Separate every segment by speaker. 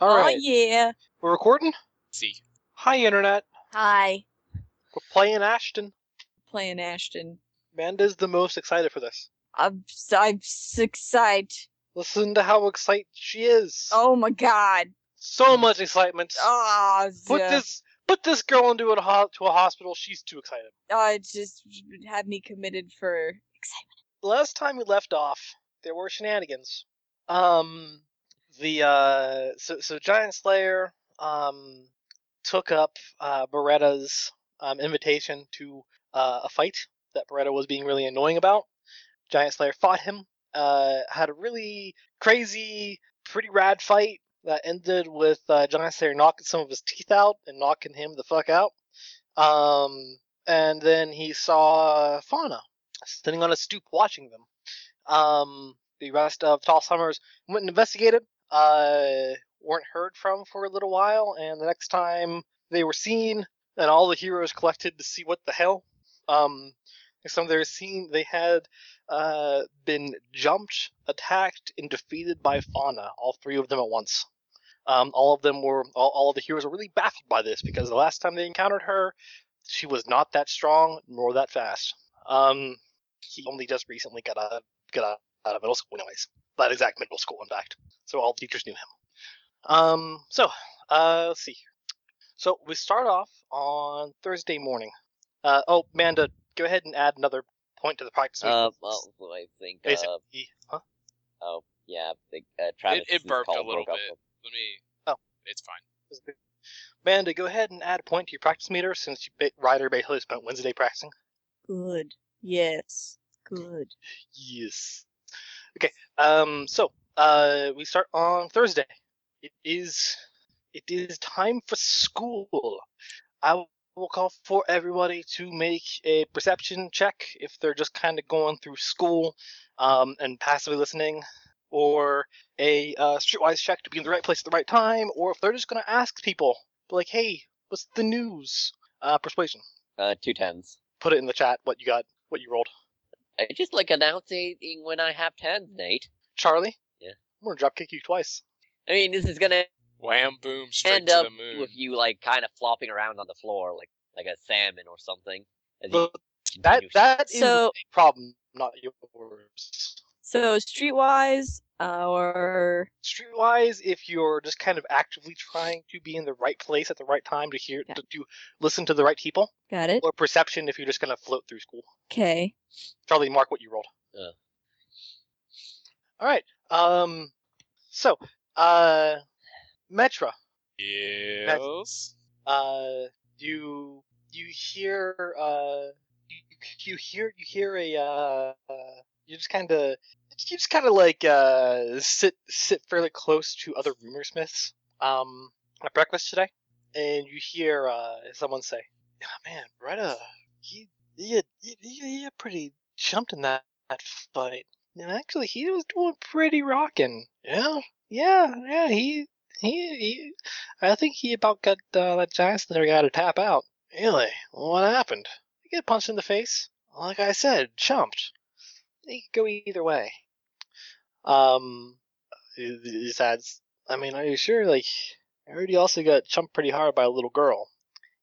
Speaker 1: All
Speaker 2: Aw,
Speaker 1: right,
Speaker 2: Oh, Ah, yeah.
Speaker 1: we're recording.
Speaker 3: See,
Speaker 1: Hi, internet.
Speaker 2: Hi.
Speaker 1: We're playing Ashton.
Speaker 2: Playing Ashton.
Speaker 1: Amanda's the most excited for this.
Speaker 2: I'm s- I'm s- excited.
Speaker 1: Listen to how excited she is.
Speaker 2: Oh my god.
Speaker 1: so much excitement.
Speaker 2: Ah,
Speaker 1: put
Speaker 2: yeah.
Speaker 1: this, put this girl into a ho- to a hospital. She's too excited.
Speaker 2: Ah, it just had me committed for excitement.
Speaker 1: Last time we left off, there were shenanigans. Um, the uh, so so Giant Slayer um took up uh Beretta's um invitation to uh, a fight that Beretta was being really annoying about. Giant Slayer fought him. Uh, had a really crazy, pretty rad fight that ended with uh, Giant Slayer knocking some of his teeth out and knocking him the fuck out. Um, and then he saw Fauna sitting on a stoop watching them. Um, the rest of Tall Summers went and investigated, uh, weren't heard from for a little while, and the next time they were seen, and all the heroes collected to see what the hell. Um, next time they were seen, they had uh, been jumped, attacked, and defeated by Fauna, all three of them at once. Um, all of them were, all, all of the heroes were really baffled by this because the last time they encountered her, she was not that strong nor that fast. Um, he only just recently got out of, got out, out of middle school, anyways. That exact middle school, in fact. So all teachers knew him. Um, so uh, let's see. So we start off on Thursday morning. Uh, oh, Manda, go ahead and add another point to the practice.
Speaker 4: Uh, well, so I think. Uh,
Speaker 1: basically, huh?
Speaker 4: oh, yeah. I think, uh, Travis
Speaker 3: it burped a little bit.
Speaker 4: Up.
Speaker 3: let me.
Speaker 1: Oh.
Speaker 3: it's fine.
Speaker 1: Manda, go ahead and add a point to your practice meter since you, ba- Ryder basically spent Wednesday practicing.
Speaker 2: Good. Yes. Good.
Speaker 1: Yes. Okay. Um. So, uh, we start on Thursday. It is, it is time for school. I will call for everybody to make a perception check if they're just kind of going through school, um, and passively listening, or a uh, streetwise check to be in the right place at the right time, or if they're just gonna ask people, like, "Hey, what's the news?" Uh, persuasion.
Speaker 4: Uh, two tens.
Speaker 1: Put it in the chat. What you got? What you rolled?
Speaker 4: I just like announcing when I have tens, Nate.
Speaker 1: Charlie.
Speaker 4: Yeah.
Speaker 1: I'm gonna dropkick you twice.
Speaker 4: I mean, this is gonna
Speaker 3: Wham, boom, straight
Speaker 4: end
Speaker 3: to
Speaker 4: up
Speaker 3: the moon.
Speaker 4: uh, with you like kind of flopping around on the floor like like a salmon or something. as you
Speaker 1: But that
Speaker 4: continue-
Speaker 1: that is
Speaker 2: So-
Speaker 1: the problem, not yours.
Speaker 2: So streetwise, or
Speaker 1: Streetwise, if you're just kind of actively trying to be in the right place at the right time to hear
Speaker 2: Yeah.
Speaker 1: to, to listen to the right people,
Speaker 2: got it?
Speaker 1: or perception if you're just gonna float through school.
Speaker 2: Okay.
Speaker 1: Charlie, mark what you rolled.
Speaker 4: Yeah.
Speaker 1: All right. Um. So, uh, Metra,
Speaker 3: Yes.
Speaker 1: uh, you you hear uh you, you hear you hear a uh uh, you just kind of you just kind of like uh sit sit fairly close to other rumor smiths um at breakfast today and you hear uh someone say oh, man Retta he he had, he, he had pretty jumped in that, that fight and actually he was doing pretty rockin' yeah yeah yeah he he, he I think he about got uh, that giant slayer guy to tap out. Really? What happened? He get punched in the face. Like I said, chumped. He could go either way. Um, he- he just adds, I mean, are you sure? Like, I heard he also got chumped pretty hard by a little girl.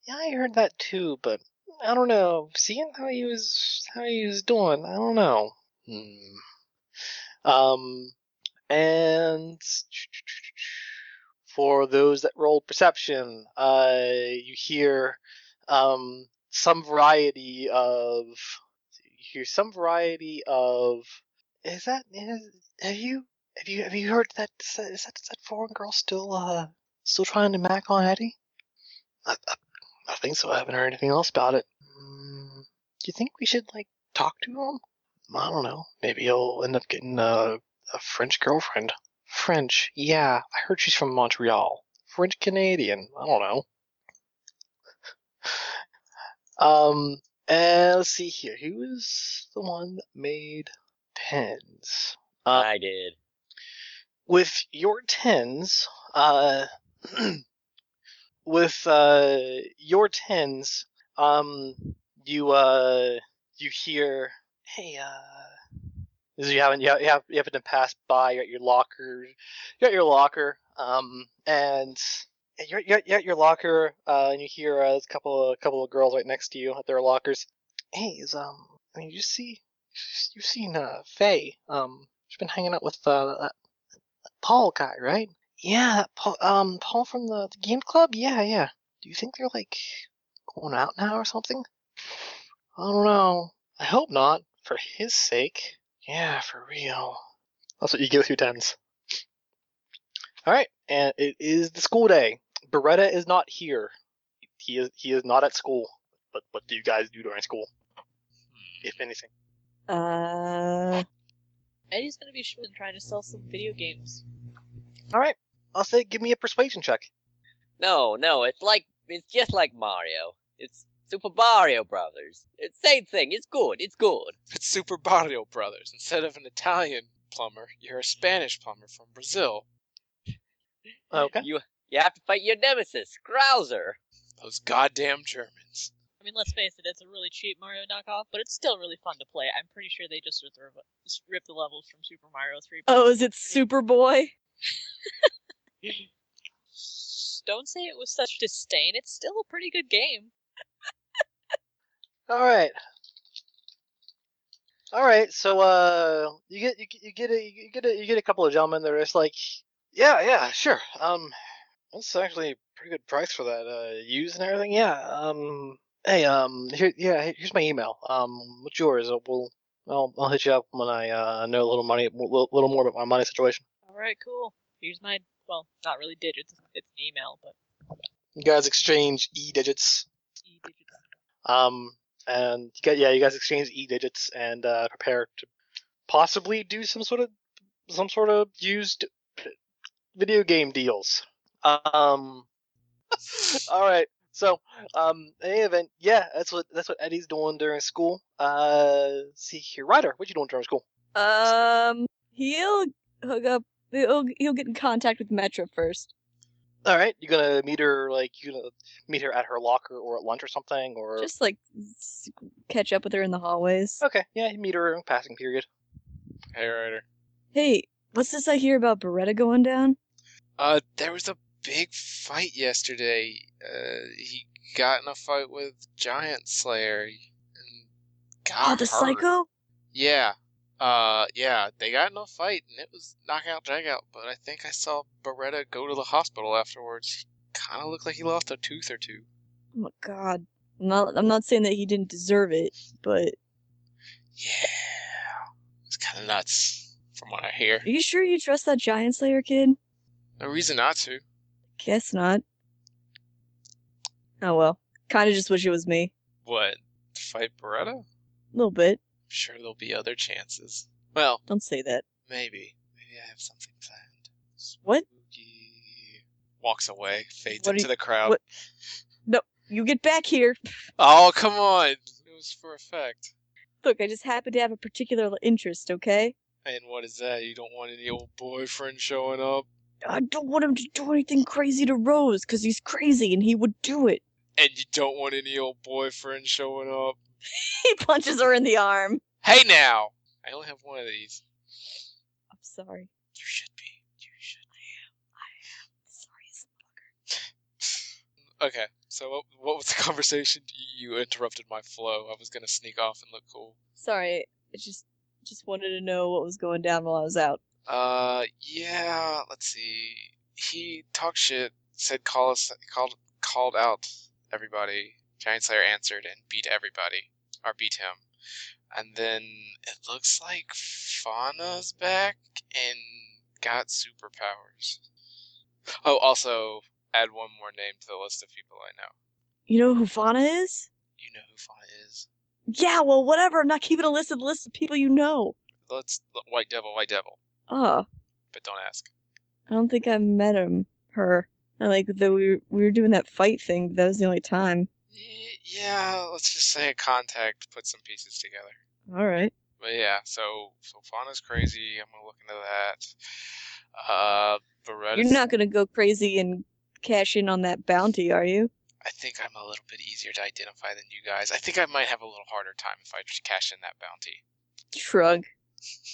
Speaker 1: Yeah, I heard that too, but I don't know. Seeing how he was, how he was doing, I don't know. Hmm. Um, and for those that rolled perception, uh, you hear um, some variety of you hear some variety of is that is, have you have you have you heard that is that is that, is that foreign girl still uh still trying to mac on Eddie? I, I, I think so. I haven't heard anything else about it. Mm, do you think we should like talk to him? I don't know. Maybe he'll end up getting uh, a French girlfriend. French, yeah. I heard she's from Montreal. French Canadian. I don't know. Um, and let's see here. Who is the one that made pens? uh,
Speaker 4: I did.
Speaker 1: With your tens, uh, with uh, your tens, um, you uh, you hear, hey, uh, this is- you haven't you ha- you have you haven't passed by. You're at your locker. You're at your locker. Um, and you're, you're, you're at your locker, uh, and you hear uh, a couple a couple of girls right next to you at their lockers. Hey, is um, I mean, you see, you've seen uh, Faye. Um, she's been hanging out with uh, that Paul guy, right? Yeah, that Paul, um, Paul from the, the game club. Yeah, yeah. Do you think they're like going out now or something? I don't know. I hope not. For his sake. Yeah, for real. That's what you get with your tens. All right, and it is the school day. Beretta is not here. He is he is not at school. But what do you guys do during school, if anything?
Speaker 2: Uh, Eddie's gonna be sh- trying to sell some video games.
Speaker 1: All right, I'll say give me a persuasion check.
Speaker 4: No, no, it's like it's just like Mario. It's Super Mario Brothers. It's same thing. It's good. It's good.
Speaker 3: It's Super Barrio Brothers. Instead of an Italian plumber, you're a Spanish plumber from Brazil.
Speaker 1: Okay.
Speaker 4: You you have to fight your nemesis, Krauser.
Speaker 3: Those goddamn Germans.
Speaker 5: I mean, let's face it, it's a really cheap Mario knockoff, but it's still really fun to play. I'm pretty sure they just rip, just rip the levels from Super Mario 3.
Speaker 2: Oh, is it Superboy?
Speaker 5: Don't say it with such disdain. It's still a pretty good game.
Speaker 1: All right. All right. So uh, you get you, get- you get a you get a you get a couple of gentlemen that are just like, yeah, yeah, sure. Um, that's actually a pretty good price for that uh used and everything. Yeah. Um. Hey. Um. Here. Yeah. here- Here's my email. Um. What's yours? Uh, We'll. I'll, I'll hit you up when I uh, know a little money, a little, little more about my money situation.
Speaker 5: All right, cool. Here's my well, not really digits. It's an email, but
Speaker 1: You guys exchange e digits.
Speaker 5: e digits.
Speaker 1: Um, and you got, yeah, you guys exchange e digits and uh, prepare to possibly do some sort of some sort of used video game deals. Um, all right. So, um, in any event, yeah, that's what that's what Eddie's doing during school. Uh, see here, Ryder, what you doing during school?
Speaker 2: Um, he'll hook up. He'll he'll get in contact with Metro first.
Speaker 1: All right, you gonna meet her like you gonna meet her at her locker or at lunch or something or
Speaker 2: Just like s- catch up with her in the hallways.
Speaker 1: okay, yeah, you meet her in passing period.
Speaker 3: Hey, Ryder.
Speaker 2: Hey, what's this I hear about Beretta going down?
Speaker 3: Uh, there was a big fight yesterday. Uh, he got in a fight with Giant Slayer and got
Speaker 2: Oh, the
Speaker 3: hurt.
Speaker 2: psycho.
Speaker 3: Yeah. Uh, yeah, they got in a fight and it was knockout, dragout. But I think I saw Beretta go to the hospital afterwards. Kind of looked like he lost a tooth or two.
Speaker 2: Oh my god. I'm not, I'm not saying that he didn't deserve it, but
Speaker 3: Yeah, it's kind of nuts, from what I hear.
Speaker 2: are you sure you trust that Giant Slayer kid?
Speaker 3: No reason not to.
Speaker 2: Guess not. Oh well. Kinda just wish it was me.
Speaker 3: What? Fight Beretta? I'm
Speaker 2: A little bit.
Speaker 3: sure there'll be other chances. Well,
Speaker 2: Don't say that.
Speaker 3: maybe. Maybe I have something planned.
Speaker 2: What?
Speaker 3: Spooky. Walks away, fades
Speaker 2: What are
Speaker 3: into
Speaker 2: you-
Speaker 3: the crowd.
Speaker 2: what- You get back here.
Speaker 3: Oh, come on! It was for effect.
Speaker 2: Look, I just happen to have a particular interest, okay?
Speaker 3: And what is that? You don't want any old boyfriend showing up?
Speaker 2: I don't want him to do anything crazy to Rose, because he's crazy and he would do it.
Speaker 3: And you don't want any old boyfriend showing up?
Speaker 2: He punches her in the arm.
Speaker 3: Hey now! I only have one of these.
Speaker 2: I'm sorry.
Speaker 3: You should be. You should
Speaker 2: Sorry.
Speaker 3: Okay, so what, what was the conversation? You, you interrupted my flow. I was gonna sneak off and look cool.
Speaker 2: Sorry. I just just wanted to know what was going down while I was out.
Speaker 3: Uh, yeah. Let's see. He talked shit. Said call us. Called called out everybody. Giant Slayer answered and beat everybody, or beat him. And then it looks like Fauna's back and got superpowers. Oh, also add one more name to the list of people I know.
Speaker 2: You know who Fauna is?
Speaker 3: You know who Fauna is.
Speaker 2: Yeah, well, whatever. I'm not keeping a list of the list of people you know.
Speaker 3: Let's White Devil, White Devil.
Speaker 2: Oh,
Speaker 3: but don't ask.
Speaker 2: I don't think I met him. Her. I like that we were, we were doing that fight thing. But that was the only time.
Speaker 3: Yeah, let's just say a contact put some pieces together.
Speaker 2: All right.
Speaker 3: But yeah, so so Fauna's crazy. I'm gonna look into that. Uh, Beretta.
Speaker 2: You're not gonna go crazy and cash in on that bounty, are you?
Speaker 3: I think I'm a little bit easier to identify than you guys. I think I might have a little harder time if I just cash in that bounty.
Speaker 2: Shrug.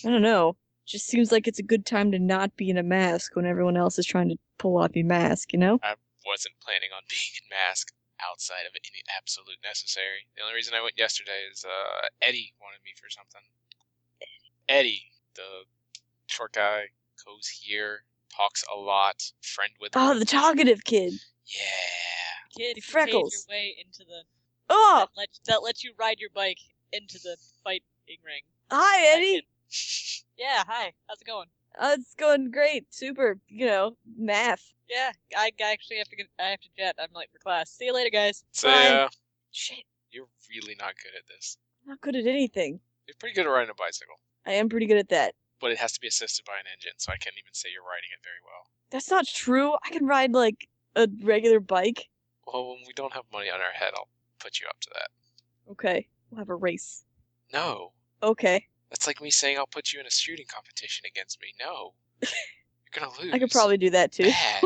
Speaker 2: I don't know. Just seems like it's a good time to not be in a mask when everyone else is trying to pull off your mask, you know?
Speaker 3: wasn't planning on being in mask outside of any absolute necessary. The only reason I went yesterday is uh, Eddie wanted me for something. Eddie, the short guy, goes here, talks a lot, friend with.
Speaker 2: Oh, the talkative kid.
Speaker 3: Yeah.
Speaker 5: Kid, if you paid your
Speaker 2: Freckles.
Speaker 5: way into the
Speaker 2: Oh,
Speaker 5: that let that lets you ride your bike into the fighting ring.
Speaker 2: hi, Eddie.
Speaker 5: Yeah, hi. How's it going?
Speaker 2: Uh, it's going great. Super, you know, math.
Speaker 5: Yeah, I, I actually have to get I have to jet. I'm late for class. See you later, guys.
Speaker 3: So
Speaker 2: Fine.
Speaker 3: yeah,
Speaker 2: Shit,
Speaker 3: you're really not good at this.
Speaker 2: I'm not good at anything.
Speaker 3: You're pretty good at riding a bicycle,
Speaker 2: I am pretty good at that.
Speaker 3: but it has to be assisted by an engine, so I can't even say you're riding it very well.
Speaker 2: That's not true. I can ride like a regular bike.
Speaker 3: Well, when we don't have money on our head, I'll put you up to that.
Speaker 2: Okay, we'll have a race.
Speaker 3: No,
Speaker 2: Okay,
Speaker 3: that's like me saying I'll put you in a shooting competition against me. No, you're gonna lose.
Speaker 2: I could probably do that too.
Speaker 3: bad.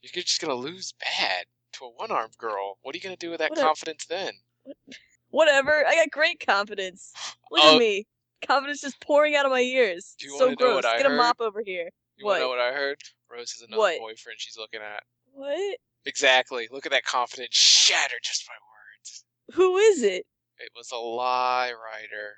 Speaker 3: You're just gonna lose bad to a one-armed girl. What are you gonna do with that
Speaker 2: What a-
Speaker 3: confidence then?
Speaker 2: Whatever. I got great confidence. Look
Speaker 3: Oh.
Speaker 2: at me. Confidence just pouring out of my ears.
Speaker 3: Do you
Speaker 2: so
Speaker 3: wanna know
Speaker 2: gross.
Speaker 3: what I
Speaker 2: Get a
Speaker 3: heard?
Speaker 2: mop over here.
Speaker 3: You wanna know
Speaker 2: What?
Speaker 3: what I heard? Rose has another
Speaker 2: What?
Speaker 3: boyfriend she's looking at.
Speaker 2: What?
Speaker 3: Exactly. Look at that confidence shattered just by words.
Speaker 2: Who is it?
Speaker 3: It was a lie, Ryder.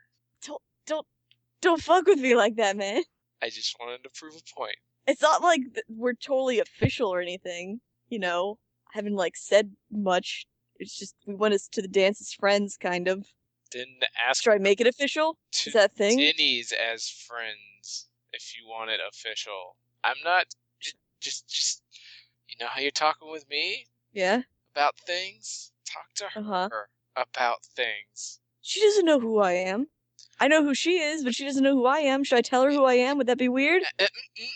Speaker 2: Don't fuck with me like that, man.
Speaker 3: I just wanted to prove a point.
Speaker 2: It's not like th- we're totally official or anything. You know, I haven't like said much. It's just we went us to the dance as friends, kind of.
Speaker 3: Didn't ask
Speaker 2: Should I make it official?
Speaker 3: to
Speaker 2: Is that a thing?
Speaker 3: Denny's as friends if you want it official. I'm not just just, just you know how you're talking with me
Speaker 2: Yeah.
Speaker 3: about things? Talk to her
Speaker 2: Uh huh.
Speaker 3: about things.
Speaker 2: She doesn't know who I am. I know who she is, but she doesn't know who I am. Should I tell her who I am? Would that be weird?
Speaker 3: Uh, uh, mm, mm.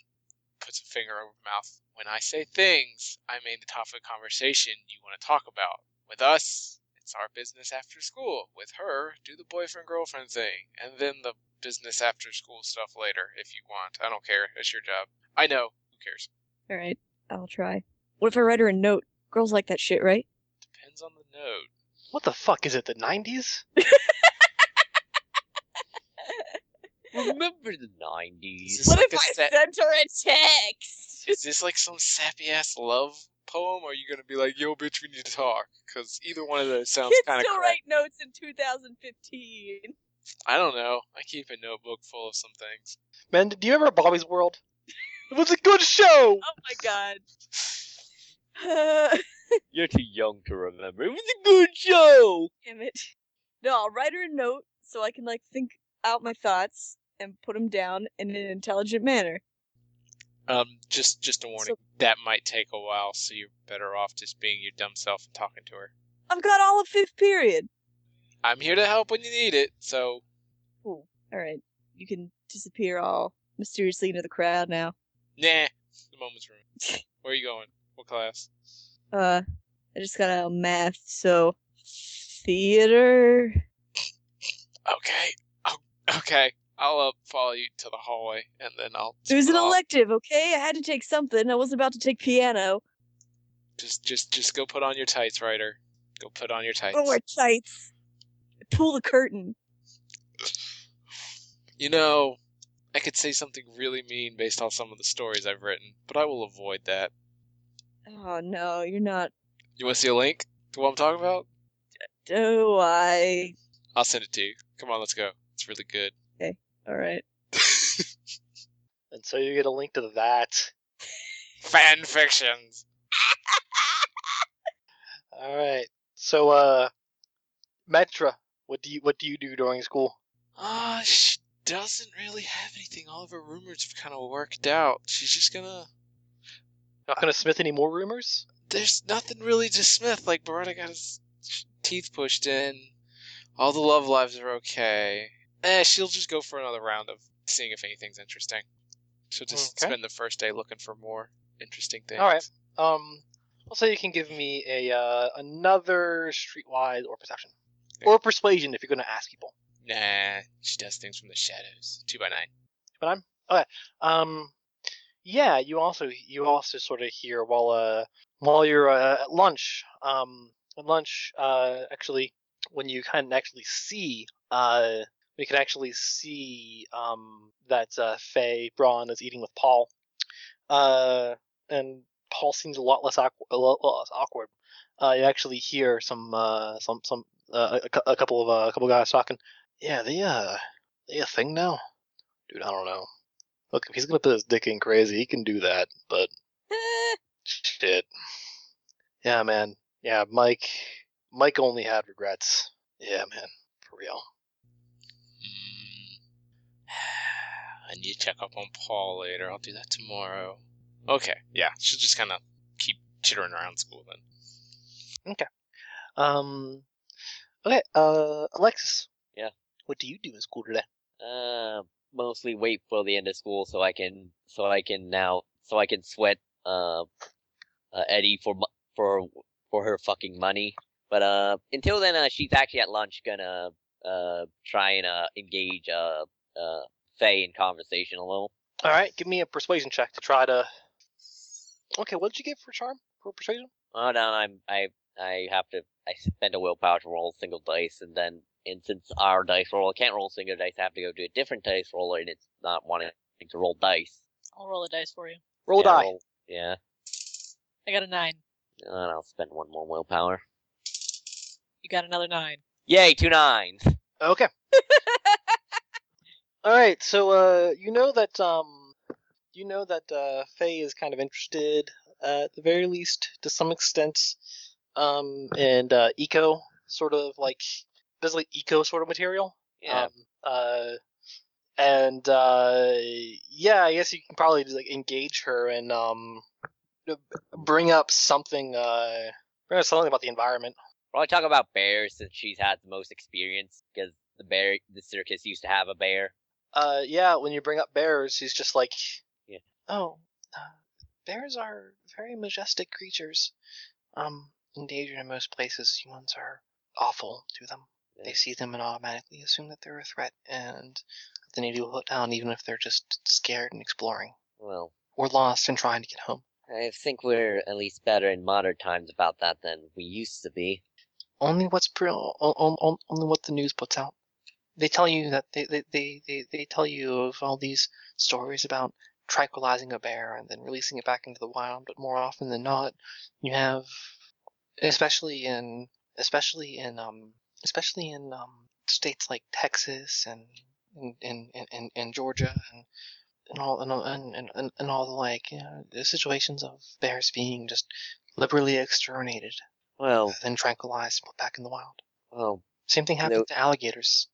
Speaker 3: Puts a finger over her mouth. When I say things, I mean the topic of conversation you want to talk about. With us, it's our business after school. With her, do the boyfriend girlfriend thing, and then the business after school stuff later if you want. I don't care. It's your job. I know. Who cares?
Speaker 2: All right. I'll try. What if I write her a note? Girls like that shit, right?
Speaker 3: Depends on the note.
Speaker 1: What the fuck is it? The nineties?
Speaker 4: Remember the 90s?
Speaker 3: This is-
Speaker 2: what
Speaker 3: like
Speaker 2: if
Speaker 3: a
Speaker 2: I
Speaker 3: set-
Speaker 2: sent her a text?
Speaker 3: Is this like some sappy ass love poem? Or are you gonna be like, "Yo, bitch, we need to talk"? Because either one of those sounds
Speaker 2: Kids
Speaker 3: kind of
Speaker 2: still
Speaker 3: correct.
Speaker 2: write notes in 2015.
Speaker 3: I don't know. I keep a notebook full of some things.
Speaker 1: Man, do you remember Bobby's World? It was a good
Speaker 2: Oh
Speaker 1: show.
Speaker 2: my god. Uh,
Speaker 4: You're too young to remember. It was a good show!
Speaker 2: damn it. No, I'll write her a note so I can like think out my thoughts and put them down in an intelligent manner.
Speaker 3: Um, just just a warning. that might take a while, so you're better off just being your dumb self and talking to her.
Speaker 2: I've got all of fifth period.
Speaker 3: I'm here to help when you need it, so
Speaker 2: Cool. All right. You can disappear all mysteriously into the crowd now.
Speaker 3: nah. The moment's ruined. Where are you going? What class?
Speaker 2: Uh, I just got out of math, so theater.
Speaker 3: Okay. Oh, okay. I'll uh, follow you to the hallway, and then I'll.
Speaker 2: It was an
Speaker 3: I'll-
Speaker 2: elective, okay? I had to take something. I wasn't about to take piano.
Speaker 3: Just just just go put on your tights, Ryder. Go put on your tights.
Speaker 2: Don't wear tights. Pull the curtain.
Speaker 3: You know, I could say something really mean based on some of the stories I've written, but I will avoid that.
Speaker 2: Oh no, you're not.
Speaker 3: You want to see a link to what I'm talking about?
Speaker 2: Do Oh, I?
Speaker 3: I'll send it to you. Come on, let's go. It's really good.
Speaker 2: All right.
Speaker 1: And so you get a link to that.
Speaker 3: Fan fictions.
Speaker 1: All right. So, uh, Metra, what do you what do you do during school?
Speaker 3: Ah, she doesn't really have anything. All of her rumors have kind of worked out. She's just gonna.
Speaker 1: Not gonna smith any more rumors.
Speaker 3: There's nothing really to Smith. Like Beretta got his teeth pushed in. All the love lives are okay. Eh, she'll just go for another round of seeing if anything's interesting. She'll just
Speaker 1: Okay.
Speaker 3: spend the first day looking for more interesting things.
Speaker 1: All right. Um, I'll say you can give me a uh, another streetwise or perception or persuasion if you're gonna ask people.
Speaker 3: Nah, she does things from the shadows. Two by nine.
Speaker 1: But I'm okay. Um, yeah. You also you also sort of hear while uh while you're uh, at lunch. Um, at lunch, uh, actually, when you kind of actually see uh We can actually see um, that uh, Faye Braun is eating with Paul, uh, and Paul seems a lot less, awk- a lot less awkward. Uh, you actually hear some uh, some some uh, a, cou- a couple of uh, a couple guys talking. Yeah, they uh they a thing now, dude. I don't know. Look, if he's gonna put his dick in crazy, he can do that. But Shit. Yeah, man. Yeah, Mike. Mike only had regrets. Yeah, man. For real.
Speaker 3: Mm. I need to check up on Paul later. I'll do that tomorrow. Okay, yeah, she'll just kind of keep chittering around school then.
Speaker 1: Um. Okay. Uh, Alexis.
Speaker 4: Yeah.
Speaker 1: What do you do in school today?
Speaker 4: Uh, mostly wait for the end of school so I can so I can now so I can sweat uh, uh Eddie for mo- for for her fucking money. But uh, until then, uh, she's actually at lunch gonna uh try and uh engage uh uh Faye in conversation a little.
Speaker 1: All right. Give me a persuasion check to try to. Okay. What did you get for charm? For persuasion?
Speaker 4: Oh no, I'm I I have to I spend a willpower to roll a single dice, and then and since our dice roll I can't roll single dice, I have to go to a different dice roller, and it's not wanting to roll dice.
Speaker 5: I'll roll a dice for you.
Speaker 1: Roll
Speaker 4: yeah,
Speaker 1: die.
Speaker 4: roll- yeah,
Speaker 5: I got a nine.
Speaker 4: and I'll spend one more willpower.
Speaker 5: You got another nine.
Speaker 4: Yay, two nines.
Speaker 1: Okay. All right. So, uh, you know that um, you know that uh, Faye is kind of interested, uh, at the very least, to some extent, um, and uh, eco sort of like basically eco sort of material.
Speaker 4: Yeah,
Speaker 1: Um, uh, and uh, yeah, I guess you can probably just, like engage her and um, b- bring up something. Uh, bring up something about the environment.
Speaker 4: probably talk about bears since she's had the most experience because the bear the circus used to have a bear.
Speaker 1: Uh, yeah, when you bring up bears, he's just like,
Speaker 4: Yeah.
Speaker 1: oh, uh, bears are very majestic creatures, um, endangered in most places. Humans are awful to them. They see them and automatically assume that they're a threat, and they need to put down even if they're just scared and exploring,
Speaker 4: Well,
Speaker 1: or lost and trying to get home.
Speaker 4: I think we're at least better in modern times about that than we used to be.
Speaker 1: Only what's pre- on, on, on, only what the news puts out. They tell you that they, they, they, they, they tell you of all these stories about tranquilizing a bear and then releasing it back into the wild, but more often than not, you have, especially in especially in um especially in um states like Texas and and and and- and, and Georgia and. And all and all- and, and- and, and all the like, you know, the situations of bears being just liberally exterminated
Speaker 4: Well,
Speaker 1: then tranquilized and put back in the wild.
Speaker 4: well,
Speaker 1: Same thing happened
Speaker 4: Nope.
Speaker 1: to alligators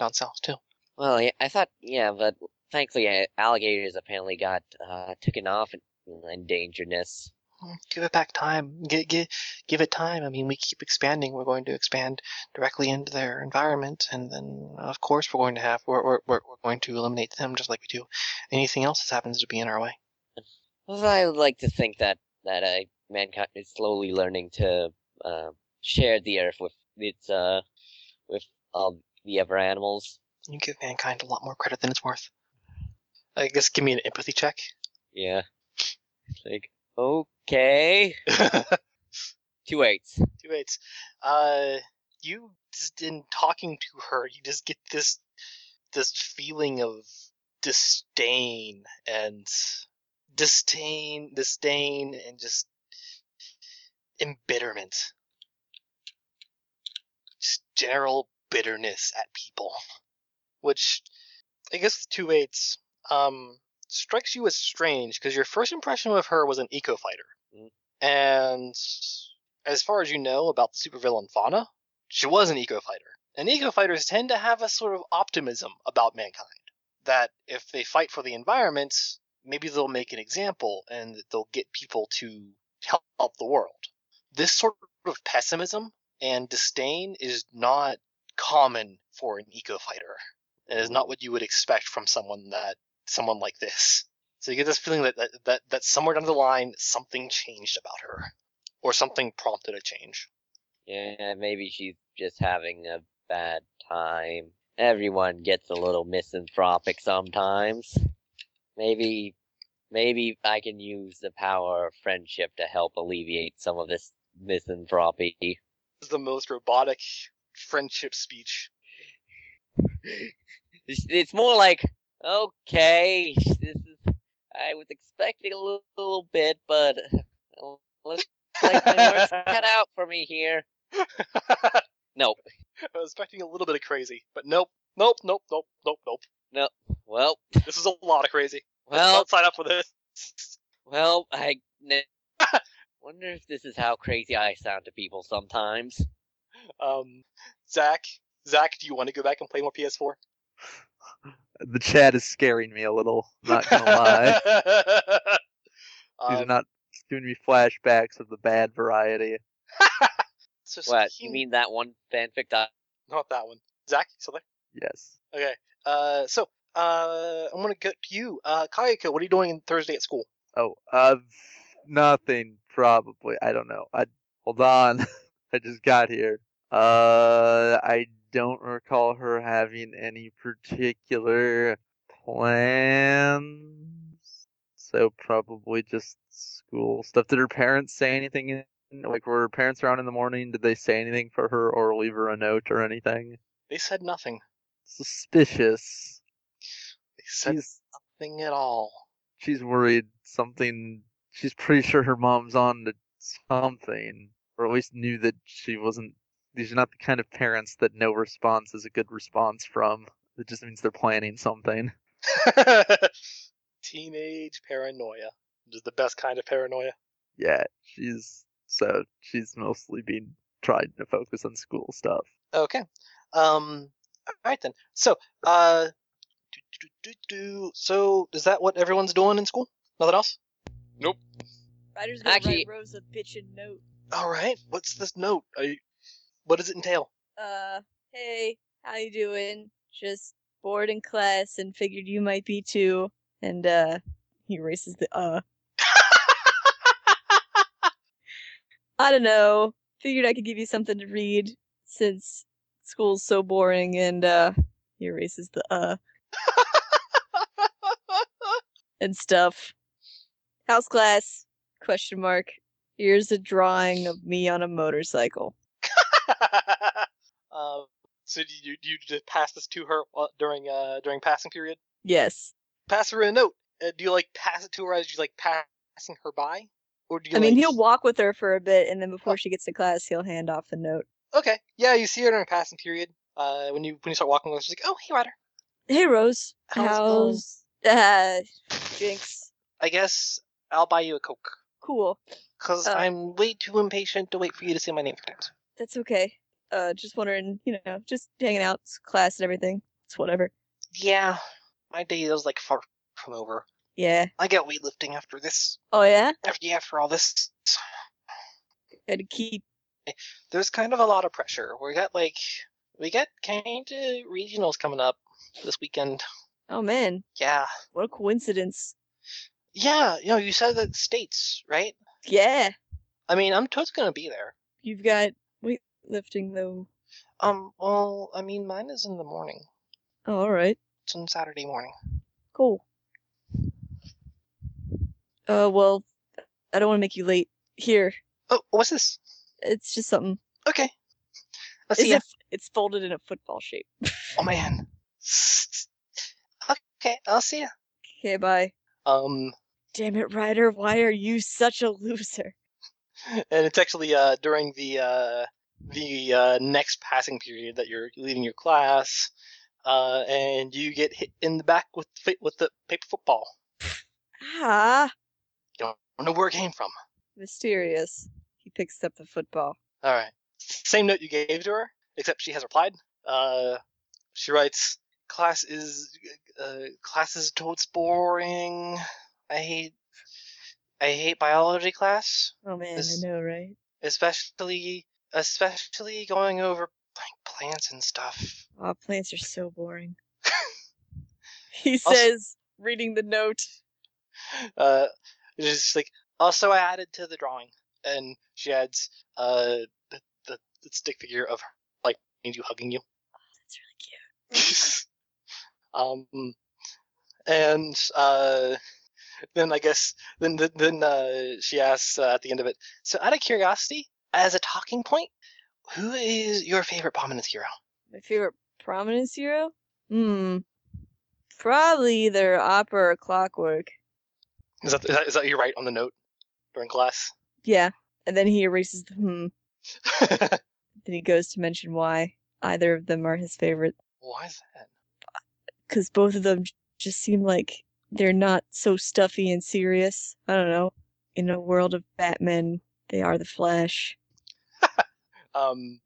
Speaker 1: down south too.
Speaker 4: Well, yeah, I thought, yeah, but thankfully, uh, alligators apparently got uh, taken off and endangeredness.
Speaker 1: Mm, Give it back time. Give, give, give it time. I mean, we keep expanding. We're going to expand directly into their environment, and then of course we're going to have we're we're, we're we're going to eliminate them just like we do anything else that happens to be in our way.
Speaker 4: Well, I would like to think that that uh, mankind is slowly learning to uh, share the earth with its uh with all the other animals.
Speaker 1: You give mankind a lot more credit than it's worth. I guess give me an empathy check.
Speaker 4: Yeah, like okay,
Speaker 1: Two
Speaker 4: two eights.
Speaker 1: eights. Uh, you just in talking to her, you just get this this feeling of disdain and disdain disdain and just embitterment just general bitterness at people which i guess with two eights um strikes you as strange because your first impression of her was an eco fighter
Speaker 4: Mm.
Speaker 1: and as far as you know about the supervillain fauna she was an eco fighter and eco fighters tend to have a sort of optimism about mankind that if they fight for the environment, maybe they'll make an example and that they'll get people to help the world. This sort of pessimism and disdain is not common for an eco fighter and is not what you would expect from someone that someone like this. So you get this feeling that that, that, that somewhere down the line something changed about her or something prompted a change.
Speaker 4: Yeah, maybe she's just having a bad time. Everyone gets a little misanthropic sometimes. Maybe, maybe I can use the power of friendship to help alleviate some of this misanthropy.
Speaker 1: This is the most robotic friendship speech
Speaker 4: It's, it's more like, okay, this is. I was expecting a little, little bit, but uh, looks like my work's cut out for me here. Nope.
Speaker 1: I was expecting a little bit of crazy, but nope, nope, nope, nope, nope, nope.
Speaker 4: Well,
Speaker 1: This is a lot of crazy.
Speaker 4: well,
Speaker 1: Don't sign up for this.
Speaker 4: well. I n- wonder if this is how crazy I sound to people sometimes.
Speaker 1: Um, Zach, Zach, do you want to go back and play more PS4?
Speaker 6: The chat is scaring me a little. Not gonna lie. These are
Speaker 1: Um,
Speaker 6: not giving me flashbacks of the bad variety.
Speaker 1: so
Speaker 4: What you
Speaker 1: speaking-
Speaker 4: mean that one fanfic? That
Speaker 1: Not that one. Zach, you still there?
Speaker 6: Yes.
Speaker 1: Okay. Uh, so uh, I'm gonna get to you, uh, Kayako. What are you doing Thursday at school?
Speaker 6: Oh, uh, nothing probably. I don't know. I hold on. I just got here. Uh, I don't recall her having any particular plans. So probably just school stuff. Did her parents say anything? In, like, were her parents around in the morning? Did they say anything for her or leave her a note or anything?
Speaker 1: They said nothing.
Speaker 6: Suspicious.
Speaker 1: They said
Speaker 6: She's-
Speaker 1: nothing at all.
Speaker 6: she's worried something she's pretty sure her mom's on to something or at least knew that she wasn't these are not the kind of parents that no response is a good response from it just means they're planning something
Speaker 1: Teenage paranoia. Which is the best kind of paranoia.
Speaker 6: yeah she's so she's mostly being trying to focus on school stuff
Speaker 1: Okay. Um. All right then. So uh. do, do, do, do. So is that what everyone's doing in school? Nothing else?
Speaker 2: Ryder's gonna
Speaker 4: Actually-
Speaker 2: write Rose a bitchin' note.
Speaker 1: All right. What's this note? Are you, what does it entail?
Speaker 2: Uh, hey, how you doing? Just bored in class and figured you might be too. And uh, he erases the uh. I don't know. Figured I could give you something to read since school's so boring. And uh, he erases the uh and stuff. House class? Question mark. Here's a drawing of me on a motorcycle.
Speaker 1: um, so do you do you just pass this to her while- during uh during passing period?
Speaker 2: Yes.
Speaker 1: Pass her a note. Uh, do you like pass it to her as you like pa- passing her by, or do you?
Speaker 2: I mean,
Speaker 1: like-
Speaker 2: he'll walk with her for a bit, and then before she gets to class, he'll hand off the note.
Speaker 1: Okay, yeah, you see her during passing period. Uh, when you when you start walking with her, she's like, "Oh, hey, Ryder."
Speaker 2: Hey, Rose.
Speaker 1: How's
Speaker 2: How's uh, Jinx?
Speaker 1: I guess I'll buy you a coke
Speaker 2: Cool.
Speaker 1: because
Speaker 2: Oh.
Speaker 1: I'm way too impatient to wait for you to say my name for times.
Speaker 2: That's okay. Uh, just wondering, you know, just hanging out, it's class and everything. It's whatever.
Speaker 1: Yeah, my day is like far from over.
Speaker 2: Yeah.
Speaker 1: I got weightlifting after this.
Speaker 2: Oh yeah.
Speaker 1: After yeah, after all this,
Speaker 2: Had to keep.
Speaker 1: there's kind of a lot of pressure. We got like we got kind of regionals coming up this weekend.
Speaker 2: Oh man,
Speaker 1: Yeah,
Speaker 2: what a coincidence.
Speaker 1: yeah. You know, you said that states, right?
Speaker 2: Yeah.
Speaker 1: I mean, I'm totes gonna be there.
Speaker 2: You've got weightlifting though.
Speaker 1: Um, well, I mean, mine is in the morning.
Speaker 2: Oh, all right.
Speaker 1: It's on Saturday morning.
Speaker 2: Cool. Uh, well, I don't want to make you late. Here,
Speaker 1: Oh, what's this?
Speaker 2: it's just something.
Speaker 1: Okay.
Speaker 2: It's,
Speaker 1: Let's see.
Speaker 2: a
Speaker 1: ya.
Speaker 2: f- it's folded in a football shape.
Speaker 1: Oh man. Okay, I'll see ya.
Speaker 2: Okay, bye.
Speaker 1: Um,
Speaker 2: Damn it, Ryder, why are you such a loser?
Speaker 1: and it's actually uh during the uh the uh next passing period that you're leaving your class, uh, and you get hit in the back with fi- with the paper football.
Speaker 2: Ah,
Speaker 1: I don't know where it came from.
Speaker 2: mysterious. He picks up the football.
Speaker 1: All right. Same note you gave to her, except she has replied. Uh, she writes, "Class is uh, class is totes boring. I hate I hate biology class,
Speaker 2: Oh man,
Speaker 1: This-
Speaker 2: I know, right?
Speaker 1: especially especially going over like plants and stuff."
Speaker 2: Aw, plants are so boring. he
Speaker 1: Also-
Speaker 2: says, reading the note.
Speaker 1: Uh, it's just like also I added to the drawing, and she adds uh the, the, the stick figure of like you hugging you.
Speaker 2: That's really cute.
Speaker 1: um, and uh, then I guess then then- then uh, she asks uh, at the end of it. So, out of curiosity, as a talking point, who is your favorite Prominence hero?
Speaker 2: My favorite prominence hero? Hmm. Probably either opera or clockwork.
Speaker 1: Is that, is that, is that you write on the note during class?
Speaker 2: Yeah. And then he erases the hmm. Then he goes to mention why either of them are his favorite.
Speaker 1: Why is that?
Speaker 2: Because both of them j- just seem like they're not so stuffy and serious. I don't know. In a world of Batman, they are the Flash.
Speaker 1: Um,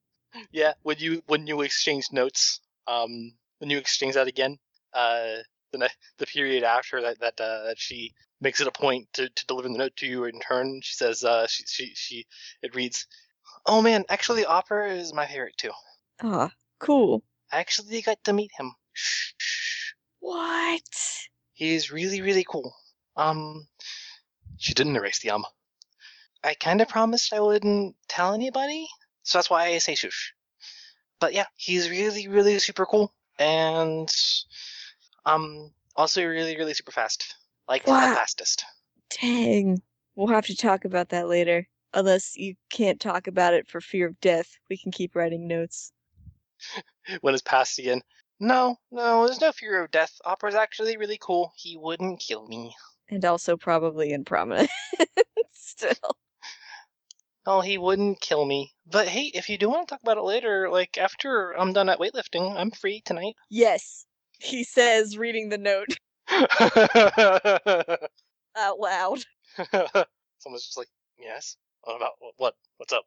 Speaker 1: yeah, when you when you exchange notes, um, when you exchange that again, uh, the ne- the period after that that uh, that she makes it a point to, to deliver the note to you in turn, she says uh, she she she it reads, "Oh man, actually, opera is my favorite too.
Speaker 2: Ah, cool.
Speaker 1: I actually got to meet him. Shh, shh.
Speaker 2: What?
Speaker 1: He's really really cool." Um, she didn't erase the um. I kind of promised I wouldn't tell anybody, so that's why I say shush. But yeah, he's really, really super cool, and um, also really, really super fast, like
Speaker 2: Wow.
Speaker 1: the fastest.
Speaker 2: Dang. We'll have to talk about that later. Unless you can't talk about it for fear of death, we can keep writing notes.
Speaker 1: When it's passed again, no, no, there's no fear of death. Opera's actually really cool. He wouldn't kill me.
Speaker 2: And also probably in prominence. Still.
Speaker 1: Oh, he wouldn't kill me. But hey, if you do want to talk about it later, like after I'm done at weightlifting, I'm free tonight.
Speaker 2: Yes. He says, reading the note out loud.
Speaker 1: Someone's just like, yes. What about what? What's up?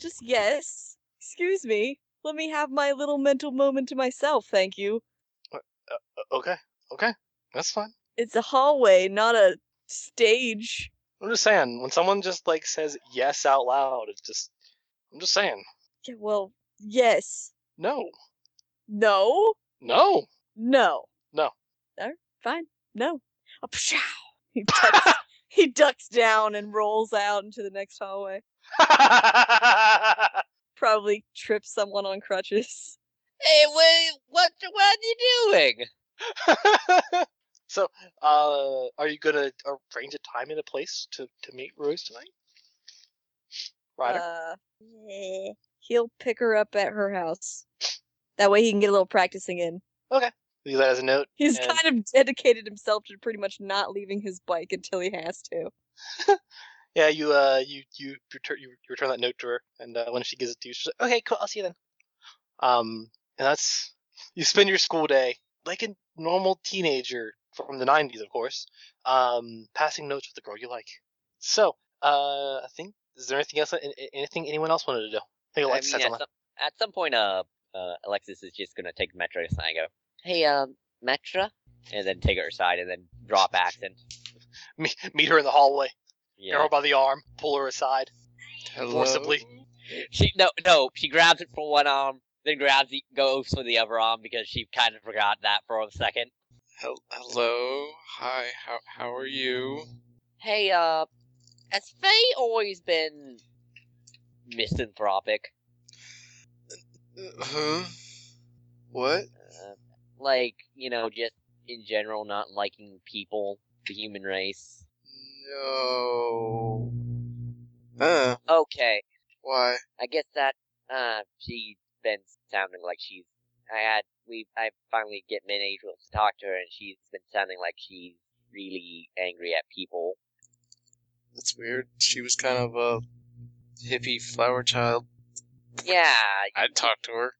Speaker 2: Just yes. Excuse me. Let me have my little mental moment to myself, thank you.
Speaker 1: Uh, Okay, okay, that's fine.
Speaker 2: It's a hallway, not a stage.
Speaker 1: I'm just saying, when someone just like says yes out loud, it's just I'm just saying,
Speaker 2: Yeah, well, yes.
Speaker 1: no,
Speaker 2: No.
Speaker 1: no.
Speaker 2: No.
Speaker 1: No.
Speaker 2: All right, fine. No. Ah, pshaw. He ducks, he ducks down and rolls out into the next hallway. Probably trips someone on crutches.
Speaker 4: Hey, wait, what, what are you doing?
Speaker 1: so, uh, are you gonna arrange a time and a place to to meet Rose tonight, Ryder?
Speaker 2: Uh, eh, he'll pick her up at her house. That way he can get a little practicing in.
Speaker 1: Leave that as a note.
Speaker 2: He's
Speaker 1: and-
Speaker 2: kind of dedicated himself to pretty much not leaving his bike until he has to.
Speaker 1: Yeah, you uh, you you return you return that note to her, and uh, when she gives it to you, she's like, "Okay, cool, I'll see you then." Um, and that's you spend your school day like a normal teenager from the '90s, of course, um, passing notes with the girl you like. So, uh, I think is there anything else? a- a- Anything anyone else wanted to do? I think Alexis
Speaker 4: I
Speaker 1: had
Speaker 4: mean, at
Speaker 1: something.
Speaker 4: some, at some point, uh, uh, Alexis is just gonna take Metra aside and go, "Hey, um, Metra," and then take her aside and then drop accent.
Speaker 1: Meet, meet her in the hallway,
Speaker 4: Yeah.
Speaker 1: grab her by the arm, pull her aside.
Speaker 3: Hello?
Speaker 1: Forcibly.
Speaker 4: She no no. She grabs it for one arm, then grabs the goes for the other arm because she kind of forgot that for a second.
Speaker 3: Hel- Hello. Hi. How how are you?
Speaker 4: Hey, uh, has Faye always been misanthropic?
Speaker 3: Uh, huh? What?
Speaker 4: Uh, like you know, just in general, not liking people, the human race.
Speaker 3: No. Uh.
Speaker 4: Okay,
Speaker 3: Why?
Speaker 4: I guess that uh she's been sounding like she's I had we I finally get been able to talk to her and she's been sounding like she's really angry at people.
Speaker 3: That's weird. She was kind of a hippie flower child.
Speaker 4: Yeah,
Speaker 3: I'd talk to her,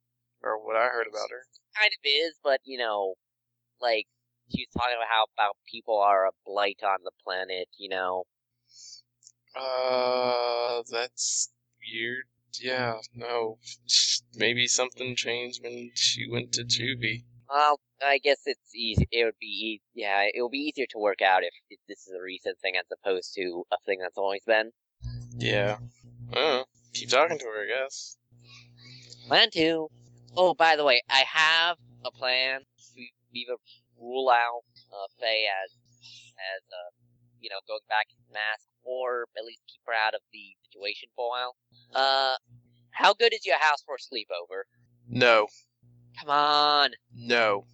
Speaker 3: or what I heard about her.
Speaker 4: kind of is, but you know, like she was talking about how about people are a blight on the planet, you know.
Speaker 3: Uh, that's weird. Yeah, Oh, no. Maybe something changed when she went to juvie.
Speaker 4: Well, I guess it's easy. It would be, e- yeah, it would be easier to work out if, if this is a recent thing as opposed to a thing that's always been.
Speaker 3: Yeah. Uh, keep talking to her, I guess.
Speaker 4: Plan two. Oh, by the way, I have a plan to either rule out uh, Faye as, as uh, you know, going back in the mask, or at least keep her out of the situation for a while. Uh, how good is your house for a sleepover?
Speaker 3: No.
Speaker 4: Come on.
Speaker 3: No.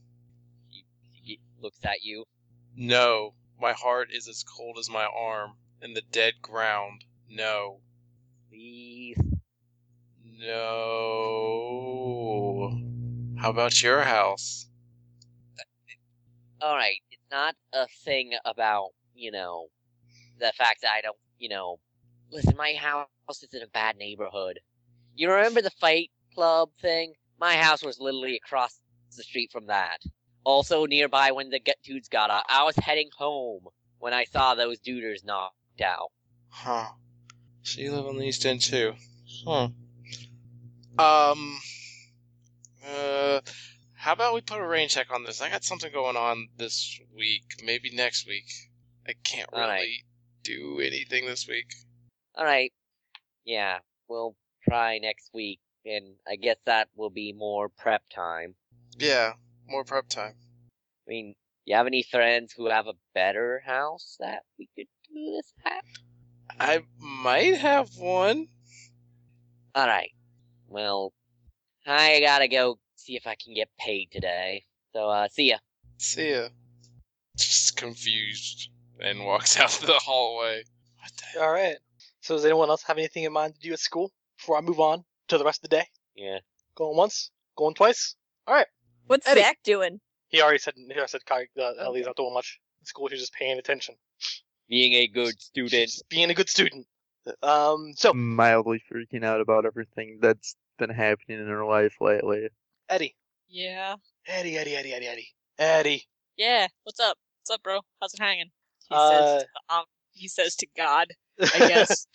Speaker 4: He looks at you.
Speaker 3: No. My heart is as cold as my arm in the dead ground. No.
Speaker 4: Please.
Speaker 3: No. How about your house?
Speaker 4: all right, it's not a thing about, you know, the fact that I don't, you know, listen, my house is in a bad neighborhood. You remember the fight club thing? My house was literally across the street from that. Also nearby when the get dudes got out. I was heading home when I saw those duders knocked out.
Speaker 3: Huh. So you live on the East End too. Huh. Um. Uh. How about we put a rain check on this? I got something going on this week. Maybe next week. I can't
Speaker 4: All
Speaker 3: really
Speaker 4: right.
Speaker 3: do anything this week.
Speaker 4: All right. Yeah, we'll try next week, and I guess that will be more prep time.
Speaker 3: Yeah. More prep time.
Speaker 4: I mean, you have any friends who have a better house that we could do this at?
Speaker 3: I might have one.
Speaker 4: All right. Well, I gotta go see if I can get paid today. So, uh, see ya.
Speaker 3: See ya. Just confused and walks out the hallway. What the
Speaker 1: All right. So does anyone else have anything in mind to do at school before I move on to the rest of the day?
Speaker 4: Yeah.
Speaker 1: Going once, going twice.
Speaker 2: What's
Speaker 1: Eddie.
Speaker 2: Zach doing?
Speaker 1: He already said. He already said. Kai- Uh, Ellie's not doing much in school. She's just paying attention.
Speaker 4: Being a good
Speaker 1: She's
Speaker 4: student.
Speaker 1: just being a good student. Um. So
Speaker 6: mildly freaking out about everything that's been happening in her life lately.
Speaker 1: Eddie,
Speaker 5: Yeah.
Speaker 1: Eddie, Eddie, Eddie, Eddie, Eddie, Eddie.
Speaker 5: Yeah. What's up? What's up, bro? How's it hanging? He
Speaker 1: Uh,
Speaker 5: says. To, um, he says to God. I guess.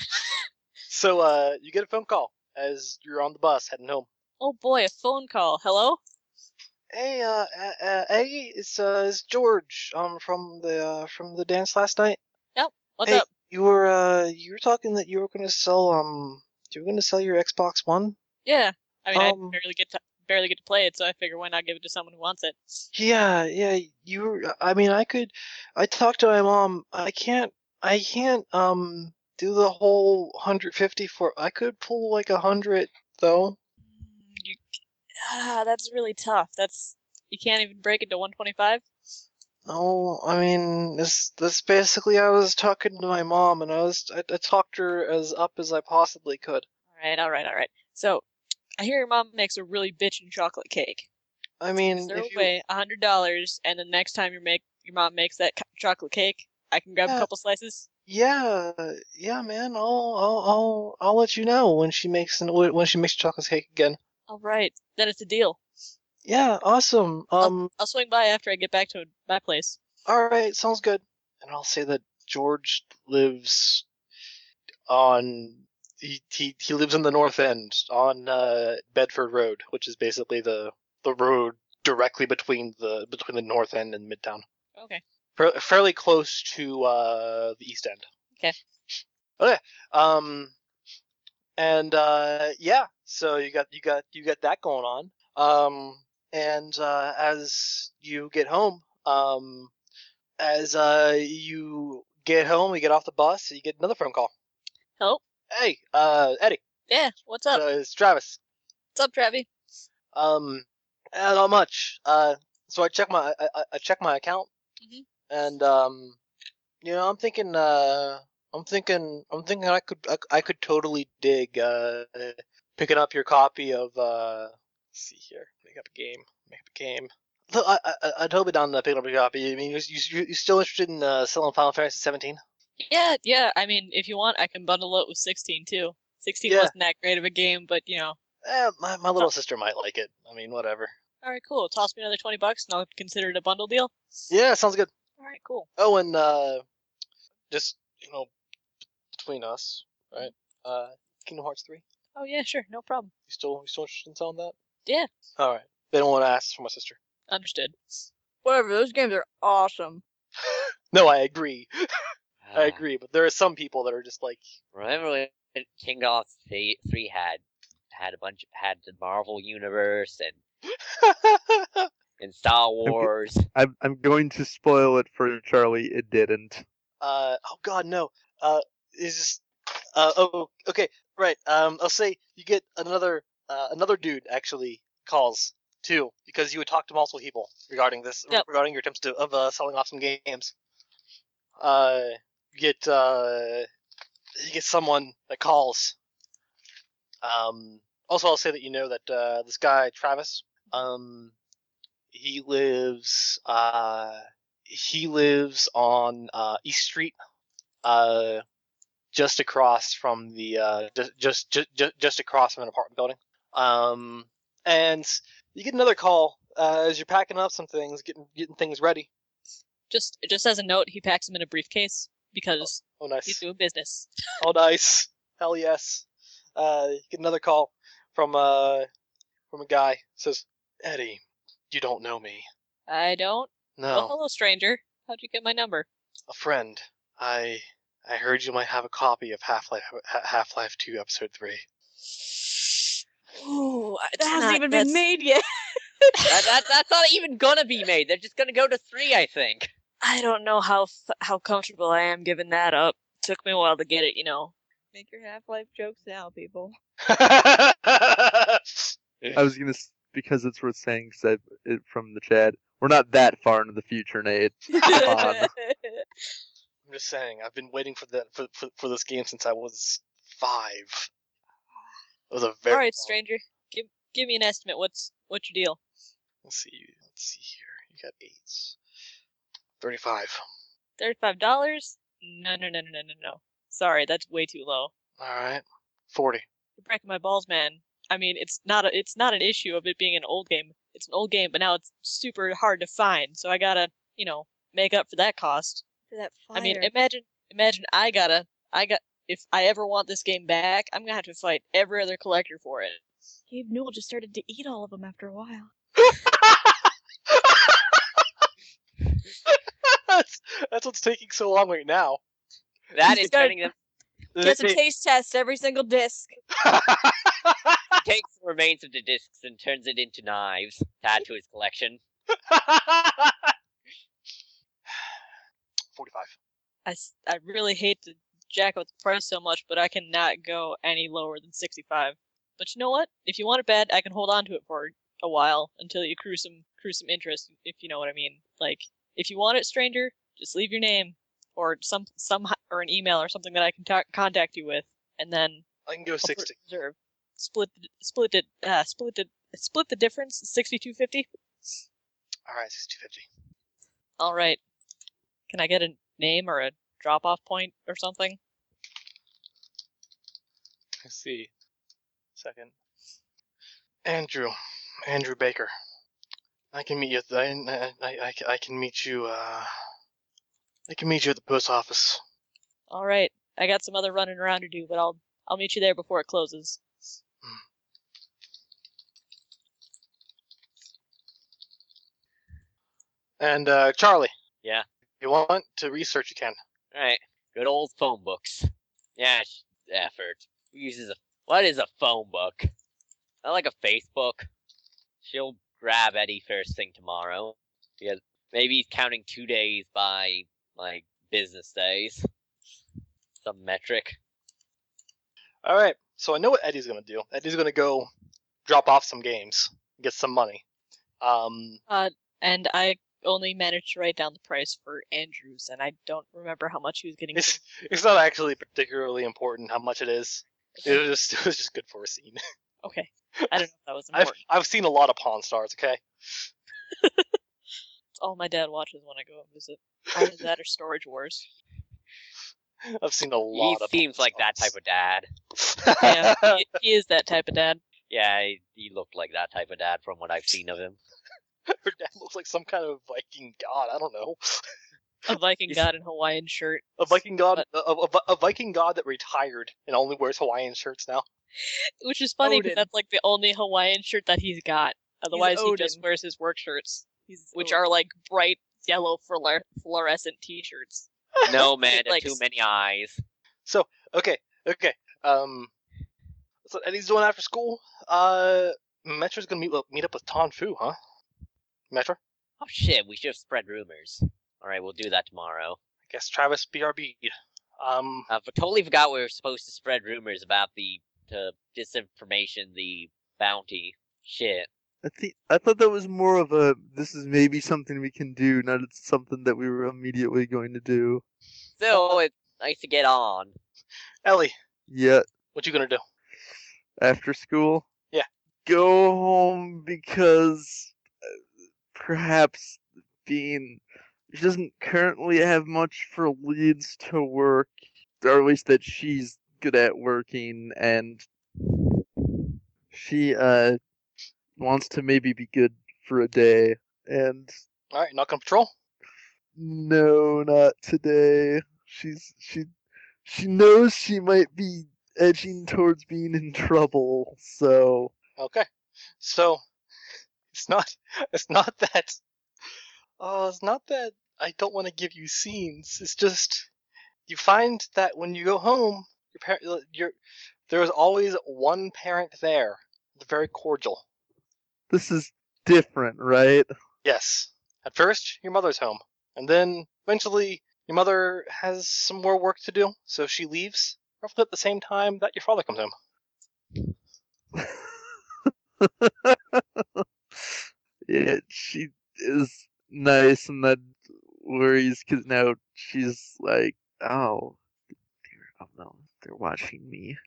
Speaker 1: so uh, you get a phone call as you're on the bus heading home.
Speaker 5: oh boy, a phone call. Hello.
Speaker 1: Hey, uh, uh, uh Eddie, it's uh, it's George. Um, from the uh, from the dance last night.
Speaker 5: What's
Speaker 1: Hey.
Speaker 5: up?
Speaker 1: You were uh, you were talking that you were gonna sell um, you were gonna sell your Xbox One.
Speaker 5: Yeah. I mean,
Speaker 1: Um,
Speaker 5: I barely get to barely get to play it, so I figure why not give it to someone who wants it?
Speaker 1: Yeah, yeah, you were, I mean, I could, I talked to my mom. I can't, I can't, um, do the whole 150 for, I could pull like a hundred though.
Speaker 5: Mm, You. Ah, that's really tough. That's you can't even break it to 125.
Speaker 1: No, Oh, I mean, this, this basically, I was talking to my mom and I was, I, I talked her as up as I possibly could.
Speaker 5: All right. All right. All right. So. I hear your mom makes a really bitchin' chocolate cake.
Speaker 1: I mean,
Speaker 5: Is there
Speaker 1: if
Speaker 5: a
Speaker 1: you,
Speaker 5: way a hundred dollars, and the next time your make your mom makes that co- chocolate cake, I can grab
Speaker 1: Yeah.
Speaker 5: a couple slices?
Speaker 1: yeah, yeah, man, I'll, I'll, I'll, I'll let you know when she makes, an, when she makes chocolate cake again.
Speaker 5: All right, then it's a deal.
Speaker 1: Yeah, awesome. Um,
Speaker 5: I'll swing by after I get back to my place.
Speaker 1: All right, sounds good. And I'll say that George lives on he he, he lives in the North End on uh, Bedford Road, which is basically the the road directly between the between the North End and Midtown,
Speaker 5: Okay.
Speaker 1: Fa- fairly close to uh, the East End.
Speaker 5: Okay.
Speaker 1: Okay. Um, and uh, yeah, so you got you got you got that going on. Um, and uh, as you get home, um, as uh you get home, you get off the bus, you get another phone call.
Speaker 5: Hello.
Speaker 1: Hey, uh, Eddie,
Speaker 5: Yeah. What's up?
Speaker 1: uh, it's Travis.
Speaker 5: what's up, Travi?
Speaker 1: Um, eh, not much. Uh, so I check my I, I- I check my account,
Speaker 5: Mhm.
Speaker 1: and um, you know, I'm thinking uh, I'm thinking I'm thinking I could I, I could totally dig uh picking up your copy of uh. Let's see here, make up a game, make up a game. Look, I, I I- I'd hope it down to picking up your copy. I mean, you you you still interested in uh, selling Final Fantasy 17?
Speaker 5: Yeah, yeah. I mean, if you want, I can bundle it with sixteen too. Sixteen
Speaker 1: Yeah.
Speaker 5: wasn't that great of a game, but you know.
Speaker 1: Eh, my my little sister might like it. I mean, whatever.
Speaker 5: All right, cool. Toss me another twenty bucks, and I'll consider it a bundle deal.
Speaker 1: Yeah, sounds good.
Speaker 5: All right, cool.
Speaker 1: Oh, and uh, just you know, between us, right? Uh, Kingdom Hearts three. You
Speaker 5: Oh yeah, sure, no problem.
Speaker 1: still you still interested in selling that?
Speaker 5: Yeah.
Speaker 1: All right. They don't want to ask for my sister.
Speaker 5: Understood.
Speaker 2: Whatever. Those games are awesome.
Speaker 1: No, I agree. I
Speaker 4: Ah,
Speaker 1: agree. But there are some people that are just like,
Speaker 4: Remember when King of Three Three had had a bunch had the Marvel universe and and Star Wars.
Speaker 6: I'm I'm going to spoil it for you, Charlie. It didn't.
Speaker 1: uh, oh God, no. Uh, is just, uh, oh, okay, right. Um, I'll say you get another uh, another dude actually calls too because you had talked to multiple people regarding this
Speaker 5: Yep.
Speaker 1: regarding your attempts to of uh, selling off some games. Uh, you get uh, you get someone that calls. Um, also, I'll say that you know that uh, this guy Travis, um, he lives uh, he lives on uh, East Street, uh, just across from the uh, ju- just just just just across from an apartment building. Um, and you get another call uh, as you're packing up some things, getting getting things ready.
Speaker 5: Just just as a note, he packs them in a briefcase because
Speaker 1: Oh,
Speaker 5: he's
Speaker 1: nice!
Speaker 5: doing business.
Speaker 1: Oh, nice! Hell yes! Uh, you get another call from uh from a guy says, "Eddie, you don't know me.
Speaker 5: I don't.
Speaker 1: No,
Speaker 5: Well, hello, stranger. How'd you get my number?
Speaker 1: a friend. I I heard you might have a copy of Half Life Half Life Two Episode Three.
Speaker 5: Ooh, I-
Speaker 2: That
Speaker 5: it's
Speaker 2: hasn't
Speaker 5: not-
Speaker 2: even
Speaker 5: that's-
Speaker 2: been made yet.
Speaker 4: that, that, that's not even gonna be made. They're just gonna go to three, I think.
Speaker 5: I don't know how f- how comfortable I am giving that up. Took me a while to get it, you know.
Speaker 2: Make your Half Life jokes now, people. Eh.
Speaker 6: I was gonna s- because it's worth saying. Said it from the chat. We're not that far into the future, Nate. Um, Fun.
Speaker 1: I'm just saying, I've been waiting for that for, for for this game since I was five. It was a very
Speaker 5: All right,
Speaker 1: long-
Speaker 5: stranger. Give give me an estimate. What's what's your deal?
Speaker 1: Let's see. Let's see here. You got eights. Thirty-five.
Speaker 5: Thirty-five dollars? No, no, no, no, no, no, no. Sorry, that's way too low.
Speaker 1: All right. Forty.
Speaker 5: You're breaking my balls, man. I mean, it's not a, it's not an issue of it being an old game. It's an old game, but now it's super hard to find. So I gotta, you know, make up for that cost.
Speaker 2: For that fire.
Speaker 5: I mean, imagine imagine I gotta I got if I ever want this game back, I'm gonna have to fight every other collector for it.
Speaker 2: Gabe Newell just started to eat all of them after a while.
Speaker 1: that's, that's what's taking so long right now.
Speaker 4: That
Speaker 2: He's
Speaker 4: is
Speaker 2: gonna-
Speaker 4: turning them
Speaker 2: Does a taste test every single disc.
Speaker 4: takes the remains of the discs and turns it into knives to add to his collection.
Speaker 1: Forty-five.
Speaker 5: I, s- I really hate to jack up the price so much, but I cannot go any lower than 65. But you know what? If you want it bad, I can hold on to it for a while until you accrue some accrue some interest, if you know what I mean. Like, if you want it, stranger, just leave your name or some some hi- or an email or something that I can ta- contact you with, and then
Speaker 1: I can go
Speaker 5: I'll put it
Speaker 1: sixty.
Speaker 5: in reserve. Split the- split it uh, split it split the difference 6250.
Speaker 1: All right, sixty fifty.
Speaker 5: All right. Can I get a name or a drop off point or something?
Speaker 1: Let's see. Second. Andrew, Andrew Baker. I can meet you. At the, I, I, I, I can meet you. Uh, I can meet you at the post office.
Speaker 5: All right. I got some other running around to do, but I'll I'll meet you there before it closes.
Speaker 1: And uh, Charlie.
Speaker 4: Yeah.
Speaker 1: If you want to research? You can.
Speaker 4: Alright. Good old phone books. Yeah, sh- effort. Who uses a what is a phone book? Not like a Facebook. She'll grab Eddie first thing tomorrow. Because maybe he's counting two days by like business days. Some metric.
Speaker 1: All right. So I know what Eddie's gonna do. Eddie's gonna go drop off some games, get some money. Um,
Speaker 5: Uh, And I only managed to write down the price for Andrews, and I don't remember how much he was getting.
Speaker 1: it's it's not actually particularly important how much it is. It was just it was just good for a scene.
Speaker 5: Okay. I don't know if that was
Speaker 1: I've
Speaker 5: important.
Speaker 1: I've seen a lot of Pawn Stars. Okay.
Speaker 5: It's all my dad watches when I go and visit. Either that or Storage Wars.
Speaker 1: I've seen a
Speaker 4: He
Speaker 1: lot of.
Speaker 4: seems like that type of dad.
Speaker 1: of.
Speaker 5: Yeah, he, he is that type of dad.
Speaker 4: Yeah, he, he looked like that type of dad from what I've seen of him.
Speaker 1: Her dad looks like some kind of Viking god. I don't know.
Speaker 5: A Viking god in Hawaiian shirt.
Speaker 1: A Viking god, a, a, a Viking god that retired and only wears Hawaiian shirts now.
Speaker 5: Which is funny because
Speaker 2: Odin.
Speaker 5: that's like the only Hawaiian shirt that he's got. Otherwise, he just
Speaker 2: Odin.
Speaker 5: wears his work shirts,
Speaker 2: He's
Speaker 5: which are like bright yellow fluor- fluorescent t-shirts.
Speaker 4: No man,
Speaker 5: Like-
Speaker 4: too many eyes.
Speaker 1: Okay, okay. Um, so Eddie's doing after school. Uh, Metra's gonna meet meet up with Ton Fu, huh? Metra, I
Speaker 4: Oh shit, we should have spread rumors. Alright, we'll do that tomorrow. Uh,
Speaker 1: guess Travis BRB. Um,
Speaker 4: I totally forgot we were supposed to spread rumors about the, the disinformation, the bounty. Shit.
Speaker 6: I think I thought that was more of a this is maybe something we can do, not it's something that we were immediately going to do.
Speaker 4: So it's nice to get on.
Speaker 1: uh Ellie,
Speaker 6: Yet
Speaker 1: what you gonna do?
Speaker 6: after school.
Speaker 1: Yeah.
Speaker 6: Go home because uh, perhaps being She doesn't currently have much for leads to work, or at least that she's good at working, and she uh wants to maybe be good for a day. And
Speaker 1: All right, knock on patrol.
Speaker 6: no, not today. She's she she knows she might be edging towards being in trouble, so
Speaker 1: Okay. So it's not it's not that uh it's not that I don't want to give you scenes. It's just you find that when you go home, your parent your there's always one parent there. They're very cordial.
Speaker 6: this is different, right?
Speaker 1: Yes. At first, your mother's home. And then eventually your mother has some more work to do, so she leaves roughly at the same time that your father comes home.
Speaker 6: yeah, she is nice, and that worries because now she's like, "Oh, dear, oh no, they're watching me."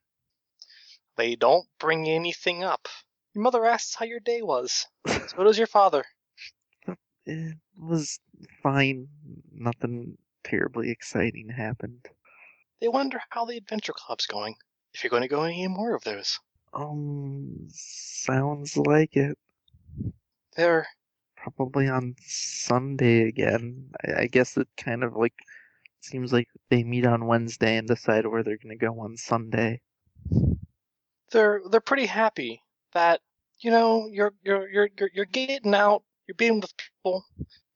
Speaker 1: They don't bring anything up. Your mother asks how your day was. So does your father.
Speaker 6: It was fine. Nothing terribly exciting happened.
Speaker 1: They wonder how the adventure club's going. If you're going to go any more of those,
Speaker 6: Um, sounds like it.
Speaker 1: they're
Speaker 6: Probably on Sunday again. I, I guess it kind of like seems like they meet on Wednesday and decide where they're going to go on Sunday.
Speaker 1: they're they're pretty happy that you know you're you're you're you're, you're getting out. You're being with people.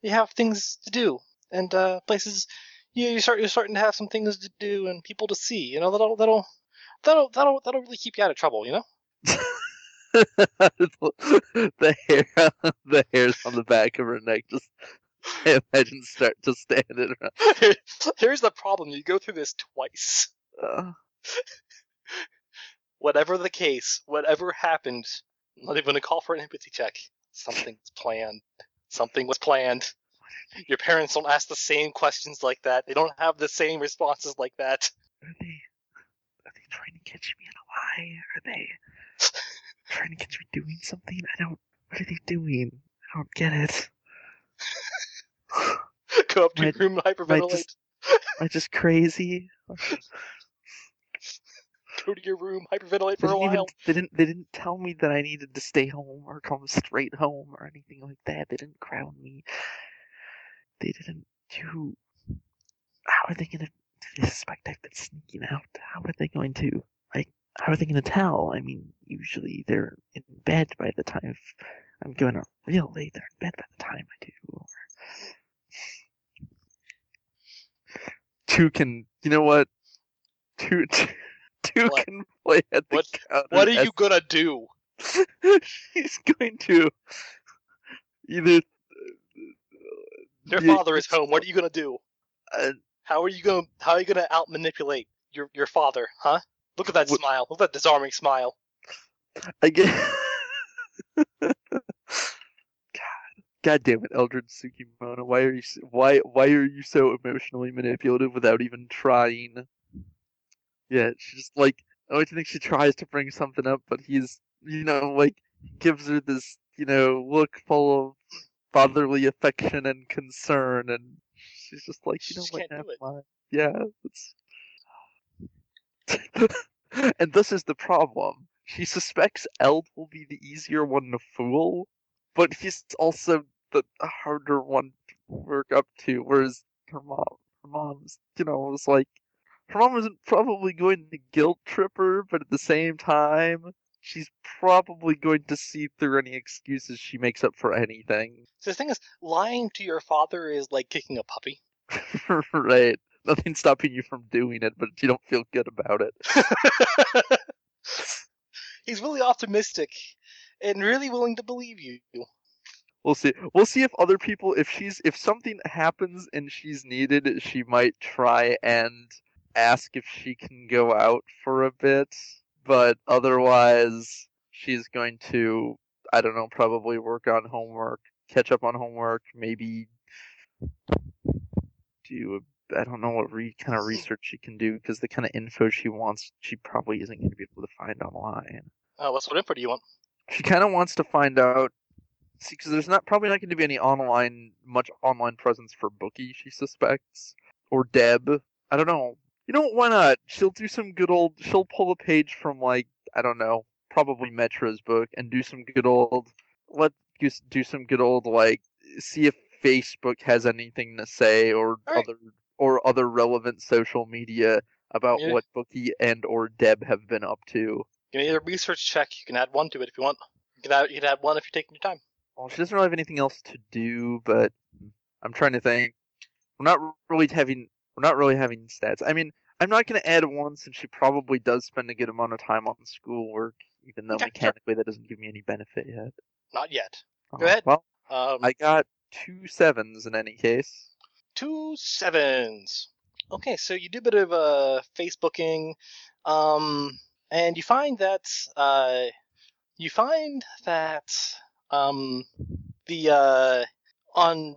Speaker 1: You have things to do and uh, places. You you start you're starting to have some things to do and people to see. You know that'll that'll that'll that'll that'll really keep you out of trouble. You know.
Speaker 6: the hair, the hairs on the back of her neck just. I imagine start to stand it. around.
Speaker 1: Here's the problem. You go through this twice.
Speaker 6: Uh,
Speaker 1: whatever the case, whatever happened, I'm not even gonna call for an empathy check. Something's planned. Something was planned. Your parents don't ask the same questions like that. They don't have the same responses like that.
Speaker 6: are they? Are they trying to catch me in a lie? Are they trying to catch me doing something? I don't. What are they doing? I don't get it.
Speaker 1: Go up to
Speaker 6: Might-
Speaker 1: your room, and hyperventilate.
Speaker 6: just- Am I just crazy?
Speaker 1: Go to your room, hyperventilate
Speaker 6: They
Speaker 1: for a
Speaker 6: didn't, even,
Speaker 1: while.
Speaker 6: they didn't. They didn't tell me that I needed to stay home or come straight home or anything like that. They didn't crown me. They didn't do. How are they gonna? Do they suspect I've been sneaking out? How are they going to? Like, how are they gonna tell? I mean, usually they're in bed by the time if I'm going out real late. They're in bed by the time I do. Or... Two can. You know what? Two. Two, two
Speaker 1: What?
Speaker 6: can play at the
Speaker 1: What-
Speaker 6: counter
Speaker 1: What are
Speaker 6: as
Speaker 1: you gonna do?
Speaker 6: she's going to either
Speaker 1: Your
Speaker 6: Yeah,
Speaker 1: father is home. What are you gonna do?
Speaker 6: Uh,
Speaker 1: How are you gonna How are you gonna out manipulate your your father? Huh? Look at that
Speaker 6: Wh-
Speaker 1: smile. Look at that disarming smile.
Speaker 6: I guess. God, God damn it, Eldred Tsukimono. Why are you s- why why are you so emotionally manipulative without even trying? Yeah, she just like I don't think she tries to bring something up, but he's you know like gives her this you know look full of fatherly affection and concern, and she's just like
Speaker 1: She
Speaker 6: you know
Speaker 1: just
Speaker 6: what,
Speaker 1: can't do
Speaker 6: never
Speaker 1: it.
Speaker 6: mind. yeah, it's and this is the problem. She suspects Eld will be the easier one to fool, but he's also the harder one to work up to. Whereas her mom, her mom's, you know, was like, her mom isn't probably going to guilt trip her, but at the same time, she's probably going to see through any excuses she makes up for anything.
Speaker 1: So the thing is, lying to your father is like kicking a puppy.
Speaker 6: right? Nothing's stopping you from doing it, but you don't feel good about it.
Speaker 1: He's really optimistic and really willing to believe you.
Speaker 6: We'll see. We'll see if other people, if she's, if something happens and she's needed, she might try and ask if she can go out for a bit. But otherwise, she's going to, I don't know, probably work on homework, catch up on homework, maybe do. A, I don't know what re- kind of research she can do because the kind of info she wants, she probably isn't going to be able to find online
Speaker 1: Uh, what sort of info do you want?
Speaker 6: she kind of wants to find out See, because there's not probably not going to be any online much online presence for Bookie. She suspects or Deb. I don't know. You know what? Why not? She'll do some good old. She'll pull a page from like I don't know, probably Metra's book, and do some good old. Let just do some good old like see if Facebook has anything to say or
Speaker 1: All right.
Speaker 6: other or other relevant social media about
Speaker 1: Yeah.
Speaker 6: what Bookie and or Deb have been up to.
Speaker 1: Give me a research check. You can add one to it if you want. You can add, you can add one if you're taking your time.
Speaker 6: Well, she doesn't really have anything else to do, but
Speaker 1: Hmm.
Speaker 6: I'm trying to think. We're not really having we're not really having stats. I mean, I'm not going to add one since she probably does spend a good amount of time on schoolwork, even though
Speaker 1: Okay, sure.
Speaker 6: mechanically that doesn't give me any benefit yet.
Speaker 1: Not yet.
Speaker 6: Oh,
Speaker 1: ahead.
Speaker 6: Well,
Speaker 1: Um,
Speaker 6: I got two sevens in any case.
Speaker 1: two sevens. Okay, so you do a bit of uh, Facebooking, um, and you find that uh, you find that um, the uh, on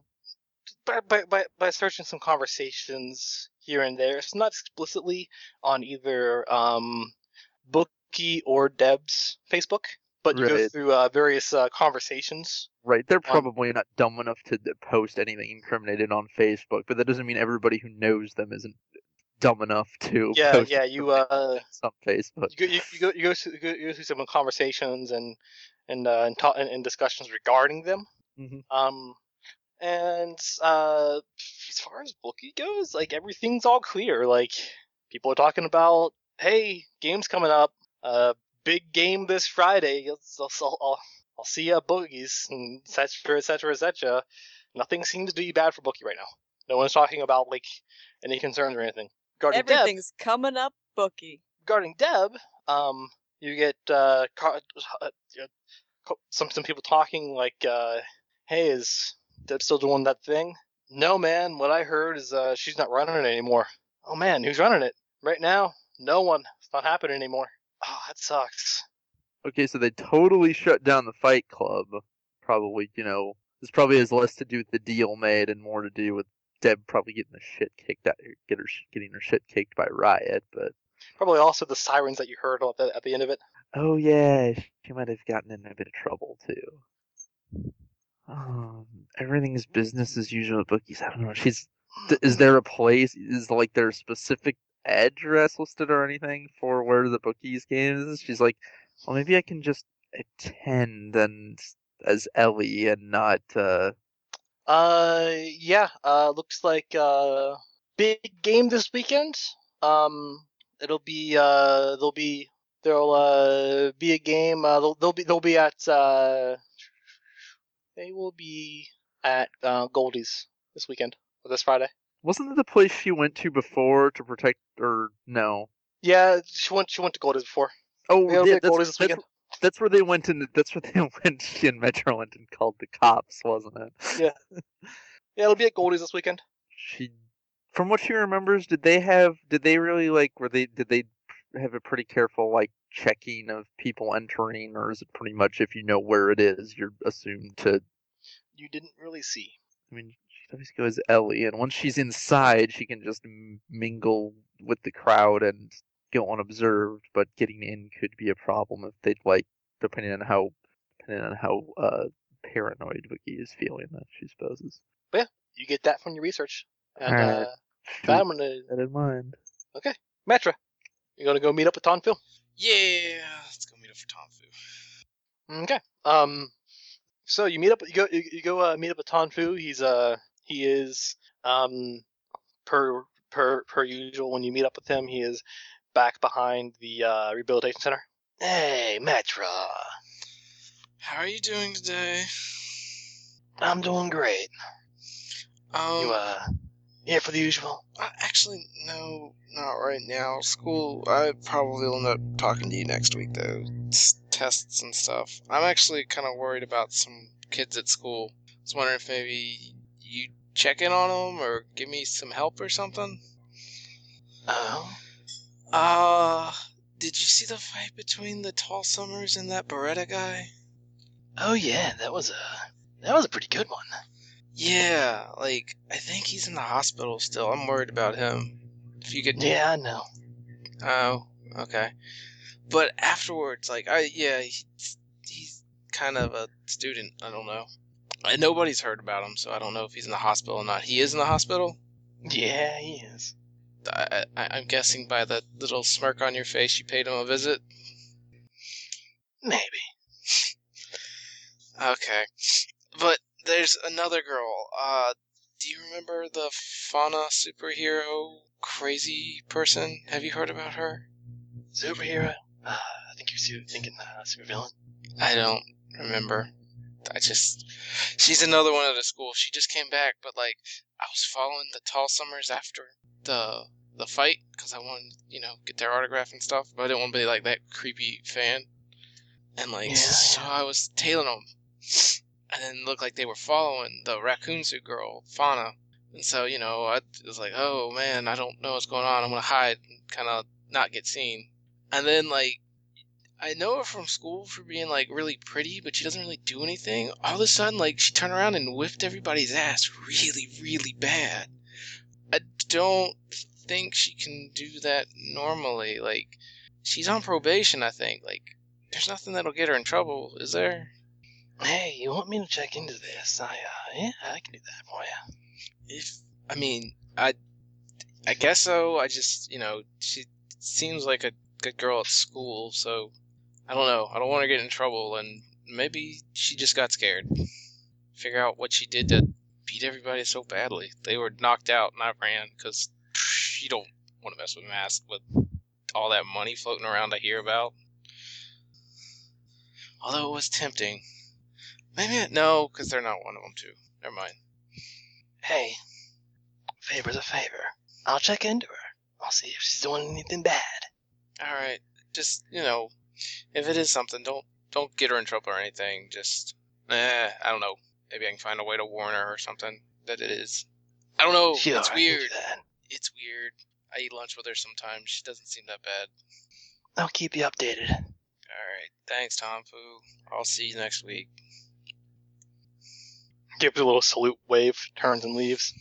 Speaker 1: by, by, by, by searching some conversations here and there, it's not explicitly on either um, Bookie or Deb's Facebook, but you go
Speaker 6: Right.
Speaker 1: through uh, various uh, conversations
Speaker 6: Right, they're probably not dumb enough to d- post anything incriminated on Facebook, but that doesn't mean everybody who knows them isn't dumb enough to
Speaker 1: Yeah,
Speaker 6: post
Speaker 1: yeah, you,
Speaker 6: incriminating
Speaker 1: uh,
Speaker 6: things on Facebook.
Speaker 1: you go you, you go you go through, you go you go through some conversations and and uh, and, ta- and, and discussions regarding them.
Speaker 2: Mm-hmm.
Speaker 6: Mhm.
Speaker 1: Um, and uh, as far as Bookie goes, like everything's all clear. Like people are talking about, hey, game's coming up, uh, big game this Friday. I'll I'll, I'll, I'll see you at Bookie's and et cetera, et cetera, et cetera. Nothing seems to be bad for Bookie right now. No one's talking about like any concerns or anything. Regarding Deb-
Speaker 2: Everything's coming up, bookie.
Speaker 1: regarding Deb, um, you get uh, car- uh, you know, co- some some people talking like, uh, "Hey, is Deb still doing that thing?" No, man. What I heard is uh, she's not running it anymore. Oh man, who's running it right now? No one. It's not happening anymore. Oh, that sucks.
Speaker 6: Okay, so they totally shut down the Fight Club. Probably, you know, this probably has less to do with the deal made and more to do with Deb probably getting the shit kicked out, get her sh- getting her shit kicked by Riot. But
Speaker 1: Probably also the sirens that you heard at the, at the end of it.
Speaker 6: oh yeah, she might have gotten in a bit of trouble too. Um, everything's business as usual at Bookies. I don't know. She's d- is there a place? Is like there a specific address listed or anything for where the Bookies game is? She's like, well, maybe I can just attend and as Ellie and not. uh
Speaker 1: Uh, yeah. Uh, looks like uh, big game this weekend. Um, it'll be uh, there'll be there'll uh be a game. Uh, they'll, they'll be they'll be at uh, they will be at uh, Goldie's this weekend or this Friday.
Speaker 6: Wasn't it the place she went to before to protect or no?
Speaker 1: Yeah, she went she went to Goldie's before.
Speaker 6: Oh,
Speaker 1: They'll be
Speaker 6: yeah,
Speaker 1: at
Speaker 6: that's,
Speaker 1: Goldie's this
Speaker 6: that's,
Speaker 1: weekend.
Speaker 6: that's where they went and that's where they went. She and Metro went and called the cops, wasn't it?
Speaker 1: Yeah. Yeah, it'll be at Goldie's this weekend.
Speaker 6: she from what she remembers did they have did they really like were they did they have a pretty careful like checking of people entering or is it pretty much if you know where it is you're assumed to
Speaker 1: You didn't really see.
Speaker 6: i mean she always goes ellie and once she's inside she can just m- mingle with the crowd and go unobserved but getting in could be a problem if they'd like depending on how depending on how uh paranoid vicky is feeling that she supposes
Speaker 1: You get that from your research. And
Speaker 6: Alright.
Speaker 1: uh, that I'm gonna
Speaker 6: that in mind
Speaker 1: Metra. You gonna go meet up with Tom Phil?
Speaker 3: Yeah, let's go meet up for Tonfu.
Speaker 1: Okay. Um. So you meet up. You go. You, you go uh, meet up with Tanfu. He's uh. He is um. Per per per usual, when you meet up with him, he is back behind the uh, rehabilitation center. Hey, Metra.
Speaker 3: How are you doing today?
Speaker 1: I'm doing great.
Speaker 3: Um,
Speaker 1: You uh. Here for the usual.
Speaker 3: uh, actually, no, not right now. School, I probably will end up talking to you next week, though. It's tests and stuff. I'm actually kind of worried about some kids at school. I was wondering if maybe you check in on them or give me some help or something.
Speaker 1: Oh.
Speaker 3: Uh, did you see the fight between the Tall Summers and that Beretta guy?
Speaker 1: Oh yeah. That was a. That was a pretty good one.
Speaker 3: Yeah, like, I think he's in the hospital still. I'm worried about him. If you could.
Speaker 1: Yeah, I know.
Speaker 3: Oh, okay. But afterwards, like, I, yeah, he, he's kind of a student. I don't know. And nobody's heard about him, so I don't know if he's in the hospital or not. He is in the hospital.
Speaker 1: Yeah, he is.
Speaker 3: I, I, I'm guessing by that little smirk on your face, you paid him a visit.
Speaker 1: Maybe.
Speaker 3: Okay, but there's another girl. Uh, do you remember the Fauna superhero crazy person? Have you heard about her?
Speaker 1: Superhero. Uh, I think you're su- thinking uh, supervillain.
Speaker 3: I don't remember. I just she's another one at the school. She just came back, but like I was following the Tall Summers after the the fight because I wanted you know get their autograph and stuff, but I didn't want to be like that creepy fan. And like
Speaker 1: Yeah,
Speaker 3: so,
Speaker 1: yeah.
Speaker 3: I was tailing them, and then it looked like they were following the raccoon suit girl Fauna. And so you know I was like, oh man, I don't know what's going on. I'm gonna hide and kind of not get seen. And then like I know her from school for being like really pretty, but she doesn't really do anything. All of a sudden, like she turned around and whipped everybody's ass really, really bad. I don't think she can do that normally. Like she's on probation, I think. Like there's nothing that'll get her in trouble, is there?
Speaker 1: Hey, you want me to check into this? I uh, yeah, I can do that for you.
Speaker 3: If I mean, I I guess so. I just you know she seems like a good girl at school, so I don't know. I don't want her to get in trouble, and maybe she just got scared. Figure out what she did to beat everybody so badly. They were knocked out, and I ran because you don't want to mess with mask with all that money floating around. I hear about. Although it was tempting. Maybe no, because they're not one of them too. Never mind.
Speaker 1: Hey, favor's a favor. I'll check into her. I'll see if she's doing anything bad.
Speaker 3: All right, just you know, if it is something, don't don't get her in trouble or anything. Just, eh, I don't know. Maybe I can find a way to warn her or something that it is. I don't know.
Speaker 1: Sure,
Speaker 3: it's
Speaker 1: I can do
Speaker 3: Oh, weird.
Speaker 1: that.
Speaker 3: It's weird. I eat lunch with her sometimes. She doesn't seem that bad.
Speaker 1: I'll keep you updated.
Speaker 3: All right, thanks, Tom Poo. I'll see you next week.
Speaker 1: gives a little salute wave, turns and leaves.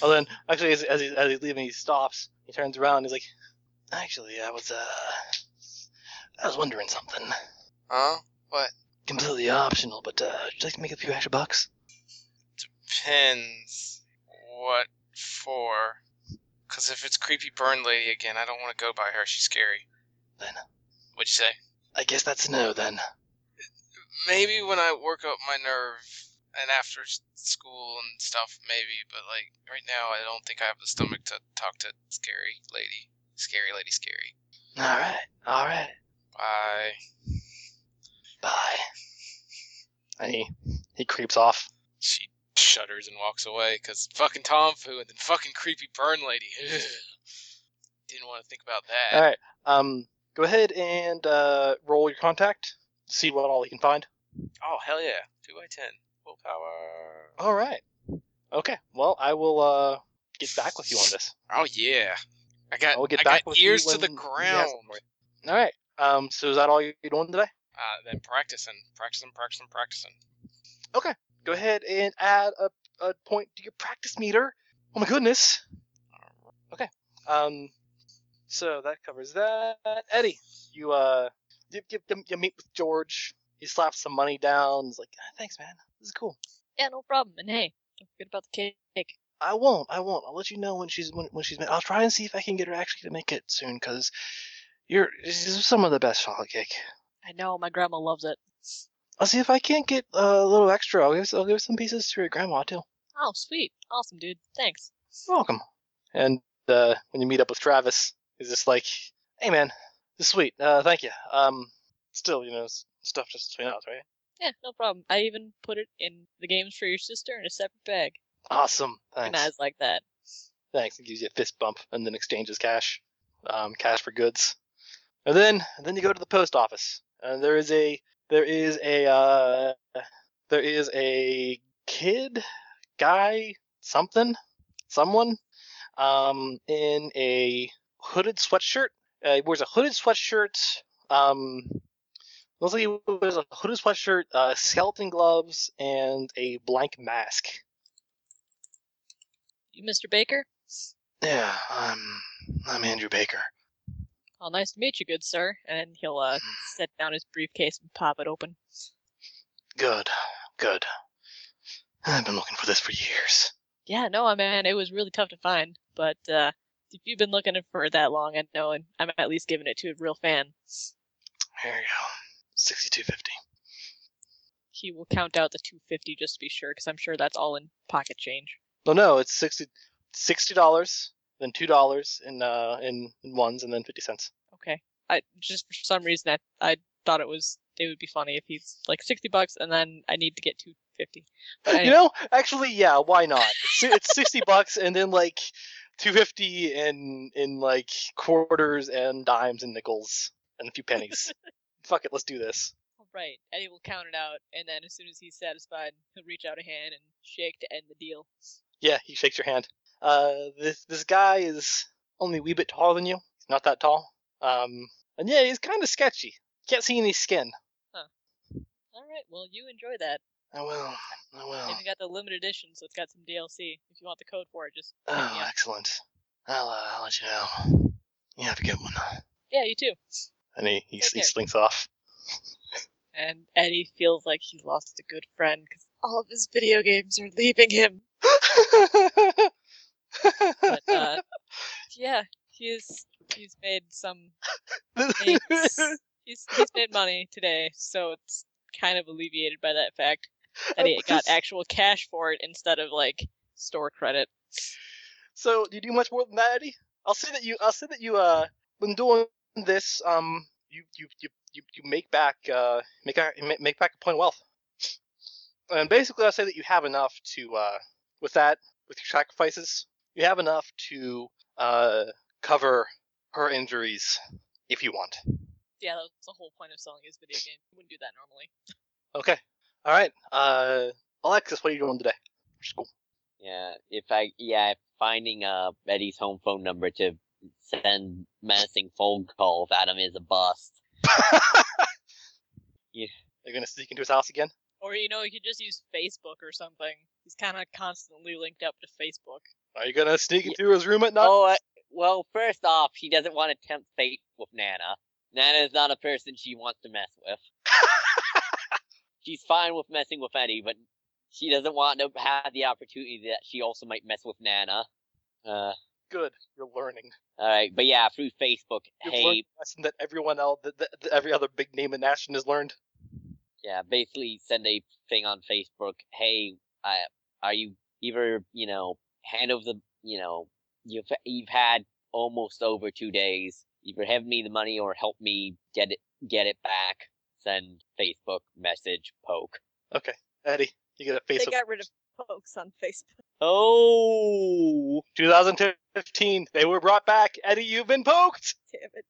Speaker 1: Well, then, actually, as, as, he's, as he's leaving, he stops. He turns around. he's like, "Actually, I was uh, I was wondering something.
Speaker 3: Huh?
Speaker 1: Completely optional, but uh, would you like to make a few extra bucks?
Speaker 3: Pins. What for? Because if it's creepy burn lady again, I don't want to go by her. She's scary.
Speaker 1: Then
Speaker 3: What'd you say?
Speaker 1: I guess that's a no. Then
Speaker 3: maybe when I work up my nerve and after s- school and stuff, maybe. But like right now, I don't think I have the stomach to talk to scary lady. Scary lady, scary.
Speaker 1: all right, all right,
Speaker 3: Bye.
Speaker 1: bye." And he he creeps off.
Speaker 3: She shudders and walks away because fucking Tom Foo and then fucking creepy burn lady. Ugh. Didn't want to think about that.
Speaker 1: All right, um, go ahead and uh, roll your contact. See what all he can find.
Speaker 3: Oh hell yeah, two by ten willpower.
Speaker 1: All right. Okay. Well, I will uh, get back with you on this.
Speaker 3: Oh yeah, I got.
Speaker 1: I'll get
Speaker 3: I
Speaker 1: back
Speaker 3: got
Speaker 1: with you
Speaker 3: ears to the
Speaker 1: when he has
Speaker 3: ground.
Speaker 1: it for All right. Um. So is that all you're doing today?
Speaker 3: Uh, then practicing, practicing, practicing, practicing.
Speaker 1: Go ahead and add a, a point to your practice meter. Oh my goodness. Okay. Um. So that covers that. Eddie, you uh, you you, you, you meet with George. He slaps some money down. He's like, "Ah, "Thanks, man. This is cool.
Speaker 5: Yeah, no problem. And hey, don't forget about the cake.
Speaker 1: I won't. I won't. I'll let you know when she's when, when she's. Made. I'll try and see if I can get her actually to make it soon, because you're this is some of the best chocolate cake.
Speaker 5: I know my grandma loves it.
Speaker 1: I'll see if I can't get uh, a little extra. I'll give I'll give some pieces to your grandma too.
Speaker 5: Oh, sweet, awesome, dude. Thanks.
Speaker 1: You're welcome. And uh, when you meet up with Travis, he's just like, "Hey, man, this is sweet. Uh, thank you. Um, still, you know, s- stuff just between us, right?
Speaker 5: Yeah, no problem. I even put it in the games for your sister in a separate bag.
Speaker 1: Awesome. Thanks.
Speaker 5: Organized like that.
Speaker 1: Thanks. He gives you a fist bump and then exchanges cash, um, cash for goods. And then, and then you go to the post office. And there is a, there is a, uh, there is a kid, guy, something, someone, um, in a hooded sweatshirt. Uh, he wears a hooded sweatshirt. Um, looks like he wears a hooded sweatshirt, uh, skeleton gloves, and a blank mask.
Speaker 5: You, Mr. Baker?
Speaker 1: Yeah, I'm, I'm Andrew Baker.
Speaker 5: Oh, nice to meet you, good sir. And he'll uh, set down his briefcase and pop it open.
Speaker 1: Good. Good. I've been looking for this for years.
Speaker 5: Yeah, no, I man, it was really tough to find. But uh, if you've been looking for it that long, I know, and I'm at least giving it to a real fan.
Speaker 1: Here you go. Sixty-two fifty.
Speaker 5: He will count out the 250 just to be sure, because I'm sure that's all in pocket change.
Speaker 1: No, no, it's sixty. Sixty dollars, then two dollars in uh in, in ones, and then fifty cents.
Speaker 5: Okay. I just for some reason I, I thought it was it would be funny if he's like 60 bucks and then I need to get 250. But
Speaker 1: You
Speaker 5: anyway,
Speaker 1: know, actually, yeah, why not? It's, si- it's sixty bucks, and then like two fifty in in like quarters and dimes and nickels and a few pennies. Fuck it, let's do this.
Speaker 5: All right. Eddie will count it out, and then as soon as he's satisfied, he'll reach out a hand and shake to end the deal.
Speaker 1: Yeah, he shakes your hand. Uh, this this guy is only a wee bit taller than you. He's not that tall. Um, and yeah, he's kind of sketchy. Can't see any skin.
Speaker 5: All right. Well, you enjoy that.
Speaker 1: I will. I will.
Speaker 5: They've got the limited edition, so it's got some DLC. If you want the code for it, just hit me
Speaker 1: Oh,
Speaker 5: up.
Speaker 1: excellent. I'll, uh, I'll let you know. You have a good one.
Speaker 5: yeah, you too.
Speaker 1: And he he,
Speaker 5: Take
Speaker 1: he
Speaker 5: care.
Speaker 1: slinks off.
Speaker 5: And Eddie feels like he lost a good friend because all of his video games are leaving him. But uh, yeah, he's he's made some things. he's he's made money today, so it's kind of alleviated by that fact that
Speaker 2: Oh,
Speaker 5: he got actual cash for it instead of like store credit.
Speaker 1: So, do you do much more than that, Eddie? I'll say that you. I'll say that you. Uh, when doing this, um, you you you you, you make back uh make a, ma- make back a point of wealth. And basically, I'll say that you have enough to uh with that with your sacrifices, you have enough to uh cover her injuries if you want.
Speaker 5: Yeah, that was the whole point of selling his video game. He wouldn't do that normally.
Speaker 1: Okay. All right. Uh, Alexis, what are you doing today? School.
Speaker 4: Yeah, if I yeah finding uh Betty's home phone number to send menacing phone calls at him is a bust. Yeah.
Speaker 1: Are you gonna sneak into his house again?
Speaker 5: Or you know, he could just use Facebook or something. He's kind of constantly linked up to Facebook.
Speaker 1: Are you gonna sneak
Speaker 4: Yeah.
Speaker 1: into his room at night?
Speaker 4: Oh I, well, first off, she doesn't want to tempt fate with Nana. Nana is not a person she wants to mess with. She's fine with messing with Eddie, but she doesn't want to have the opportunity that she also might mess with Nana. Uh,
Speaker 1: Good. You're learning.
Speaker 4: all right, but yeah, through Facebook,
Speaker 1: You've
Speaker 4: hey,
Speaker 1: learned the lesson that everyone else, that, that, that every other big name in Ashton has learned.
Speaker 4: yeah, basically send a thing on Facebook. Hey, I, are you either you know hand over the you know you've you've had almost over two days. Either have me the money or help me get it get it back. Send Facebook message poke.
Speaker 1: Eddie, you get a face
Speaker 2: They
Speaker 1: of
Speaker 2: got rid of folks on Facebook.
Speaker 4: Oh,
Speaker 1: 2015. They were brought back. Eddie, you've been poked.
Speaker 2: Damn it.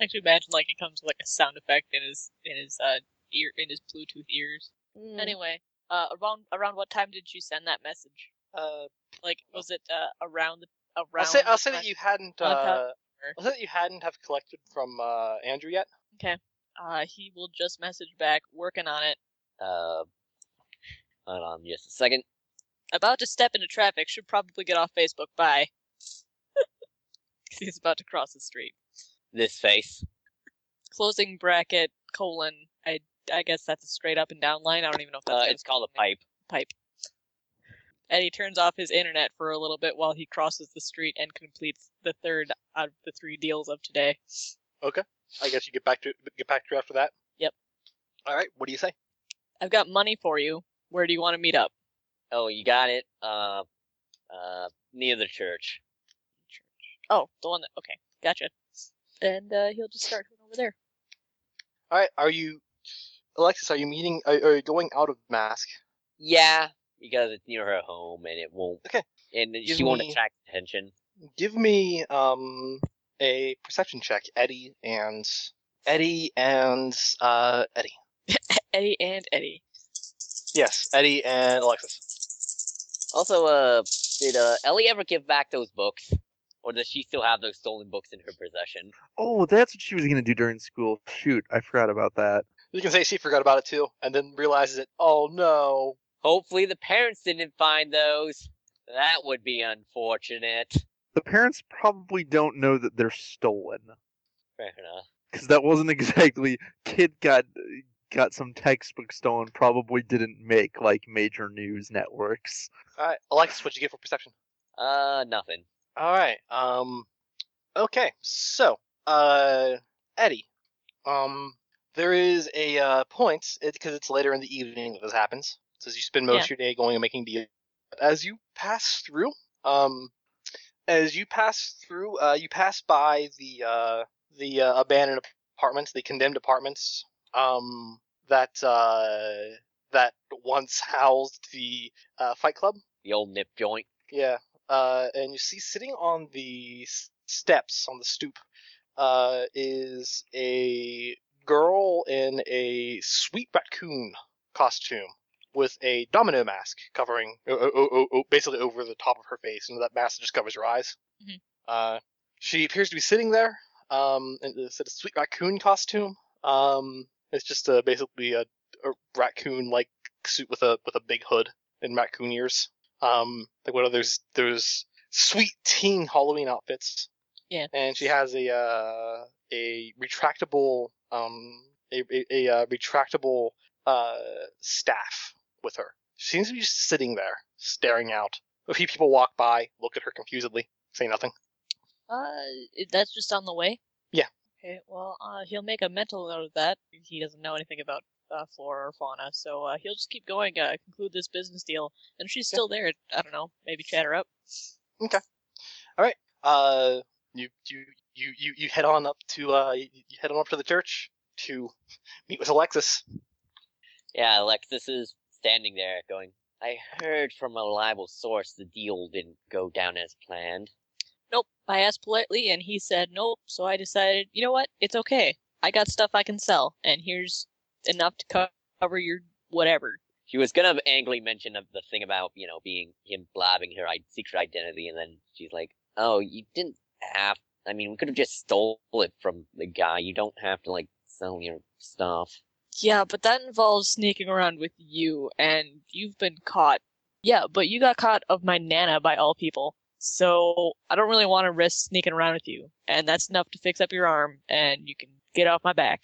Speaker 5: Actually, imagine like it comes with like a sound effect in his in his uh ear in his Bluetooth ears.
Speaker 2: Mm.
Speaker 5: Anyway, uh, around around what time did you send that message?
Speaker 1: Uh,
Speaker 5: Like, was it uh around the around?
Speaker 1: I'll say, I'll
Speaker 5: the
Speaker 1: say
Speaker 5: time-
Speaker 1: that you hadn't.
Speaker 5: I'll tell-
Speaker 1: Uh, I'll say that you hadn't have collected from uh, Andrew yet.
Speaker 5: Uh, he will just message back, working on it.
Speaker 4: uh, hold on just a second.
Speaker 5: About to step into traffic. Should probably get off Facebook. Bye. 'Cause he's about to cross the street.
Speaker 4: This face.
Speaker 5: Closing bracket colon. I I guess that's a straight up and down line. I don't even know if that's
Speaker 4: Uh,
Speaker 5: good.
Speaker 4: it's called a pipe.
Speaker 5: pipe. And he turns off his internet for a little bit while he crosses the street and completes the third out of the three deals of today.
Speaker 1: I guess you get back to get back to her after that.
Speaker 5: Yep.
Speaker 1: All right. What do you say?
Speaker 5: I've got money for you. Where do you want to meet up?
Speaker 4: Oh, you got it. Uh, uh, near the church.
Speaker 5: Oh, the one that. Okay, gotcha. And uh, he'll just start over there.
Speaker 1: All right. Are you, Alexis? Are you meeting? Are, are you going out of mask?
Speaker 4: Yeah, because it's near her home and it won't.
Speaker 1: Okay.
Speaker 4: And
Speaker 1: Give
Speaker 4: she won't
Speaker 1: me-
Speaker 4: attract attention.
Speaker 1: Give me um a perception check, Eddie and Eddie and uh Eddie.
Speaker 5: Eddie and Eddie.
Speaker 1: Yes, Eddie and Alexis.
Speaker 4: Also, uh, did uh, Ellie ever give back those books, or does she still have those stolen books in her possession?
Speaker 6: Oh, that's what she was gonna do during school. Shoot, I forgot about that.
Speaker 1: You can say she forgot about it too, and then realizes it. Oh no.
Speaker 4: Hopefully, the parents didn't find those. That would be unfortunate.
Speaker 6: The parents probably don't know that they're stolen
Speaker 4: Fair enough.
Speaker 6: because that wasn't exactly kid got got some textbook stolen probably didn't make like major news networks.
Speaker 1: All right, Alexis, what'd you get for perception?
Speaker 4: Uh, nothing.
Speaker 1: All right. Um. Okay. So, uh, Eddie, um, there is a uh, point because it's later in the evening that this happens. So as you spend most of your day going and making deals, as you pass through, um, as you pass through, uh, you pass by the uh the uh, abandoned apartments, the condemned apartments, um, that uh that once housed the uh, Fight Club.
Speaker 4: The old nip joint.
Speaker 1: Yeah. Uh, and you see sitting on the s- steps, on the stoop, uh, is a girl in a sweet raccoon costume with a domino mask covering, o- o- o- o- o- basically over the top of her face, and that mask just covers her eyes.
Speaker 5: Mhm.
Speaker 1: Uh, she appears to be sitting there, um, in a sort of sweet raccoon costume. Um, it's just uh, basically a, a raccoon-like suit with a with a big hood and raccoon ears. Um, like what others? There's sweet teen Halloween outfits.
Speaker 5: Yeah.
Speaker 1: And she has a uh, a retractable um a a, a uh, retractable uh staff with her. She seems to be just sitting there staring out. A few people walk by, look at her confusedly, say nothing.
Speaker 5: Uh, it- that's just on the way.
Speaker 1: Yeah.
Speaker 5: Okay. Well, uh, he'll make a mental note of that. He doesn't know anything about uh, flora or fauna, so uh, he'll just keep going. Uh, conclude this business deal, and if she's
Speaker 1: Yeah.
Speaker 5: still there. I don't know. Maybe chat her up.
Speaker 1: Uh, you you you you, you head on up to uh you, you head on up to the church to meet with Alexis.
Speaker 4: Yeah, Alexis is standing there going, I heard from a reliable source the deal didn't go down as planned.
Speaker 5: Nope. I asked politely, and he said nope. So I decided, you know what? It's okay. I got stuff I can sell, and here's enough to co- cover your whatever.
Speaker 4: She was gonna angrily mention of the thing about, you know, being him blabbing her i- secret identity, and then she's like, oh, you didn't have. I mean, we could have just stole it from the guy. You don't have to, like, sell your stuff.
Speaker 5: Yeah, but that involves sneaking around with you, and you've been caught. Yeah, but you got caught of my nana by all people. So I don't really want to risk sneaking around with you, and that's enough to fix up your arm, and you can get off my back.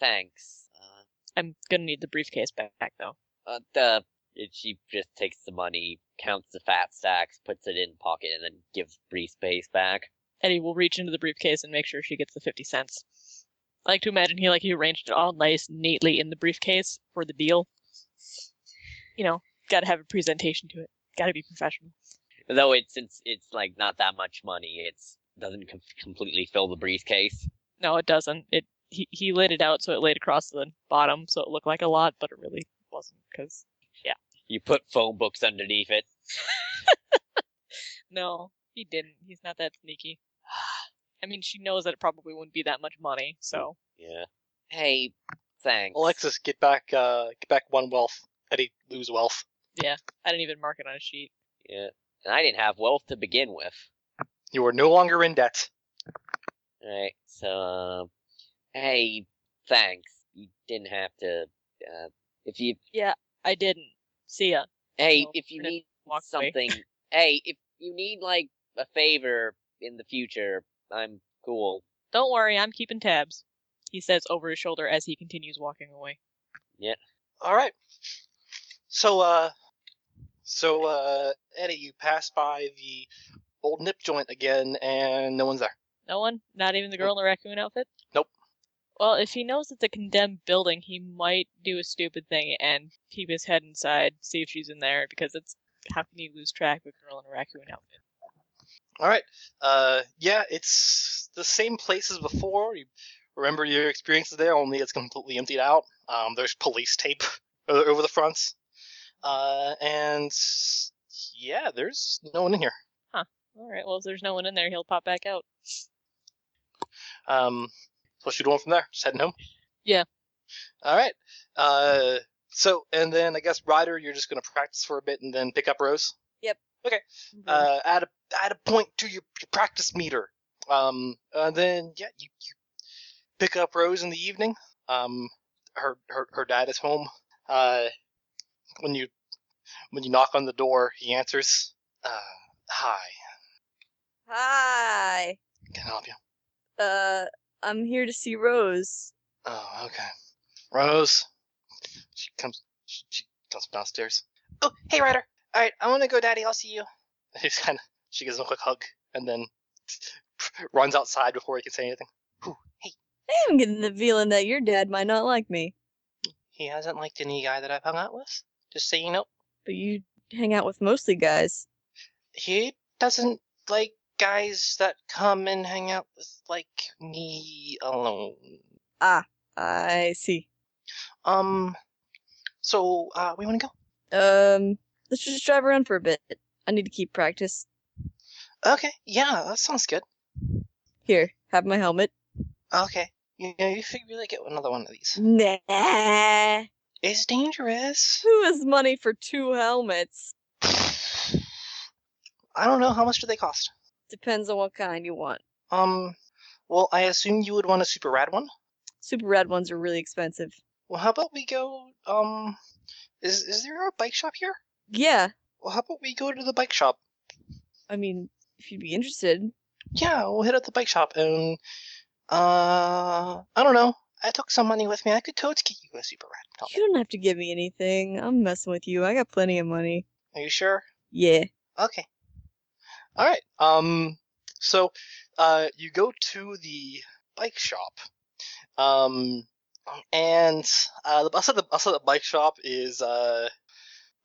Speaker 4: Thanks. Uh,
Speaker 5: I'm gonna need the briefcase back though.
Speaker 4: uh, the and she just takes the money, counts the fat stacks, puts it in pocket, and then gives Bree space back.
Speaker 5: Eddie will reach into the briefcase and make sure she gets the fifty cents. I like to imagine he like he arranged it all nice, neatly in the briefcase for the deal. You know, gotta have a presentation to it. Gotta be professional.
Speaker 4: Though it's it's, it's like not that much money. It's doesn't com- completely fill the briefcase.
Speaker 5: No, it doesn't. It he, he laid it out so it laid across the bottom, so it looked like a lot, but it really wasn't. Cause
Speaker 4: You put phone books underneath it.
Speaker 5: no, he didn't. He's not that sneaky. I mean, she knows that it probably wouldn't be that much money, so
Speaker 4: Yeah. Hey, thanks.
Speaker 1: Alexis, get back uh get back one wealth. Eddie lose wealth.
Speaker 5: I didn't even mark it on a sheet.
Speaker 4: Yeah. And I didn't have wealth to begin with.
Speaker 1: You are no longer in debt.
Speaker 4: Right. So, uh, hey, thanks. You didn't have to. Uh, if you
Speaker 5: I didn't. See ya.
Speaker 4: hey,
Speaker 5: No,
Speaker 4: if you
Speaker 5: I didn't
Speaker 4: need
Speaker 5: Walk away.
Speaker 4: something. hey, if you need like a favor in the future, I'm cool.
Speaker 5: Don't worry, I'm keeping tabs. He says over his shoulder as he continues walking away.
Speaker 1: All right. So uh so uh Eddie, you pass by the old nip joint again and no one's there.
Speaker 5: No one? Not even the girl in the raccoon outfit?
Speaker 1: Nope.
Speaker 5: Well, if he knows it's a condemned building, he might do a stupid thing and peep his head inside, see if she's in there, because it's how can you lose track of a girl in a raccoon outfit?
Speaker 1: All right. Uh yeah, it's the same place as before. You remember your experiences there, only it's completely emptied out. Um there's police tape o- over the fronts. Uh and yeah, there's no one in here.
Speaker 5: Alright, well, if there's no one in there, he'll pop back out.
Speaker 1: Um, so what you doing from there? Just heading home.
Speaker 5: Yeah.
Speaker 1: All right. Uh, so and then I guess Ryder, you're just gonna practice for a bit and then pick up Rose. Uh, add a add a point to your, your practice meter. Um, and then yeah, you, you pick up Rose in the evening. Um, her her her dad is home. Uh, when you when you knock on the door, he answers. Uh, hi,
Speaker 2: Hi.
Speaker 1: can I help you?
Speaker 2: Uh, I'm here to see Rose.
Speaker 1: Oh, okay. Rose. She comes. She, she comes downstairs. Oh, hey, Ryder. All right, I want to go, Daddy. I'll see you. She's kind of. She gives him a quick hug and then runs outside before he can say anything.
Speaker 2: I'm getting the feeling that your dad might not like me,
Speaker 1: He hasn't liked any guy that I've hung out with. Just so you know,
Speaker 2: but you hang out with mostly guys.
Speaker 1: he doesn't like guys that come and hang out with like me alone.
Speaker 2: Ah, I see.
Speaker 1: Um. So, uh, we want to go.
Speaker 2: Um, let's just drive around for a bit. I need to keep practice.
Speaker 1: Okay. Yeah, that sounds good.
Speaker 2: Here, have my helmet.
Speaker 1: Okay. You know, you should really get another one of these.
Speaker 2: Nah.
Speaker 1: It's dangerous.
Speaker 2: Who has money for two helmets?
Speaker 1: I don't know how much do they cost.
Speaker 2: Depends on what kind you want.
Speaker 1: Um, well, I assume you would want a super rad one.
Speaker 2: Super red ones are really expensive.
Speaker 1: Well, how about we go? Um, is is there a bike shop here?
Speaker 2: Yeah,
Speaker 1: Well, how about we go to the bike shop?
Speaker 2: I mean, if you'd be interested.
Speaker 1: Yeah, we'll hit up the bike shop and uh, I don't know. I took some money with me. I could totes get you a super rad. helmet.
Speaker 2: You don't have to give me anything. I'm messing with you. I got plenty of money.
Speaker 1: Are you sure?
Speaker 2: Yeah.
Speaker 1: Okay. All right. Um. So, uh, you go to the bike shop. Um, and uh, the outside the outside the bike shop is uh,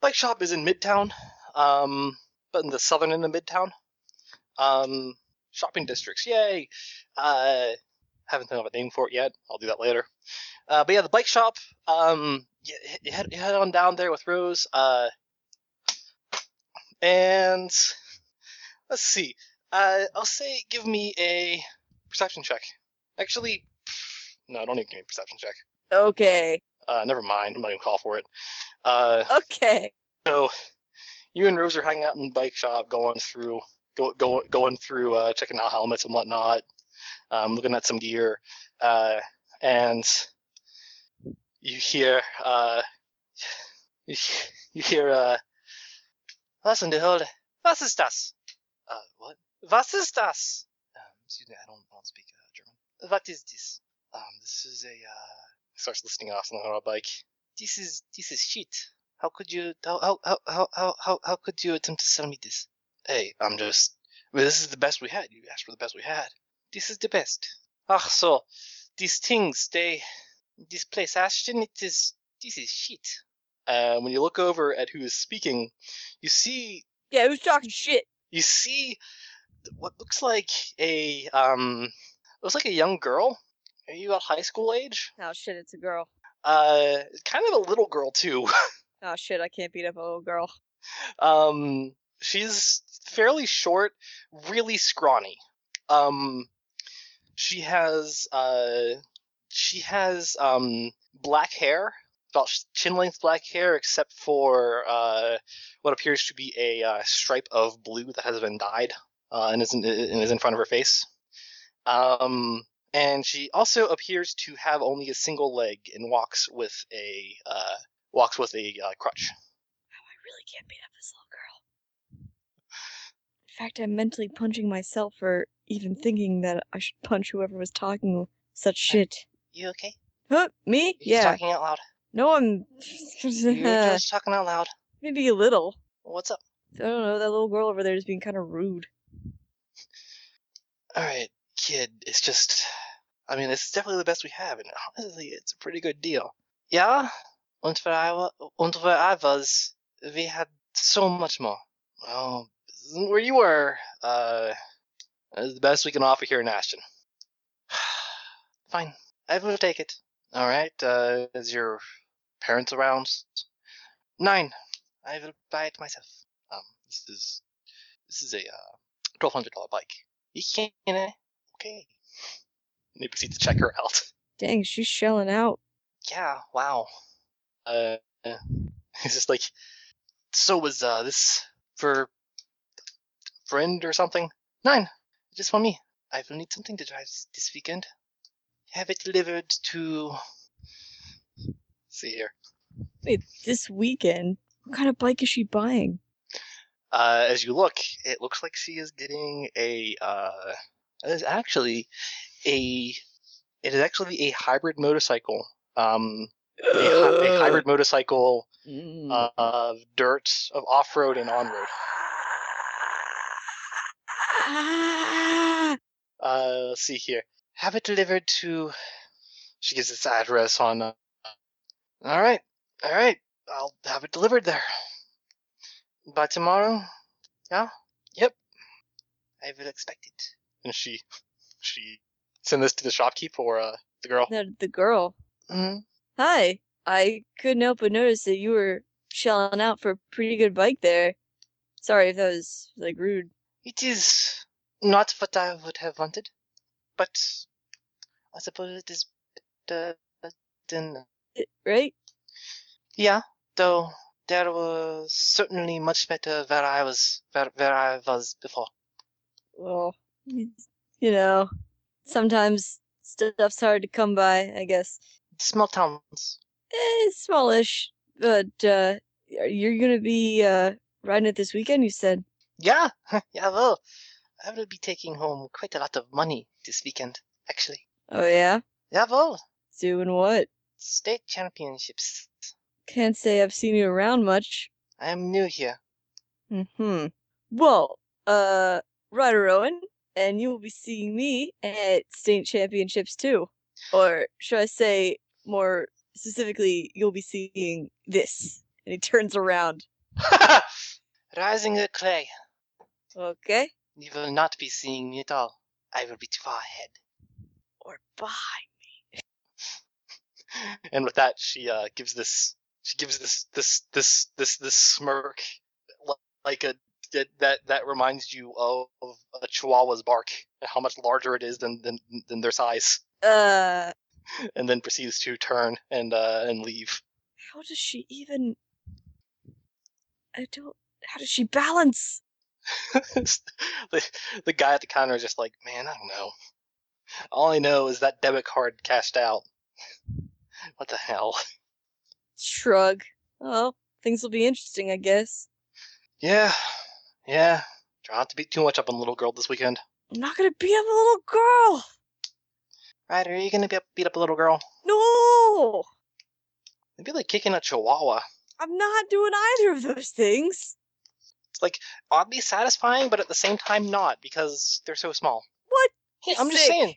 Speaker 1: bike shop is in Midtown. Um, but in the southern end of Midtown. Um, shopping districts. Yay. Uh, haven't thought of a name for it yet. I'll do that later. Uh, but yeah, the bike shop. Um, you, you head you head on down there with Rose. Uh and let's see. Uh, I'll say give me a perception check. Actually, no, don't even give me a perception check.
Speaker 2: Okay.
Speaker 1: Uh, never mind. I'm not gonna call for it. Uh,
Speaker 2: Okay.
Speaker 1: so you and Rose are hanging out in the bike shop, going through, go, go, going through, uh, checking out helmets and whatnot, um, looking at some gear, uh, and you hear, uh, you, you hear, uh, was in the hell? Was ist das? Uh, what? Was ist das? Um, excuse me, I don't, I don't speak uh, German. What is this? Um, this is a, uh, starts listing off something on a bike. This is, this is shit. How could you? How how how how how how, how could you attempt to sell me this? Hey, I'm just. Well, this is the best we had. You asked for the best we had. This is the best. Ah, so these things, they, this place, Ashton, it is. This is shit. Uh, when you look over at who is speaking, you see
Speaker 2: Yeah, who's talking shit?
Speaker 1: you see what looks like a um, it looks like a young girl. Are you about high school age?
Speaker 2: Oh shit, it's a girl.
Speaker 1: Uh, kind of a little girl too.
Speaker 2: Oh shit, I can't beat up a little girl.
Speaker 1: Um, she's fairly short, really scrawny. Um, she has uh, she has um black hair, about sh- chin length black hair, except for uh, what appears to be a uh, stripe of blue that has been dyed uh, and is in, and is in front of her face. Um. And she also appears to have only a single leg and walks with a uh, walks with a uh, crutch.
Speaker 2: I really can't beat up this little girl. In fact, I'm mentally punching myself for even thinking that I should punch whoever was talking such shit.
Speaker 1: You okay?
Speaker 2: Huh? Me?
Speaker 1: You're just
Speaker 2: Yeah.
Speaker 1: talking out loud.
Speaker 2: No, I'm.
Speaker 1: You were just talking out loud.
Speaker 2: Maybe a little.
Speaker 1: What's up?
Speaker 2: I don't know. That little girl over there is being kind of rude.
Speaker 1: All right, kid. It's just, I mean, it's definitely the best we have, and honestly, it's a pretty good deal. Yeah. Und where I, wa- und where I was, we had so much more. Oh, this isn't where you were. Uh, that's the best we can offer here in Ashton. Fine, I will take it. All right. Uh, is your parents around? Nine. I will buy it myself. Um, this is this is a uh, twelve hundred dollar bike. You can't. eh? Okay. And he proceeds to check her out.
Speaker 2: Dang, she's shelling out.
Speaker 1: Yeah. Wow. Uh, he's just like, so was uh this for friend or something? Nine. Just for me. I will need something to drive s- this weekend. Have it delivered to. See here.
Speaker 2: Wait, this weekend? What kind of bike is she buying?
Speaker 1: Uh, as you look, it looks like she is getting a. Uh, it is actually a. It is actually a hybrid motorcycle Um, a, hy- a hybrid motorcycle uh, of dirt, of off road and on road.
Speaker 2: Ah!
Speaker 1: Uh, let's see here. Have it delivered to. She gives its address on. Uh, all right, all right. I'll have it delivered there by tomorrow. Yeah. Yep. I will expect it. And she, she, send this to the shopkeeper or uh, the girl.
Speaker 2: No, the girl.
Speaker 1: hmm
Speaker 2: Hi. I couldn't help but notice that you were shelling out for a pretty good bike there. Sorry if that was like rude.
Speaker 1: It is not what I would have wanted, but I suppose it is better than.
Speaker 2: It- Eh, Right?
Speaker 1: Yeah, though there was certainly much better where I was where, where I was before.
Speaker 2: Well, you you know, sometimes stuff's hard to come by, I guess.
Speaker 1: Small towns.
Speaker 2: Eh, it's smallish, but uh are- you're going to be uh riding it this weekend, you said.
Speaker 1: Yeah, yeah. Well, I will be taking home quite a lot of money this weekend, actually.
Speaker 2: Oh yeah.
Speaker 1: Yeah, well,
Speaker 2: Doing what?
Speaker 1: state championships.
Speaker 2: Can't say I've seen you around much.
Speaker 1: I am new here.
Speaker 2: Hmm. Well, uh, Ryder Owen, and you will be seeing me at state championships too, or should I say more specifically, you'll be seeing this. And he turns around.
Speaker 1: Rising the clay.
Speaker 2: Okay,
Speaker 1: You will not be seeing me at all. I will be too far ahead.
Speaker 2: or bye.
Speaker 1: And with that, she uh, gives this. She gives this this this this this smirk, li- like a that that, that reminds you of, of a chihuahua's bark and how much larger it is than than, than their size.
Speaker 2: Uh,
Speaker 1: And then proceeds to turn and uh, and leave.
Speaker 2: how does she even? I don't. How does she balance?
Speaker 1: the, the guy at the counter is just like, man, I don't know. All I know is that debit card cashed out. What the hell?
Speaker 2: Shrug. Oh, things will be interesting, I guess.
Speaker 1: Yeah, yeah. Try not to be too much up on little girl this weekend.
Speaker 2: I'm not gonna beat up a little girl.
Speaker 1: Right? Are you gonna be beat up a little girl?
Speaker 2: No,
Speaker 1: It'd be like kicking a chihuahua.
Speaker 2: I'm not doing either of those things.
Speaker 1: Oddly satisfying, but at the same time not because they're so small.
Speaker 2: What?
Speaker 1: I'm just
Speaker 2: Sick.
Speaker 1: saying.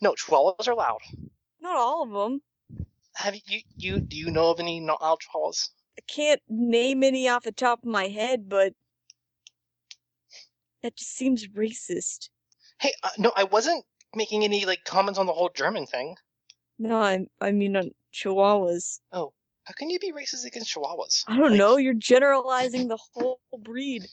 Speaker 1: No, chihuahuas are loud.
Speaker 2: Not all of them.
Speaker 1: Have you you do you know of any not loud chihuahuas?
Speaker 2: I can't name any off the top of my head, but that just seems racist.
Speaker 1: Hey, uh, no, I wasn't making any like comments on the whole German thing.
Speaker 2: No, I I mean on Chihuahuas.
Speaker 1: How can you be racist against chihuahuas?
Speaker 2: I don't
Speaker 1: Like,
Speaker 2: know. You're generalizing the whole breed.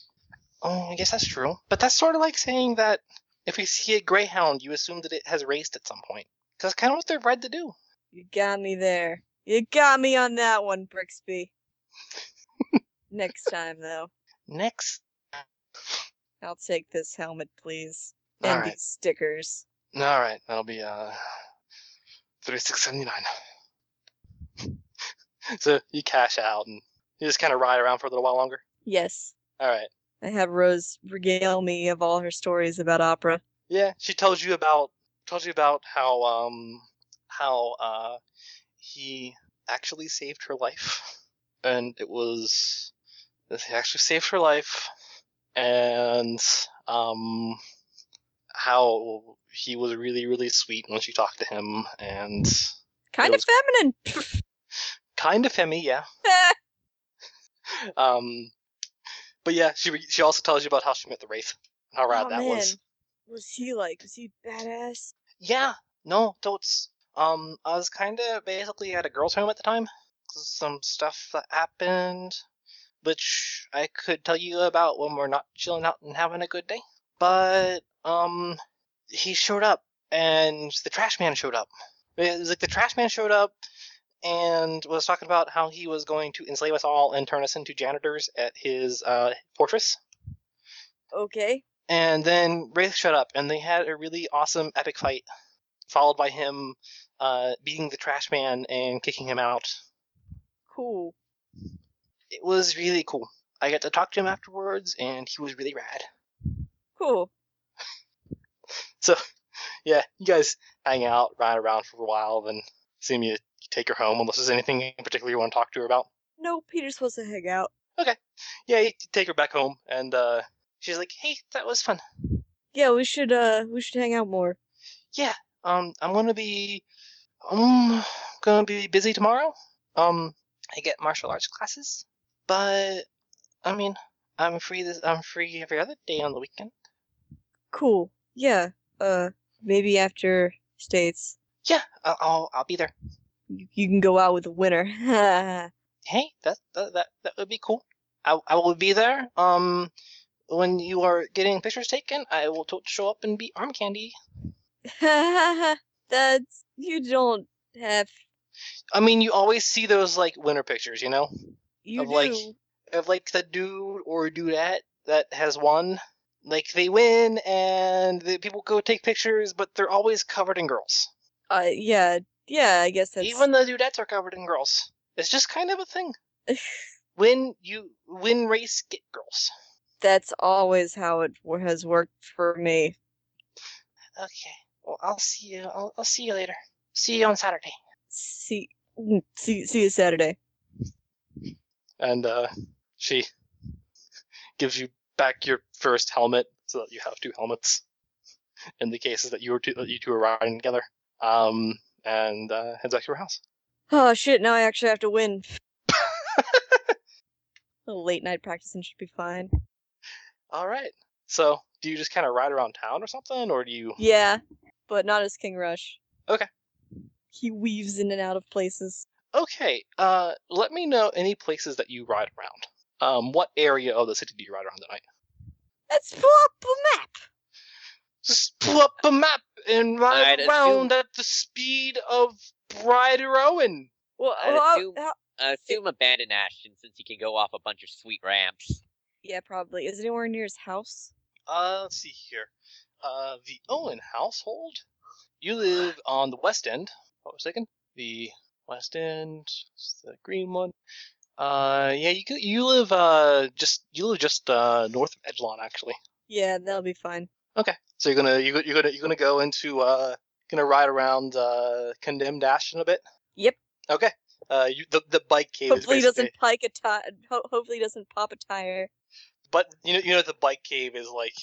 Speaker 1: Oh, I guess that's true. But that's sort of like saying that if we see a greyhound, you assume that it has raced at some point. Because that's kind of what they're bred to do.
Speaker 2: You got me there. You got me on that one, Brixby. Next time, though,
Speaker 1: Next.
Speaker 2: I'll take this helmet, please,
Speaker 1: All
Speaker 2: and
Speaker 1: right.
Speaker 2: these stickers.
Speaker 1: All right, that'll be uh, thirty six seventy nine. so you cash out and you just kind of ride around for a little while longer.
Speaker 2: Yes,
Speaker 1: All right.
Speaker 2: I have Rose regale me of all her stories about opera.
Speaker 1: Yeah, she tells you about tells you about how um how uh he actually saved her life, and it was that he actually saved her life, and um how he was really really sweet when she talked to him and
Speaker 2: Kind
Speaker 1: It was-
Speaker 2: of
Speaker 1: kind of femmy, yeah.
Speaker 2: feminine.
Speaker 1: Um, but yeah, she she also tells you about how she met the wraith and how rad
Speaker 2: Oh,
Speaker 1: that was.
Speaker 2: was he like was he badass
Speaker 1: Yeah, no, totes. Um, I was kind of basically at a girls' home at the time. Some stuff that happened, which I could tell you about when we're not chilling out and having a good day. But um, he showed up, and the trash man showed up. It was like the trash man showed up and was talking about how he was going to enslave us all and turn us into janitors at his uh, fortress.
Speaker 2: okay
Speaker 1: And then Wraith shut up, and they had a really awesome epic fight, followed by him uh, beating the trash man and kicking him out.
Speaker 2: cool
Speaker 1: It was really cool. I got to talk to him afterwards, and he was really rad.
Speaker 2: cool
Speaker 1: Yeah, you guys hang out, ride around for a while, then assume you take her home unless there's anything in particular you want to talk to her about.
Speaker 2: No, Peter's supposed to hang out.
Speaker 1: Yeah, you take her back home, and uh, she's like, "Hey, that was fun.
Speaker 2: Yeah, we should uh we should hang out more.
Speaker 1: Um, I'm gonna be, I'm gonna be busy tomorrow. Um, I get martial arts classes, but I mean, I'm free this, I'm free every other day on the weekend.
Speaker 2: Cool. Yeah. Uh maybe after states
Speaker 1: Yeah, I- I'll I'll be there.
Speaker 2: you, you can go out with a winner.
Speaker 1: Hey, that that that, that would be cool. I I will be there. Um, when you are getting pictures taken, I will to- show up and be arm candy.
Speaker 2: That's you don't have
Speaker 1: I mean, you always see those like winter pictures, you know,
Speaker 2: you
Speaker 1: Of,
Speaker 2: do.
Speaker 1: like, of like the dude or dudette that has won. Like they win and the people go take pictures, but they're always covered in girls.
Speaker 2: Uh yeah. Yeah, I guess that's
Speaker 1: Even the dudettes are covered in girls. It's just kind of a thing. Win you win race get girls.
Speaker 2: that's always how it wo- has worked for me.
Speaker 1: Okay. Well, I'll see you. I'll, I'll see you later. See you on Saturday.
Speaker 2: See mm, see see you Saturday.
Speaker 1: and uh, she gives you back your first helmet so that you have two helmets in the cases that you were two, that you two were riding together um, and uh, heads back to her house
Speaker 2: Oh shit, now I actually have to win. The late night practicing should be fine.
Speaker 1: all right so do you just kind of ride around town or something or do you
Speaker 2: Yeah, but not as King Rush.
Speaker 1: Okay.
Speaker 2: He weaves in and out of places.
Speaker 1: okay uh, let me know any places that you ride around um, what area of the city do you ride around tonight
Speaker 2: Let's pull up a map.
Speaker 1: just pull up a map and ride
Speaker 4: I'd assume-
Speaker 1: around at the speed of Ryder Owen
Speaker 2: Well,
Speaker 4: I'd
Speaker 2: well, how-
Speaker 4: assume-
Speaker 2: how-
Speaker 4: I assume abandon Ashton since he can go off a bunch of sweet ramps.
Speaker 2: yeah, probably. Is it anywhere near his house?
Speaker 1: Uh, let's see here. Uh, the Owen household. You live on the west end. What was I thinking? The west end. It's the green one. Uh, yeah, you go- you live uh just you live just uh north of Edgelon actually.
Speaker 2: Yeah, that'll be fine.
Speaker 1: Okay, so you're gonna you're, go- you're gonna you're gonna go into uh gonna ride around uh condemned Ashton a bit.
Speaker 2: Yep.
Speaker 1: Okay. Uh, you the the bike cave
Speaker 2: Hopefully, he
Speaker 1: is basically,
Speaker 2: doesn't pike a tire. Ho- hopefully, he doesn't pop a tire.
Speaker 1: but you know you know the bike cave is like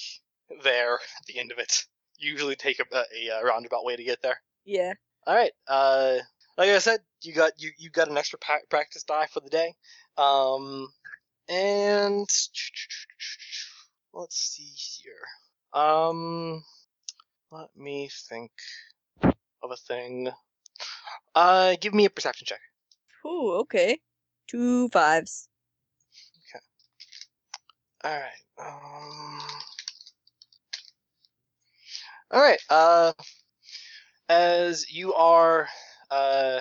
Speaker 1: there at the end of it. You usually take a, a, a roundabout way to get there.
Speaker 2: Yeah.
Speaker 1: All right. Uh, like I said, you got you you got an extra pa- practice die for the day. Um, and let's see here. Um, let me think of a thing. Uh, give me a perception check.
Speaker 2: Ooh, okay. Two fives.
Speaker 1: All right. Um. All right. Uh, as you are, uh,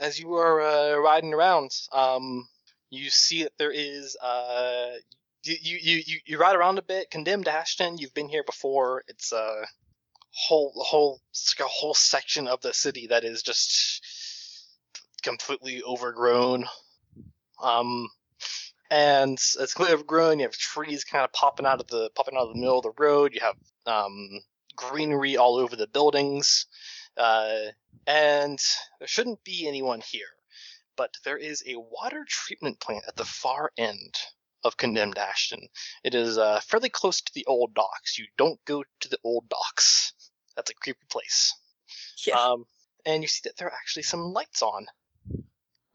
Speaker 1: as you are uh, riding around, um, you see that there is uh. You, you, you- you, you ride around a bit. Condemned Ashton, you've been here before. It's a whole whole it's like a whole section of the city that is just completely overgrown. Um, and it's clearly overgrown. You have trees kind of popping out of the popping out of the middle of the road. You have um, greenery all over the buildings, uh, and there shouldn't be anyone here. But there is a water treatment plant at the far end of Condemned Ashton. It is uh, fairly close to the old docks. You don't go to the old docks. That's a creepy place.
Speaker 2: Yeah.
Speaker 1: Um, and you see that there are actually some lights on.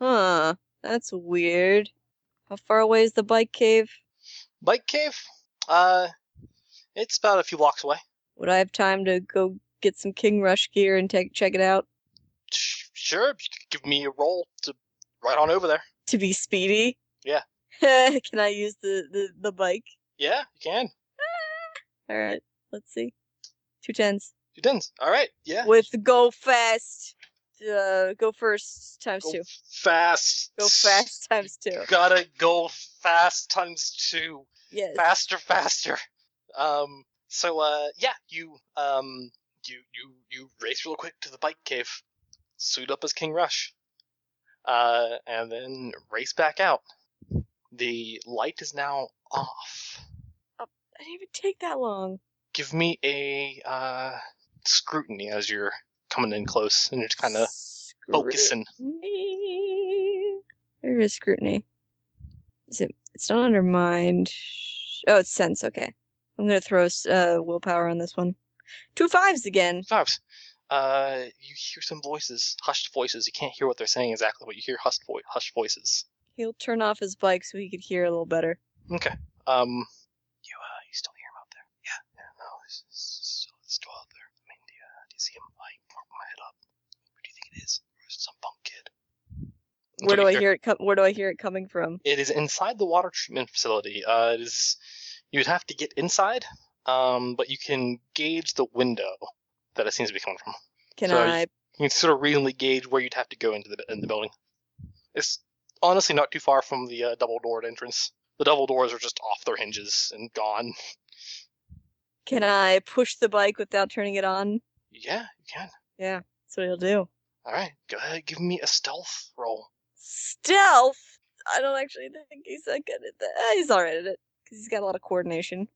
Speaker 2: huh. That's weird. How far away is the bike cave?
Speaker 1: Bike cave. Uh, it's about a few blocks away.
Speaker 2: Would I have time to go get some King Rush gear and take check it out?
Speaker 1: Sh- sure, you could give me a roll to right on over there.
Speaker 2: To be speedy.
Speaker 1: Yeah.
Speaker 2: Can I use the the, the bike? Ah,
Speaker 1: Yeah, you can.
Speaker 2: All right. Let's see. Two tens.
Speaker 1: You didn't. All right. Yeah.
Speaker 2: With go fast. Uh, go first times
Speaker 1: Go
Speaker 2: two.
Speaker 1: fast.
Speaker 2: Go fast times two.
Speaker 1: Gotta go fast times two.
Speaker 2: Yes.
Speaker 1: faster, faster. Um. So, uh, yeah, you, um, you, you, you race real quick to the bike cave, suit up as King Rush, uh, and then race back out. The light is now off.
Speaker 2: I didn't even take that long.
Speaker 1: Give me a uh scrutiny as you're coming in close and you're kind of Focusing.
Speaker 2: Scrutiny. Where is scrutiny? Is it? It's not under mind. Oh, it's sense. Okay. I'm gonna throw s- uh, willpower on this one. Two fives again.
Speaker 1: Fives. Uh, you hear some voices, hushed voices. You can't hear what they're saying exactly, but you hear hushed, vo- hushed voices.
Speaker 2: He'll turn off his bike so he could hear a little better.
Speaker 1: Um, you uh, you still hear him out there? Yeah, yeah, no, it's, it's, it's still, it's still out there. I mean, do you, uh, do you see him? I pop my head up. Who do you think it is? Or is it some punk kid? That's
Speaker 2: Where
Speaker 1: what
Speaker 2: do I
Speaker 1: you
Speaker 2: hear it? Com- where do I hear it coming from?
Speaker 1: It is inside the water treatment facility. Uh, it is. You'd have to get inside, um, but you can gauge the window that it seems to be coming from.
Speaker 2: Can
Speaker 1: So
Speaker 2: I?
Speaker 1: You can sort of reasonably gauge where you'd have to go into the in the building. It's honestly not too far from the uh, double doored entrance. The double doors are just off their hinges and gone.
Speaker 2: Can I push the bike without turning it on?
Speaker 1: Yeah, you can.
Speaker 2: That's what he'll do.
Speaker 1: All right, go ahead. Give me a stealth roll.
Speaker 2: Stealth. I don't actually think he's that good at that. Eh, He's all right at it because he's got a lot of coordination.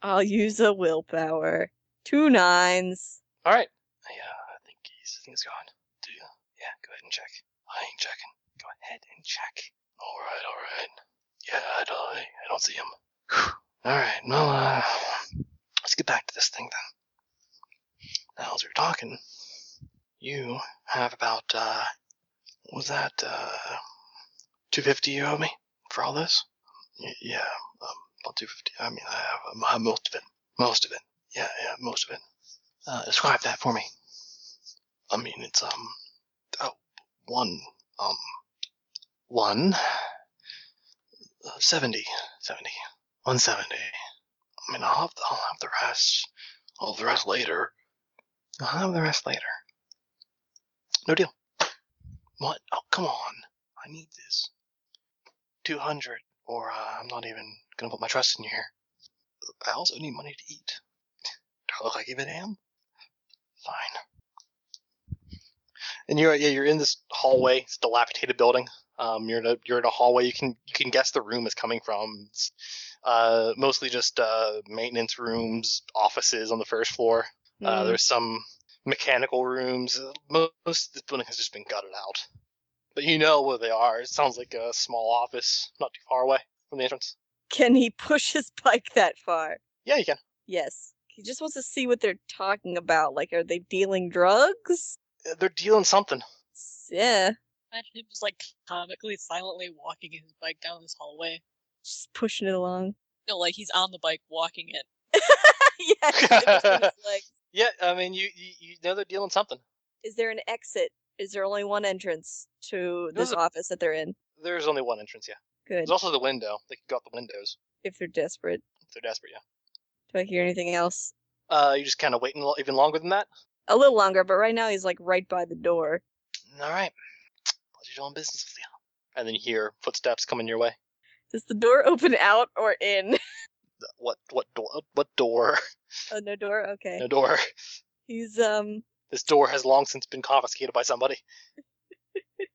Speaker 2: I'll use a willpower. Two nines.
Speaker 1: All right. Yeah, I think he's, I think he's gone. Do you? Yeah, go ahead and check. I ain't checking. Go ahead and check. All right, all right. Yeah, I don't, I don't see him. Whew. All right, well, uh, let's get back to this thing then. Now, as we were talking, you have about, uh, what was that, uh, 250 you owe me for all this? Y- yeah, um, about 250. I mean, I have, um, I have most of it. Most of it. Yeah, yeah, most of it. Uh, describe that for me. I mean, it's um, oh, one um, one uh, seventy, seventy, one seventy. I mean, I'll have the, I'll have the rest. I'll have the rest later. I'll have the rest later. No deal. What? Oh, come on. I need this. Two hundred, or uh, I'm not even gonna put my trust in you here. I also need money to eat. Do I look like I give a damn? Fine. And you're yeah, you're in this hallway, it's a dilapidated building. Um, you're in a you're in a hallway. You can you can guess the room is coming from. It's, uh, mostly just uh maintenance rooms, offices on the first floor. Uh,
Speaker 2: Mm.
Speaker 1: there's some mechanical rooms. Uh, mo- Most of this building has just been gutted out. But you know where they are. It sounds like a small office, not too far away from the entrance.
Speaker 2: Can he push his bike that far?
Speaker 1: Yeah, you can.
Speaker 2: Yes. He just wants to see what they're talking about. Like, are they dealing drugs?
Speaker 1: Uh, They're dealing something.
Speaker 2: S- Yeah.
Speaker 5: Imagine him just like comically silently walking his bike down this hallway.
Speaker 2: Just pushing it along.
Speaker 5: No, like he's on the bike walking it.
Speaker 2: yeah. just in between his legs.
Speaker 1: Yeah, I mean you you, you know they're dealing something.
Speaker 2: Is there an exit? Is there only one entrance to this
Speaker 1: There's a-
Speaker 2: office that they're in?
Speaker 1: There's only one entrance, yeah.
Speaker 2: Good.
Speaker 1: There's also the window. They could go out the windows
Speaker 2: If they're desperate.
Speaker 1: if they're desperate, yeah.
Speaker 2: Do I hear anything else?
Speaker 1: Uh, you're just kind of waiting lo- even longer than that?
Speaker 2: A little longer, but right now he's like right by the door.
Speaker 1: All right. Pleasure doing business with you. And then you hear footsteps coming your way.
Speaker 2: Does the door open out or in?
Speaker 1: The- What what door? What door?
Speaker 2: oh, no door? Okay.
Speaker 1: No door.
Speaker 2: He's, um,
Speaker 1: This door has long since been confiscated by somebody.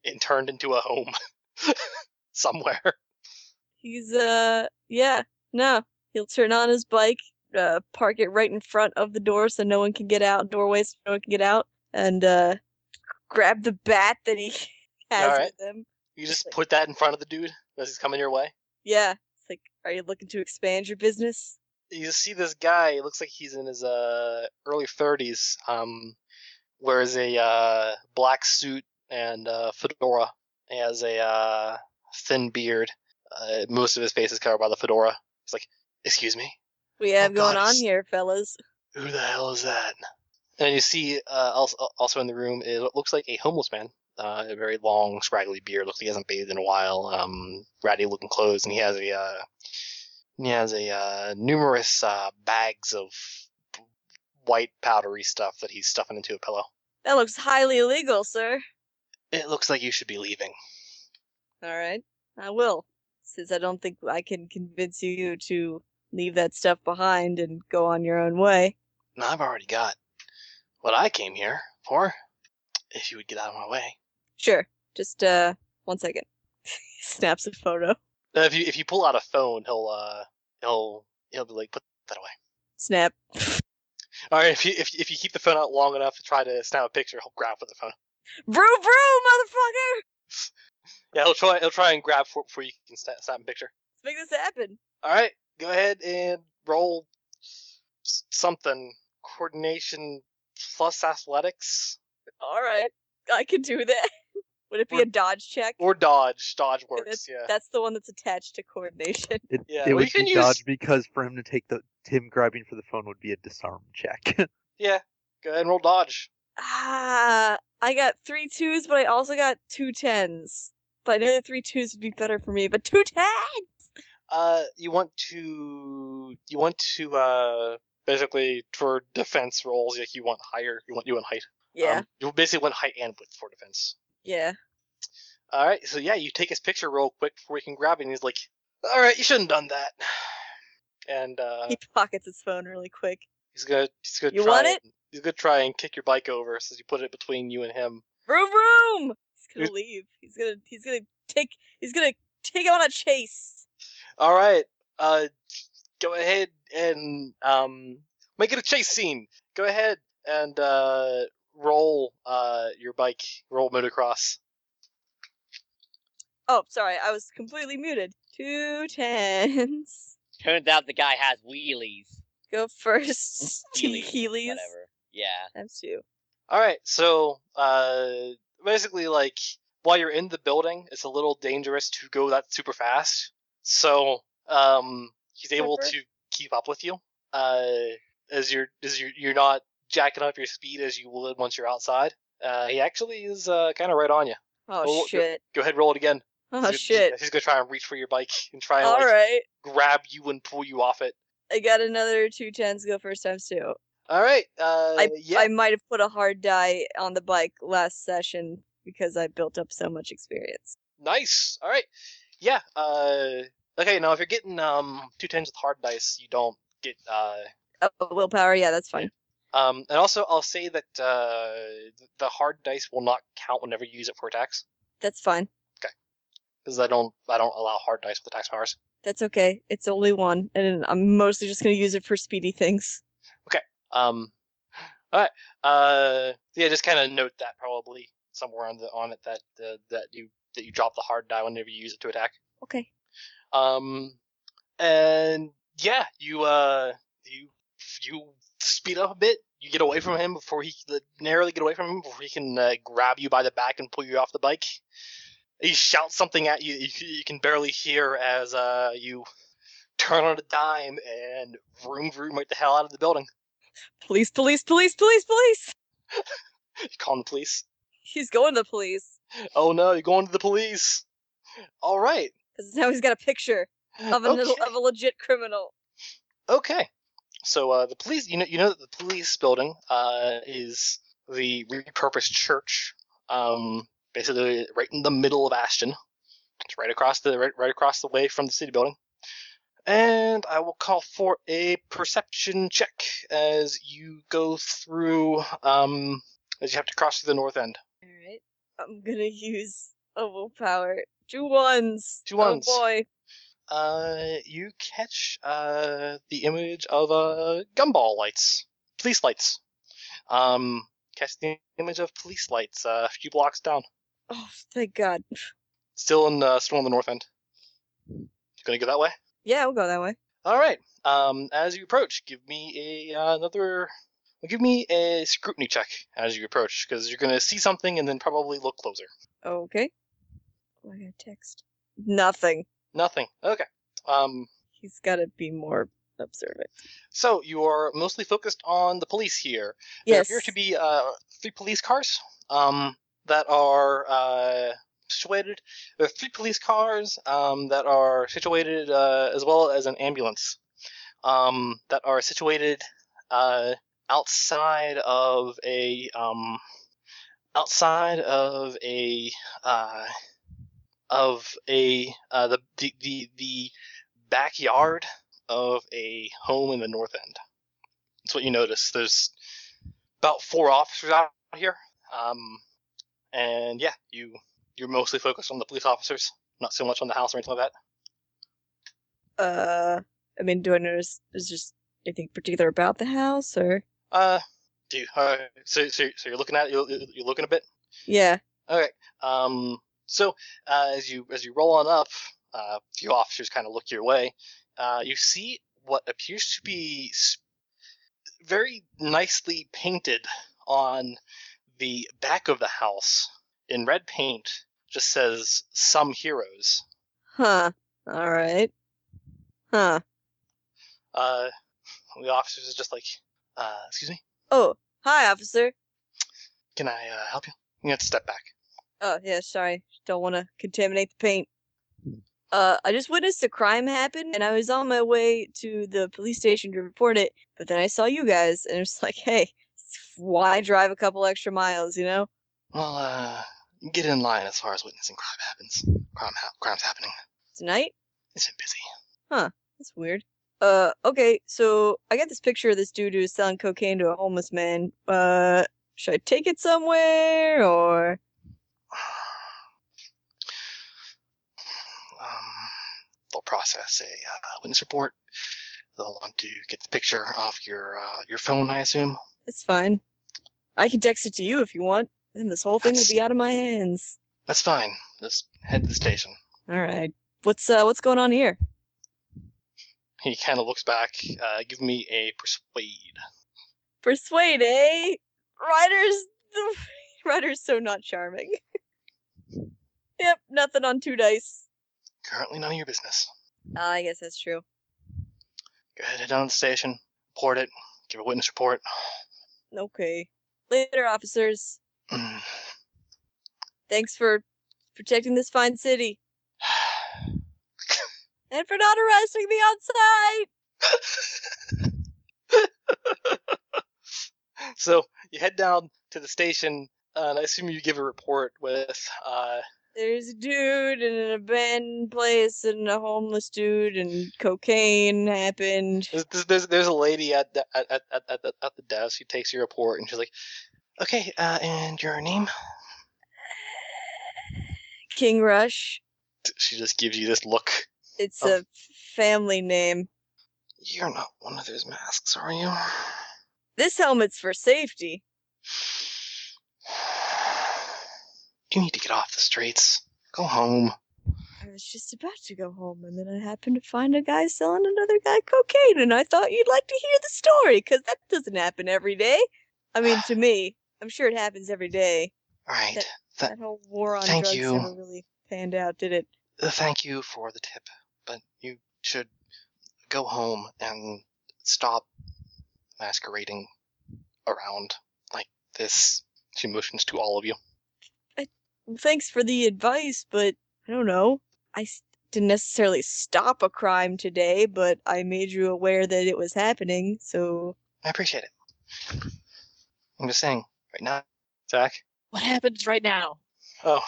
Speaker 1: it turned into a home somewhere.
Speaker 2: He's uh yeah, no. He'll turn on his bike, uh park it right in front of the door so no one can get out, doorways so no one can get out, and uh grab the bat that he has
Speaker 1: Alright.
Speaker 2: with him.
Speaker 1: You just put that in front of the dude as he's coming your way.
Speaker 2: Yeah. It's like, are you looking to expand your business?
Speaker 1: you see this guy. It looks like he's in his uh, early 30s. Um, wears a uh, black suit and uh, fedora. He has a uh, thin beard. Uh, most of his face is covered by the fedora. He's like, "Excuse me,
Speaker 2: We have
Speaker 1: God,
Speaker 2: going on
Speaker 1: it's-
Speaker 2: here, fellas.
Speaker 1: who the hell is that?" And you see uh, also, also in the room, it looks like a homeless man. Uh, a very long, scraggly beard. Looks like he hasn't bathed in a while. Um, ratty-looking clothes, and he has a uh, he has a uh, numerous uh, bags of b- white powdery stuff that he's stuffing into a pillow.
Speaker 2: That looks highly illegal, sir.
Speaker 1: It looks like you should be leaving.
Speaker 2: All right. I will. Since I don't think I can convince you to leave that stuff behind and go on your own way.
Speaker 1: And I've already got what I came here for. If you would get out of my way.
Speaker 2: Sure. Just uh one second. Snaps a photo.
Speaker 1: Uh, If you if you pull out a phone, he'll uh he'll he'll be like put that away.
Speaker 2: Snap.
Speaker 1: All right. If you if if you keep the phone out long enough to try to snap a picture, he'll grab for the phone.
Speaker 2: Brew, brew, motherfucker!
Speaker 1: Yeah, he'll try. He'll try and grab for before you can snap, snap a picture.
Speaker 2: Let's make this happen.
Speaker 1: All right, go ahead and roll s- something coordination plus athletics
Speaker 2: All right, I can do that. Would it be
Speaker 1: Or-
Speaker 2: a dodge check?
Speaker 1: or dodge. Dodge works. Yeah.
Speaker 2: That's the one that's attached to coordination.
Speaker 6: It,
Speaker 1: Yeah,
Speaker 6: it
Speaker 1: well,
Speaker 6: would
Speaker 1: you can
Speaker 6: be
Speaker 1: use-
Speaker 6: dodge because for him to take the him grabbing for the phone would be a disarm check.
Speaker 1: Yeah. Go ahead and roll dodge.
Speaker 2: Ah, I got three twos, but I also got two tens. But I know the three twos would be better for me. But two tens.
Speaker 1: Uh, you want to you want to uh basically for defense rolls like you want higher you want you want height.
Speaker 2: Yeah,
Speaker 1: Um, you basically want height and width for defense.
Speaker 2: yeah.
Speaker 1: All right. So yeah, you take his picture real quick before he can grab it. and He's like, "All right, you shouldn't have done that." And uh,
Speaker 2: He pockets his phone really quick.
Speaker 1: he's gonna he's gonna
Speaker 2: You
Speaker 1: try
Speaker 2: want
Speaker 1: and, he's gonna try and kick your bike over since you put it between you and him.
Speaker 2: Vroom, vroom. He's gonna
Speaker 1: Here's-
Speaker 2: leave. He's gonna. He's gonna take. He's gonna take on a chase.
Speaker 1: All right. Uh, go ahead and um, make it a chase scene. Go ahead and uh, roll uh your bike, roll motocross.
Speaker 2: Oh, sorry, I was completely muted. Two tens.
Speaker 4: Turns out the guy has wheelies.
Speaker 2: Go first. T
Speaker 4: Heelys,
Speaker 2: Heelys.
Speaker 4: Whatever. Yeah.
Speaker 2: Times two.
Speaker 1: All right. So uh, basically, like while you're in the building, it's a little dangerous to go that super fast. So um, he's able
Speaker 2: Pepper.
Speaker 1: to keep up with you. Uh, as you're as you're you're not jacking up your speed as you would once you're outside. Uh, he actually is uh, kind of right on you.
Speaker 2: Oh,
Speaker 1: Oh, go-
Speaker 2: shit.
Speaker 1: Go ahead, roll it again.
Speaker 2: Oh
Speaker 1: He's gonna-
Speaker 2: shit.
Speaker 1: He's, he's gonna try and reach for your bike and try and
Speaker 2: All
Speaker 1: like
Speaker 2: right.
Speaker 1: grab you and pull you off it.
Speaker 2: I got another two tens. Go first times two.
Speaker 1: All right. Uh, yeah.
Speaker 2: I might have put a hard die on the bike last session because I built up so much experience.
Speaker 1: Nice. All right. Yeah. Uh, okay. Now, if you're getting um two tens with hard dice, you don't get uh
Speaker 2: Oh, willpower. Yeah, that's fine.
Speaker 1: um. And also, I'll say that uh th- the hard dice will not count whenever you use it for attacks
Speaker 2: That's fine.
Speaker 1: because I don't I don't allow hard dice with attack powers.
Speaker 2: That's okay. It's only one, and I'm mostly just gonna use it for speedy things.
Speaker 1: Um. All right. Uh. Yeah. Just kind of note that probably somewhere on the on it that uh, that you that you drop the hard die whenever you use it to attack.
Speaker 2: Okay.
Speaker 1: Um, and yeah, you uh, you you speed up a bit. You get away from him before he like, narrowly get away from him before he can uh, grab you by the back and pull you off the bike. He shouts something at you. You, you can barely hear as uh, you turn on a dime and vroom vroom right the hell out of the building.
Speaker 2: Police, police, police, police, police.
Speaker 1: You call the police.
Speaker 2: He's going to the police
Speaker 1: Oh no, you're going to the police. All right.
Speaker 2: because now he's got a picture of a
Speaker 1: okay.
Speaker 2: of a legit criminal.
Speaker 1: Okay. So uh, the police, you know, you know that the police building uh, is the repurposed church, um, basically right in the middle of Ashton. It's right across the right, right across the way from the city building. And I will call for a perception check as you go through, um, as you have to cross through the north end.
Speaker 2: All right. I'm gonna use a willpower. Two ones.
Speaker 1: Two ones.
Speaker 2: Oh boy.
Speaker 1: Uh, you catch uh, the image of uh, gumball lights, police lights. Um, catch the image of police lights uh, a few blocks down,
Speaker 2: Oh, thank God.
Speaker 1: still in uh, still on the north end. Gonna go that way.
Speaker 2: Yeah, we'll go that way.
Speaker 1: All right. Um, as you approach, give me a uh, another. well, Give me a scrutiny check as you approach, because you're gonna see something and then probably look closer.
Speaker 2: Okay. Oh, I got a text. Nothing.
Speaker 1: Nothing. Okay. Um,
Speaker 2: He's got to be more observant.
Speaker 1: so you are mostly focused on the police here. There
Speaker 2: Yes.
Speaker 1: appear to be uh, three police cars um, that are uh, situated. There are three police cars um, that are situated, uh, as well as an ambulance, um, that are situated uh, outside of a um, outside of a uh, of a uh, the, the the the backyard of a home in the north end. That's what you notice. There's about four officers out here. Um, and yeah, you you're mostly focused on the police officers, not so much on the house or anything like that.
Speaker 2: Uh, I mean, do I notice? Is just anything particular about the house, or
Speaker 1: Uh, do you, uh, so, so so you're looking at it, you're, you're looking a bit.
Speaker 2: Yeah.
Speaker 1: Okay. Um, so uh, as you as you roll on up, uh, a few officers kind of look your way. Uh, you see what appears to be s- very nicely painted on the back of the house in red paint. Just says "Some Heroes."
Speaker 2: Huh. All right. Huh.
Speaker 1: Uh, the officers are just like, uh, "Excuse me,
Speaker 2: Oh, hi, officer.
Speaker 1: can I uh, help you?" You have to step back.
Speaker 2: Oh, yeah, sorry. Don't want to contaminate the paint. Uh, I just witnessed a crime happen, and I was on my way to the police station to report it, but then I saw you guys, and it's like, hey, why drive a couple extra miles, you know?
Speaker 1: Well, uh, get in line as far as witnessing crime happens. Crime ha- crime's happening.
Speaker 2: Tonight?
Speaker 1: It's been busy.
Speaker 2: That's weird. Uh, okay, so I got this picture of this dude who was selling cocaine to a homeless man. Uh, should I take it somewhere, or
Speaker 1: Um, they'll process a uh, witness report. They'll want to get the picture off your uh, your phone, I assume.
Speaker 2: it's fine. I can text it to you if you want. Then this whole thing will
Speaker 1: That's-
Speaker 2: be out of my hands.
Speaker 1: That's fine. Just head to the station.
Speaker 2: All right. What's uh what's going on here?
Speaker 1: He kind of looks back. Uh, give me a persuade.
Speaker 2: Persuade, eh? Ryder's Ryder's so not charming. yep, nothing on two dice.
Speaker 1: Currently none of your business.
Speaker 2: Ah, I guess that's true.
Speaker 1: Go ahead, head down to the station. Report it. Give a witness report.
Speaker 2: Okay. Later, officers.
Speaker 1: Mm.
Speaker 2: Thanks for protecting this fine city and for not arresting me outside.
Speaker 1: so you head down to the station, uh, and I assume you give a report with uh,
Speaker 2: There's a dude in an abandoned place and a homeless dude and cocaine happened.
Speaker 1: There's- There's, there's, there's a lady at the at, at, at, at, the- at the desk who takes your report and she's like, "Okay, uh, and your name?"
Speaker 2: King Rush.
Speaker 1: She just gives you this look.
Speaker 2: It's
Speaker 1: Oh.
Speaker 2: a family name.
Speaker 1: You're not one of those masks, are you?
Speaker 2: This helmet's for safety.
Speaker 1: You need to get off the streets. Go home.
Speaker 2: I was just about to go home, and then I happened to find a guy selling another guy cocaine, and I thought you'd like to hear the story, 'cause that doesn't happen every day. I mean, to me, I'm sure it happens every day.
Speaker 1: All right.
Speaker 2: That-
Speaker 1: Th-
Speaker 2: That whole war on
Speaker 1: thank
Speaker 2: drugs
Speaker 1: you.
Speaker 2: never really panned out, did it?
Speaker 1: uh, thank you for the tip, but you should go home and stop masquerading around like this. She motions to all of you.
Speaker 2: Well, Thanks for the advice, but I don't know. I s- didn't necessarily stop a crime today, but I made you aware that it was happening, so
Speaker 1: I appreciate it. I'm just saying, right now, Zach.
Speaker 5: What happens right now?
Speaker 1: Oh,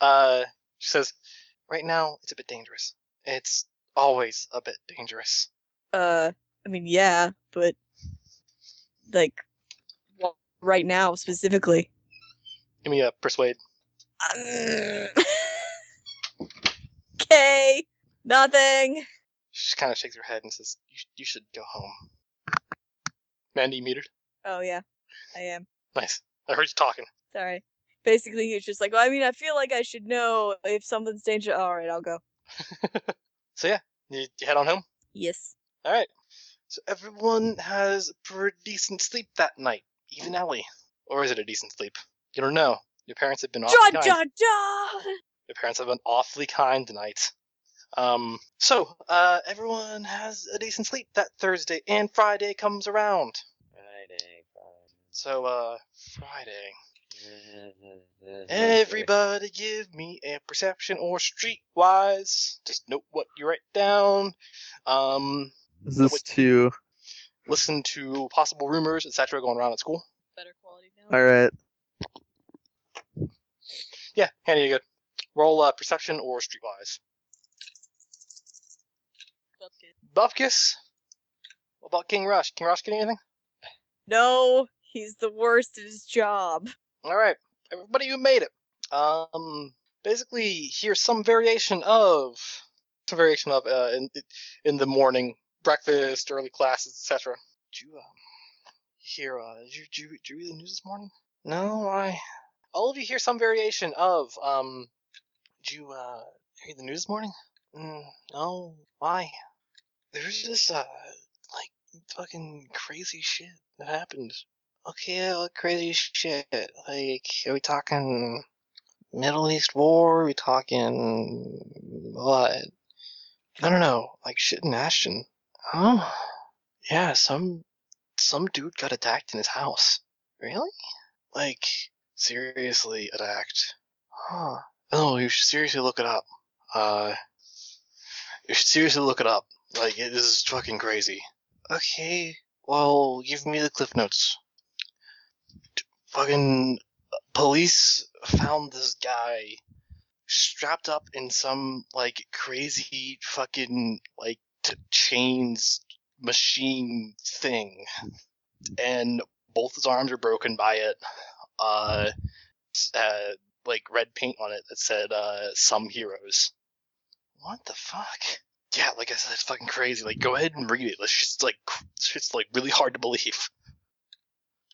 Speaker 1: uh, she says, right now it's a bit dangerous. It's always a bit dangerous.
Speaker 2: uh i mean yeah but like wh- right now specifically
Speaker 1: Give me a persuade.
Speaker 2: Um. okay nothing
Speaker 1: She kind of shakes her head and says, you, you should go home. Mandy, you muted?
Speaker 2: oh yeah i am
Speaker 1: Nice. I heard you talking.
Speaker 2: sorry basically he's just like well i mean i feel like i should know if something's dangerous all right i'll go
Speaker 1: So yeah, you, you head on home.
Speaker 2: yes
Speaker 1: All right. So everyone has a pretty decent sleep that night, even Ellie. Or is it a decent sleep? You don't know. Your parents have been off.
Speaker 2: John, John, John!
Speaker 1: Your parents have been awfully kind tonight. Um, so, uh, everyone has a decent sleep that Thursday, and Friday comes around.
Speaker 4: Friday, Friday.
Speaker 1: So, uh, Friday. Everybody give me a perception or streetwise. Just note what you write down. Um,
Speaker 6: Is this too?
Speaker 1: listen to possible rumors, etc. going around at school.
Speaker 5: Better quality now.
Speaker 6: All right.
Speaker 1: Yeah, Hannah, you good. Roll, uh, perception or streetwise.
Speaker 5: That's good.
Speaker 1: Buffkiss? What about King Rush? King Rush getting anything?
Speaker 2: no he's the worst at his job
Speaker 1: All right, everybody who made it. Um, basically, here's some variation of some variation of uh, in in the morning breakfast, early classes, etc. Did you um, hear? Uh, did you, did you did you read the news this morning? No, I all of you hear some variation of um. Did you uh hear the news this morning? Mm, no. Why? There's this uh like fucking crazy shit that happened. Okay, uh, crazy shit. Like, are we talking mm, Middle East war? Are we talking what? I don't know. Like shit in Ashton. Huh? Yeah, some some dude got attacked in his house. Really? Like seriously attacked? Huh? Oh, you should seriously look it up. Uh, you should seriously look it up. Like it, this is fucking crazy. Okay. Well, give me the cliff notes. D- fucking uh, police found this guy strapped up in some like crazy fucking like t- chains machine thing and both his arms are broken by it uh, s- uh like red paint on it that said uh some heroes what the fuck yeah like i said it's fucking crazy like go ahead and read it it's just like cr- it's just like really hard to believe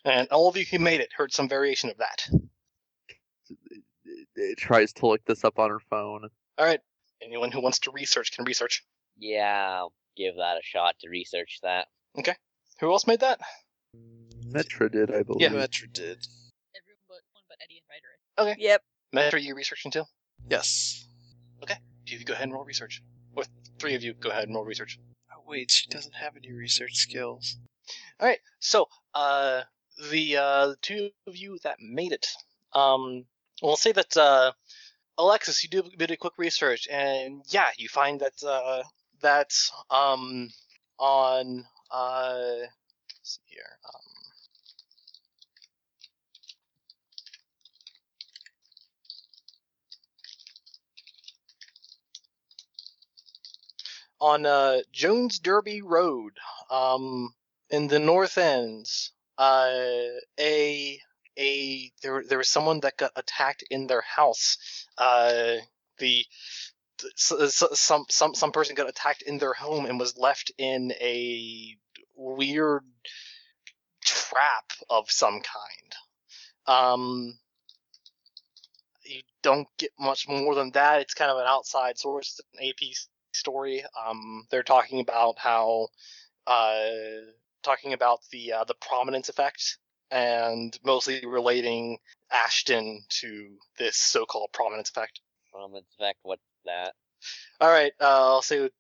Speaker 1: and all of you who made it heard some variation of that
Speaker 6: It- It tries to look this up on her phone.
Speaker 1: all right anyone who wants to research can research
Speaker 4: Yeah, I'll give that a shot to research that.
Speaker 1: who else made that
Speaker 6: Metra did, I believe.
Speaker 3: Metro did.
Speaker 5: Everyone but one but Eddie and Ryder.
Speaker 2: Yep.
Speaker 1: Matt, are you researching too?
Speaker 3: Yes.
Speaker 1: You go ahead and roll research. With three of you, go ahead and roll research.
Speaker 3: Oh, wait, she doesn't have any research skills.
Speaker 1: All right. So, uh, the uh, two of you that made it, um, we'll say that uh, Alexis, you do a bit of quick research, and yeah, you find that uh, that um, on uh, let's see here. Um, On uh, Jones Derby Road, um, in the north ends uh a a there there was someone that got attacked in their house uh the th- so- so- some some some person got attacked in their home and was left in a weird trap of some kind um you don't get much more than that it's kind of an outside source an ap story um they're talking about how uh, talking about the uh, the prominence effect and mostly relating Ashton to this so-called prominence effect.
Speaker 4: From its effect, what's that?
Speaker 1: All right, uh, I'll say with,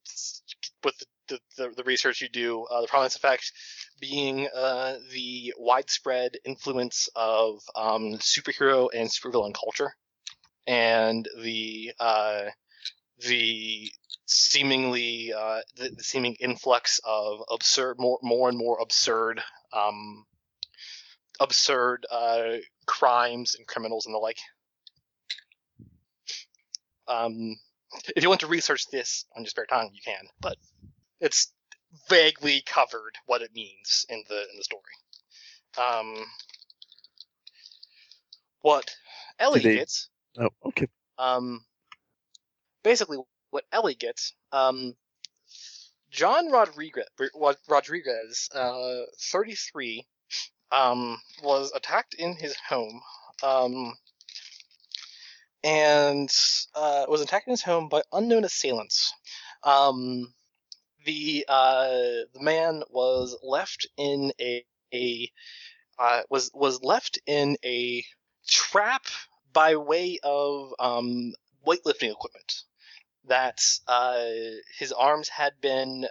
Speaker 1: with the, the, the research you do, uh, the prominence effect being uh, the widespread influence of um, superhero and supervillain culture, and the uh, the seemingly uh, the, the seeming influx of absurd, more more and more absurd, um, absurd uh, crimes and criminals and the like. Um, if you want to research this on your spare time, you can, but it's vaguely covered what it means in the in the story. Um, what Ellie
Speaker 6: they-
Speaker 1: gets,
Speaker 6: Oh, okay.
Speaker 1: um, basically what Ellie gets, um, John Rodriguez, Rod- Rodriguez, uh, 33, um, was attacked in his home, um, and uh, was attacked in his home by unknown assailants. Um, the uh, the man was left in a, a uh, was was left in a trap by way of um, weightlifting equipment that uh, his arms had been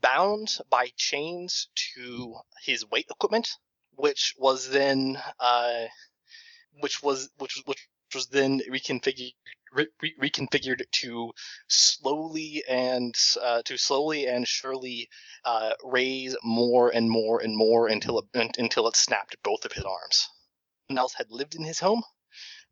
Speaker 1: bound by chains to his weight equipment, which was then uh, which was which which was then reconfigured re- re- reconfigured to slowly and uh, to slowly and surely uh, raise more and more and more until it until it snapped both of his arms. No one else had lived in his home.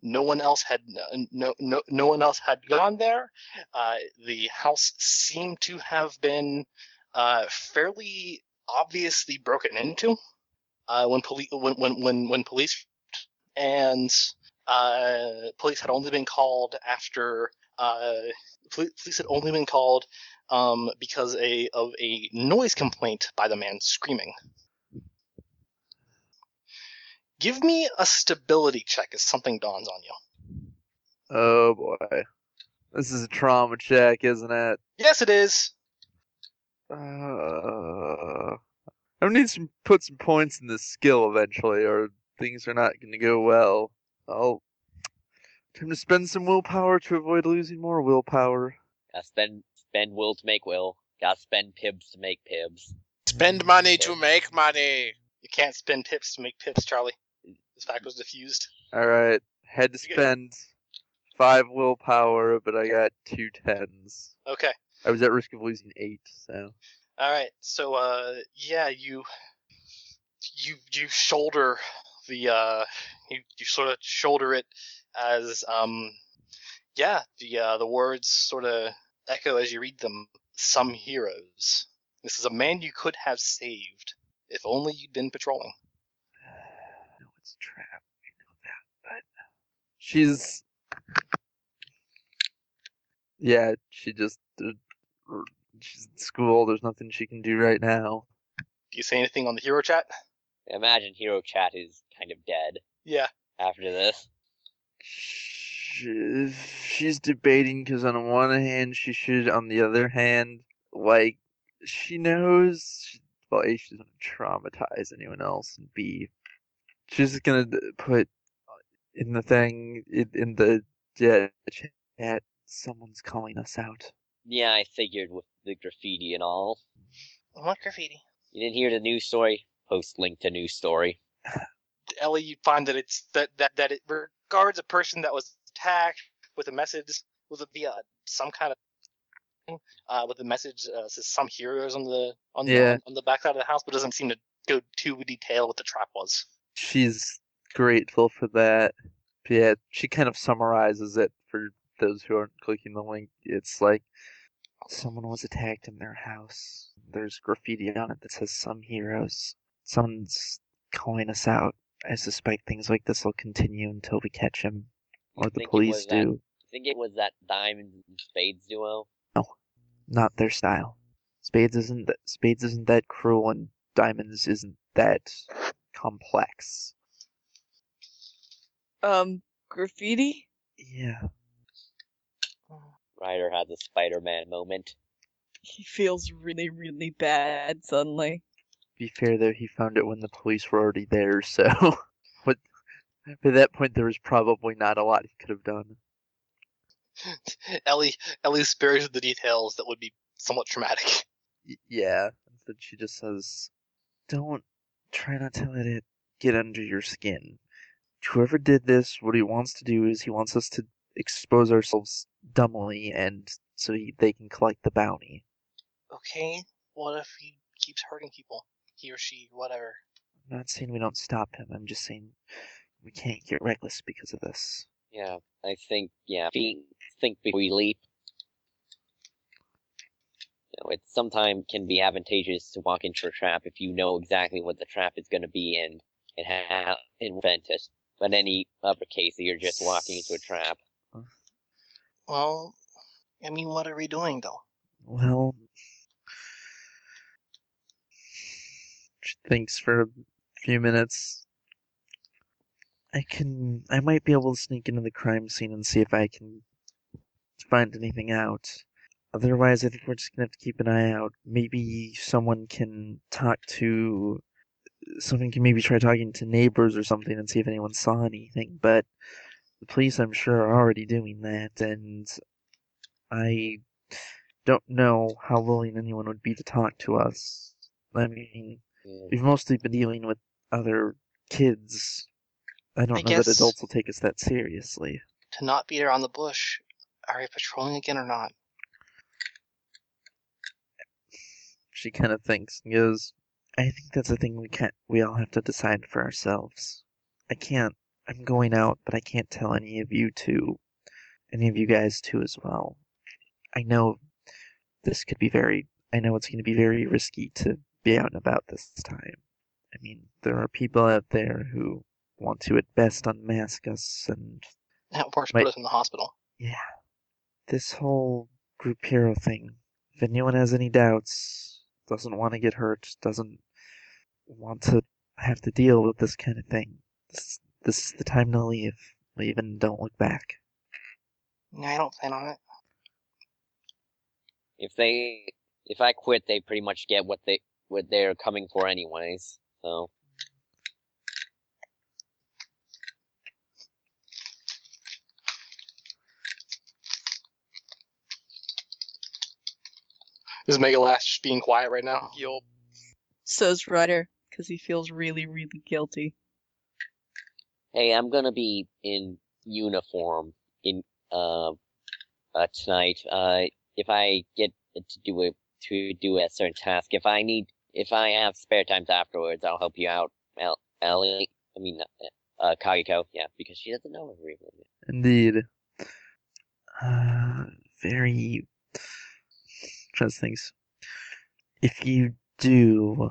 Speaker 1: No one else had no no no one else had gone there. Uh, the house seemed to have been uh, fairly obviously broken into uh, when police when, when when when police and uh, police had only been called after uh, poli- police had only been called um, because a of a noise complaint by the man screaming. Give me a stability check as something dawns on you.
Speaker 7: Oh boy. This is a trauma check, isn't it?
Speaker 1: Yes, it is.
Speaker 7: Uh, I need some put some points in this skill eventually, or things are not going to go well. I'll time to spend some willpower to avoid losing more willpower.
Speaker 4: Gotta spend spend will to make will. Gotta spend pibs to make pibs.
Speaker 6: Spend money to make money.
Speaker 1: You can't spin pips to make pips, Charlie. This fact was diffused.
Speaker 7: All right, had to
Speaker 1: You got-
Speaker 7: spend five willpower, but I got two tens.
Speaker 1: Okay.
Speaker 7: I was at risk of losing eight, so
Speaker 1: All right. So, uh, yeah, you, you, you shoulder the, uh, you, you sort of shoulder it as, um, yeah, the uh, the words sort of echo as you read them. Some heroes. This is a man you could have saved if only you'd been patrolling.
Speaker 7: no, it's a trap. I know that, but she's yeah, she just uh, she's in school. There's nothing she can do right now.
Speaker 1: Do you say anything on the hero chat?
Speaker 4: I imagine Hero Chat is kind of dead
Speaker 1: Yeah.
Speaker 4: after this.
Speaker 7: She- she's debating because on the one hand she should on the other hand like she knows she, well a she doesn't traumatize anyone else and b she's just gonna d- put uh, in the thing in, in the yeah, chat someone's calling us out
Speaker 4: Yeah, I figured with the graffiti and all.
Speaker 1: What graffiti?
Speaker 4: You didn't hear the news story? Post link to news story.
Speaker 1: Ellie, you find that it's that that that it regards a person that was attacked with a message with a via some kind of uh, with a message uh, says some heroes on the on the
Speaker 7: Yeah.
Speaker 1: on, the backside of the house, but doesn't seem to go too detail what the trap was.
Speaker 7: she's grateful for that But yeah she kind of summarizes it for those who aren't clicking the link it's like Someone was attacked in their house. There's graffiti on it that says some heroes. Someone's calling us out. I suspect things like this will continue until we catch him. Or
Speaker 4: You
Speaker 7: the
Speaker 4: think it
Speaker 7: police
Speaker 4: was that-
Speaker 7: do.
Speaker 4: I think it was that Diamond and Spades duo.
Speaker 7: Not their style. Spades isn't that Spades isn't that cruel and Diamonds isn't that complex.
Speaker 2: Um, graffiti?
Speaker 7: Yeah.
Speaker 4: Ryder had the Spider Man moment.
Speaker 2: He feels really, really bad suddenly.
Speaker 7: be fair though, he found it when the police were already there, so but by that point there was probably not a lot he could have done.
Speaker 1: Ellie Ellie spares the details that would be somewhat traumatic.
Speaker 7: y- yeah. And then she just says, "Don't try not to let it get under your skin. Whoever did this, what he wants to do is he wants us to expose ourselves dumbly, and so he, they can collect the bounty.
Speaker 1: Okay, what if he keeps hurting people? He or she, whatever.
Speaker 7: I'm not saying we don't stop him. I'm just saying we can't get reckless because of this.
Speaker 4: Yeah, I think, yeah. Think, think before you leap. You know, it sometimes can be advantageous to walk into a trap if you know exactly what the trap is going to be and and how and prevent it. But in any other case, you're just walking into a trap.
Speaker 1: Well, I mean, what are we doing though?
Speaker 7: Well." She thinks for a few minutes, I can. I might be able to sneak into the crime scene and see if I can find anything out. Otherwise, I think we're just gonna have to keep an eye out. Maybe someone can talk to. Someone can maybe try talking to neighbors or something and see if anyone saw anything. But the police, I'm sure, are already doing that, and I don't know how willing anyone would be to talk to us. I mean,
Speaker 4: Yeah.
Speaker 7: we've mostly been dealing with other kids. I don't
Speaker 1: I
Speaker 7: know that
Speaker 1: guess-
Speaker 7: adults will take us that seriously.
Speaker 1: To not beat around the bush. Are we patrolling again or not?
Speaker 7: She kind of thinks and goes, "I think that's a thing we can't. We all have to decide for ourselves. I can't. I'm going out, but I can't tell any of you two, any of you guys too as well. I know this could be very. I know it's going to be very risky to be out and about this time. I mean, there are people out there who want to at best unmask us and
Speaker 1: At worst,
Speaker 7: Wait.
Speaker 1: put us in the hospital.
Speaker 7: this whole group hero thing. If anyone has any doubts, doesn't want to get hurt, doesn't want to have to deal with this kind of thing, This, this is the time to leave. Leave and don't look back.
Speaker 1: No, I don't plan on it.
Speaker 4: If they if I quit, they pretty much get what they what they're coming for anyways. So
Speaker 1: This is Megalast just being quiet right now.
Speaker 3: You'll
Speaker 7: Mm-hmm.
Speaker 2: So's Ryder, because he feels really, really guilty.
Speaker 4: hey, I'm gonna be in uniform in uh, uh tonight. Uh, if I get to do a to do a certain task, if I need if I have spare times afterwards, I'll help you out, El- Ellie. I mean, uh, Kagiko. Yeah, because she doesn't know everything.
Speaker 7: Indeed. Uh, very. Trying to think. If you do,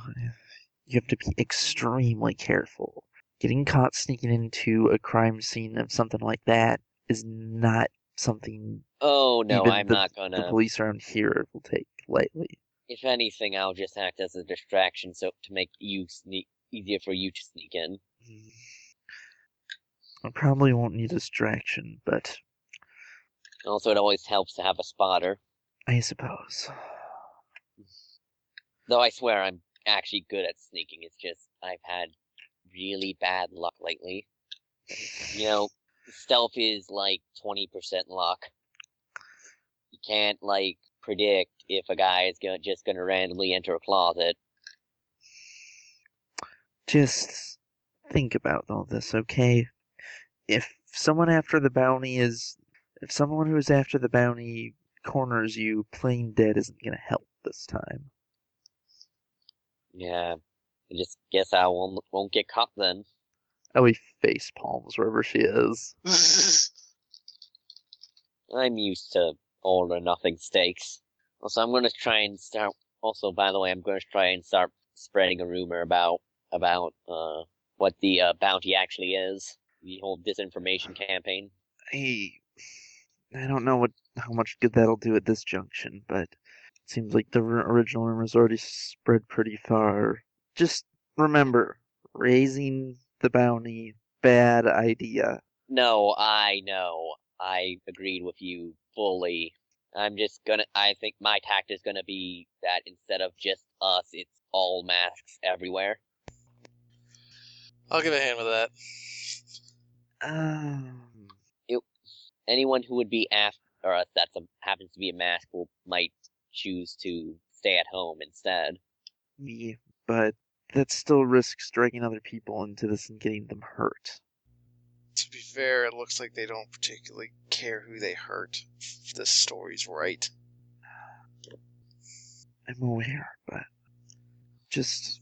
Speaker 7: you have to be extremely careful. Getting caught sneaking into a crime scene of something like that is not something
Speaker 4: Oh no,
Speaker 7: Even
Speaker 4: I'm
Speaker 7: the-
Speaker 4: not
Speaker 7: the
Speaker 4: gonna.
Speaker 7: police around here will take lightly.
Speaker 4: If anything, I'll just act as a distraction so to make you sneak easier for you to sneak in.
Speaker 7: I probably won't need distraction, but
Speaker 4: Also, it always helps to have a spotter.
Speaker 7: I suppose.
Speaker 4: Though I swear I'm actually good at sneaking. It's just I've had really bad luck lately. You know, stealth is like 20% luck. You can't like predict if a guy is gonna, just going to randomly enter a closet.
Speaker 7: Just think about all this, okay? If someone after the bounty is. If someone who's after the bounty corners you, playing dead isn't going to help this time.
Speaker 4: Yeah, I just guess I won't won't get caught then.
Speaker 7: Ellie Oh, face palms wherever she is.
Speaker 4: I'm used to all or nothing stakes. Also, I'm gonna try and start. Also, by the way, I'm gonna try and start spreading a rumor about about uh what the uh, bounty actually is. The whole disinformation campaign.
Speaker 7: Hey, I don't know what how much good that'll do at this junction, but it seems like the r- original rumor's already spread pretty far. Just remember, raising the bounty, bad idea.
Speaker 4: No, I know. I agreed with you fully. I'm just gonna. I think my tact is gonna be that instead of just us, it's all masks everywhere.
Speaker 3: I'll give a hand with that.
Speaker 2: Uh.
Speaker 7: Um,
Speaker 4: anyone who would be after or us that happens to be a mask will might choose to stay at home instead.
Speaker 7: me, but that still risks dragging other people into this and getting them hurt.
Speaker 3: To be fair, it looks like they don't particularly care who they hurt. If this story's right.
Speaker 7: I'm aware, but just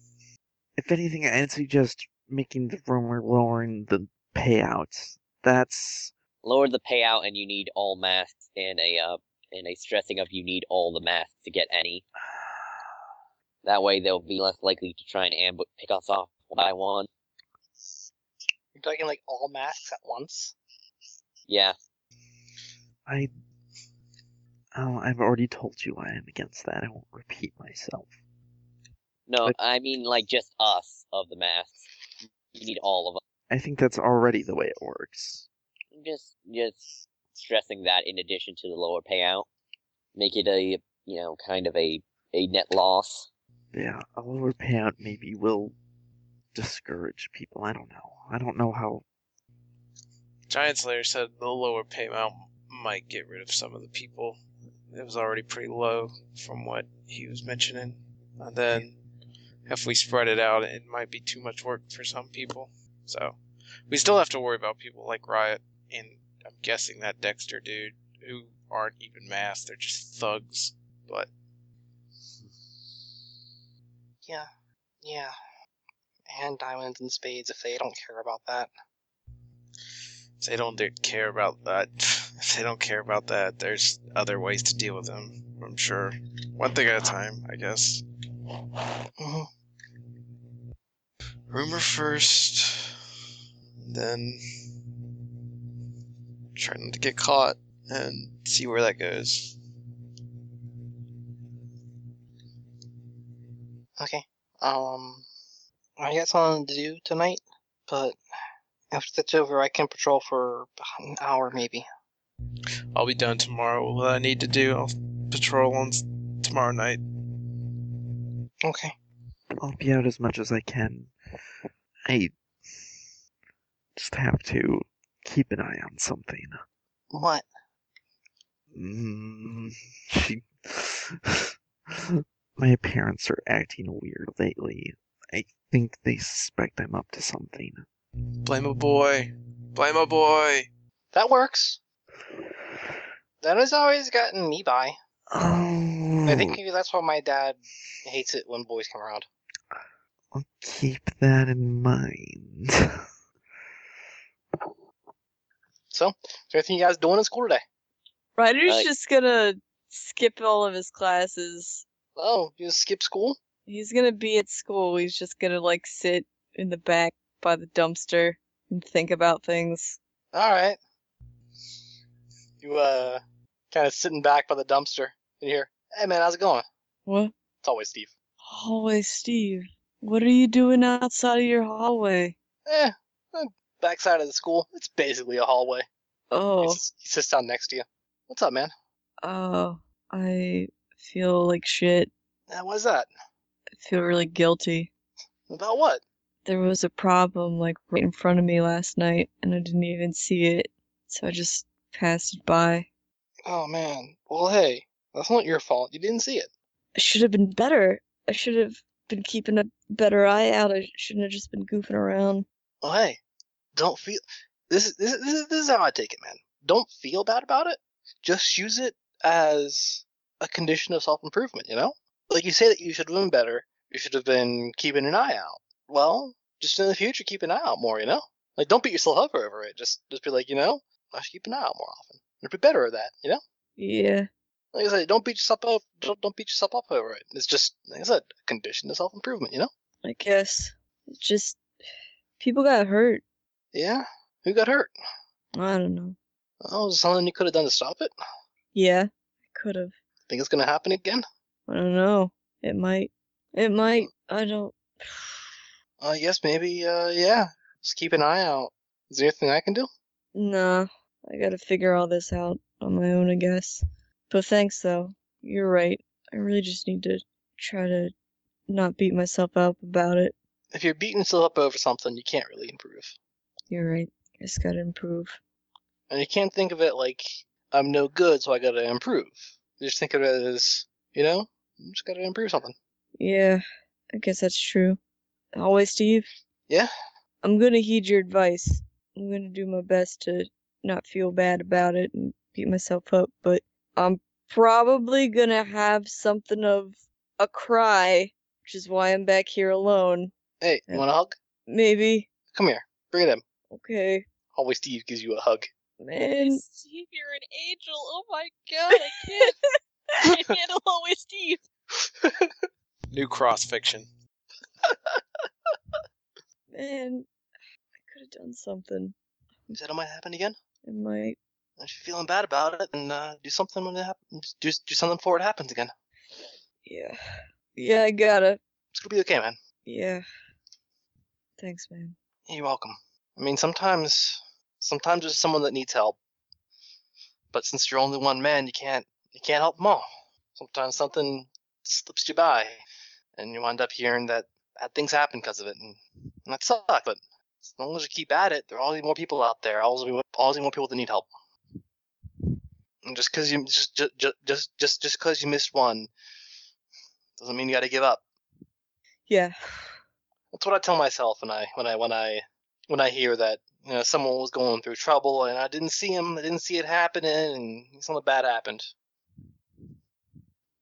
Speaker 7: if anything, I'd suggest making the rumor lowering the payouts. That's
Speaker 4: Lower the payout, and you need all masks and a uh, and a stressing of you need all the masks to get any. That way, they'll be less likely to try and ambush pick us off one by one.
Speaker 1: You're talking like all masks at once.
Speaker 4: Yeah,
Speaker 7: I. Oh, I've already told you why I'm against that. I won't repeat myself.
Speaker 4: no,
Speaker 7: But-
Speaker 4: I mean like just us of the masks. You need all of us.
Speaker 7: I think that's already the way it works.
Speaker 4: I'm just just stressing that in addition to the lower payout, make it a you know kind of a a net loss.
Speaker 7: Yeah, a lower payout maybe will discourage people. I don't know. I don't know how.
Speaker 3: Giant Slayer said the lower payout might get rid of some of the people. It was already pretty low from what he was mentioning. And then if we spread it out, it might be too much work for some people. So we still have to worry about people like Riot and I'm guessing that Dexter dude who aren't even masked, they're just thugs. But
Speaker 1: Yeah, yeah. And diamonds and spades if they don't care about that.
Speaker 3: if they don't do- care about that. If they don't care about that, there's other ways to deal with them, I'm sure. One thing at a time, I guess.
Speaker 1: Mhm.
Speaker 3: Rumor first, then trying not to get caught and see where that goes.
Speaker 1: Okay. Um, I got something to do tonight, but After that's over, I can patrol for an hour maybe.
Speaker 3: I'll be done tomorrow. What I need to do, I'll patrol on s- tomorrow night.
Speaker 1: Okay.
Speaker 6: I'll be out as much as I can. I just have to keep an eye on something.
Speaker 1: What?
Speaker 6: Mm, she, my parents are acting weird lately. I think they suspect I'm up to something.
Speaker 3: Blame a boy. Blame a boy.
Speaker 1: That works. That has always gotten me by.
Speaker 6: Oh,
Speaker 1: I
Speaker 7: Hmm.
Speaker 1: think that's why my dad hates it when boys come around.
Speaker 6: I'll keep that in mind.
Speaker 1: So, is there anything you guys doing in school today?
Speaker 2: Ryder's
Speaker 4: Like-
Speaker 2: just gonna skip all of his classes.
Speaker 1: Oh, you just skip school?
Speaker 2: He's gonna be at school. He's just gonna like sit in the back by the dumpster and think about things.
Speaker 1: All right. You uh, kind of sitting back by the dumpster in here. Hey man, how's it going?
Speaker 2: What?
Speaker 1: It's always Steve.
Speaker 2: Hallway Steve, what are you doing outside of your hallway?
Speaker 1: Eh, uh, backside of the school. It's basically a hallway. He
Speaker 2: Oh,
Speaker 1: sits- he sits down next to you. What's up, man?
Speaker 2: oh, I feel like shit.
Speaker 1: Uh, what's that?
Speaker 2: I feel really guilty.
Speaker 1: About what?
Speaker 2: There was a problem like right in front of me last night and I didn't even see it. So I just passed it by.
Speaker 1: Oh man. Well, hey, that's not your fault. You didn't see it.
Speaker 2: I should have been better. I should have been keeping a better eye out. I shouldn't have just been goofing around.
Speaker 1: Well, hey, don't feel. This is this is this is, this is how I take it, man. Don't feel bad about it. Just use it as a condition of self improvement. You know, like you say that you should have been better. You should have been keeping an eye out. Well, just in the future, keep an eye out more. You know, like don't beat yourself up over it. Just just be like, you know, I should keep an eye out more often. I'd be better at that. You know.
Speaker 2: Yeah.
Speaker 1: Like I said, don't beat yourself up. Don't, don't beat yourself up over it. It's just, like I said, a condition of self improvement. You know?
Speaker 2: I guess. It's just people got hurt.
Speaker 1: Yeah. Who got hurt?
Speaker 2: I don't know.
Speaker 1: Oh, was there something you could have done to stop it?
Speaker 2: Yeah. I could have.
Speaker 1: Think it's gonna happen again?
Speaker 2: I don't know. It might. It might. I don't.
Speaker 1: Uh, yes, maybe. Uh, yeah. Just keep an eye out. Is there anything I can do?
Speaker 2: Nah. I gotta figure all this out on my own, I guess. But thanks, though. You're right. I really just need to try to not beat myself up about it.
Speaker 1: If you're beating yourself up over something, you can't really improve,
Speaker 2: You're right. I just gotta improve.
Speaker 1: and you can't think of it like I'm no good, so I gotta improve. You just think of it as, you know, I'm just gotta improve something.
Speaker 2: Yeah. I guess that's true. Always, Steve.
Speaker 1: Yeah.
Speaker 2: I'm gonna heed your advice. I'm gonna do my best to not feel bad about it and beat myself up, but I'm probably gonna have something of a cry, which is why I'm back here alone.
Speaker 1: Hey, you
Speaker 2: Yeah.
Speaker 1: want a hug?
Speaker 2: Maybe.
Speaker 1: Come here. Bring it in.
Speaker 2: Okay.
Speaker 1: Always Steve gives you a hug.
Speaker 2: Man.
Speaker 5: Steve, you're an angel. Oh my god, I can't. I can't handle always Steve.
Speaker 3: New cross fiction.
Speaker 2: Man. I could have done something.
Speaker 1: Is that might happen again?
Speaker 2: It might.
Speaker 1: If you're feeling bad about it, then uh, do something when it happens. Do do something before it happens again.
Speaker 2: Yeah. Yeah, I gotta.
Speaker 1: It's gonna be okay, man.
Speaker 2: Yeah. Thanks, man.
Speaker 1: You're welcome. I mean, sometimes, sometimes there's someone that needs help, but since you're only one man, you can't, you can't help them all. Sometimes something slips you by, and you wind up hearing that bad things happen because of it, and, and that sucks. But as long as you keep at it, there are always more people out there. Always, be- always more people that need help. And just because you just just just just just because you missed one, doesn't mean you got to give up.
Speaker 2: Yeah.
Speaker 1: That's what I tell myself when I when I when I when I hear that you know someone was going through trouble and I didn't see him, I didn't see it happening, and something bad happened.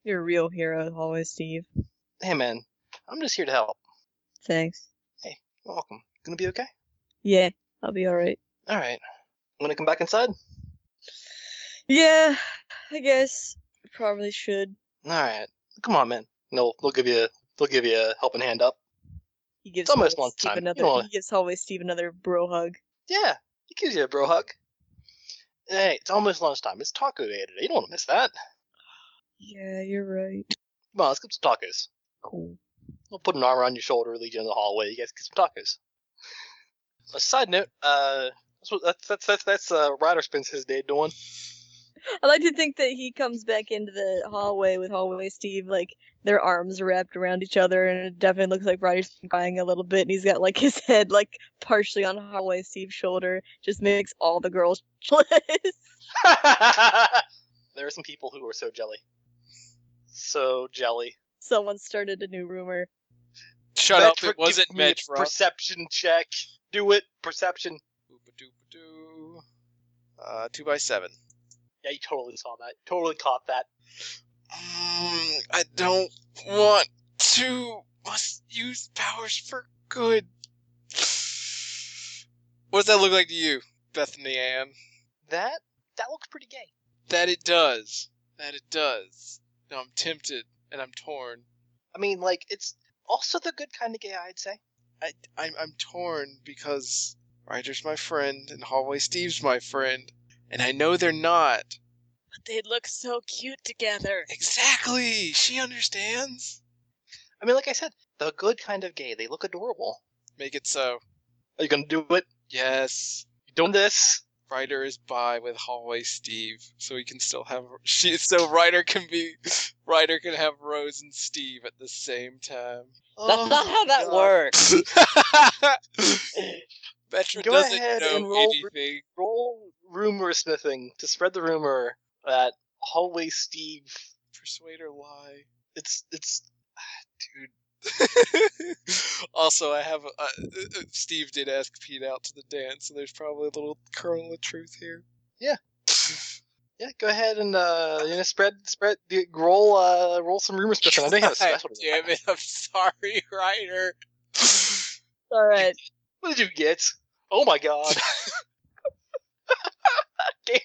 Speaker 2: You're a real hero, always, Steve.
Speaker 1: Hey man, I'm just here to help.
Speaker 2: Thanks.
Speaker 1: You're welcome. Gonna be okay.
Speaker 2: Yeah, I'll be alright.
Speaker 1: All right. I'm gonna come back inside.
Speaker 2: Yeah, I guess I probably should.
Speaker 1: All right. Come on, man. No, they'll give you they'll give you a helping hand up.
Speaker 2: He gives
Speaker 1: It's almost
Speaker 2: Hallway Steve
Speaker 1: lunchtime. You
Speaker 2: Another,
Speaker 1: don't wanna-
Speaker 2: He gives Hallway Steve another bro hug.
Speaker 1: Yeah, he gives you a bro hug. Hey, it's almost lunchtime. It's taco day today. You don't want to miss that.
Speaker 2: Yeah, you're right.
Speaker 1: Come on, let's get some tacos.
Speaker 2: Cool.
Speaker 1: I'll put an arm around your shoulder, lead you in the hallway. You guys get some tacos. A side note, uh, that's what- that's that's that's, that's uh, Ryder spends his day doing.
Speaker 2: I like to think that he comes back into the hallway with hallway Steve, like their arms wrapped around each other, and it definitely looks like Ryder's been crying a little bit, and he's got like his head like partially on hallway Steve's shoulder, just makes all the girls jealous.
Speaker 1: there are some people who are so jelly, so jelly.
Speaker 2: Someone started a new rumor.
Speaker 3: Shut up!
Speaker 1: Metra,
Speaker 3: It wasn't
Speaker 1: give me its
Speaker 3: Metra.
Speaker 1: Perception check. Do it. Perception.
Speaker 3: Oopa-doopa-doo. Uh, two by seven.
Speaker 1: Yeah, you totally saw that. Totally caught that.
Speaker 3: Mm, I don't want to. Must use powers for good. What does that look like to you, Bethany Ann?
Speaker 1: That that looks pretty gay.
Speaker 3: That it does. That it does. Now I'm tempted and I'm torn.
Speaker 1: I mean, like it's also the good kind of gay, I'd say.
Speaker 3: I, I'm, I'm torn because Ryder's my friend and Hallway Steve's my friend, and I know they're not.
Speaker 5: But they look so cute together.
Speaker 3: Exactly! She understands!
Speaker 1: I mean, like I said, the good kind of gay. They look adorable.
Speaker 3: Make it so.
Speaker 1: Are you gonna do it?
Speaker 3: Yes.
Speaker 1: You doing this?
Speaker 3: Ryder is by with Hallway Steve, so he can still have she. So Ryder can be, Ryder can have Rose and Steve at the same time.
Speaker 4: That's not
Speaker 3: Oh,
Speaker 4: how that
Speaker 3: Uh,
Speaker 4: works.
Speaker 3: Betra
Speaker 1: Go
Speaker 3: doesn't
Speaker 1: ahead
Speaker 3: know
Speaker 1: and roll-
Speaker 3: anything.
Speaker 1: Roll rumor smithing to spread the rumor that hallway Steve.
Speaker 3: Persuade or lie.
Speaker 1: It's it's
Speaker 3: also, I have uh, uh, Steve did ask Pete out to the dance, so there's probably a little kernel of truth here.
Speaker 1: Yeah. yeah. Go ahead and uh, you know spread spread the- roll uh roll some rumor smithing. I know you have a
Speaker 3: God
Speaker 1: special.
Speaker 3: damn it! I'm sorry, Ryder.
Speaker 2: All right,
Speaker 1: What did you get? Oh my god. gain,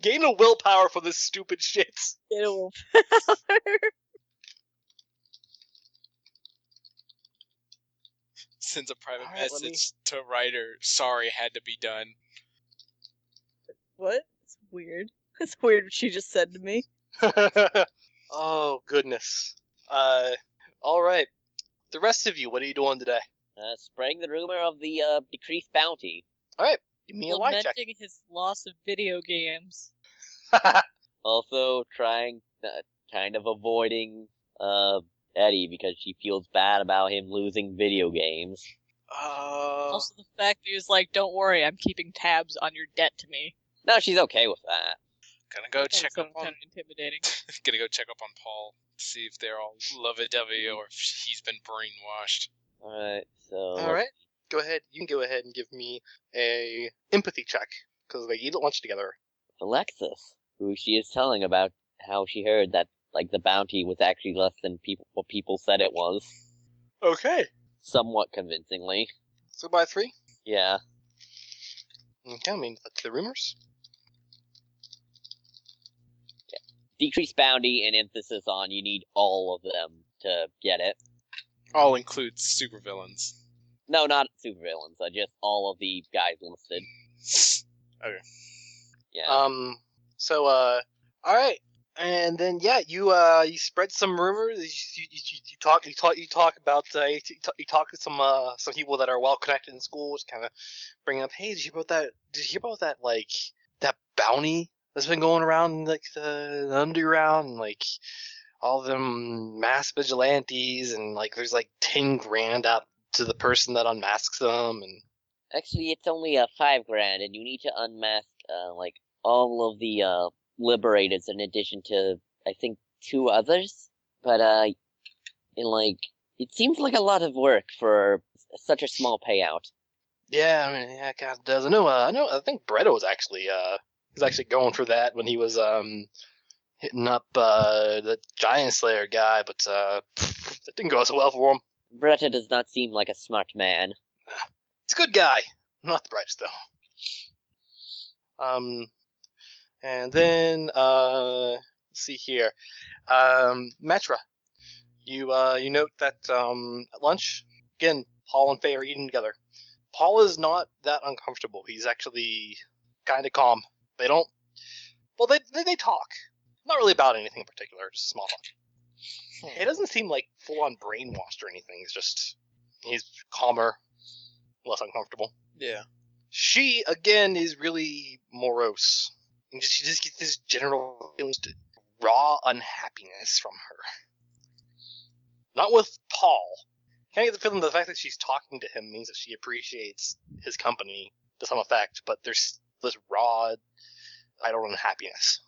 Speaker 1: gain a willpower for this stupid shit.
Speaker 2: get a wolf.
Speaker 3: Sends a private
Speaker 1: All right, let me-
Speaker 3: message to Ryder. Sorry, had to be done.
Speaker 2: what? It's weird. That's weird. What she just said to me.
Speaker 1: oh goodness. Uh, all right. The rest of you, what are you doing today?
Speaker 4: Uh, spreading the rumor of the uh, decreased bounty.
Speaker 1: Give me a light check.
Speaker 5: Lamenting his loss of video games.
Speaker 4: Also, trying, uh, kind of avoiding uh, Eddie because she feels bad about him losing video games.
Speaker 3: Uh,
Speaker 5: Also, the fact that he was like, "Don't worry, I'm keeping tabs on your debt to me."
Speaker 4: No, she's okay with that.
Speaker 3: gonna go
Speaker 5: That's
Speaker 3: check up on.
Speaker 5: kind of intimidating.
Speaker 3: Gonna go check up on Paul. See if they're all lovey-dovey or if he's been brainwashed.
Speaker 4: Alright, so.
Speaker 1: All right. Go ahead. You can go ahead and give me a empathy check because they eat lunch together.
Speaker 4: Alexis, who she is telling about how she heard that, like, the bounty was actually less than people what people said it was,
Speaker 1: Okay.
Speaker 4: somewhat convincingly.
Speaker 1: So by three.
Speaker 4: Yeah.
Speaker 1: Okay. I mean, the rumors.
Speaker 4: Decreased bounty and emphasis on you need all of them to get it.
Speaker 3: All includes supervillains.
Speaker 4: No, not supervillains, uh, just all of the guys listed.
Speaker 3: Okay.
Speaker 4: Yeah.
Speaker 1: Um. So uh. All right. And then yeah, you uh you spread some rumors. You, you, you, you talk you talk you talk about uh, you, talk, you talk to some uh some people that are well connected in school, which kind of bring up, hey, did you hear about that? Did you hear about that like that bounty that's been going around like the underground and like all them mass vigilantes and like there's like ten grand out to the person that unmasks them and
Speaker 4: Actually, it's only uh, five grand, and you need to unmask uh, like all of the uh, liberators in addition to I think two others. But uh, and like it seems like a lot of work for such a small payout.
Speaker 1: Yeah, I mean, yeah, God does. I know. Uh, I know. I think Bretto was actually uh, was actually going for that when he was um, hitting up uh, the Giant Slayer guy, but uh, it didn't go so well for him.
Speaker 4: Bretta does not seem like a smart man.
Speaker 1: He's a good guy, not the brightest though. Um, and then uh, let's see here, um, Metra, you uh, you note that um, at lunch again, Paul and Faye are eating together. Paul is not that uncomfortable. He's actually kind of calm. They don't. Well, they, they they talk, not really about anything in particular, just small talk. It doesn't seem like full on brainwashed or anything. It's just he's calmer, less uncomfortable.
Speaker 3: Yeah.
Speaker 1: She again is really morose, and just, you just get this general feeling of raw unhappiness from her. Not with Paul. Kind of get the feeling the fact that she's talking to him means that she appreciates his company to some effect, but there's this raw, idle unhappiness.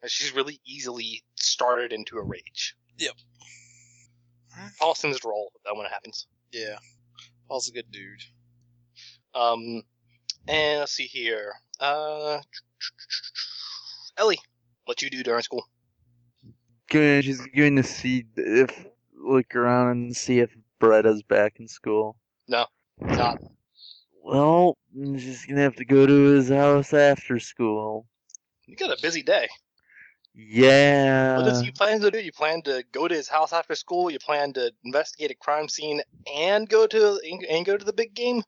Speaker 1: And she's really easily started into a rage.
Speaker 3: Yep.
Speaker 1: Paul seems to roll with that when it happens.
Speaker 3: Yeah. Paul's a good dude.
Speaker 1: Um, and let's see here. Uh, Ellie, what you do during school?
Speaker 6: Going, she's going to see if look around and see if Beretta's back in school.
Speaker 1: Not
Speaker 6: Well, she's gonna have to go to his house after school.
Speaker 1: you got a busy day.
Speaker 6: Yeah.
Speaker 1: What does you plan to do? You plan to go to his house after school. You plan to investigate a crime scene and go to and go to the big game.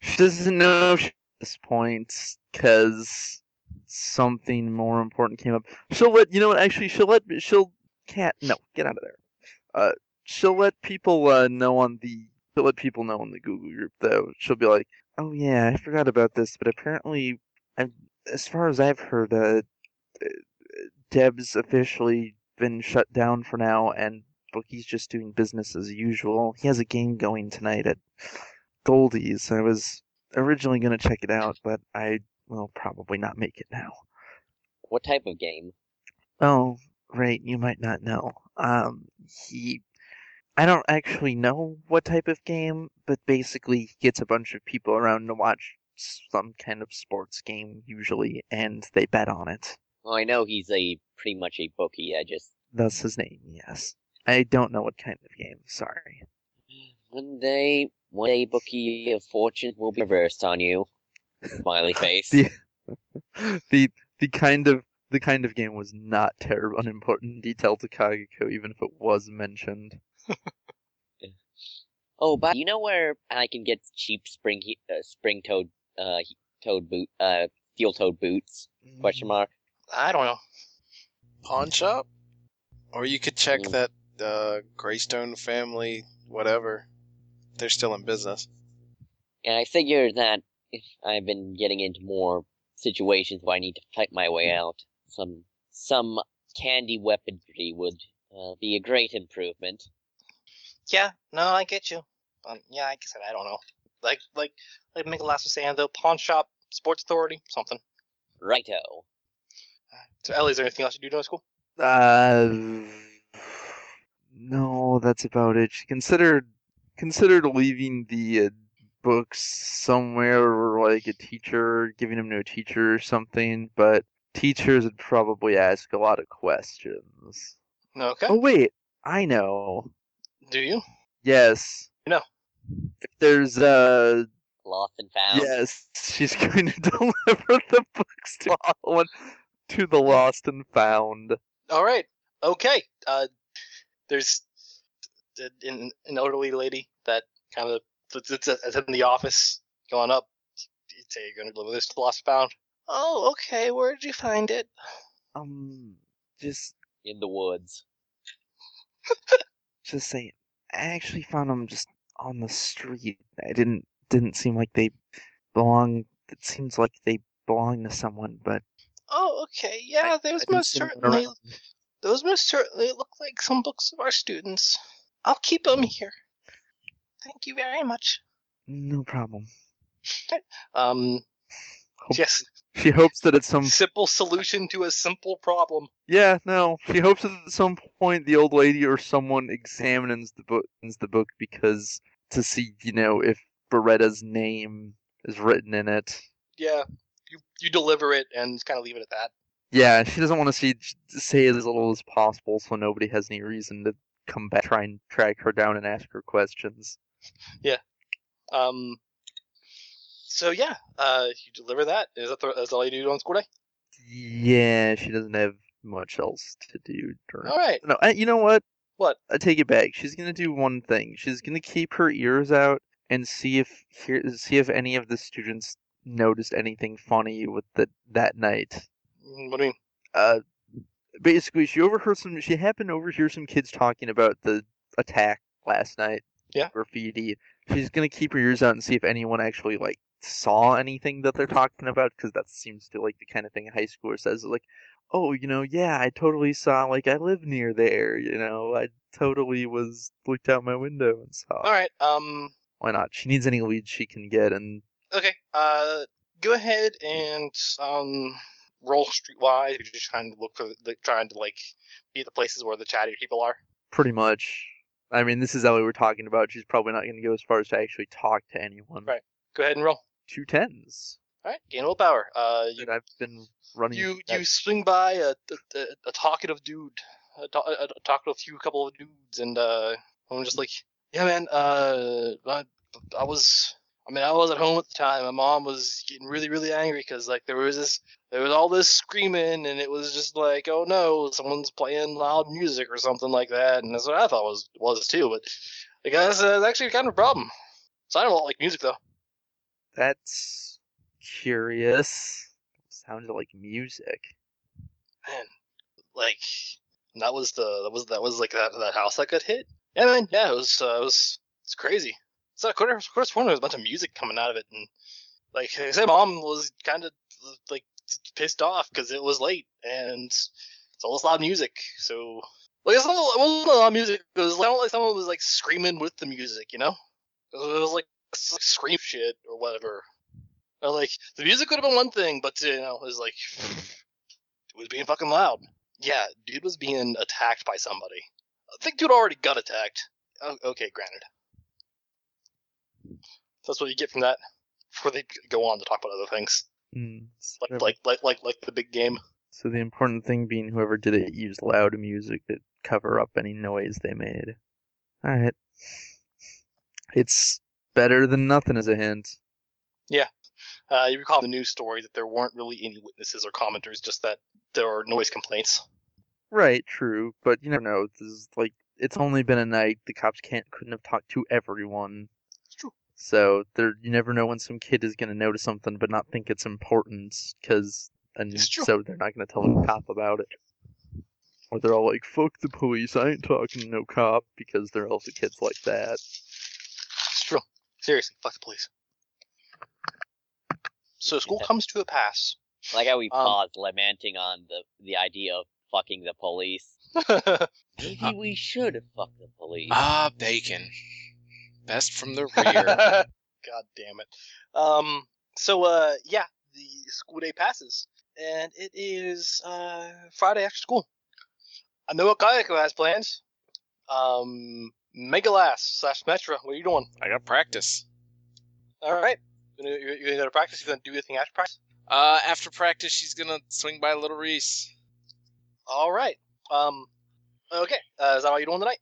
Speaker 6: She doesn't know if she, at this point because something more important came up. She'll let you know what. Actually, she'll let she'll can't no get out of there. Uh, she'll let people uh, know on the she'll let people know on the Google group though. She'll be like, oh yeah, I forgot about this, but apparently, I as far as I've heard, uh, uh, Deb's officially been shut down for now, and Bookie's just doing business as usual. He has a game going tonight at Goldie's. I was originally going to check it out, but I will probably not make it now.
Speaker 4: What type of game?
Speaker 6: Oh, right, you might not know. Um, he. I don't actually know what type of game, but basically he gets a bunch of people around to watch some kind of sports game, usually, and they bet on it.
Speaker 4: Well, I know he's a pretty much a bookie. I just
Speaker 6: That's his name, yes. I don't know what kind of game, sorry.
Speaker 4: one day, one day, bookie of fortune will be reversed on you. Smiley face.
Speaker 6: The- the the kind of the kind of game was not terrible an important detail to Kageko, even if it was mentioned.
Speaker 4: Oh, but you know where I can get cheap spring he- uh, spring toed uh he- toed boot uh steel toed boots? Question mark.
Speaker 1: Mm-hmm. I don't know.
Speaker 3: Pawn shop? Or you could check
Speaker 4: Mm.
Speaker 3: that uh, Greystone family, whatever. They're still in business.
Speaker 4: And I figure that if I've been getting into more situations where I need to fight my way
Speaker 1: Mm-hmm.
Speaker 4: out, some some candy weaponry would uh, be a great improvement.
Speaker 1: Yeah, no, I get you. Um, yeah, like I said, I don't know. Like like like Mikolas was saying though, pawn shop, sports authority, something.
Speaker 4: Righto.
Speaker 1: So Ellie, is there anything else you do during school?
Speaker 6: Uh, no, that's about it. She considered considered leaving the uh, books somewhere, or like a teacher, giving them to a teacher or something. But teachers would probably ask a lot of questions.
Speaker 1: No, okay.
Speaker 6: Oh wait, I know.
Speaker 1: Do you?
Speaker 6: Yes.
Speaker 1: No.
Speaker 6: There's uh
Speaker 4: Lost and found.
Speaker 6: yes, she's going to deliver the books to all one to the lost and found.
Speaker 1: All right. Okay. Uh, there's d- d- an, an elderly lady that kind of that's, that's, that's in the office going up. You say you're going to deliver this to Lost Found. Oh, okay. Where did you find it?
Speaker 6: Um just
Speaker 4: In the woods.
Speaker 6: just say I actually found them just on the street. I didn't didn't seem like they belong it seems like they belong to someone, but
Speaker 1: Oh, okay.
Speaker 6: I-
Speaker 1: Yeah,
Speaker 6: I
Speaker 1: those
Speaker 6: didn't
Speaker 1: most
Speaker 6: see 'em
Speaker 1: certainly
Speaker 6: around.
Speaker 1: those most certainly look like some books of our students. I'll keep them here. Thank you very much.
Speaker 6: No problem.
Speaker 1: Um,
Speaker 6: Hope-
Speaker 1: yes,
Speaker 6: She hopes that at some
Speaker 1: simple solution to a simple problem.
Speaker 6: Yeah, no. She hopes that at some point the old lady or someone examines the book, the book because to see, you know, if Beretta's name is written in it.
Speaker 1: Yeah, you you deliver it and kind of leave it at that.
Speaker 6: Yeah, she doesn't want to see say as little as possible, so nobody has any reason to come back, try and track her down, and ask her questions.
Speaker 1: Um. So yeah, uh, you deliver that. Is that the, is all you do on school day?
Speaker 6: Yeah, she doesn't have much else to do. During...
Speaker 1: All right.
Speaker 6: No, I, you know what?
Speaker 1: What?
Speaker 6: I take it back. She's gonna do one thing. She's gonna keep her ears out and see if here see if any of the students noticed anything funny with the that night.
Speaker 1: Mm, What do you mean?
Speaker 6: Uh, basically, she overheard some. She happened to overhear some kids talking about the attack last night.
Speaker 1: Yeah.
Speaker 6: graffiti. She's gonna keep her ears out and see if anyone actually like saw anything that they're talking about because that seems to like the kind of thing a high schooler says like, oh, you know, yeah, I totally saw like I live near there. You know, I totally was looked out my window and saw.
Speaker 1: All right. Um.
Speaker 6: Why not? She needs any leads she can get, and
Speaker 1: Okay. Uh. Go ahead and um. Roll streetwise. You're just trying to look for, the, trying to like be at the places where the chatty people are.
Speaker 6: pretty much. I mean, this is Ellie we're talking about. She's probably not going to go as far as to actually talk to anyone.
Speaker 1: Right. Go ahead and roll.
Speaker 6: Two tens.
Speaker 1: All right. Gain willpower. Uh. You
Speaker 6: that I've been running.
Speaker 1: you
Speaker 6: that-
Speaker 1: you swing by a a, a talkative dude, a, ta- a, a talkative few couple of dudes, and uh, I'm just like, yeah, man. Uh, I, I was, I mean, I was at home at the time. My mom was getting really, really angry because like there was this, there was all this screaming, and it was just like, oh no, someone's playing loud music or something like that, and that's what I thought was was too. But like that's, uh, that's actually kind of a problem. So I don't like music though.
Speaker 6: That's curious. Sounded like music.
Speaker 1: man, like that was the that was that was like that that house that got hit. Yeah, man, yeah, it was uh, it was it's crazy. It's not quarter quarter corner. There's a bunch of music coming out of it, and like I said, mom was kind of like pissed off because it was late and it's all this loud music. So like it's not, it wasn't loud music. It was like, like someone was like screaming with the music, you know? It was, it was, like, s- like scream shit or whatever. Or like the music would have been one thing, but you know, it was like it was being fucking loud. Yeah, dude was being attacked by somebody. I think dude already got attacked. O- okay, granted. That's what you get from that. Before they go on to talk about other things,
Speaker 6: Hmm.
Speaker 1: like like like like, like the big game.
Speaker 6: So the important thing being whoever did it used loud music to cover up any noise they made. Alright. It's better than nothing as a hint.
Speaker 1: Uh, you recall the news story that there weren't really any witnesses or commenters, just that there were noise complaints.
Speaker 6: Right, true, but you never know. This is like it's only been a night. The cops can't couldn't have talked to everyone.
Speaker 1: It's true.
Speaker 6: So there you never know when some kid is gonna notice something but not think it's important because and
Speaker 1: It's true.
Speaker 6: so they're not gonna tell the cop about it. Or they're all like, Fuck the police, I ain't talking to no cop because there are also kids like that.
Speaker 1: It's true. Seriously, fuck the police. So school comes to a pass.
Speaker 4: Like how we
Speaker 1: Um,
Speaker 4: paused, lamenting on the the idea of fucking the police. Maybe
Speaker 3: Uh,
Speaker 4: we should have fucked the police.
Speaker 3: Ah, bacon. Best from the rear.
Speaker 1: God damn it. Um, so, uh, yeah, the school day passes, and it is uh, Friday after school. I know what Kayako has plans. Um, Megalass slash Metra, what are you doing?
Speaker 3: I got practice.
Speaker 1: All right. You gonna- you gonna go to practice? You gonna do your thing after practice?
Speaker 3: Uh, after practice, she's gonna swing by Little Reese.
Speaker 1: All right. Um, okay. Uh, is that all you're doing tonight?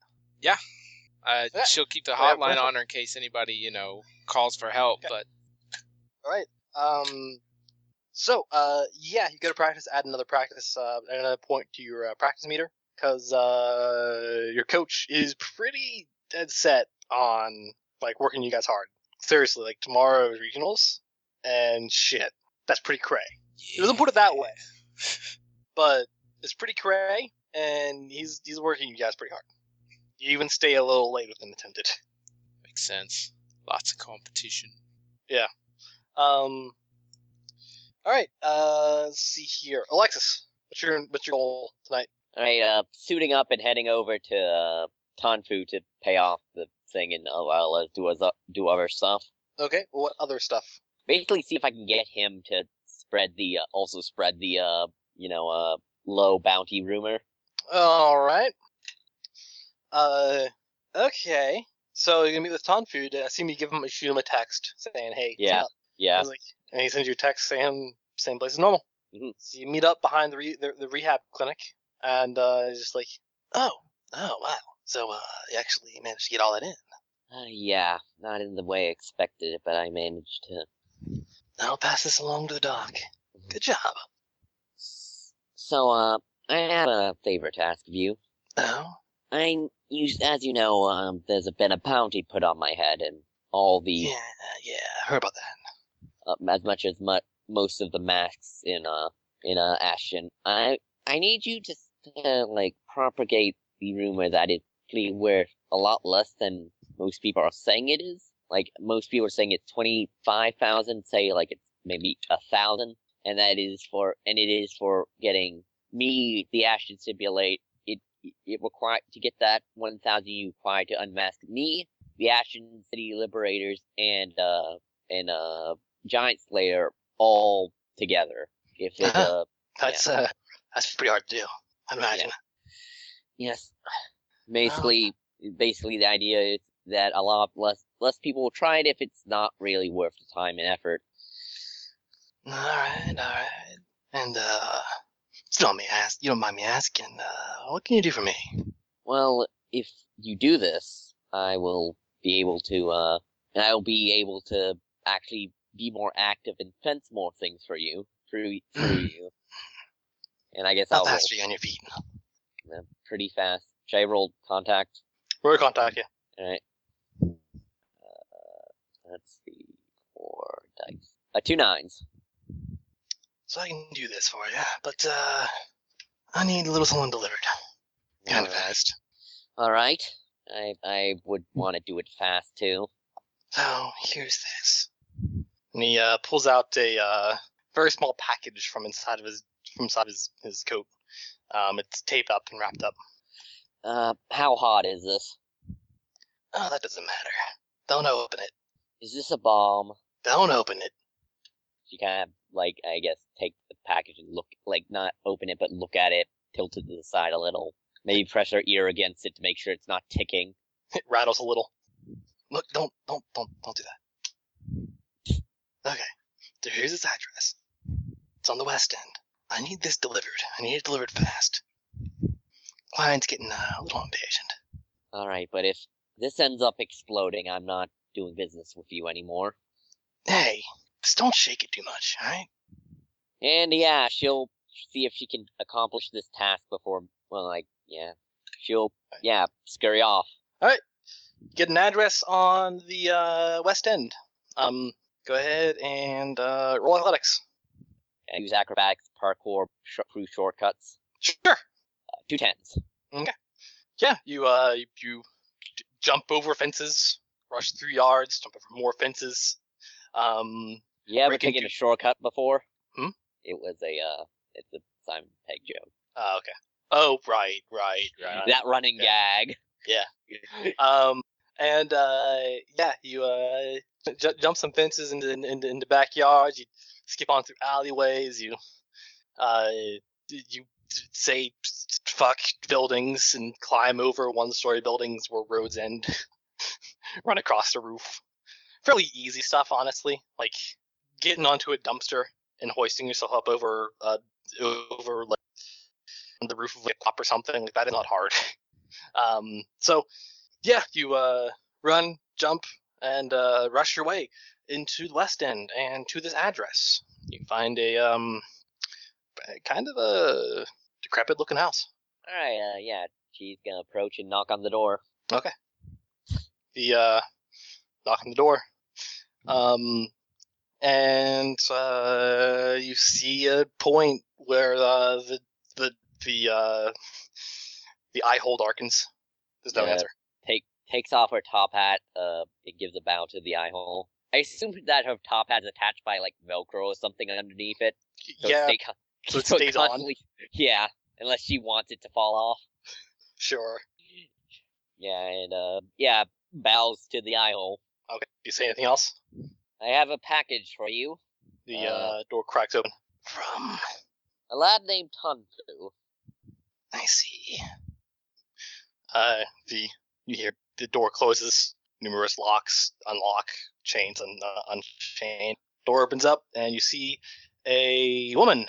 Speaker 3: Uh,
Speaker 1: Yeah.
Speaker 3: she'll keep the
Speaker 1: Yeah, of
Speaker 3: hotline
Speaker 1: course.
Speaker 3: on her in case anybody, you know, calls for help.
Speaker 1: Okay.
Speaker 3: But
Speaker 1: All right. Um, so, uh, yeah, you go to practice, add another practice, uh, add another point to your uh, practice meter, because uh, your coach is pretty dead set on like working you guys hard. Seriously, like tomorrow is regionals, and shit, that's pretty cray. He doesn't put it that way, but it's pretty cray, and he's he's working you guys pretty hard. You even stay a little later than intended.
Speaker 3: Makes sense. Lots of competition.
Speaker 1: Um. All right. Uh, let's see here, Alexis. What's your what's your goal tonight?
Speaker 4: All right, uh, suiting up and heading over to uh, Tanfu to pay off the thing, and uh, I'll uh, do other do other stuff.
Speaker 1: Okay. What other stuff?
Speaker 4: Basically, see if I can get him to spread the uh, also spread the uh, you know uh, low bounty rumor.
Speaker 1: All right. Uh. Okay. So you're gonna meet with Tonfood. I assume you give him shoot him a text saying, "Hey,
Speaker 4: Yeah.
Speaker 1: what's up?"
Speaker 4: Yeah,
Speaker 1: He's like- and he sends you a text saying, "Same place as normal."
Speaker 4: Mhm.
Speaker 1: So you meet up behind the, re- the the rehab clinic, and uh, he's just like, "Oh, oh, wow." So uh, you actually managed to get all that in.
Speaker 4: uh, yeah, not in the way I expected it, but I managed to.
Speaker 1: I'll pass this along to the doc. Good job.
Speaker 4: So uh, I have a favor to ask of you.
Speaker 1: Oh.
Speaker 4: I you as you know, um, there's been a bounty put on my head, and all the
Speaker 1: Yeah, yeah, I heard about that.
Speaker 4: uh, as much as mu- most of the masks in uh in uh Ashton. I I need you to uh, like propagate the rumor that it really worth a lot less than most people are saying it is. Like most people are saying it's twenty five thousand, say like it's maybe a thousand, and that is for and it is for getting me the Ashton Simulate. It it require to get that one thousand you require to unmask me, the Ashton City Liberators, and uh and uh Giant Slayer all together. If it's a
Speaker 8: That's uh, that's pretty hard to do. I imagine.
Speaker 4: Yes. Basically, basically the idea is that a lot less less people will try it if it's not really worth the time and effort.
Speaker 8: All right, all right. And uh, you don't mind me ask. You don't mind me asking. Uh, what can you do for me?
Speaker 4: Well, if you do this, I will be able to uh, and I will be able to actually be more active and fence more things for you through through you. And I guess
Speaker 8: How
Speaker 4: I'll roll
Speaker 8: fast are you on your feet?
Speaker 4: uh, pretty fast. Should I roll contact?
Speaker 8: Roll contact, yeah.
Speaker 4: All right. Uh, let's see. Four dice. Uh, two nines.
Speaker 8: So I can do this for you, but uh, I need a little someone delivered. Kind of
Speaker 4: All right.
Speaker 8: fast.
Speaker 4: All right. I I would want to do it fast too.
Speaker 8: So here's this.
Speaker 1: And he uh, pulls out a uh, very small package from inside of his from inside his his coat. Um, it's taped up and wrapped up.
Speaker 4: Uh, how hot is this?
Speaker 8: Oh, that doesn't matter. Don't open it.
Speaker 4: Is this a bomb?
Speaker 8: Don't open it.
Speaker 4: You kind of like I guess take the package and look like not open it but look at it, tilt it to the side a little. Maybe press our ear against it to make sure it's not ticking.
Speaker 1: It rattles a little.
Speaker 8: Look, don't, don't, don't, don't do that. Okay. So here's its address. It's on the west end. I need this delivered. I need it delivered fast. Client's getting uh, a little impatient.
Speaker 4: All right, but if this ends up exploding, I'm not doing business with you anymore.
Speaker 8: Hey, just don't shake it too much, alright?
Speaker 4: And yeah, she'll see if she can accomplish this task before. Well, like yeah, she'll yeah scurry off.
Speaker 1: Get an address on the uh, west end. Um, go ahead and uh, roll athletics.
Speaker 4: and use acrobatics, parkour, sh- through shortcuts.
Speaker 1: Sure.
Speaker 4: Uh, two tens.
Speaker 1: Yeah, you uh you, you j- jump over fences, rush through yards, jump over more fences. Um,
Speaker 4: You ever
Speaker 1: Breaking
Speaker 4: taken
Speaker 1: two-
Speaker 4: a shortcut before?
Speaker 1: Hmm?
Speaker 4: It was a uh, it's a Simon Pegg joke.
Speaker 1: oh, okay. Oh, right, right, right.
Speaker 4: that running gag.
Speaker 1: Um, and uh, yeah, you uh j- jump some fences into into, into backyards. You skip on through alleyways. You uh you say fuck buildings and climb over one-story buildings where roads end. Run across the roof. Fairly easy stuff, honestly. Like getting onto a dumpster and hoisting yourself up over uh over like the roof of a cop or something like that is not hard. Um, so yeah, you uh, run, jump, and uh, rush your way into the West End and to this address. You find a um, kind of a decrepit-looking house.
Speaker 4: All right. Uh, yeah, she's gonna approach and knock on the door.
Speaker 1: The uh, knock on the door, um, and uh, you see a point where uh, the the the uh, the eye hold Arkans. There's no
Speaker 4: Yeah.
Speaker 1: answer.
Speaker 4: Take takes off her top hat. Uh, it gives a bow to the eye hole. I assume that her top hat is attached by like Velcro or something underneath it. So it
Speaker 1: yeah,
Speaker 4: stay con-
Speaker 1: so it stays on.
Speaker 4: on. Yeah, unless she wants it to fall off.
Speaker 1: sure.
Speaker 4: Yeah, and uh, yeah, bows to the eye hole.
Speaker 1: Okay. Do you say anything else?
Speaker 4: I have a package for you.
Speaker 1: The
Speaker 4: Uh,
Speaker 1: uh, door cracks open.
Speaker 8: From.
Speaker 4: A lad named Tanfu.
Speaker 8: I see.
Speaker 1: Uh, the you hear the door closes. Numerous locks unlock, chains un, uh, unchain. Door opens up, and you see a woman,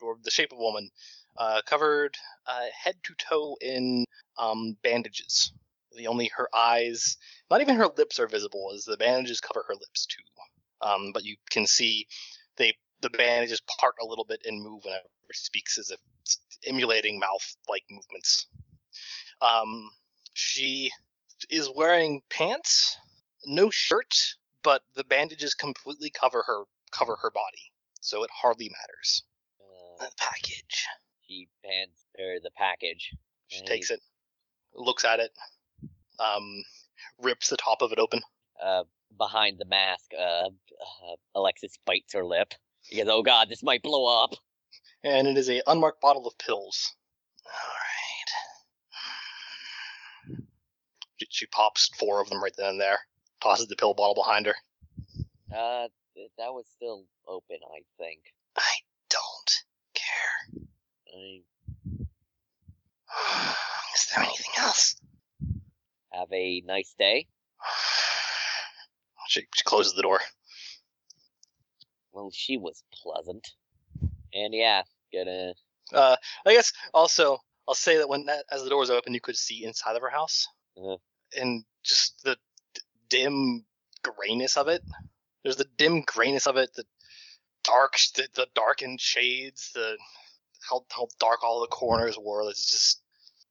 Speaker 1: or the shape of a woman, uh, covered uh, head to toe in um, bandages. The only her eyes, not even her lips, are visible, as the bandages cover her lips too. Um, but you can see they the bandages part a little bit and move whenever she speaks, as if emulating mouth-like movements. Um, she is wearing pants, no shirt, but the bandages completely cover her cover her body, so it hardly matters.
Speaker 4: Uh,
Speaker 8: The package.
Speaker 4: she hands her the package.
Speaker 1: She
Speaker 4: and
Speaker 1: takes it, looks at it, um, rips the top of it open.
Speaker 4: Uh, behind the mask, uh, uh, Alexis bites her lip. He goes, "Oh God, this might blow up."
Speaker 1: and it is a unmarked bottle of pills. All right. She, she pops four of them right then and there. Tosses the pill bottle behind her.
Speaker 4: Uh, th- that was still open, I think.
Speaker 1: I don't care.
Speaker 4: I
Speaker 1: Is there anything else?
Speaker 4: have a nice day.
Speaker 1: She, she closes the door.
Speaker 4: Well, she was pleasant, and yeah, gonna
Speaker 1: Uh, I guess also I'll say that when that, as the door was open, you could see inside of her house,
Speaker 4: Yeah.
Speaker 1: and just the d- dim grayness of it. There's the dim grayness of it, the dark, sh- the, the darkened shades, the how how dark all the corners were. It's just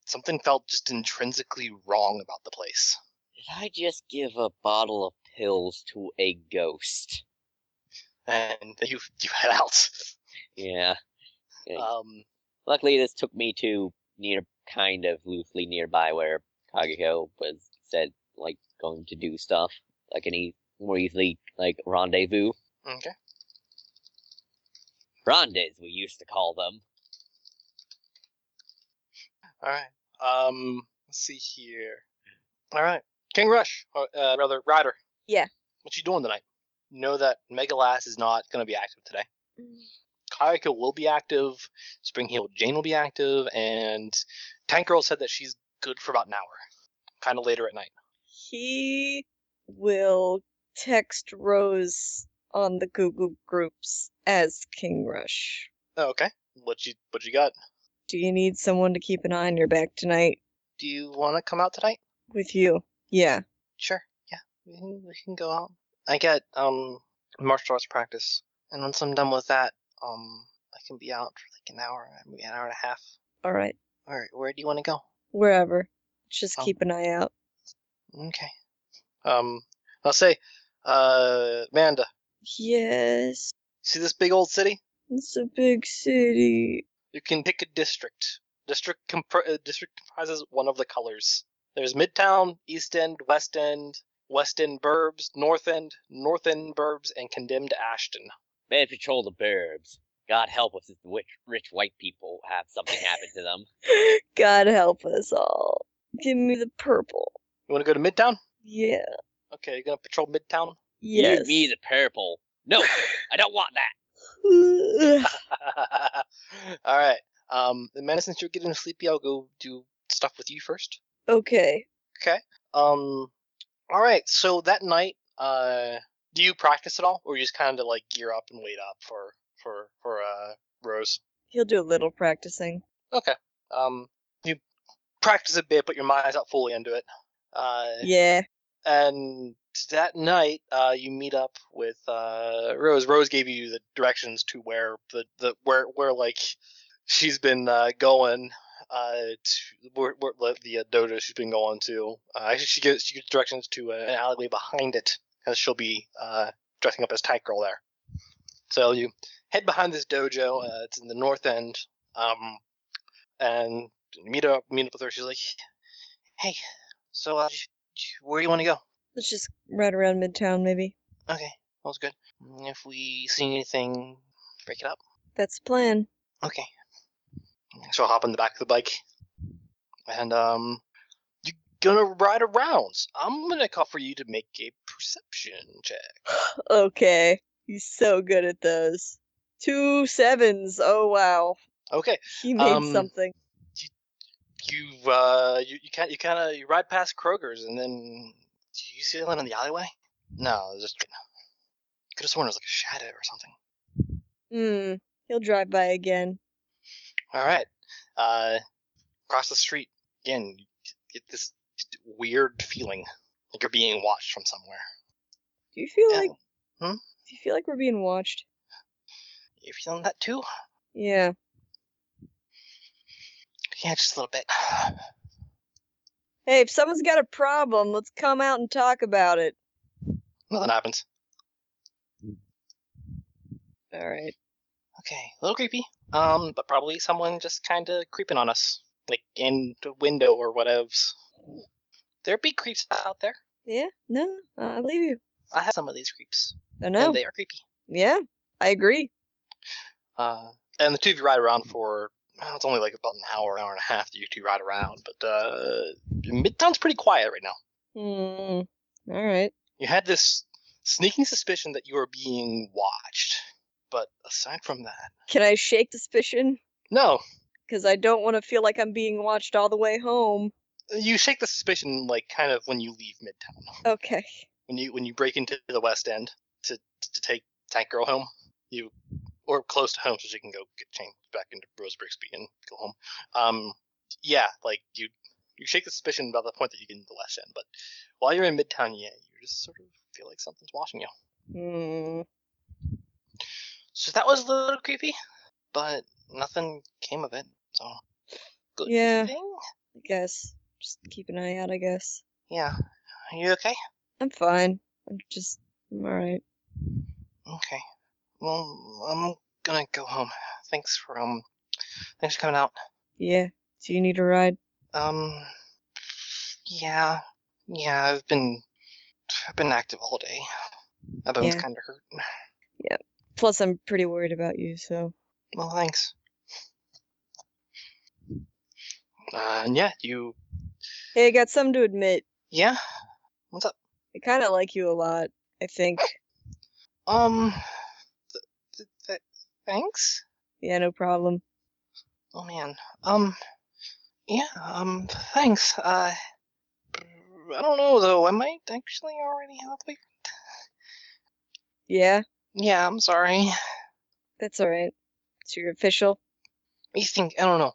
Speaker 1: something felt just intrinsically wrong about the place.
Speaker 4: Did I just give a bottle of pills to a ghost?
Speaker 1: And then you you head out.
Speaker 4: Yeah. Thanks.
Speaker 1: Um,
Speaker 4: Luckily, this took me to near, kind of loosely nearby where Kageko was said like going to do stuff, like any more easily like rendezvous.
Speaker 1: okay.
Speaker 4: Rondes, we used to call them.
Speaker 1: All right. Um, let's see here. All right, King Rush, or uh, rather Ryder.
Speaker 2: Yeah.
Speaker 1: What you doing tonight? Know that Megalass is not going to be active today. Kayako will be active. Spring Heel Jane will be active, and Tank Girl said that she's good for about an hour, kind of later at night.
Speaker 2: He will text Rose on the Google groups as King Rush.
Speaker 1: Oh, okay. What you what you got?
Speaker 2: Do you need someone to keep an eye on your back tonight
Speaker 1: Do you want to come out tonight?
Speaker 2: with you? Yeah.
Speaker 1: Sure. Yeah. We can, Mm, we can go out. I get um martial arts practice, and once I'm done with that, um, I can be out for like an hour, maybe an hour and a half.
Speaker 2: All right.
Speaker 1: All right, where do you want to go?
Speaker 2: Wherever. Just
Speaker 1: Oh.
Speaker 2: keep an eye out.
Speaker 1: Okay. Um, I'll say, uh, Amanda,
Speaker 2: Yes.
Speaker 1: see this big old city?
Speaker 2: It's a big city.
Speaker 1: You can pick a district. District compr- uh, district comprises one of the colors. There's Midtown, East End, West End, West End Burbs, North End, North End Burbs, and Condemned Ashton.
Speaker 4: Man, patrol the burbs. God help us if the rich, rich white people have something happen to them.
Speaker 2: God help us all. Give me the purple.
Speaker 1: You want to go to Midtown?
Speaker 2: Yeah.
Speaker 1: Okay, you're gonna patrol Midtown.
Speaker 2: Yes.
Speaker 4: Give me the purple. No, I don't want that.
Speaker 1: All right. Um, Amanda, since you're getting sleepy, I'll go do stuff with you first.
Speaker 2: okay.
Speaker 1: Um. All right. So that night, uh, do you practice at all, or you just kind of like gear up and wait up for for for uh Rose?
Speaker 2: He'll do a little practicing.
Speaker 1: Okay. Um, you practice a bit, but your mind's not fully into it. Uh,
Speaker 2: Yeah.
Speaker 1: and that night, uh, you meet up with uh Rose. Rose gave you the directions to where the the where where like she's been uh going uh to where, where like, the uh, dojo she's been going to. Uh, actually, she gives she gives directions to uh, an alleyway behind it because she'll be uh dressing up as Tank Girl there. So you head behind this dojo. Uh, it's in the north end. Um, and you meet up meet up with her. She's like, "Hey, so uh, where do you want to go?"
Speaker 2: Let's just ride around Midtown, maybe.
Speaker 1: Okay, that's good. Mm, If we see anything, break it up.
Speaker 2: That's the plan.
Speaker 1: Okay. So I'll hop on the back of the bike, and um, you're gonna ride around. I'm gonna call for you to make a perception check.
Speaker 2: Okay. He's so good at those. Two sevens. Oh wow.
Speaker 1: Okay,
Speaker 2: He made
Speaker 1: Um,
Speaker 2: something.
Speaker 1: you uh, you you kind you kind of you ride past Kroger's, and then do you see anyone in the alleyway? No, there's just could have sworn it was like a shadow or something.
Speaker 2: Hmm. He'll drive by again.
Speaker 1: All right. Uh, across the street again. You get this weird feeling like you're being watched from somewhere.
Speaker 2: Do you feel
Speaker 1: Yeah.
Speaker 2: like
Speaker 1: Hmm?
Speaker 2: do you feel like we're being watched?
Speaker 1: You feeling that too?
Speaker 2: Yeah.
Speaker 1: Yeah, just a little bit.
Speaker 2: Hey, if someone's got a problem, let's come out and talk about it.
Speaker 1: Nothing happens.
Speaker 2: All right.
Speaker 1: Okay, a little creepy. Um, but probably someone just kind of creeping on us, like in the window or whatevs. There be creeps out there.
Speaker 2: Yeah, no, I believe you.
Speaker 1: I have some of these creeps,
Speaker 2: I
Speaker 1: and
Speaker 2: know.
Speaker 1: they are creepy.
Speaker 2: yeah, I agree.
Speaker 1: Uh, and the two of you ride around for well, it's only like about an hour, hour and a half that you two ride around, but uh, Midtown's pretty quiet right now.
Speaker 2: Hmm. All right.
Speaker 1: You had this sneaking suspicion that you were being watched, but aside from that,
Speaker 2: Can I shake suspicion?
Speaker 1: no.
Speaker 2: Because I don't want to feel like I'm being watched all the way home.
Speaker 1: You shake the suspicion like kind of when you leave Midtown,
Speaker 2: Okay.
Speaker 1: when you when you break into the West End to to take Tank Girl home, you or close to home so she can go get changed back into Rose Brixby and go home. Um, yeah, like you you shake the suspicion about the point that you get into the West End, but while you're in Midtown, yeah, you just sort of feel like something's watching you.
Speaker 2: Hmm.
Speaker 1: So that was a little creepy, but nothing came of it. So good
Speaker 2: Yeah.
Speaker 1: thing.
Speaker 2: I guess. Just keep an eye out. I guess.
Speaker 1: Yeah. Are you okay?
Speaker 2: I'm fine. I'm just. I'm all right.
Speaker 1: Okay. Well, I'm gonna go home. Thanks for um, thanks for coming out.
Speaker 2: Yeah. Do you need a ride?
Speaker 1: Um, yeah, yeah. I've been I've been active all day. My bone's
Speaker 2: Yeah.
Speaker 1: kind of hurt.
Speaker 2: Plus, I'm pretty worried about you. So.
Speaker 1: Well, thanks. Uh, and yeah, you
Speaker 2: Hey, I got something to admit.
Speaker 1: yeah. What's up?
Speaker 2: I kind of like you a lot. I think.
Speaker 1: Um, th- th- th- thanks.
Speaker 2: Yeah. No problem.
Speaker 1: Oh man. Um. Yeah. Um. Thanks. Uh. I don't know though. I might actually already have a.
Speaker 2: Yeah.
Speaker 1: Yeah. I'm sorry.
Speaker 2: That's all right. It's your official.
Speaker 1: You think? I don't know.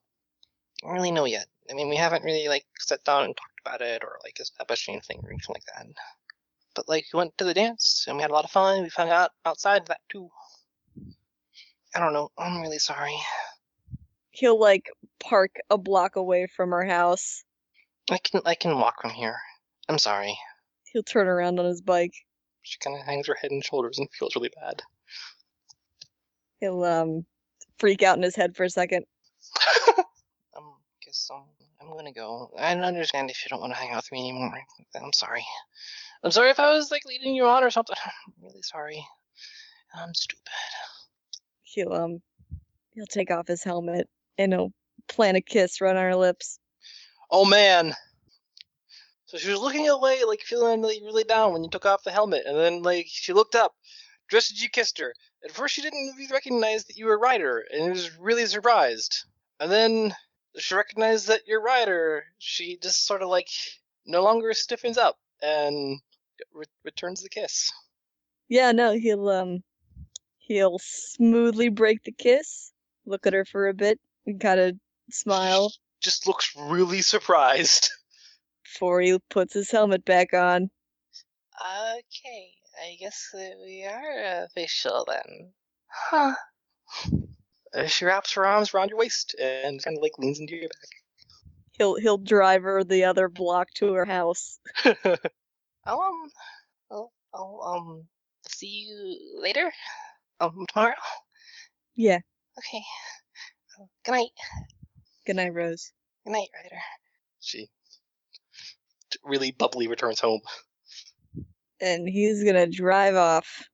Speaker 1: I don't really know yet. I mean, we haven't really like sat down and talked about it or like established anything or anything like that. But like, we went to the dance and we had a lot of fun. We hung out outside of that too. I don't know. I'm really sorry.
Speaker 2: He'll like park a block away from our house.
Speaker 1: I can I can walk from here. I'm sorry.
Speaker 2: He'll turn around on his bike.
Speaker 1: She kind of hangs her head and shoulders and feels really bad.
Speaker 2: He'll um freak out in his head for a second.
Speaker 1: um, guess I'm, I'm gonna go. I don't understand if you don't want to hang out with me anymore. I'm sorry. I'm sorry if I was like leading you on or something. I'm really sorry. I'm stupid.
Speaker 2: He'll um he'll take off his helmet and he'll plant a kiss right on our lips.
Speaker 1: Oh man. So she was looking away, like feeling like, really down when you took off the helmet, and then like she looked up, just as you kissed her. At first, she didn't really recognize that you were Ryder, and was really surprised. And then she recognized that you're Ryder. She just sort of like no longer stiffens up and re- returns the kiss.
Speaker 2: Yeah, no, he'll um he'll smoothly break the kiss, look at her for a bit, and kind of smile
Speaker 1: Just looks really surprised.
Speaker 2: before he puts his helmet back on.
Speaker 1: Okay, I guess that we are official then. Huh. Uh, she wraps her arms around your waist and kind of like leans into your
Speaker 2: He'll he'll drive her the other block to her house.
Speaker 1: back. I'll um, I'll, I'll um, see you later. Um, tomorrow.
Speaker 2: Yeah.
Speaker 1: Okay. Um, Good night.
Speaker 2: Good night, Rose.
Speaker 1: Good night, Ryder. She really bubbly returns home
Speaker 2: And he's gonna drive off.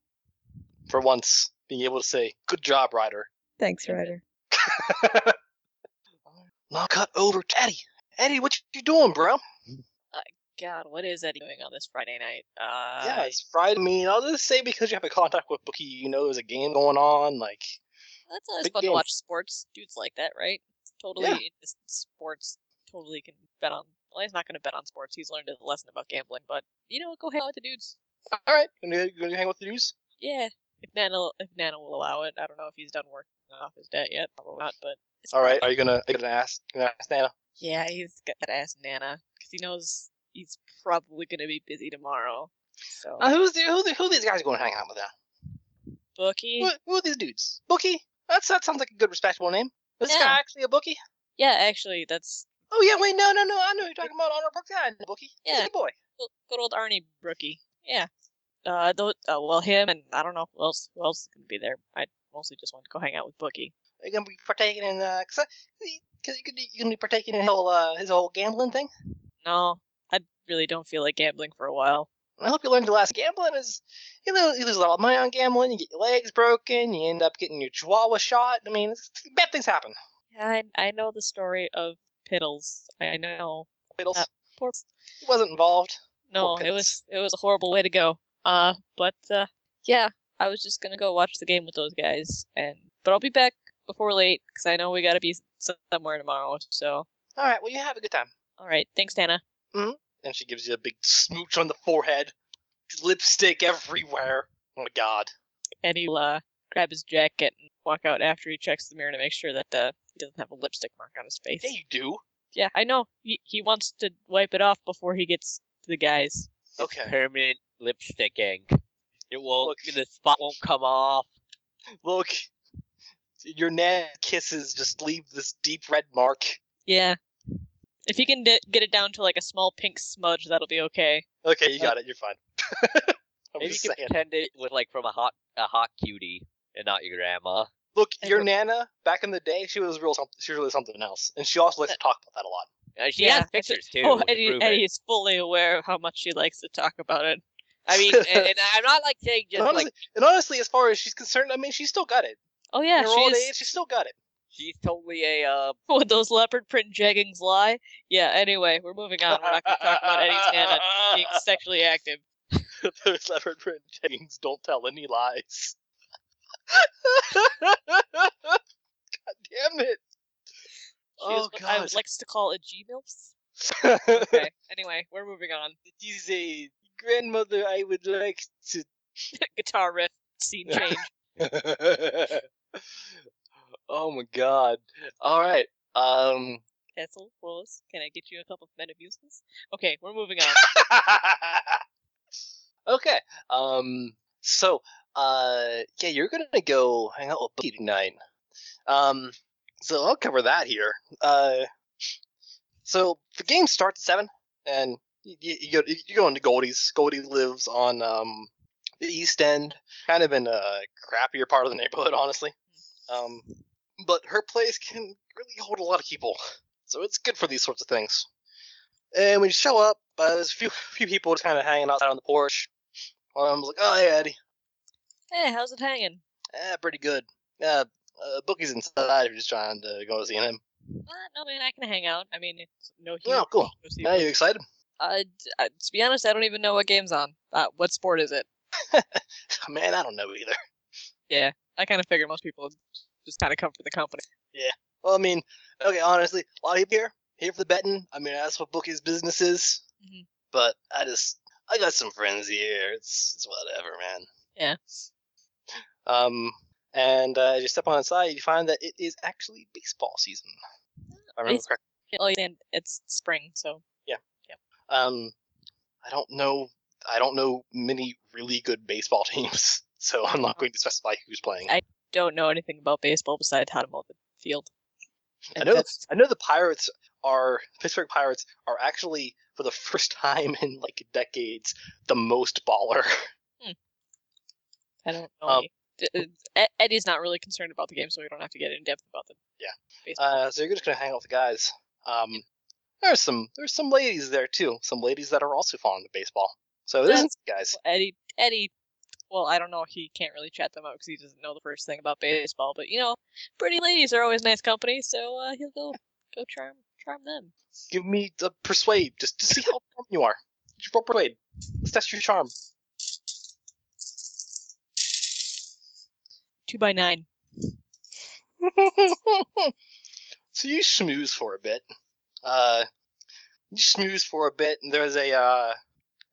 Speaker 1: for once, being able to say, "Good job, Ryder."
Speaker 2: Thanks, Ryder.
Speaker 1: Now cut over to Eddie. Eddie, what you doing, bro?
Speaker 5: God, what is Eddie doing on this Friday night? Uh,
Speaker 1: Yeah, it's Friday. I mean, I'll just say because you have a contact with Bookie, you know there's a game going on. Like,
Speaker 5: That's always
Speaker 1: Big
Speaker 5: fun
Speaker 1: game.
Speaker 5: to watch sports. Dudes like that, right? Totally
Speaker 1: Yeah.
Speaker 5: into sports. Totally can bet on. Well, he's not going to bet on sports. He's learned a lesson about gambling. But you know, go hang out with the dudes.
Speaker 1: all right, gonna, gonna hang with the news.
Speaker 5: Yeah, if Nana if Nana will allow it. I don't know if he's done working off his debt yet. Probably not. But it's
Speaker 1: All right,
Speaker 5: fun.
Speaker 1: are you gonna, are you gonna ask, gonna ask Nana?
Speaker 5: Yeah, he's got to ask Nana because he knows he's probably going to be busy tomorrow. So
Speaker 1: Uh, who's the, who, the, who these guys going to hang out with now?
Speaker 5: bookie.
Speaker 1: Who, who are these dudes? Bookie? That's that sounds like a good respectable name. Is this
Speaker 5: Yeah.
Speaker 1: guy actually a bookie?
Speaker 5: Yeah, actually, that's
Speaker 1: Oh yeah, wait, no, no, no. I know who you're talking about. Honor Brooke, yeah, I know bookie. He's a
Speaker 5: Yeah.
Speaker 1: good boy.
Speaker 5: good good old Arnie Brookie. Yeah. Uh, tho- uh, well, him and I don't know who else. Who else is gonna be there? I mostly just want to go hang out with Bookie.
Speaker 1: Are you gonna be partaking in? Uh, cause, I- 'cause you could, you gonna be partaking in his whole, uh, his whole gambling thing.
Speaker 5: No, I really don't feel like gambling for a while.
Speaker 1: I hope you learned your lesson. Gambling is you lose, you lose a lot of money on gambling. You get your legs broken. You end up getting your chihuahua shot. I mean, it's, bad things happen.
Speaker 5: I I know the story of Piddles. I know.
Speaker 1: Fiddles.
Speaker 5: Uh, Poor
Speaker 1: He wasn't involved.
Speaker 5: no,
Speaker 1: poor
Speaker 5: it was it was a horrible way to go. Uh, but uh, yeah, I was just gonna go watch the game with those guys, and but I'll be back before late because I know we gotta be s- somewhere tomorrow. So
Speaker 1: All right. Well, you have a good time.
Speaker 5: all right, thanks, Tana.
Speaker 1: And she gives you a big smooch on the forehead. Lipstick everywhere. Oh my god.
Speaker 5: And he'll uh, grab his jacket and walk out after he checks the mirror to make sure that uh, he doesn't have a lipstick mark on his face.
Speaker 1: Yeah, you do.
Speaker 5: Yeah, I know. He, he wants to wipe it off before he gets to the guys.
Speaker 1: Okay.
Speaker 4: Permanent lipstick ink. It won't.
Speaker 1: Look.
Speaker 4: The spot won't come off.
Speaker 1: Look. Your nan kisses just leave this deep red mark.
Speaker 5: Yeah. If he can d- get it down to like a small pink smudge, that'll be okay.
Speaker 1: Okay, you got it. You're fine. I'm
Speaker 4: Maybe
Speaker 1: just
Speaker 4: you can
Speaker 1: saying.
Speaker 4: pretend it was like from a hot a hot cutie and not your grandma.
Speaker 1: Look,
Speaker 5: And
Speaker 1: your
Speaker 5: we're-
Speaker 1: nana back in the day, she was real something. She was really something else, and she also likes to talk about that a lot.
Speaker 4: And Uh, she
Speaker 5: Yeah, I
Speaker 4: has
Speaker 5: think-
Speaker 4: pictures too.
Speaker 5: oh,
Speaker 4: to
Speaker 5: Eddie,
Speaker 4: prove it.
Speaker 5: Eddie is fully aware of how much he likes to talk about it.
Speaker 4: I mean, and, and I'm not like saying just
Speaker 1: And honestly,
Speaker 4: like
Speaker 1: and honestly, as far as she's concerned, I mean, she's still got it.
Speaker 5: Oh yeah,
Speaker 1: In her old
Speaker 5: she's
Speaker 1: age, she's still got it.
Speaker 4: she's totally a uh,
Speaker 5: would those leopard print jeggings lie? Yeah. Anyway, we're moving on. We're not going to talk about Eddie's nana being sexually active.
Speaker 1: Those leopard print jeggings don't tell any lies. God damn it!
Speaker 5: She
Speaker 1: Oh,
Speaker 5: is what I
Speaker 1: God.
Speaker 5: would likes to call a G milfs. Okay. anyway, we're moving on.
Speaker 1: She's a grandmother. I would like to.
Speaker 5: Guitar riff scene change.
Speaker 1: oh my god! All right. Um.
Speaker 5: Cancel, Willis. Can I get you a cup of men abuses? Okay, we're moving on.
Speaker 1: okay. Um. So, uh, yeah, you're gonna go hang out with Buddy tonight. Um. So I'll cover that here. Uh. So the game starts at seven, and you, you go you go into Goldie's. Goldie lives on um the East End, kind of in a crappier part of the neighborhood, honestly. Um. But her place can really hold a lot of people, so it's good for these sorts of things. And we show up, uh, there's a few few people just kind of hanging outside on the porch. One of them's like, "Oh, hey, Eddie,
Speaker 5: hey, how's it hanging?
Speaker 1: eh, pretty good. Uh, uh, Bookie's inside if you're just trying to go see him.
Speaker 5: Uh, no, man, I can hang out. I mean, it's no huge.
Speaker 1: Oh, cool.
Speaker 5: issue.
Speaker 1: Yeah, you excited?
Speaker 5: Uh, d- uh, to be honest, I don't even know what game's on. Uh, what sport is it?
Speaker 1: Man, I don't know either.
Speaker 5: Yeah, I kind of figure most people just kind of come for the company.
Speaker 1: Well, I mean, okay, honestly, a lot of people here here for the betting. I mean, that's what Bookie's business is.
Speaker 5: Mhm.
Speaker 1: But I just, I got some friends here. It's it's whatever, man.
Speaker 5: Yeah.
Speaker 1: Um, and uh, as you step on inside, you find that it is actually baseball season. If I remember
Speaker 5: Base-
Speaker 1: correctly.
Speaker 5: Well, and it's spring, so
Speaker 1: Um, I don't know. I don't know many really good baseball teams, so I'm
Speaker 5: Uh-huh.
Speaker 1: not going to specify who's playing.
Speaker 5: I- don't know anything about baseball besides how to mow the field.
Speaker 1: I
Speaker 5: And
Speaker 1: know.
Speaker 5: that's-
Speaker 1: I know the Pirates are Pittsburgh Pirates are actually for the first time in like decades the most baller.
Speaker 5: I don't know.
Speaker 1: Um,
Speaker 5: any- d- uh, Ed- Eddie's not really concerned about the game, so we don't have to get in depth about the
Speaker 1: Yeah.
Speaker 5: baseball.
Speaker 1: Uh, so you're just gonna hang out with the guys. Um, there's some there's some ladies there too. Some ladies that are also fond of baseball. So there's
Speaker 5: That's
Speaker 1: guys.
Speaker 5: Well, Eddie, Eddie, well, I don't know. He can't really chat them out because he doesn't know the first thing about baseball. But you know, pretty ladies are always nice company, so uh, he'll go go charm charm them.
Speaker 1: Give me the persuade just to see how charming you are. Just roll persuade. Let's test your charm.
Speaker 5: Two by nine.
Speaker 1: so you schmooze for a bit. Uh, you schmooze for a bit, and there's a uh,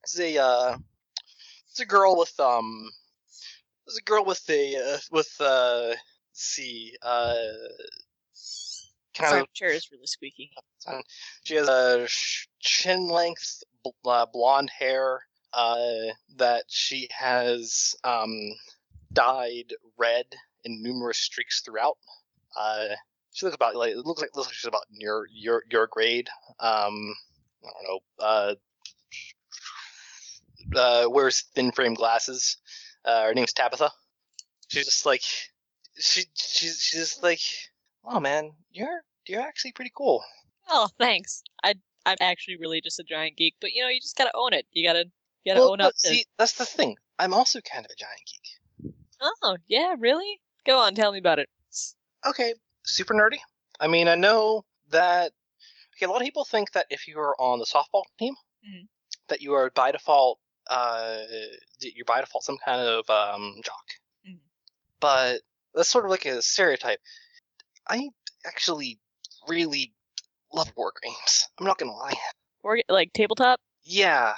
Speaker 1: there's a uh, there's a girl with um, there's a girl with a uh, with uh, let's see uh, kind
Speaker 5: Sorry, my
Speaker 1: of
Speaker 5: chair is really squeaky.
Speaker 1: she has a sh- chin length bl- uh, blonde hair uh, that she has um, dyed red in numerous streaks throughout. Uh, she looks about like it looks like looks like she's about your your your grade. Um, I don't know. Uh, uh, wears thin frame glasses. Uh, her name's Tabitha. She's just like she she's she's just like, oh man, you're you're actually pretty cool.
Speaker 5: Oh, thanks. I I'm actually really just a giant geek, but you know, you just gotta own it. You gotta, you gotta
Speaker 1: Well,
Speaker 5: own
Speaker 1: but
Speaker 5: up to.
Speaker 1: see, that's the thing. I'm also kind of a giant geek.
Speaker 5: Oh yeah, really? Go on, tell me about it.
Speaker 1: Okay, super nerdy. I mean, I know that. Okay, a lot of people think that if you are on the softball team,
Speaker 2: Mm.
Speaker 5: Mhm.
Speaker 1: that you are by default, uh, that you're by default some kind of um, jock.
Speaker 5: Mhm.
Speaker 1: But that's sort of like a stereotype. I actually really love war games. I'm not gonna lie.
Speaker 5: Or like tabletop.
Speaker 1: Yeah,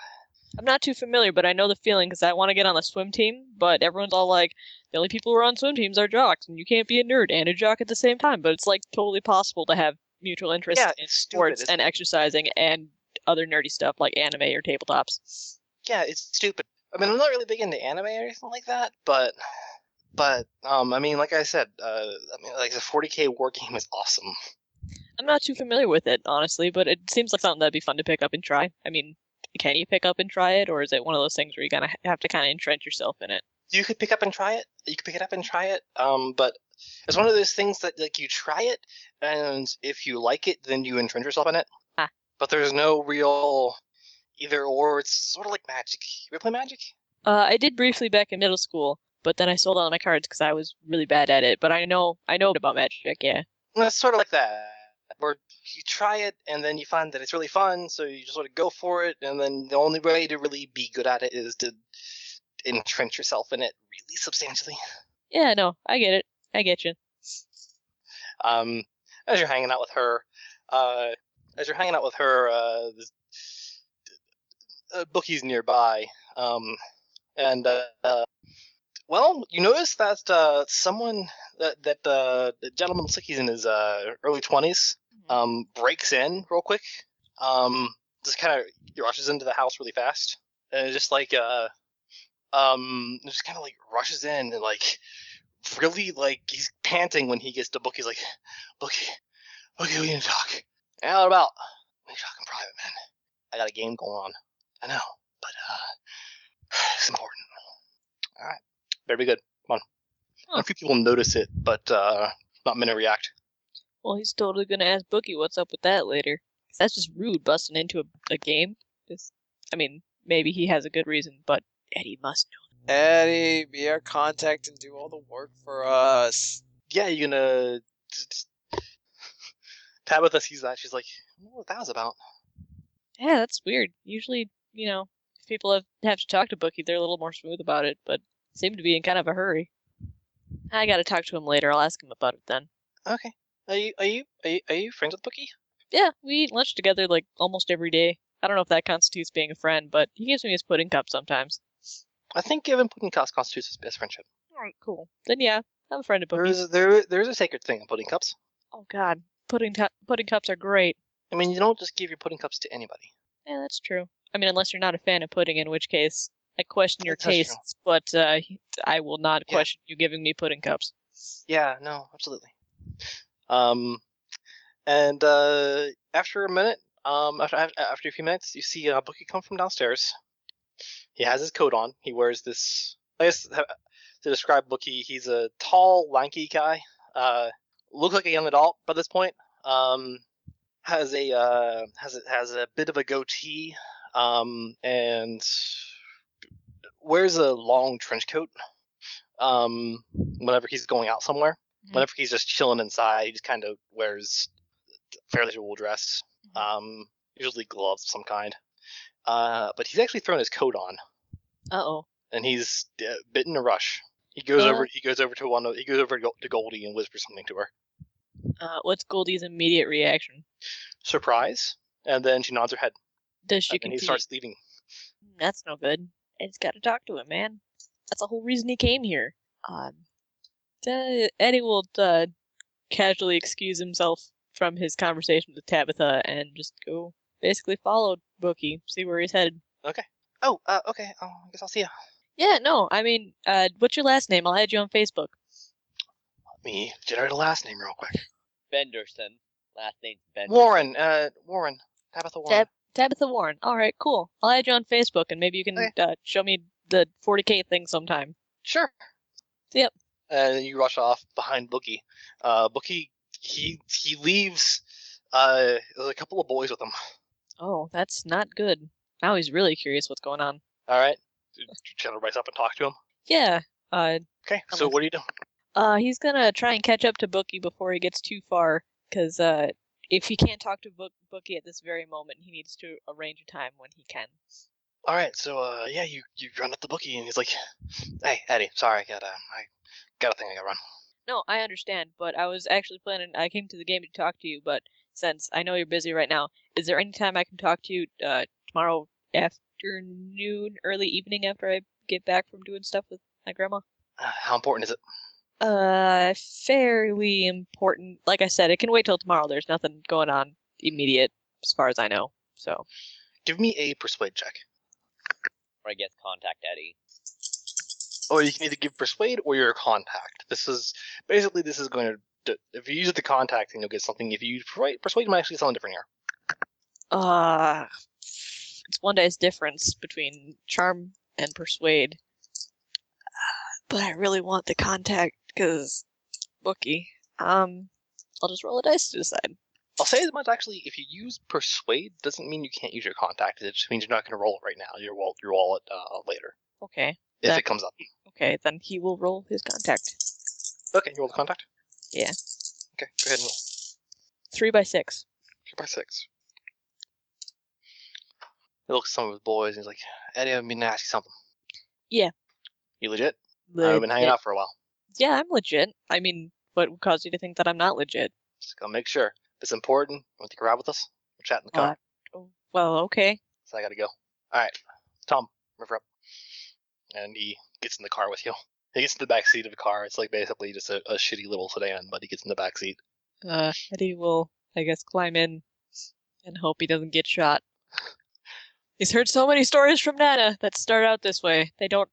Speaker 5: I'm not too familiar, but I know the feeling because I want to get on the swim team, but everyone's all like, the only people who are on swim teams are jocks, and you can't be a nerd and a jock at the same time. But it's like totally possible to have mutual interest
Speaker 1: Yeah,
Speaker 5: in
Speaker 1: it's stupid,
Speaker 5: sports
Speaker 1: isn't
Speaker 5: and
Speaker 1: it?
Speaker 5: exercising and other nerdy stuff like anime or tabletops.
Speaker 1: yeah, it's stupid. I mean, I'm not really big into anime or anything like that, but but um, I mean, like I said, uh, I mean, like the 40k war game is awesome.
Speaker 5: I'm not too familiar with it, honestly, but it seems like something that'd be fun to pick up and try. I mean, can you pick up and try it, or is it one of those things where you gotta have to kind of entrench yourself in it?
Speaker 1: You could pick up and try it. You could pick it up and try it. Um, but it's one of those things that like you try it, and if you like it, then you entrench yourself in it.
Speaker 5: Ah.
Speaker 1: But there's no real either or. It's sort of like Magic. You ever play Magic?
Speaker 5: Uh, I did briefly back in middle school, but then I sold all my cards because I was really bad at it. But I know I know about magic, yeah.
Speaker 1: Well, It's sort of like that, where you try it and then you find that it's really fun, so you just sort of go for it, and then the only way to really be good at it is to entrench yourself in it really substantially.
Speaker 5: Yeah, no, I get it. I get you.
Speaker 1: Um, as you're hanging out with her, uh, as you're hanging out with her, uh, this- a bookie's nearby, um, and uh, uh, well, you notice that uh, someone that that uh, the gentleman looks like he's in his uh, early twenties um, breaks in real quick. Um, just kind of rushes into the house really fast, and just like uh, um, just kind of like rushes in and like really like he's panting when he gets to book. He's like, "Bookie, Bookie, we need to talk." Yeah, what about? We need to talk in private, man. I got a game going on. I know, but uh, it's important. All right, better be good. Come on.
Speaker 5: Huh.
Speaker 1: A few people notice it, but uh, not many react.
Speaker 5: Well, he's totally gonna ask Bookie what's up with that later. That's just rude busting into a, a game. Just, I mean, maybe he has a good reason, but Eddie must know.
Speaker 3: Eddie, be our contact and do all the work for us.
Speaker 1: yeah, you're gonna. t- t- Tabitha sees that. She's like, I wonder what that was about.
Speaker 5: Yeah, that's weird. Usually, you know, if people have have to talk to Bookie, they're a little more smooth about it, but seem to be in kind of a hurry. I gotta talk to him later. I'll ask him about it then.
Speaker 1: Okay. Are you are you are you, are you friends with Bookie?
Speaker 5: Yeah, we eat lunch together like almost every day. I don't know if that constitutes being a friend, but he gives me his pudding cup sometimes.
Speaker 1: I think given pudding cups constitutes his best friendship.
Speaker 5: Alright, cool. Then yeah, I'm a friend of
Speaker 1: There
Speaker 5: Bookie's.
Speaker 1: is there there is a sacred thing in pudding cups.
Speaker 5: Oh god, pudding ta- pudding cups are great.
Speaker 1: I mean, you don't just give your pudding cups to anybody.
Speaker 5: Yeah, that's true. I mean, unless you're not a fan of pudding, in which case I question your
Speaker 1: That's true.
Speaker 5: tastes, but uh, I will not
Speaker 1: Yeah.
Speaker 5: question you giving me pudding cups.
Speaker 1: Yeah, no, absolutely. Um, and uh, after a minute, um, after af- after a few minutes, you see uh, Bookie come from downstairs. He has his coat on. He wears this. I guess uh, to describe Bookie, he's a tall, lanky guy. Uh, looks like a young adult by this point. Um, has a uh, has a, has a bit of a goatee. Um, and wears a long trench coat. Um, whenever he's going out somewhere
Speaker 5: Mhm.
Speaker 1: whenever he's just chilling inside, he just kind of wears fairly usual dress,
Speaker 5: Mm-hmm.
Speaker 1: um, usually gloves of some kind. Uh, but he's actually thrown his coat on,
Speaker 5: Uh oh.
Speaker 1: and he's uh, bitten a rush. He goes
Speaker 5: Uh.
Speaker 1: over. He goes over to one. Of, he goes over to Go- to Goldie and whispers something to her.
Speaker 5: Uh, what's Goldie's immediate reaction?
Speaker 1: Surprise! And then she nods her head,
Speaker 5: Does she
Speaker 1: and then he
Speaker 5: continue?
Speaker 1: starts leaving.
Speaker 5: "Mm, That's no good. I just got to talk to him, man. That's the whole reason he came here. Um, uh, Eddie will uh, casually excuse himself from his conversation with Tabitha and just go basically follow Bookie, see where he's headed.
Speaker 1: Oh, uh, okay. Oh, I guess I'll see you.
Speaker 5: Yeah, no, I mean, uh, what's your last name? I'll add you on Facebook.
Speaker 1: Let me generate a last name real quick.
Speaker 4: Benderson. Last name's Benderson.
Speaker 1: Warren. Uh, Warren. Tabitha Warren.
Speaker 5: Tab- Tabitha Warren. All right, cool. I'll add you on Facebook, and maybe you can
Speaker 1: Okay.
Speaker 5: uh, show me the 40k thing sometime.
Speaker 1: Sure.
Speaker 5: Yep.
Speaker 1: And you rush off behind Bookie. Uh, Bookie, he he leaves. Uh, there's a couple of boys with him.
Speaker 5: Oh, that's not good. Now he's really curious what's going on.
Speaker 1: All right. Should I rise up and talk to him?
Speaker 5: Yeah. Uh,
Speaker 1: Okay. So
Speaker 5: with
Speaker 1: what do you do?
Speaker 5: Uh, he's gonna try and catch up to Bookie before he gets too far, because uh, if he can't talk to Book- Bookie at this very moment, he needs to arrange a time when he can.
Speaker 1: All right. So uh, yeah, you you run up the bookie and he's like, "Hey, Eddie, sorry, I got uh, I got a thing I got to run."
Speaker 5: No, I understand, but I was actually planning. I came to the game to talk to you, but since I know you're busy right now, is there any time I can talk to you uh, tomorrow afternoon, early evening after I get back from doing stuff with my grandma?
Speaker 1: Uh, how important is it?
Speaker 5: Uh, fairly important. Like I said, it can wait till tomorrow. There's nothing going on immediate, as far as I know. So.
Speaker 1: Give me a persuade check.
Speaker 4: Or I guess contact Eddie.
Speaker 1: Or Oh, you can either give persuade or your contact. This is basically this is going to if you use the contact, then you'll get something. If you use persuade, persuade might actually get something different here.
Speaker 5: Uh, it's one day's difference between charm and persuade. Uh, But I really want the contact because bookie. Um, I'll just roll a dice to decide.
Speaker 1: I'll say as much actually. If you use persuade, doesn't mean you can't use your contact. It just means you're not going to roll it right now. You'll roll you'll roll it uh, later
Speaker 5: Okay,
Speaker 1: if
Speaker 5: That-
Speaker 1: it comes up.
Speaker 5: okay, then he will roll his contact.
Speaker 1: Okay, you roll the contact.
Speaker 5: Yeah.
Speaker 1: Okay, go ahead and roll.
Speaker 5: Three by six.
Speaker 1: Two by six. He looks at some of his boys and he's like, Eddie, I've been to ask you something.
Speaker 5: Yeah.
Speaker 1: You legit? I've been hanging
Speaker 5: Legit.
Speaker 1: out for a while.
Speaker 5: Yeah, I'm legit. I mean, what would cause you to think that I'm not legit?
Speaker 1: Just gonna make sure. If it's important, you want to grab with us? We're chatting in the car.
Speaker 5: Uh, oh, well, okay.
Speaker 1: So I gotta go. Alright. Tom, river up. And he gets in the car with you. He gets in the back seat of the car. It's like basically just a, a shitty little sedan, but he gets in the back seat.
Speaker 5: Uh, Eddie will, I guess, climb in and hope he doesn't get shot. He's heard so many stories from Nana that start out this way. They don't,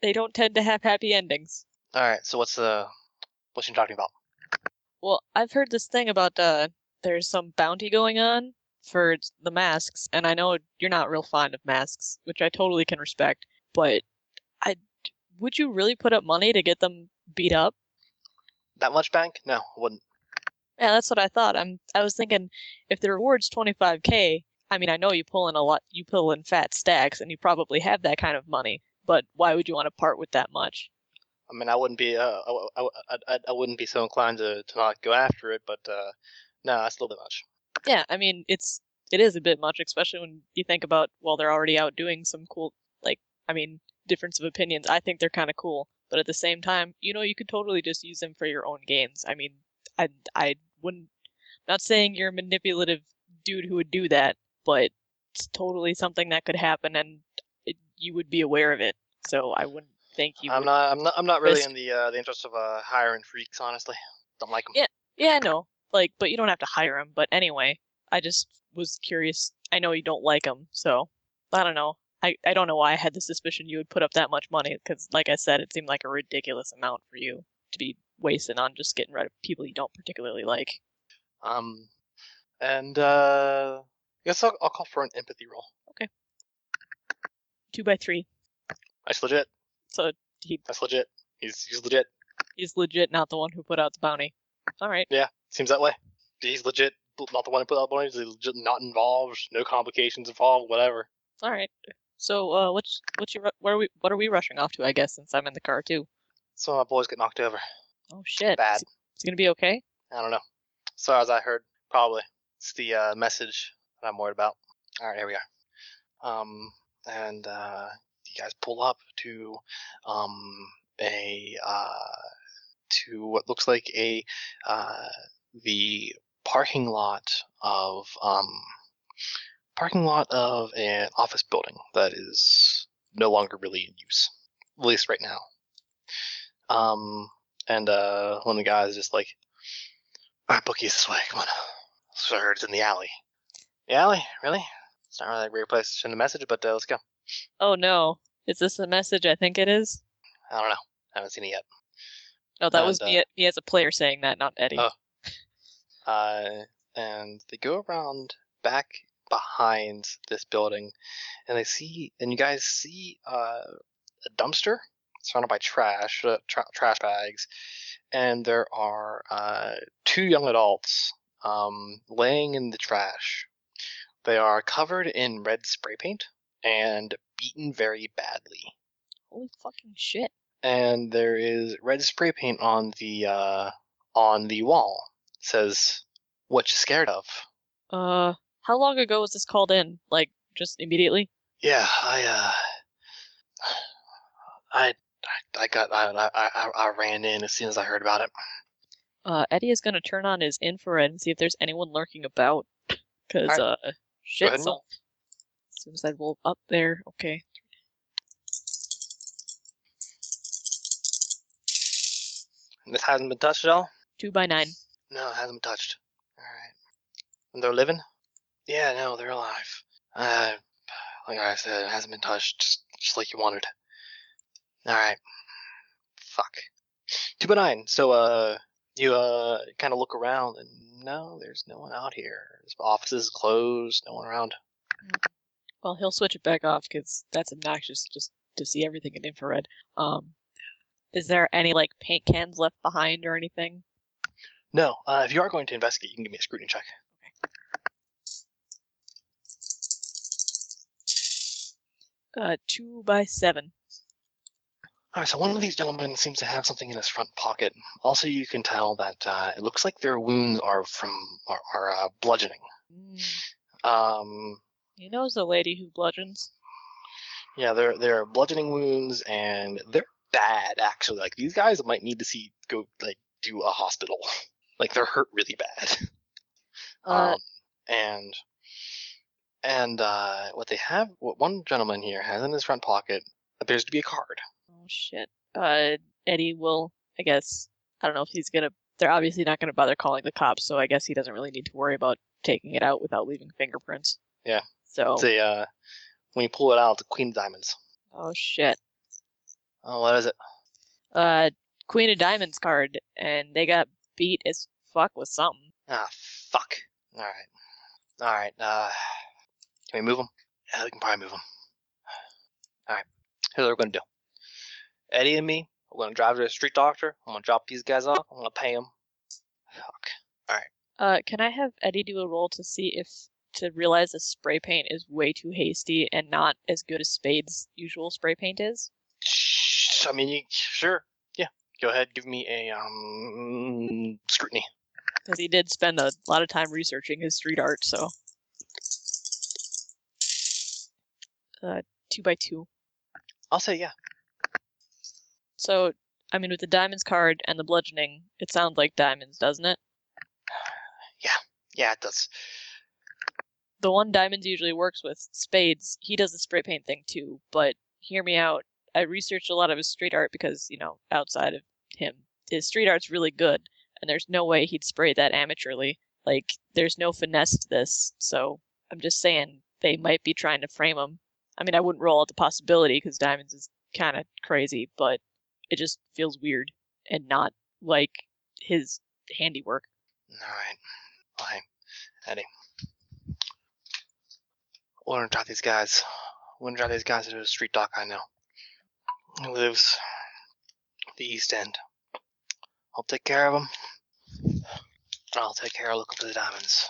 Speaker 5: they don't tend to have happy endings.
Speaker 1: Alright, so what's uh what's you talking about?
Speaker 5: Well, I've heard this thing about uh, there's some bounty going on for the masks, and I know you're not real fond of masks, which I totally can respect. But I, would you really put up money to get them beat up?
Speaker 1: That much bank? No, I wouldn't.
Speaker 5: Yeah, that's what I thought. I'm I was thinking if the reward's 25k, I mean I know you pull in a lot, you pull in fat stacks and you probably have that kind of money, but why would you want to part with that much?
Speaker 1: I mean, I wouldn't be uh, I, I, I, I- I wouldn't be so inclined to, to not go after it, but uh, no, that's a little bit much.
Speaker 5: Yeah, I mean it's it is a bit much, especially when you think about well they're already out doing some cool like I mean difference of opinions. I think they're kind of cool, but at the same time, you know you could totally just use them for your own gains. I mean I I wouldn't not saying you're a manipulative dude who would do that, but it's totally something that could happen and it, you would be aware of it. So I wouldn't think you
Speaker 1: I'm
Speaker 5: would.
Speaker 1: not I'm not I'm not really
Speaker 5: risk-
Speaker 1: in the uh, the interest of uh, hiring freaks, honestly. Don't like them.
Speaker 5: Yeah, no. Like but you don't have to hire him, but anyway, I just was curious. I know you don't like him, so I don't know. I, I don't know why I had the suspicion you would put up that much money because, like I said, it seemed like a ridiculous amount for you to be wasting on just getting rid of people you don't particularly like.
Speaker 1: Um, and uh, I guess I'll, I'll call for an empathy roll.
Speaker 5: Two by three,
Speaker 1: That's legit.
Speaker 5: so he
Speaker 1: That's legit. He's he's legit.
Speaker 5: he's legit not the one who put out the bounty. All right.
Speaker 1: Seems that way. He's legit. Not the one who put out the money. He's legit. Not involved. No complications involved. Whatever.
Speaker 5: All right. So, uh, what's what's your ru- where are we what are we rushing off to? I guess since I'm in the car too.
Speaker 1: Some of my boys get knocked over.
Speaker 5: Oh shit.
Speaker 1: Bad.
Speaker 5: Is, is it gonna be okay?
Speaker 1: I don't know. So as I heard, probably it's the uh, message that I'm worried about. All right, here we are. Um, and uh, you guys pull up to um a uh to what looks like a uh the parking lot of um parking lot of an office building that is no longer really in use, at least right now. Um, and uh, one of the guys is just like. All right, Bookie, it's this way. Come on. So I heard it's in the alley. The alley? Really? It's not really a great place to send a message, but uh, let's go.
Speaker 5: Oh no. Is this the message? I think it is.
Speaker 1: I don't know. I haven't seen it yet.
Speaker 5: No, Oh, that
Speaker 1: And,
Speaker 5: was me,
Speaker 1: uh,
Speaker 5: a- me as a player saying that, not Eddie.
Speaker 1: Oh. Uh, and they go around back behind this building, and they see, and you guys see uh, a dumpster surrounded by trash, uh, tra- trash bags, and there are uh, two young adults um, laying in the trash. They are covered in red spray paint and beaten very badly.
Speaker 5: Holy fucking shit.
Speaker 1: And there is red spray paint on the uh, on the wall. It says, "What you scared of?"
Speaker 5: Uh, how long ago was this called in? Like, just immediately?
Speaker 1: Yeah, I uh, I I I got I I I, I ran in as soon as I heard about it.
Speaker 5: Uh, Eddie is gonna turn on his infrared and see if there's anyone lurking about. Cause,
Speaker 1: Alright.
Speaker 5: uh,
Speaker 1: ahead
Speaker 5: shit,
Speaker 1: and
Speaker 5: so.
Speaker 1: roll.
Speaker 5: Suicide rolled up there. Okay.
Speaker 1: This hasn't been touched at all.
Speaker 5: Two by nine.
Speaker 1: No, it hasn't been touched. All right. And they're living? Yeah, no, they're alive. Uh, like I said, it hasn't been touched, just, just like you wanted. All right. Fuck. Two by nine. So, uh, you uh kind of look around, and no, there's no one out here. This office is closed. No one around.
Speaker 5: Well, he'll switch it back off because that's obnoxious just to see everything in infrared. Um, is there any like paint cans left behind or anything?
Speaker 1: No. Uh, if you are going to investigate, you can give me a scrutiny check.
Speaker 5: Uh, two by seven.
Speaker 1: All right, so one of these gentlemen seems to have something in his front pocket. Also, you can tell that uh, it looks like their wounds are from are, are uh, bludgeoning.
Speaker 5: Mm.
Speaker 1: Um,
Speaker 5: He knows the lady who bludgeons.
Speaker 1: yeah, they're they're bludgeoning wounds and they're bad actually. Like these guys might need to see go like do a hospital. Like they're hurt really bad.
Speaker 5: Uh,
Speaker 1: um, and and uh, what they have, what one gentleman here has in his front pocket appears to be a card.
Speaker 5: oh shit. Uh, Eddie will, I guess. I don't know if he's gonna. They're obviously not gonna bother calling the cops, so I guess he doesn't really need to worry about taking it out without leaving fingerprints.
Speaker 1: Yeah.
Speaker 5: So.
Speaker 1: It's a uh, when you pull it out, it's a queen of diamonds.
Speaker 5: Oh shit.
Speaker 1: Oh, what is it?
Speaker 5: Uh, Queen of Diamonds card, and they got beat as fuck with something.
Speaker 1: Ah, fuck. All right, all right. Uh, can we move them? Yeah, we can probably move them. All right. Here's what we're gonna do. Eddie and me, we're gonna drive to the street doctor. I'm gonna drop these guys off. I'm gonna pay them. Fuck.
Speaker 5: Uh, can I have Eddie do a roll to see if to realize the spray paint is way too hasty and not as good as Spade's usual spray paint is?
Speaker 1: Sh- I mean, you, sure. Yeah. Go ahead. Give me a um scrutiny.
Speaker 5: Because he did spend a lot of time researching his street art. So, uh, two by two.
Speaker 1: I'll say yeah.
Speaker 5: So, I mean, with the diamonds card and the bludgeoning, it sounds like diamonds, doesn't it?
Speaker 1: Yeah, it does.
Speaker 5: the one Diamonds usually works with, Spades, he does the spray paint thing too, but hear me out. I researched a lot of his street art because, you know, outside of him, his street art's really good, and there's no way he'd spray that amateurly. Like, there's no finesse to this, so I'm just saying they might be trying to frame him. I mean, I wouldn't roll out the possibility because Diamonds is kind of crazy, but it just feels weird and not like his handiwork.
Speaker 1: All right. Fine. Eddie. We're gonna drive these guys. We're gonna drive these guys to the street doc I know. He lives at the East End. I'll take care of him. I'll take care of looking for the diamonds.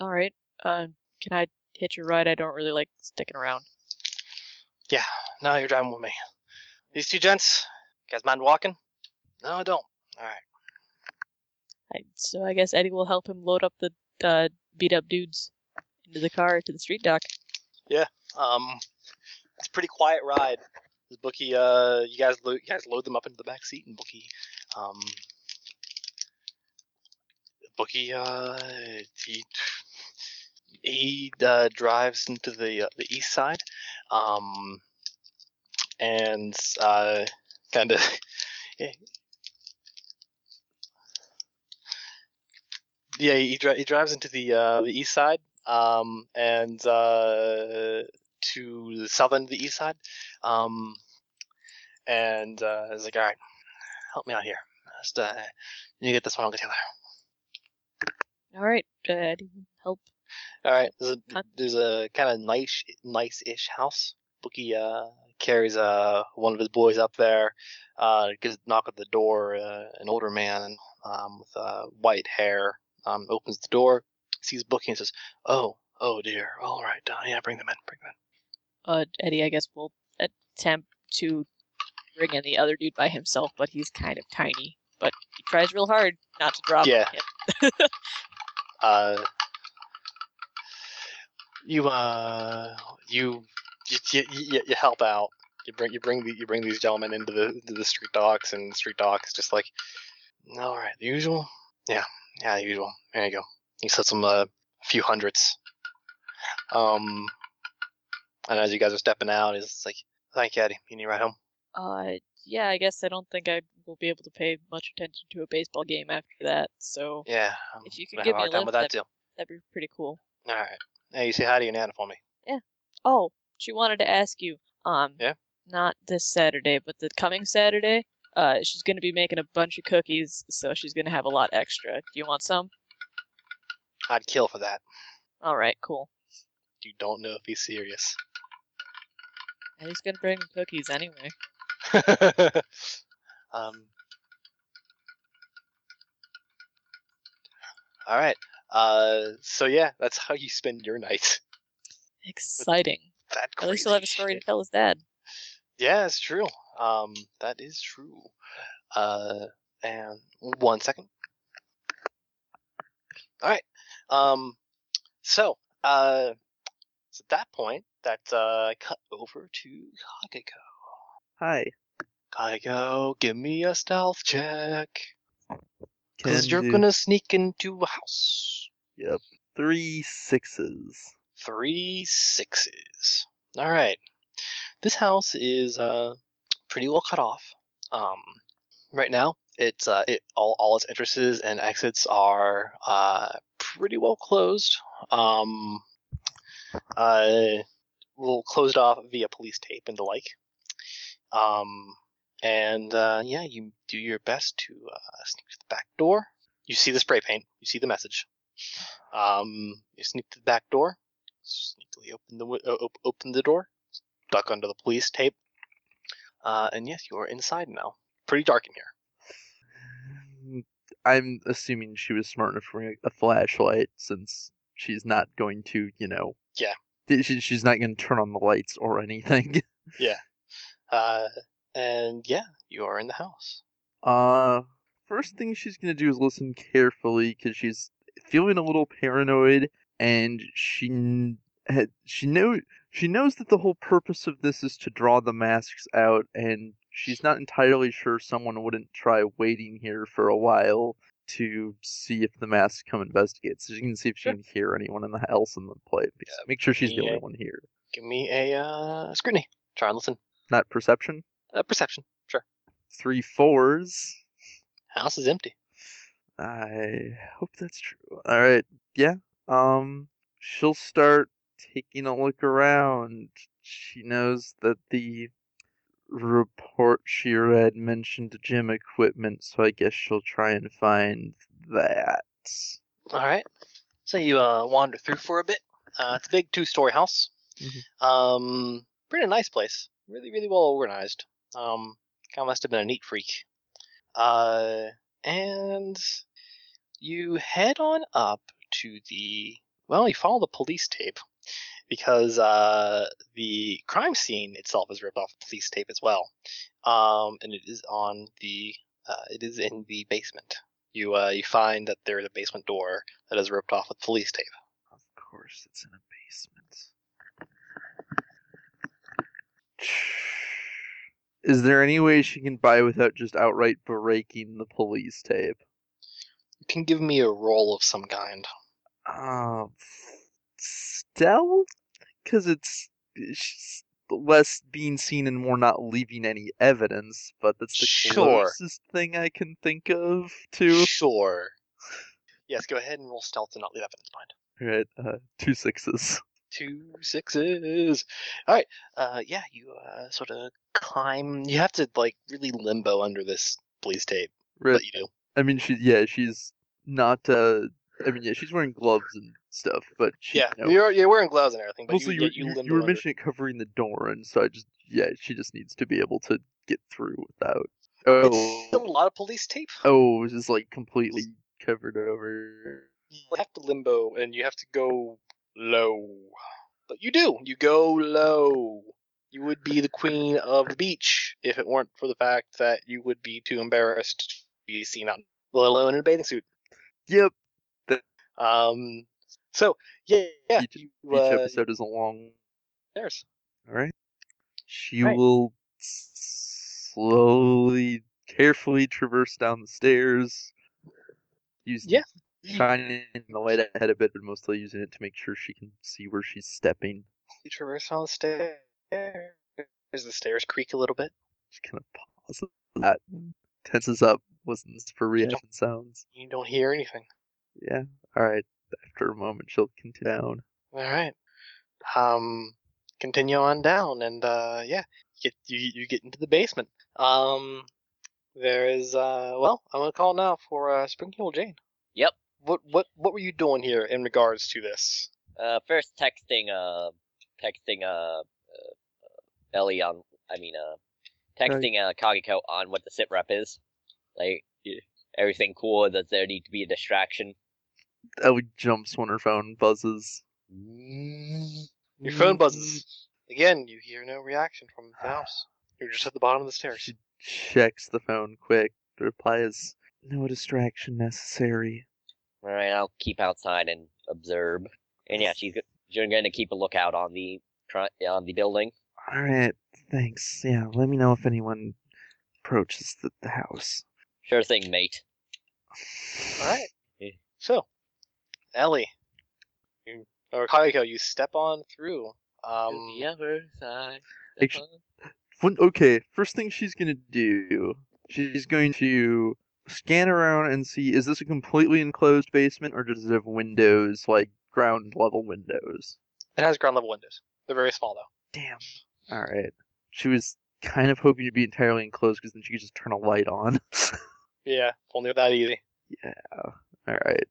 Speaker 5: All right, uh, can I hitch a ride? I don't really like sticking around.
Speaker 1: Yeah, no, you're driving with me. These two gents, you guys mind walking? No, I don't.
Speaker 5: I, so I guess Eddie will help him load up the uh, beat up dudes into the car to the street dock.
Speaker 1: Um, it's a pretty quiet ride. This Bookie, uh, you guys, lo- you guys load them up into the back seat, and Bookie, um, Bookie, uh, he he uh, drives into the uh, the east side, um, and uh, kind of. Yeah, he, dri- he drives into the uh, the east side, um, and uh, to the south end of the east side. Um, and uh, I was like, all right, help me out here. Just, uh, you get this one, I'll get the other.
Speaker 5: All right, uh, Eddie, will help.
Speaker 1: All right, there's a,
Speaker 5: Huh?
Speaker 1: there's a kind of nice, nice-ish house. Bookie uh, carries uh, one of his boys up there. Uh, gives a knock at the door. Uh, an older man um, with uh, white hair um, opens the door. sees Bookie and says, "Oh, oh dear. All right, uh, yeah, bring them in. Bring them
Speaker 5: Uh, Eddie, I guess, will attempt to bring in the other dude by himself, but he's kind of tiny. But he tries real hard not to drop
Speaker 1: Yeah.
Speaker 5: him.
Speaker 1: in." Uh, you uh, you you, you, you you help out. You bring you bring the, you bring these gentlemen into the into the street docs, and the street docs just like, all right, the usual. Yeah, yeah, the usual. There you go. He sets them a few hundreds. Um, and as you guys are stepping out, he's just like, "Thank you, Eddie. You need a ride home."
Speaker 5: Uh, yeah, I guess I don't think I will be able to pay much attention to a baseball game after that. So
Speaker 1: Yeah. I'm
Speaker 5: if you
Speaker 1: gonna
Speaker 5: could give
Speaker 1: have a
Speaker 5: me a
Speaker 1: hard time
Speaker 5: lift,
Speaker 1: with that
Speaker 5: that'd,
Speaker 1: too.
Speaker 5: that'd be pretty cool.
Speaker 1: All right. Hey, you say hi to your nana for me.
Speaker 5: Oh, she wanted to ask you. Um,
Speaker 1: Yeah?
Speaker 5: Not this Saturday, but the coming Saturday. Uh, she's gonna be making a bunch of cookies, so she's gonna have a lot extra. Do you want some?
Speaker 1: I'd kill for that.
Speaker 5: All right, cool.
Speaker 1: You don't know if he's serious.
Speaker 5: And he's gonna bring cookies anyway.
Speaker 1: um. All right. Uh. So yeah, that's how you spend your night.
Speaker 5: Exciting.
Speaker 1: That
Speaker 5: At least he'll have a story to tell his dad.
Speaker 1: Yeah, it's true. Um. That is true. Uh. And one second. All right. Um. So. Uh. so at that point, that uh, cut over to Kageko.
Speaker 6: Hi.
Speaker 1: Kaigo, give me a stealth check.
Speaker 6: Can
Speaker 1: Because you're
Speaker 6: do
Speaker 1: gonna sneak into a house.
Speaker 6: three sixes.
Speaker 1: Three sixes. Alright. This house is uh pretty well cut off. Um right now it's uh it all, all its entrances and exits are uh pretty well closed. Um uh well closed off via police tape and the like. Um and uh yeah, you do your best to uh sneak to the back door. You see the spray paint, you see the message. Um, you sneak to the back door, sneakily open the wi- o- op- open the door, duck under the police tape, uh, and yes, you are inside now. Pretty dark in here.
Speaker 6: I'm assuming she was smart enough to bring a flashlight since she's not going to, you know.
Speaker 1: Yeah.
Speaker 6: th- She, she's not going to turn on the lights or anything.
Speaker 1: Uh, and yeah, you are in the house.
Speaker 6: Uh, first thing she's gonna do is listen carefully because she's feeling a little paranoid, and she kn- had, she know she knows that the whole purpose of this is to draw the masks out, and she's not entirely sure someone wouldn't try waiting here for a while to see if the masks come investigate. So she can see if she can hear anyone in the else in the play. Make sure she's the
Speaker 1: yeah.
Speaker 6: only one here.
Speaker 1: Give me a uh, scrutiny. Try and listen.
Speaker 6: Not perception.
Speaker 1: Uh, perception.
Speaker 6: Three fours.
Speaker 1: House is empty.
Speaker 6: I hope that's true. All right, yeah. Um, she'll start taking a look around. She knows that the report she read mentioned gym equipment, so I guess she'll try and find that.
Speaker 1: All right. So you uh, wander through for a bit. Uh, it's a big two-story house. Um, pretty nice place. Really, really well organized. Um, kind of must have been a neat freak. Uh, and you head on up to the. Well, you follow the police tape because uh, the crime scene itself is ripped off police tape as well, um, and it is on the. Uh, it is in the basement. You uh, you find that there is a basement door that is ripped off with police tape.
Speaker 6: Of course, it's in a basement. Is there any way she can buy without just outright breaking the police tape?
Speaker 1: You can give me a roll of some kind.
Speaker 6: Um, stealth, because it's, it's less being seen and more not leaving any evidence. But that's the
Speaker 1: Sure.
Speaker 6: closest thing I can think of to.
Speaker 1: Sure. Yes, go ahead and roll stealth and not leave evidence behind.
Speaker 6: Right, uh, two sixes.
Speaker 1: Two sixes. All right. Uh, yeah, you uh, sort of climb. You have to like really limbo under this police tape,
Speaker 6: Right.
Speaker 1: but you do.
Speaker 6: I mean, she yeah, she's not. Uh, I mean, yeah, she's wearing gloves and stuff, but she,
Speaker 1: Yeah,
Speaker 6: you know,
Speaker 1: you're you're wearing gloves and everything, but
Speaker 6: mostly
Speaker 1: you, yeah,
Speaker 6: you, you, you
Speaker 1: limbo
Speaker 6: were
Speaker 1: under.
Speaker 6: mentioning it covering the door, and so I just yeah, she just needs to be able to get through without. Oh,
Speaker 1: It's still a lot of police tape.
Speaker 6: Oh, it was just like completely covered over.
Speaker 1: have to limbo and you have to go low. But you do. You go low. You would be the queen of the beach if it weren't for the fact that you would be too embarrassed to be seen out let alone in a bathing suit.
Speaker 6: Yep.
Speaker 1: Um. So yeah, yeah.
Speaker 6: Each-
Speaker 1: you,
Speaker 6: Each
Speaker 1: uh,
Speaker 6: episode is a long.
Speaker 1: There's.
Speaker 6: All right. She
Speaker 1: Right.
Speaker 6: will s- slowly, carefully traverse down the stairs. Use
Speaker 1: Yeah.
Speaker 6: shining the light ahead a bit, but mostly using it to make sure she can see where she's stepping.
Speaker 1: You traverse all the stairs. There's the stairs creak a little bit.
Speaker 6: She kind of pauses. for That tenses up, listens for reaction sounds.
Speaker 1: You don't hear anything.
Speaker 6: Yeah. All right. After a moment, she'll continue down.
Speaker 1: All right. Um, continue on down, and uh, yeah, you get you, you get into the basement. Um, there is uh, well, I'm gonna call now for uh, Springfield Jane.
Speaker 4: Yep.
Speaker 1: What what what were you doing here in regards to this?
Speaker 4: Uh, first texting, uh, texting, uh, uh, Ellie on, I mean, uh, texting, uh, Kagiko on what the sit rep is. Like, y- everything cool? Does there need to be a distraction?
Speaker 6: Ellie jumps when her phone buzzes.
Speaker 1: Your phone buzzes again. You hear no reaction from the
Speaker 4: Ah.
Speaker 1: house. You're just at the bottom of the stairs.
Speaker 6: She checks the phone quick. The reply is no distraction necessary.
Speaker 4: All right, I'll keep outside and observe. And yeah, she's go- you're gonna keep a lookout on the tr- on the building.
Speaker 6: All right, thanks. Yeah, let me know if anyone approaches the, the house.
Speaker 4: Sure thing, mate.
Speaker 1: All right.
Speaker 4: Yeah.
Speaker 1: So, Ellie, you, or Kaiko, you step on through. Um,
Speaker 4: other side.
Speaker 6: Actu- When, okay, first thing she's gonna do, she's going to scan around and see is this a completely enclosed basement or does it have windows like ground level windows?
Speaker 1: It has ground level windows. They're very small though.
Speaker 6: Damn. All right. She was kind of hoping to be entirely enclosed because then she could just turn a light on.
Speaker 1: Yeah, if only that easy.
Speaker 6: All right.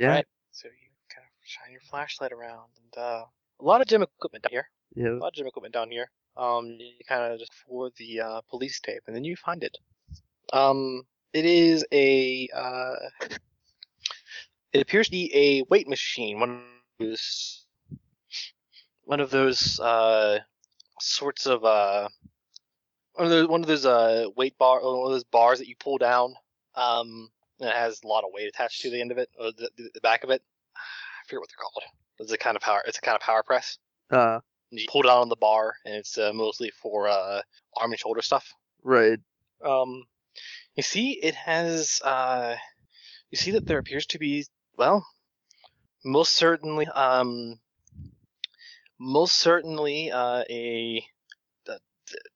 Speaker 6: Yeah.
Speaker 1: Right. So you kind of shine your flashlight around, and uh, a lot of gym equipment down here.
Speaker 6: Yeah.
Speaker 1: A lot of gym equipment down here. Um, you kind of just for the uh, police tape, and then you find it. Um, it is a. Uh, it appears to be a weight machine. One of those. One of those uh, sorts of uh, one of those one of those uh weight bar one of those bars that you pull down. Um, and it has a lot of weight attached to the end of it, or the, the the back of it. I forget what they're called. It's a kind of power. It's a kind of power press.
Speaker 6: Uh,
Speaker 1: You pull down on the bar, and it's uh, mostly for uh, arm and shoulder stuff.
Speaker 6: right.
Speaker 1: Um, you see, it has. Uh, you see that there appears to be, well, most certainly, um, most certainly, uh, a the,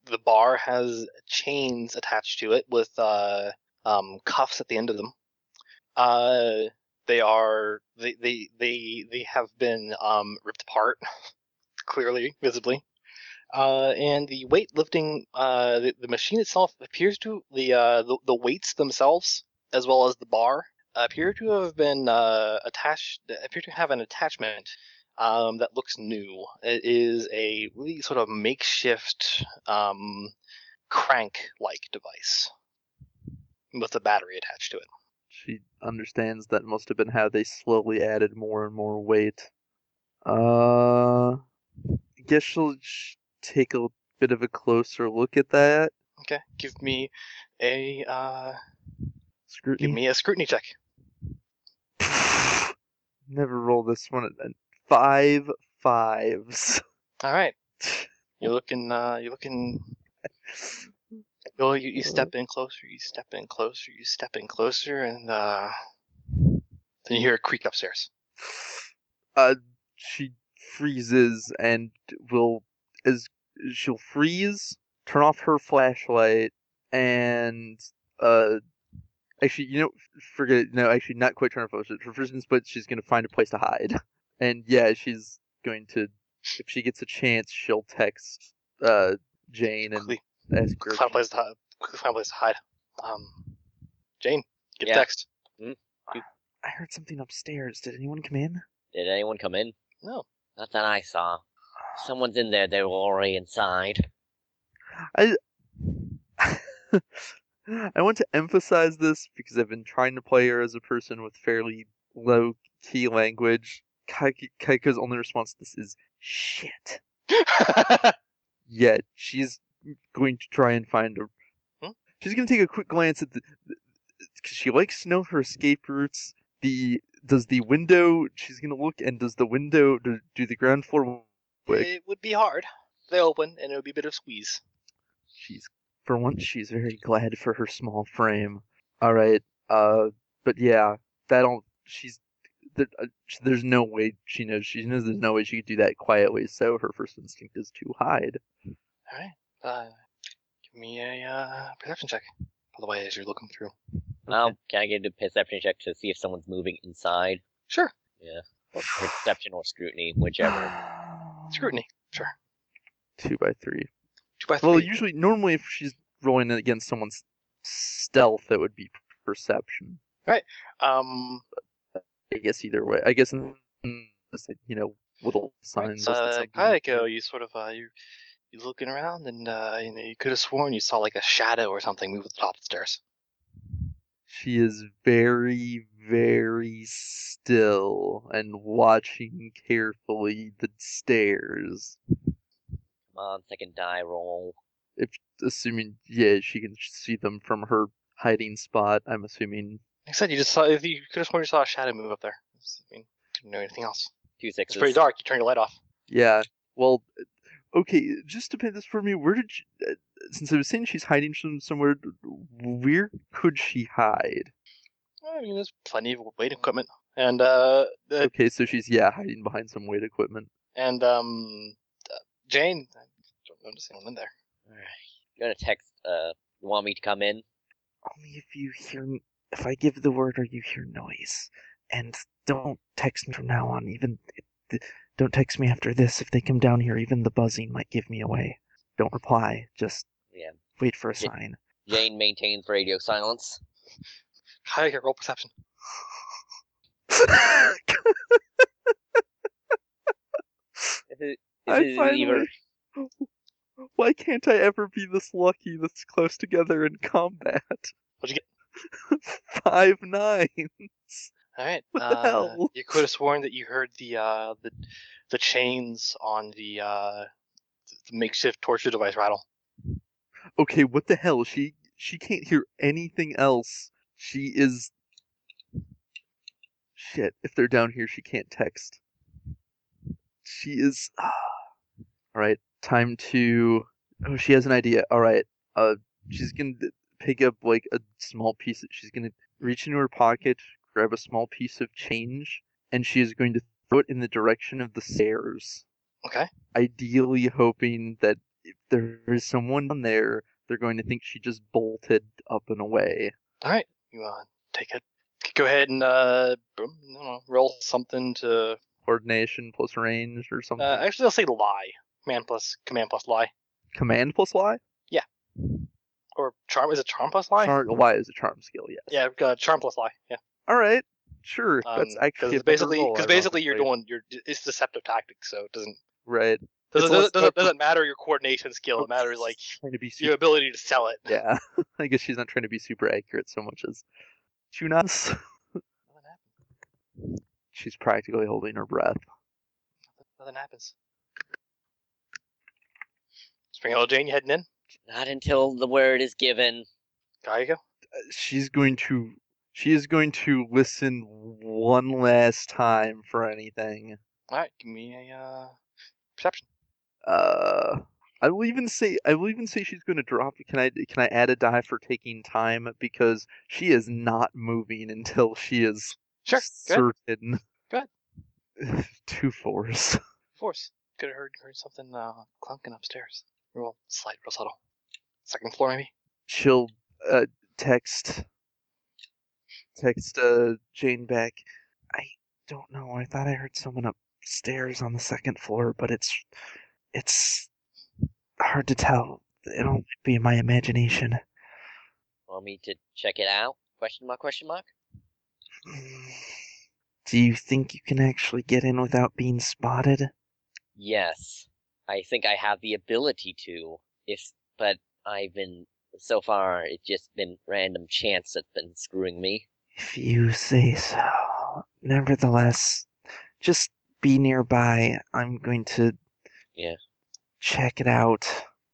Speaker 1: the bar has chains attached to it with uh, um, cuffs at the end of them. Uh, they are they they they they have been um, ripped apart, clearly, visibly uh, and the weightlifting uh, the, the machine itself appears to the, uh, the the weights themselves as well as the bar appear to have been uh, attached appear to have an attachment um, that looks new it is a really sort of makeshift um, crank like device with a battery attached to it
Speaker 6: She understands that must have been how they slowly added more and more weight. Uh, I guess she'll sh- take a bit of a closer look at that.
Speaker 1: okay give me a uh,
Speaker 6: Scrutiny.
Speaker 1: give me a scrutiny check
Speaker 6: Never roll this one. At at five fives.
Speaker 1: all right you're looking uh, you're looking Well, you, you step in closer, you step in closer, you step in closer, and uh, then you hear a creak upstairs.
Speaker 6: Uh, she freezes and will as she'll freeze, turn off her flashlight, and uh, actually, you know, forget it. No, actually, not quite turn off her flashlight. Her vision's, but she's gonna find a place to hide. And yeah, she's going to. If she gets a chance, she'll text uh Jane and
Speaker 1: Quickly,
Speaker 6: ask her. if
Speaker 1: find a
Speaker 6: she-
Speaker 1: place to hide. Quickly find a place to hide. Um, Jane, get
Speaker 4: Yeah.
Speaker 1: a text.
Speaker 7: Hmm?
Speaker 6: I heard something upstairs. Did anyone come in?
Speaker 4: Did anyone come in?
Speaker 1: No.
Speaker 4: Not that I saw. Someone's in there. They were already inside.
Speaker 6: I want to emphasize this because I've been trying to play her as a person with fairly low key language. Kaik- Kaiko's only response to this is shit. Yet she's going to try and find a.
Speaker 1: Hmm?
Speaker 6: She's going to take a quick glance at the. Because she likes to know her escape routes. The does the window? She's going to look and does the window do, do the ground floor? Quick.
Speaker 1: It would be hard. They open, and it would be a bit of squeeze.
Speaker 6: She's for once she's very glad for her small frame. All right. Uh, but yeah, that don't. She's there, uh, sh- there's no way she knows. She knows there's no way she could do that quietly. So her first instinct is to hide.
Speaker 1: Uh, give me a uh, perception check. By the way, as you're looking through.
Speaker 4: Um, can I get a perception check to see if someone's moving inside?
Speaker 1: Sure.
Speaker 4: Or perception or scrutiny, whichever.
Speaker 1: Scrutiny. Sure.
Speaker 6: Two by three.
Speaker 1: Two by three.
Speaker 6: Well, usually, normally, if she's rolling it against someone's stealth, that would be perception.
Speaker 1: um,
Speaker 6: I guess either way. I guess in, in- it's like, you know little signs.
Speaker 1: So,
Speaker 6: listed
Speaker 1: uh,
Speaker 6: something.
Speaker 1: Kaiko, you sort of uh, you you looking around, and uh, you know you could have sworn you saw like a shadow or something move at the top of the stairs.
Speaker 6: She is very, very still and watching carefully the stairs.
Speaker 4: Come on, second die roll.
Speaker 6: Assuming, yeah, she can see them from her hiding spot. I'm assuming.
Speaker 1: Like I said you just saw if you could have sworn you saw a shadow move up there. It's- I mean, couldn't know anything else.
Speaker 4: Two
Speaker 1: It's
Speaker 4: sixes.
Speaker 1: pretty dark. You turn your light off.
Speaker 6: Yeah. Well, okay, just to paint this for me, where did she. Uh, since I was saying she's hiding from somewhere, where could she hide?
Speaker 1: I mean, there's plenty of weight equipment, and uh, the,
Speaker 6: Okay, so she's, yeah, hiding behind some weight equipment.
Speaker 1: and um, uh, Jane. I don't notice anyone in there.
Speaker 4: You want to text, uh, you want me to come in?
Speaker 6: Only if you hear. n- If I give the word or you hear noise. And don't text me from now on. Even. th- Don't text me after this. If they come down here, even the buzzing might give me away. Don't reply. Just
Speaker 4: Yeah.
Speaker 6: wait for a
Speaker 4: Yeah.
Speaker 6: sign.
Speaker 4: Jane maintains radio silence.
Speaker 1: Kaiko, roll perception.
Speaker 4: This is, this
Speaker 6: I
Speaker 4: is either-
Speaker 6: finally. Why can't I ever be this lucky, this close together in combat?
Speaker 1: What'd
Speaker 6: Five nine.
Speaker 1: All right.
Speaker 6: What the
Speaker 1: uh,
Speaker 6: hell?
Speaker 1: You could have sworn that you heard the uh, the the chains on the uh, the makeshift torture device rattle.
Speaker 6: Okay, what the hell? She she can't hear anything else. She is. Shit! If they're down here, she can't text. She is. All right, time to. Oh, she has an idea. All right. Uh, she's gonna d- pick up like a small piece. She's gonna reach into her pocket, grab a small piece of change, and she is going to throw it in the direction of the stairs.
Speaker 1: Okay.
Speaker 6: Ideally, hoping that if there is someone down there, they're going to think she just bolted up and away.
Speaker 1: You uh, take it. Go ahead and uh, boom, I don't know, roll something to.
Speaker 6: Coordination plus range or something.
Speaker 1: Uh, actually, I'll say lie. Command plus command plus lie,
Speaker 6: Command plus lie?
Speaker 1: or charm is it charm plus lie?
Speaker 6: Charm, lie is a charm skill, yes.
Speaker 1: Yeah, uh, charm plus lie. Yeah.
Speaker 6: All right. Sure. that's
Speaker 1: Um,
Speaker 6: actually a
Speaker 1: it's
Speaker 6: better
Speaker 1: basically
Speaker 6: roll,
Speaker 1: because basically you're
Speaker 6: ironically.
Speaker 1: doing you're it's deceptive tactics, so it doesn't
Speaker 6: right.
Speaker 1: doesn't
Speaker 6: It's less
Speaker 1: doesn't, doesn't,
Speaker 6: effort.
Speaker 1: doesn't matter your coordination skill. It matters like
Speaker 6: Trying to be
Speaker 1: your
Speaker 6: super,
Speaker 1: ability to sell it.
Speaker 6: yeah. I guess she's not trying to be super accurate so much as Chunas.
Speaker 1: Nothing happens.
Speaker 6: She's practically holding her breath.
Speaker 1: Nothing happens. Spring Hill Jane, you heading in?
Speaker 4: Not until the word is given.
Speaker 1: There you go.
Speaker 6: she's going to she is going to listen one last time for anything.
Speaker 1: All right, give me a uh, perception.
Speaker 6: Uh I will even say I will even say she's going to drop can I can I add a die for taking time because she is not moving until she is
Speaker 1: Sure. Go ahead.
Speaker 6: certain.
Speaker 1: Go
Speaker 6: Two fours.
Speaker 1: Force. Could have heard, heard something uh, clunking upstairs. Real slight, real subtle. Second floor, maybe.
Speaker 6: She'll uh, text text uh, Jane back. I don't know. I thought I heard someone upstairs on the second floor, but it's it's hard to tell. It'll be my imagination.
Speaker 4: Want me to check it out? Question mark? Question mark?
Speaker 6: Do you think you can actually get in without being spotted?
Speaker 4: Yes, I think I have the ability to. If but I've been so far, it's just been random chance that's been screwing me.
Speaker 6: If you say so. Nevertheless, just be nearby. I'm going to
Speaker 4: Yeah.
Speaker 6: check it out.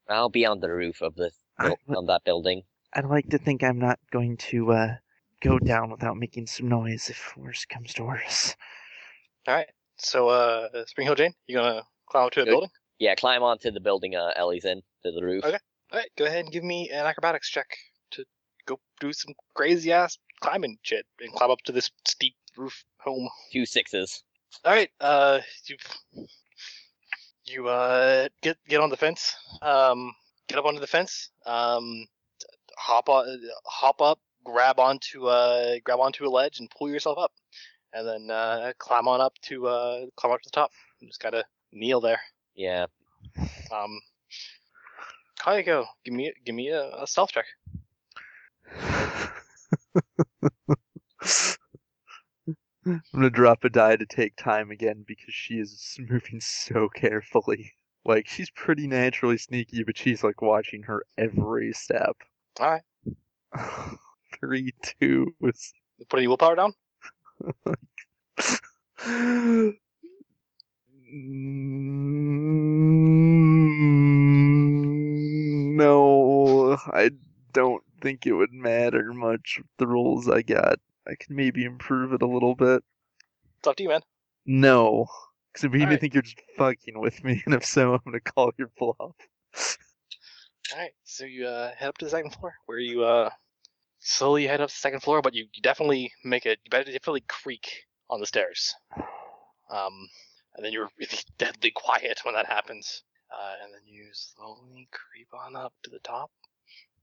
Speaker 4: I'll be on the roof of this
Speaker 6: I
Speaker 4: buil-
Speaker 6: would-
Speaker 4: on that building.
Speaker 6: I'd like to think I'm not going to uh, go down without making some noise if worse comes to worse.
Speaker 1: So, uh, Spring Hill Jane, you gonna climb up to a
Speaker 4: Okay.
Speaker 1: building?
Speaker 4: Yeah, climb onto the building uh, Ellie's in to the roof.
Speaker 1: Okay. All right, go ahead and give me an acrobatics check to go do some crazy ass climbing shit and climb up to this steep roof home.
Speaker 4: Two sixes.
Speaker 1: All right, uh, you you uh get get on the fence, um, get up onto the fence, um, hop on, hop up, grab onto uh grab onto a ledge and pull yourself up, and then uh climb on up to uh climb up to the top. You just gotta kneel there.
Speaker 4: Yeah.
Speaker 1: Um, Kayako, give me give me a, a stealth check.
Speaker 6: I'm gonna drop a die to take time again because she is moving so carefully. Like she's pretty naturally sneaky, but she's like watching her every step.
Speaker 1: Alright.
Speaker 6: Three two is
Speaker 1: Put any willpower down.
Speaker 6: No, I don't think it would matter much with the rolls I got. I could maybe improve it a little bit.
Speaker 1: It's up to you, man.
Speaker 6: No, because it made me
Speaker 1: Alright.
Speaker 6: think you're just fucking with me, and if so, I'm gonna call your bluff.
Speaker 1: All right, so you uh, head up to the second floor, where you uh, slowly head up to the second floor, but you, you definitely make a you better definitely creak on the stairs. Um, and then you're really deadly quiet when that happens. Uh, and then you slowly creep on up to the top,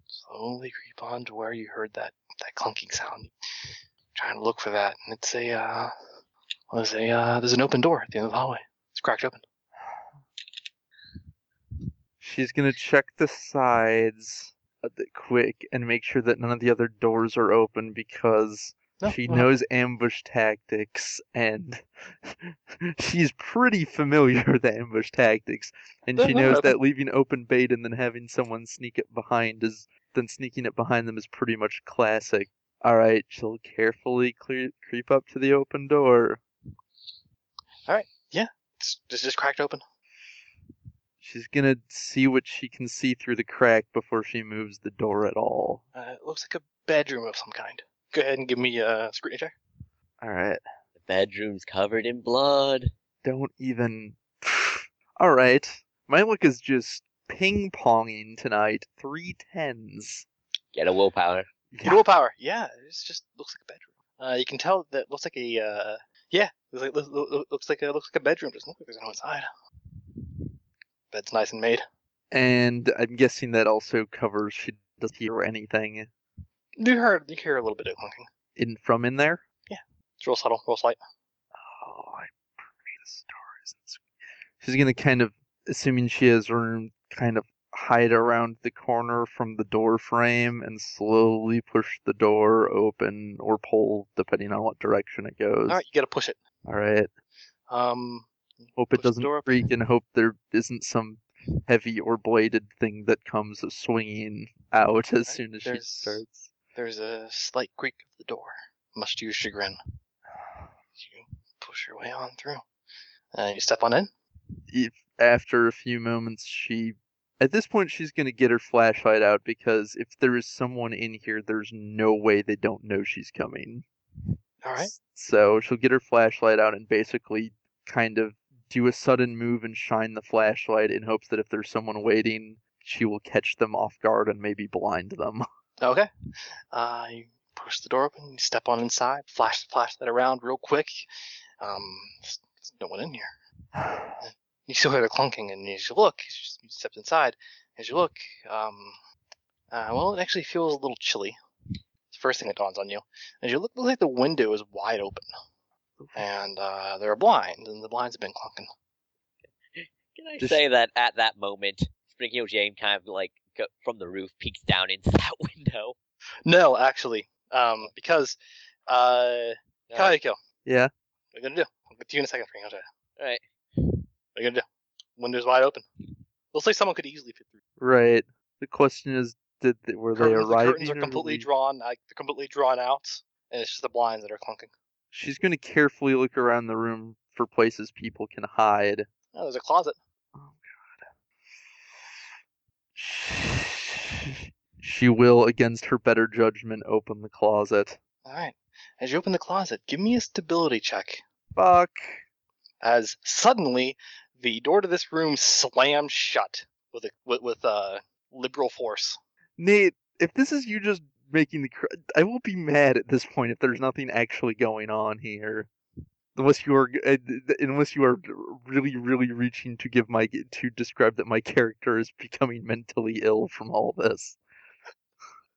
Speaker 1: slowly creep on to where you heard that that clunking sound. Trying to look for that, and it's a uh, well, there's a uh, there's an open door at the end of the hallway. It's cracked open.
Speaker 6: She's gonna check the sides a bit quick and make sure that none of the other doors are open because
Speaker 1: No,
Speaker 6: she
Speaker 1: no, no.
Speaker 6: knows ambush tactics and she's pretty familiar with the ambush tactics and
Speaker 1: They're
Speaker 6: she
Speaker 1: not
Speaker 6: knows
Speaker 1: open.
Speaker 6: that leaving open bait and then having someone sneak it behind is then sneaking it behind them is pretty much classic. All right, she'll carefully clear, creep up to the open door.
Speaker 1: It's, it's just cracked open.
Speaker 6: She's gonna see what she can see through the crack before she moves the door at all.
Speaker 1: Uh, it looks like a bedroom of some kind. Go ahead and give me a scrutiny check.
Speaker 6: All right.
Speaker 4: The bedroom's covered in blood.
Speaker 6: Don't even. All right. My luck is just ping ponging tonight. Three tens.
Speaker 4: Get a willpower.
Speaker 1: Yeah. Willpower. Yeah, it just looks like a bedroom. Uh, you can tell that it looks like a. Uh, yeah, looks like looks, looks- looks like a looks like a bedroom. Doesn't look like there's no inside. Bed's nice and made.
Speaker 6: And I'm guessing that also covers she doesn't hear anything
Speaker 1: You heard you hear a little bit of clunking.
Speaker 6: in from in there.
Speaker 1: It's real subtle, real slight.
Speaker 6: Oh, I pray the stars. It's- She's gonna kind of, assuming she has room, kind of hide around the corner from the door frame and slowly push the door open or pull, depending on what direction it goes.
Speaker 1: All right, you gotta push it.
Speaker 6: All right.
Speaker 1: Um,
Speaker 6: Hope
Speaker 1: Push
Speaker 6: it
Speaker 1: the
Speaker 6: doesn't
Speaker 1: door up.
Speaker 6: creak and hope there isn't some heavy or bladed thing that comes swinging out as
Speaker 1: Right,
Speaker 6: soon as
Speaker 1: there's-
Speaker 6: she starts.
Speaker 1: there's a slight creak of the door, much to your chagrin. You push your way on through. Uh, you step on in.
Speaker 6: If after a few moments she at this point she's going to get her flashlight out because if there is someone in here there's no way they don't know she's coming.
Speaker 1: All right.
Speaker 6: S- So she'll get her flashlight out and basically kind of do a sudden move and shine the flashlight in hopes that if there's someone waiting she will catch them off guard and maybe blind them.
Speaker 1: Okay. Uh, you push the door open, you step on inside, flash flash that around real quick. Um, there's there's no one in here. You still hear the clunking, and as you look, as you s- you step inside, as you look, um, uh, well, it actually feels a little chilly. It's the first thing that dawns on you. As you look, it looks like the window is wide open, and uh, there are blinds, and the blinds have been clunking.
Speaker 4: Can I
Speaker 6: Just-
Speaker 4: say that at that moment, Spring Hill Jane kind of like go, from the roof peeks down into that window.
Speaker 1: No, actually, um, because, uh,
Speaker 4: Uh,
Speaker 1: Kaiko, what
Speaker 6: Yeah.
Speaker 1: are you gonna do? I'll get to you in a second, Frank. I'll tell you.
Speaker 4: Alright.
Speaker 1: What are you gonna do? Windows wide open. Looks like someone could easily fit through.
Speaker 6: Right. The question is, did they, were they
Speaker 1: curtains, the
Speaker 6: arriving?
Speaker 1: curtains are
Speaker 6: or were
Speaker 1: completely
Speaker 6: they-
Speaker 1: drawn, like they're completely drawn out, and it's just the blinds that are clunking.
Speaker 6: She's going to carefully look around the room for places people can hide.
Speaker 1: Oh, there's a closet.
Speaker 6: She will, against her better judgment, open the closet.
Speaker 1: All right. As you open the closet, give me a stability check.
Speaker 6: Fuck.
Speaker 1: As suddenly, the door to this room slams shut with a with, with uh, liberal force.
Speaker 6: Nate, if this is you just making the. Cr- I will be mad at this point if there's nothing actually going on here. Unless you are, uh, unless you are really, really reaching to give my to describe that my character is becoming mentally ill from all this.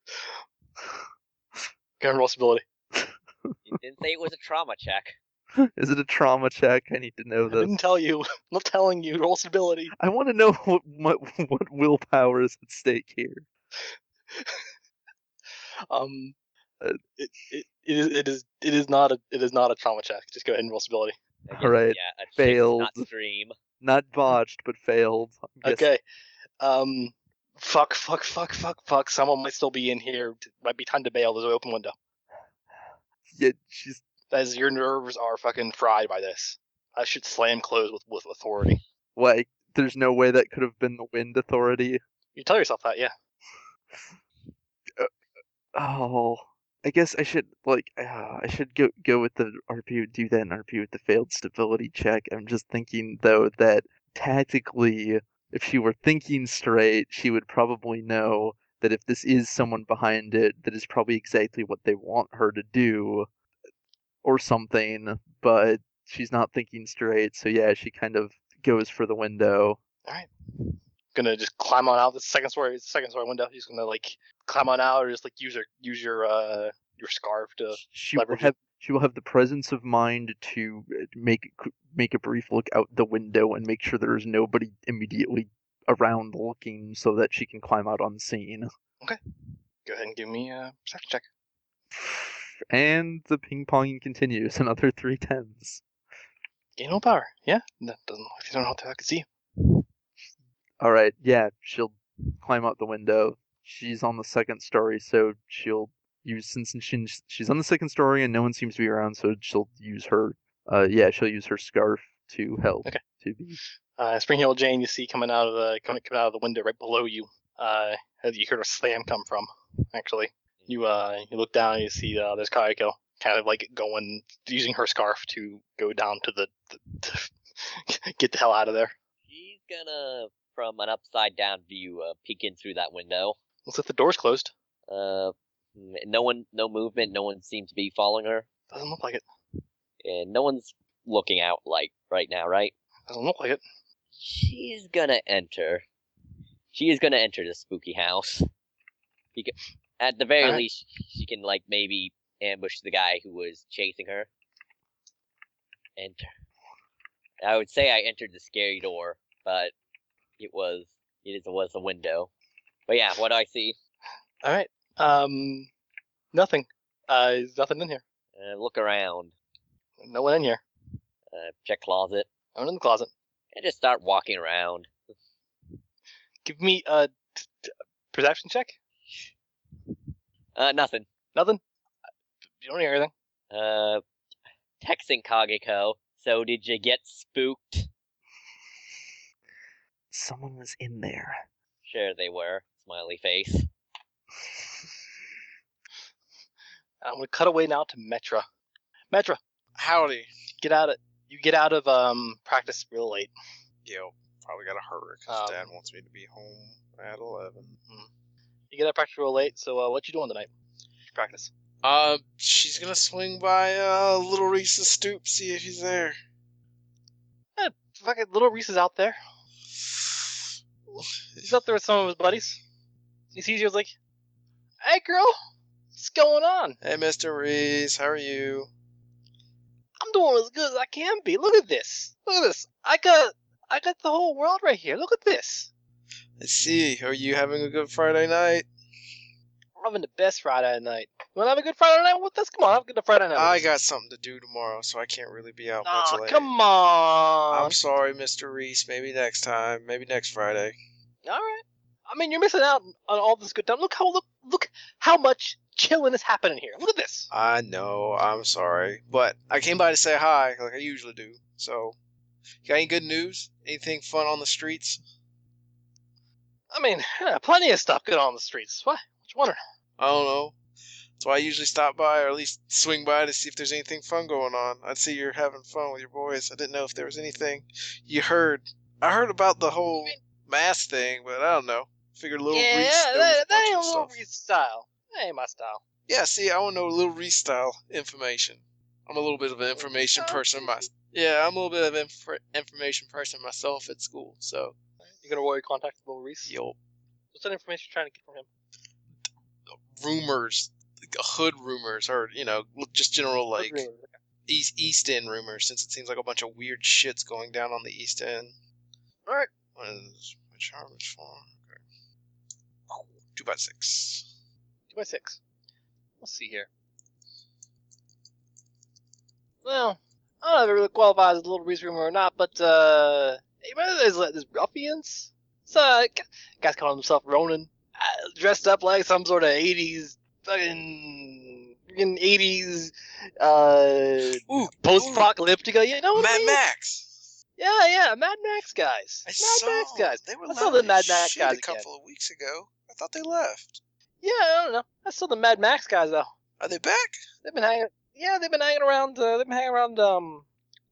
Speaker 1: Go ahead and roll stability.
Speaker 4: You didn't say it was a trauma check.
Speaker 6: Is it a trauma check? I need to know
Speaker 1: I
Speaker 6: this.
Speaker 1: didn't tell you. I'm not telling you. Roll stability.
Speaker 6: I want to know what, what what willpower is at stake here.
Speaker 1: Um,
Speaker 6: Uh,
Speaker 1: it, it, it is it is it is not a it is not a trauma check. Just go ahead and roll stability.
Speaker 4: I guess,
Speaker 6: Alright,
Speaker 4: Yeah, a chick does
Speaker 6: failed.
Speaker 4: Not stream.
Speaker 6: Not botched, but failed. I guess-
Speaker 1: Okay. Um, fuck, fuck, fuck, fuck, fuck. Someone might still be in here. Might be time to bail. There's an open window.
Speaker 6: Yeah, she's
Speaker 1: As your nerves are fucking fried by this. I should slam close with, with authority.
Speaker 6: like, there's no way that could have been the wind authority.
Speaker 1: You tell yourself that, yeah.
Speaker 6: Oh, I guess I should like uh, I should go go with the RP do that and RP with the failed stability check. I'm just thinking though that tactically, if she were thinking straight, she would probably know that if this is someone behind it, that is probably exactly what they want her to do, or something. But she's not thinking straight, so yeah, she kind of goes for the window.
Speaker 1: Gonna just climb on out the second story, second story window. You're just gonna like climb on out, or just like use your use your uh your scarf to.
Speaker 6: she will
Speaker 1: leverage it.
Speaker 6: have she will have the presence of mind to uh, make a qu- make a brief look out the window and make sure there is nobody immediately around looking so that she can climb out unseen.
Speaker 1: Go ahead and give me a perception check.
Speaker 6: And the ping ponging continues. Another three tens.
Speaker 1: Gain no power. Yeah, that doesn't look. You don't know how to see.
Speaker 6: All right, yeah, she'll climb out the window. She's on the second story, so she'll use since she- she's on the second story and no one seems to be around, so she'll use her. Uh, yeah, she'll use her scarf to help.
Speaker 1: Okay.
Speaker 6: To be
Speaker 1: Uh, Spring Hill Jane, you see coming out of the coming, coming out of the window right below you. Uh, as you heard a slam come from. Actually, you uh you look down and you see uh, there's Kayako kind of like going using her scarf to go down to the, the to get the hell out of there.
Speaker 4: She's gonna, from an upside down view, uh, peek in through that window.
Speaker 1: Looks like the door's closed.
Speaker 4: Uh, mm, no one, no movement. No one seems to be following her,
Speaker 1: Doesn't look like it.
Speaker 4: and no one's looking out like right now, right?
Speaker 1: Doesn't look like it.
Speaker 4: She's gonna enter. She is gonna enter the spooky house. Because at the very
Speaker 1: Alright.
Speaker 4: least, she can like maybe ambush the guy who was chasing her. Enter. I would say I entered the scary door, but it was it is was a window. But yeah, what do I see?
Speaker 1: All right. Um, nothing. Uh, there's nothing in here.
Speaker 4: Uh, look around,
Speaker 1: No one in here.
Speaker 4: uh, check closet,
Speaker 1: No one in the closet.
Speaker 4: and just start walking around.
Speaker 1: Give me a t- t- perception check.
Speaker 4: Uh, nothing.
Speaker 1: Nothing. You don't hear anything.
Speaker 4: Uh, texting Kageko. So did you get spooked?
Speaker 6: someone was in there.
Speaker 4: Sure they were. Smiley face.
Speaker 1: I'm gonna cut away now to Metra. Metra,
Speaker 3: Howdy.
Speaker 1: get out of you get out of um practice real late.
Speaker 3: Yo, probably gotta hurry because
Speaker 1: Um, mm-hmm.
Speaker 3: Dad wants me to be home at eleven.
Speaker 1: You get out of practice real late. So uh, what you doing tonight? Practice.
Speaker 3: Uh, she's gonna swing by uh Little Reese's stoop, see if he's there.
Speaker 1: Eh, Fucking little Reese is out there. He's out there with some of his buddies. He sees you. He's like, "Hey, girl, what's going on?
Speaker 3: Hey, Mr. Reese, how are you?
Speaker 1: I'm doing as good as I can be. Look at this. Look at this. I got, I got the whole world right here. Look at this.
Speaker 3: I see. Are you having a good Friday night?
Speaker 1: I'm having the best Friday night. You want to have a good Friday night with us? Come on, have a good Friday night. With
Speaker 3: I
Speaker 1: us.
Speaker 3: got something to do tomorrow, so I can't really be out
Speaker 1: Aw,
Speaker 3: much late.
Speaker 1: come on.
Speaker 3: I'm sorry, Mr. Reese. Maybe next time. Maybe next Friday.
Speaker 1: All right. I mean, you're missing out on all this good time. Look how look look how much chilling is happening here. Look at this.
Speaker 3: I know. I'm sorry, but I came by to say hi, like I usually do. So, you got any good news? Anything fun on the streets?
Speaker 1: I mean, yeah, plenty of stuff good on the streets. What? What you wondering?
Speaker 3: I don't know. That's why I usually stop by, or at least swing by to see if there's anything fun going on. I'd see you're having fun with your boys. I didn't know if there was anything you heard. I heard about the whole mass thing, but I don't know. Figured little
Speaker 1: yeah,
Speaker 3: Reese. knows
Speaker 1: that,
Speaker 3: a
Speaker 1: that
Speaker 3: bunch
Speaker 1: ain't
Speaker 3: of
Speaker 1: a little
Speaker 3: stuff.
Speaker 1: Reese style. That ain't my style.
Speaker 3: Yeah, see, I want to know a little Reese style information. I'm a little bit of an information
Speaker 1: Oh,
Speaker 3: person myself. Yeah, I'm a little bit of an inf- information person myself at school. So,
Speaker 1: You're gonna worry contact little Reese.
Speaker 3: yo,
Speaker 1: What's that information you're trying to get from him?
Speaker 3: rumors, like, hood rumors, or you know, just general like East East End rumors, since it seems like a bunch of weird shits going down on the East End. All right, what is my charm is for? Okay. Oh, Two by six.
Speaker 1: two by six. Let's see here. Well, I don't know if it really qualifies as a little Reese rumor or not, but uh, hey, remember there's like these ruffians. It's uh, g- guys calling themselves Ronin, uh, dressed up like some sort of '80s fucking fucking '80s uh
Speaker 3: Ooh,
Speaker 1: post-apocalyptica. You know what I
Speaker 3: Mad
Speaker 1: mean?
Speaker 3: Max.
Speaker 1: Yeah, yeah, Mad Max guys.
Speaker 3: I
Speaker 1: Mad
Speaker 3: saw
Speaker 1: Max guys.
Speaker 3: They were
Speaker 1: I saw
Speaker 3: loud
Speaker 1: the
Speaker 3: as
Speaker 1: Mad Max
Speaker 3: shit
Speaker 1: guys
Speaker 3: a
Speaker 1: again.
Speaker 3: couple of weeks ago. I thought they left.
Speaker 1: Yeah, I don't know. I saw the Mad Max guys though.
Speaker 3: Are they back?
Speaker 1: They've been hanging. Yeah, they've been hanging around. Uh, they've been hanging around. Um,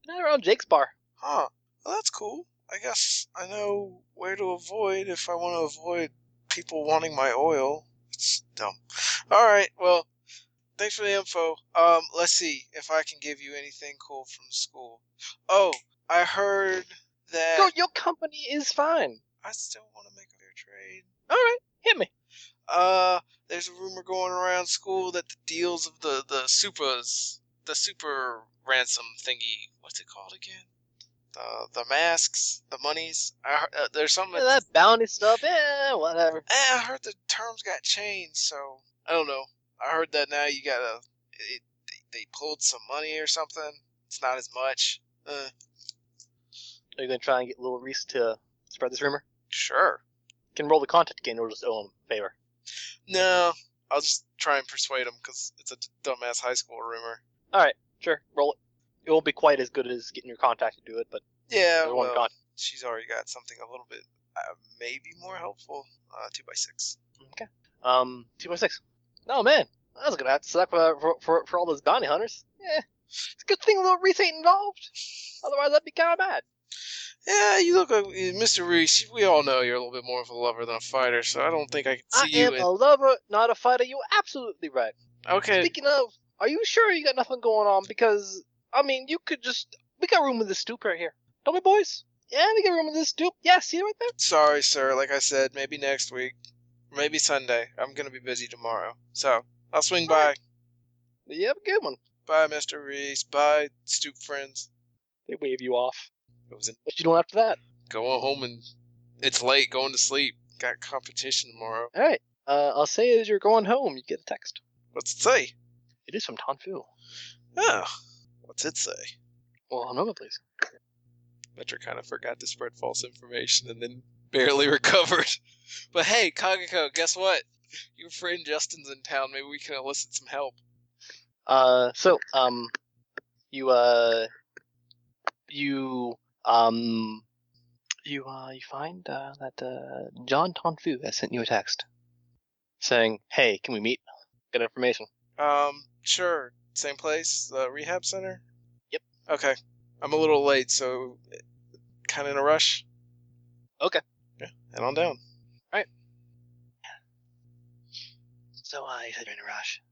Speaker 1: been hanging around Jake's bar.
Speaker 3: Huh. Well, that's cool. I guess I know where to avoid if I want to avoid people wanting my oil. It's dumb. All right. Well, thanks for the info. Um, let's see if I can give you anything cool from school. Oh, I heard that
Speaker 1: Yo, your company is fine.
Speaker 3: I still want to make a fair trade.
Speaker 1: All right, hit me.
Speaker 3: Uh, there's a rumor going around school that the deals of the the supers, the super ransom thingy, what's it called again? Uh, the masks, the monies. I heard, uh, there's something.
Speaker 1: Yeah, that bounty stuff. Yeah, whatever.
Speaker 3: Eh, I heard the terms got changed, so I don't know. I heard that now you gotta, it, they, they pulled some money or something. It's not as much. Uh,
Speaker 1: Are you gonna try and get Little Reese to spread this rumor?
Speaker 3: sure.
Speaker 1: Can roll the contact again, or just owe him a favor.
Speaker 3: No, I'll just try and persuade them because it's a dumbass high school rumor.
Speaker 1: Sure, roll it. It won't be quite as good as getting your contact to do it, but
Speaker 3: Yeah,
Speaker 1: there's one
Speaker 3: well,
Speaker 1: con-
Speaker 3: she's already got something a little bit uh, maybe more helpful. Uh, two by six.
Speaker 1: Okay. Um, two point six. No man, that was gonna have to suck for for, for, for all those bounty hunters. Yeah, it's a good thing Little Reese ain't involved. Otherwise, that'd be kind of bad.
Speaker 3: Yeah, you look like Mr. Reese. We all know you're a little bit more of a lover than a fighter, so I don't think I can
Speaker 1: I
Speaker 3: see you.
Speaker 1: am a lover, not a fighter. You're absolutely right.
Speaker 3: in... Okay,
Speaker 1: Speaking of, are you sure you got nothing going on? Because I mean, you could just we got room in this stoop right here, don't we, boys? Yeah, we got room in this stoop. Yeah, see it right there.
Speaker 3: sorry, sir. Like I said, maybe next week, maybe Sunday. I'm gonna be busy tomorrow, so I'll swing by.
Speaker 1: You have a good one.
Speaker 3: Bye, Mr. Reese. Bye, stoop friends.
Speaker 1: They wave you off.
Speaker 3: It was in
Speaker 1: What you doing after that?
Speaker 3: going home and it's late, going to sleep. Got competition tomorrow.
Speaker 1: All right. Uh, I'll say as you're going home, you get a text.
Speaker 3: What's it say?
Speaker 1: It is from Tonfu.
Speaker 3: Oh, what's it say?
Speaker 1: Well, number, please.
Speaker 3: Metro kind of forgot to spread false information and then barely recovered. But hey, Kagako, guess what? Your friend Justin's in town. Maybe we can elicit some help.
Speaker 1: Uh, so um, you uh, you um, you uh, you find uh, that uh, John Tonfu has sent you a text saying, "Hey, can we meet? Got information."
Speaker 3: Um, sure. Same place, the rehab center.
Speaker 1: Yep.
Speaker 3: Okay. I'm a little late, so kind of in a rush.
Speaker 1: Okay.
Speaker 3: Yeah. Head on down.
Speaker 1: So I said you're in a rush.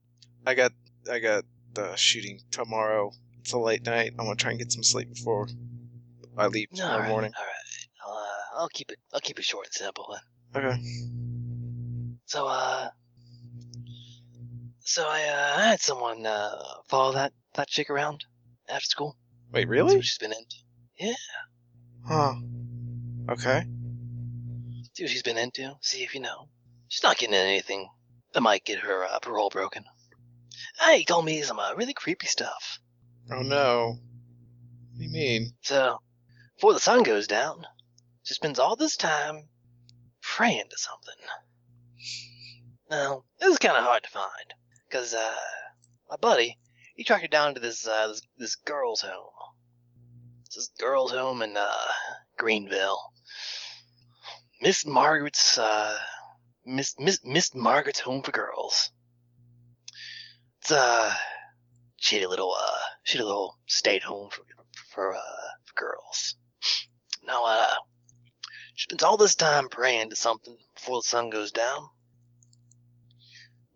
Speaker 3: I got I got the shooting tomorrow. It's a late night. I'm gonna try and get some sleep before I leave tomorrow morning.
Speaker 1: All right. I'll, uh, I'll keep it. I'll keep it short and simple. Then.
Speaker 3: Okay.
Speaker 1: So uh, so I uh, I had someone uh follow that that chick around after school.
Speaker 3: Wait,
Speaker 1: See
Speaker 3: really?
Speaker 1: what she's been into.
Speaker 3: Huh. Okay.
Speaker 1: See what she's been into. See if you know. She's not getting into anything that might get her uh, parole broken. Hey, he told me some uh, really creepy stuff.
Speaker 3: Oh no. What do you mean?
Speaker 1: So, before the sun goes down, she spends all this time praying to something. Now, this is kind of hard to find, 'cause
Speaker 8: Cause uh, my buddy, he tracked her down to this uh, this, this girl's home. It's this girl's home in uh, Greenville. Miss Margaret's uh, Miss Miss Miss Margaret's home for girls. It's uh, she had a little uh, she had a little stay at home for for uh, for girls. Now uh, she spends all this time praying to something before the sun goes down.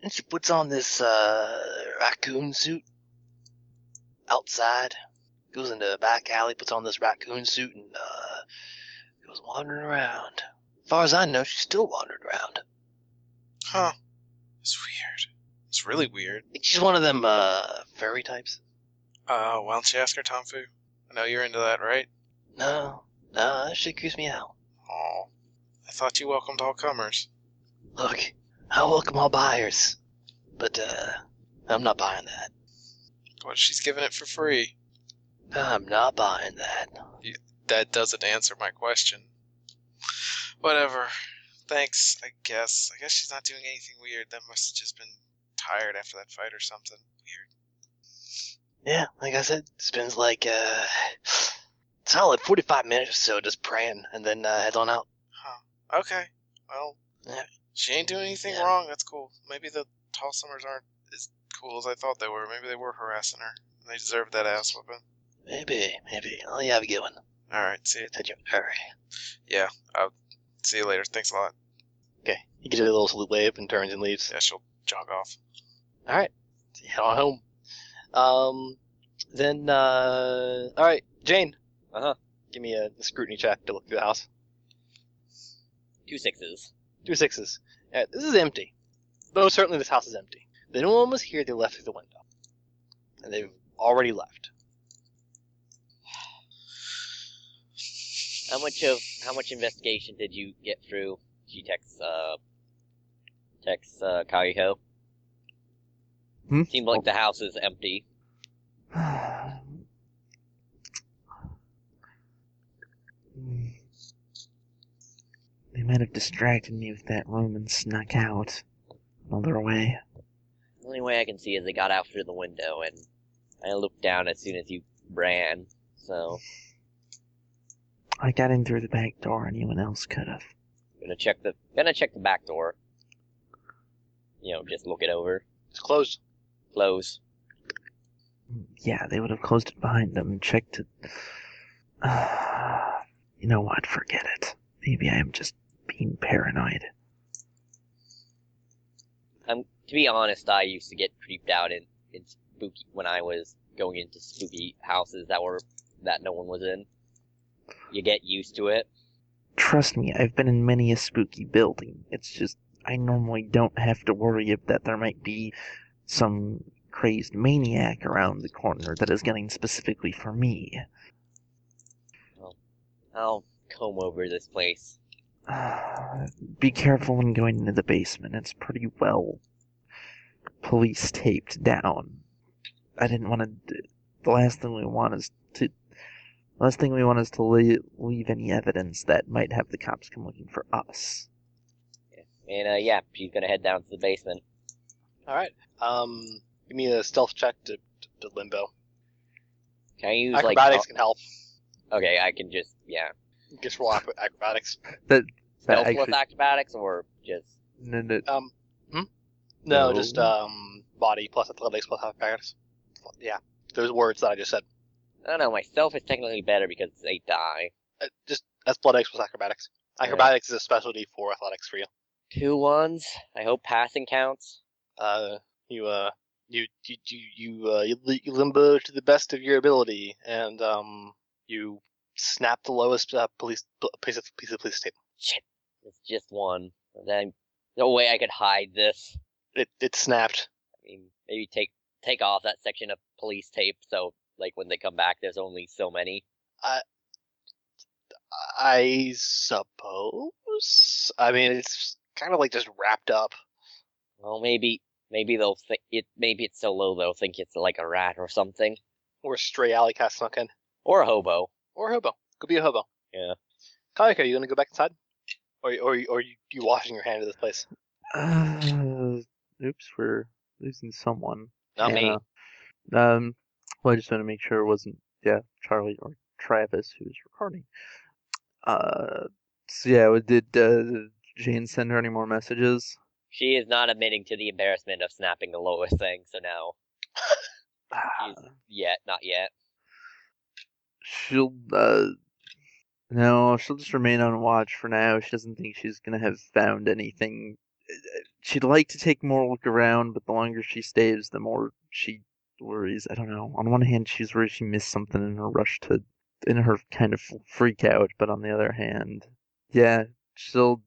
Speaker 8: And she puts on this uh, raccoon suit outside, goes into the back alley, puts on this raccoon suit, and uh, goes wandering around. As far as I know, she's still wandering around.
Speaker 3: Huh. It's weird. It's really weird.
Speaker 8: I think she's one of them uh, furry types.
Speaker 3: Uh, why don't you ask her, Tomfu? I know you're into that, right?
Speaker 8: No, no, that shit creeps me out.
Speaker 3: Oh, I thought you welcomed all comers.
Speaker 8: Look, I welcome all buyers, but uh, I'm not buying that.
Speaker 3: What if she's giving it for free?
Speaker 8: I'm not buying that.
Speaker 3: That doesn't answer my question. Whatever. Thanks, I guess. I guess she's not doing anything weird. That must have just been tired after that fight or something. Weird.
Speaker 8: Yeah, like I said, spends like uh, solid 45 minutes or so just praying, and then uh, heads on out.
Speaker 3: Okay. Well,
Speaker 8: Yeah.
Speaker 3: she ain't doing anything
Speaker 8: Yeah.
Speaker 3: wrong. That's cool. Maybe the tall summers aren't as cool as I thought they were. Maybe they were harassing her. They deserved that ass whooping.
Speaker 8: Maybe, maybe. Oh, you have a good one.
Speaker 3: Alright, see you.
Speaker 8: Said you. All right.
Speaker 3: See you later. Thanks a lot.
Speaker 8: Okay. He gives it a little salute wave and turns and leaves.
Speaker 3: Yeah, she'll jog off.
Speaker 8: All right. Head on home. Um, then, uh, all right, Jane.
Speaker 4: Uh-huh.
Speaker 8: Give me a scrutiny check to look through the house.
Speaker 4: Two sixes.
Speaker 8: Two sixes. All right, this is empty. Though certainly this house is empty. If no one was here, they left through the window. And they've already left.
Speaker 4: How much of how much investigation did you get through? She texts uh texts uh Kaiho.
Speaker 7: Hmm?
Speaker 4: Seemed like the house is empty.
Speaker 7: Hmm. Hmm. They might have distracted me with that room and snuck out another way.
Speaker 4: The only way I can see is they got out through the window and I looked down as soon as you ran. So
Speaker 7: I got in through the back door. Anyone else could have.
Speaker 4: gonna check the gonna check the back door. You know, just look it over.
Speaker 8: It's closed.
Speaker 4: Close.
Speaker 7: Yeah, they would have closed it behind them and checked it. you know what? Forget it. Maybe I am just being paranoid.
Speaker 4: Um, to be honest, I used to get creeped out in, in spooky when I was going into spooky houses that were that no one was in. You get used to it.
Speaker 7: Trust me, I've been in many a spooky building. It's just I normally don't have to worry if that there might be some crazed maniac around the corner that is gunning specifically for me.
Speaker 4: I'll comb over this place.
Speaker 7: Uh, Be careful when going into the basement. It's pretty well police taped down. I didn't want to. The last thing we want is to. The last thing we want is to leave, leave any evidence that might have the cops come looking for us.
Speaker 4: And uh, yeah, she's gonna head down to the basement.
Speaker 8: All right. Um, give me a stealth check to, to, to limbo.
Speaker 4: Can I use
Speaker 8: Acrobatics
Speaker 4: like?
Speaker 8: can help.
Speaker 4: oh, okay, I can just yeah.
Speaker 8: Just roll ac- acrobatics.
Speaker 7: That
Speaker 4: Stealth with
Speaker 7: actually-
Speaker 4: acrobatics or just
Speaker 7: No, no,
Speaker 8: Um, hmm? no,
Speaker 7: No.
Speaker 8: just um, body plus athletics plus acrobatics. Yeah, those words that I just said.
Speaker 4: I don't know. My stealth is technically better because it's eight die.
Speaker 8: Uh, just athletics plus acrobatics.
Speaker 4: Alright.
Speaker 8: Acrobatics is a specialty for athletics for you.
Speaker 4: Two ones. I hope passing counts.
Speaker 8: Uh, you uh, you you you you, uh, you, li- you limbo to the best of your ability, and um, you snap the lowest uh, police pl- piece of piece of police tape.
Speaker 4: It's just one. Then no way I could hide this.
Speaker 8: It it snapped.
Speaker 4: I mean, maybe take take off that section of police tape so like when they come back, there's only so many.
Speaker 8: I suppose. I mean, it's kind of like just wrapped up.
Speaker 4: Well, maybe maybe they'll think it. Maybe it's so low they'll think it's like a rat or something,
Speaker 8: Or a stray alley cat snuck in.
Speaker 4: or a hobo.
Speaker 8: Or a hobo. Could be a hobo.
Speaker 4: Yeah.
Speaker 8: Kaliko, are you gonna go back inside? Or or or you, you washing your hand of this place?
Speaker 7: Uh, oops, we're
Speaker 6: losing someone.
Speaker 4: Not me.
Speaker 6: And, uh, um, well, I just want to make sure it wasn't yeah Charlie or Travis who was recording. Uh, so yeah, we- did uh, Jane send her any more messages?
Speaker 4: She is not admitting to the embarrassment of snapping the lowest thing, so no.
Speaker 6: Ah,
Speaker 4: Yet, not yet.
Speaker 6: She'll uh, no, she'll just remain on watch for now. She doesn't think she's gonna have found anything. She'd like to take more look around, but the longer she stays, the more she worries. I don't know. On one hand, she's worried she missed something in her rush to, in her kind of freak out. But on the other hand, yeah, she'll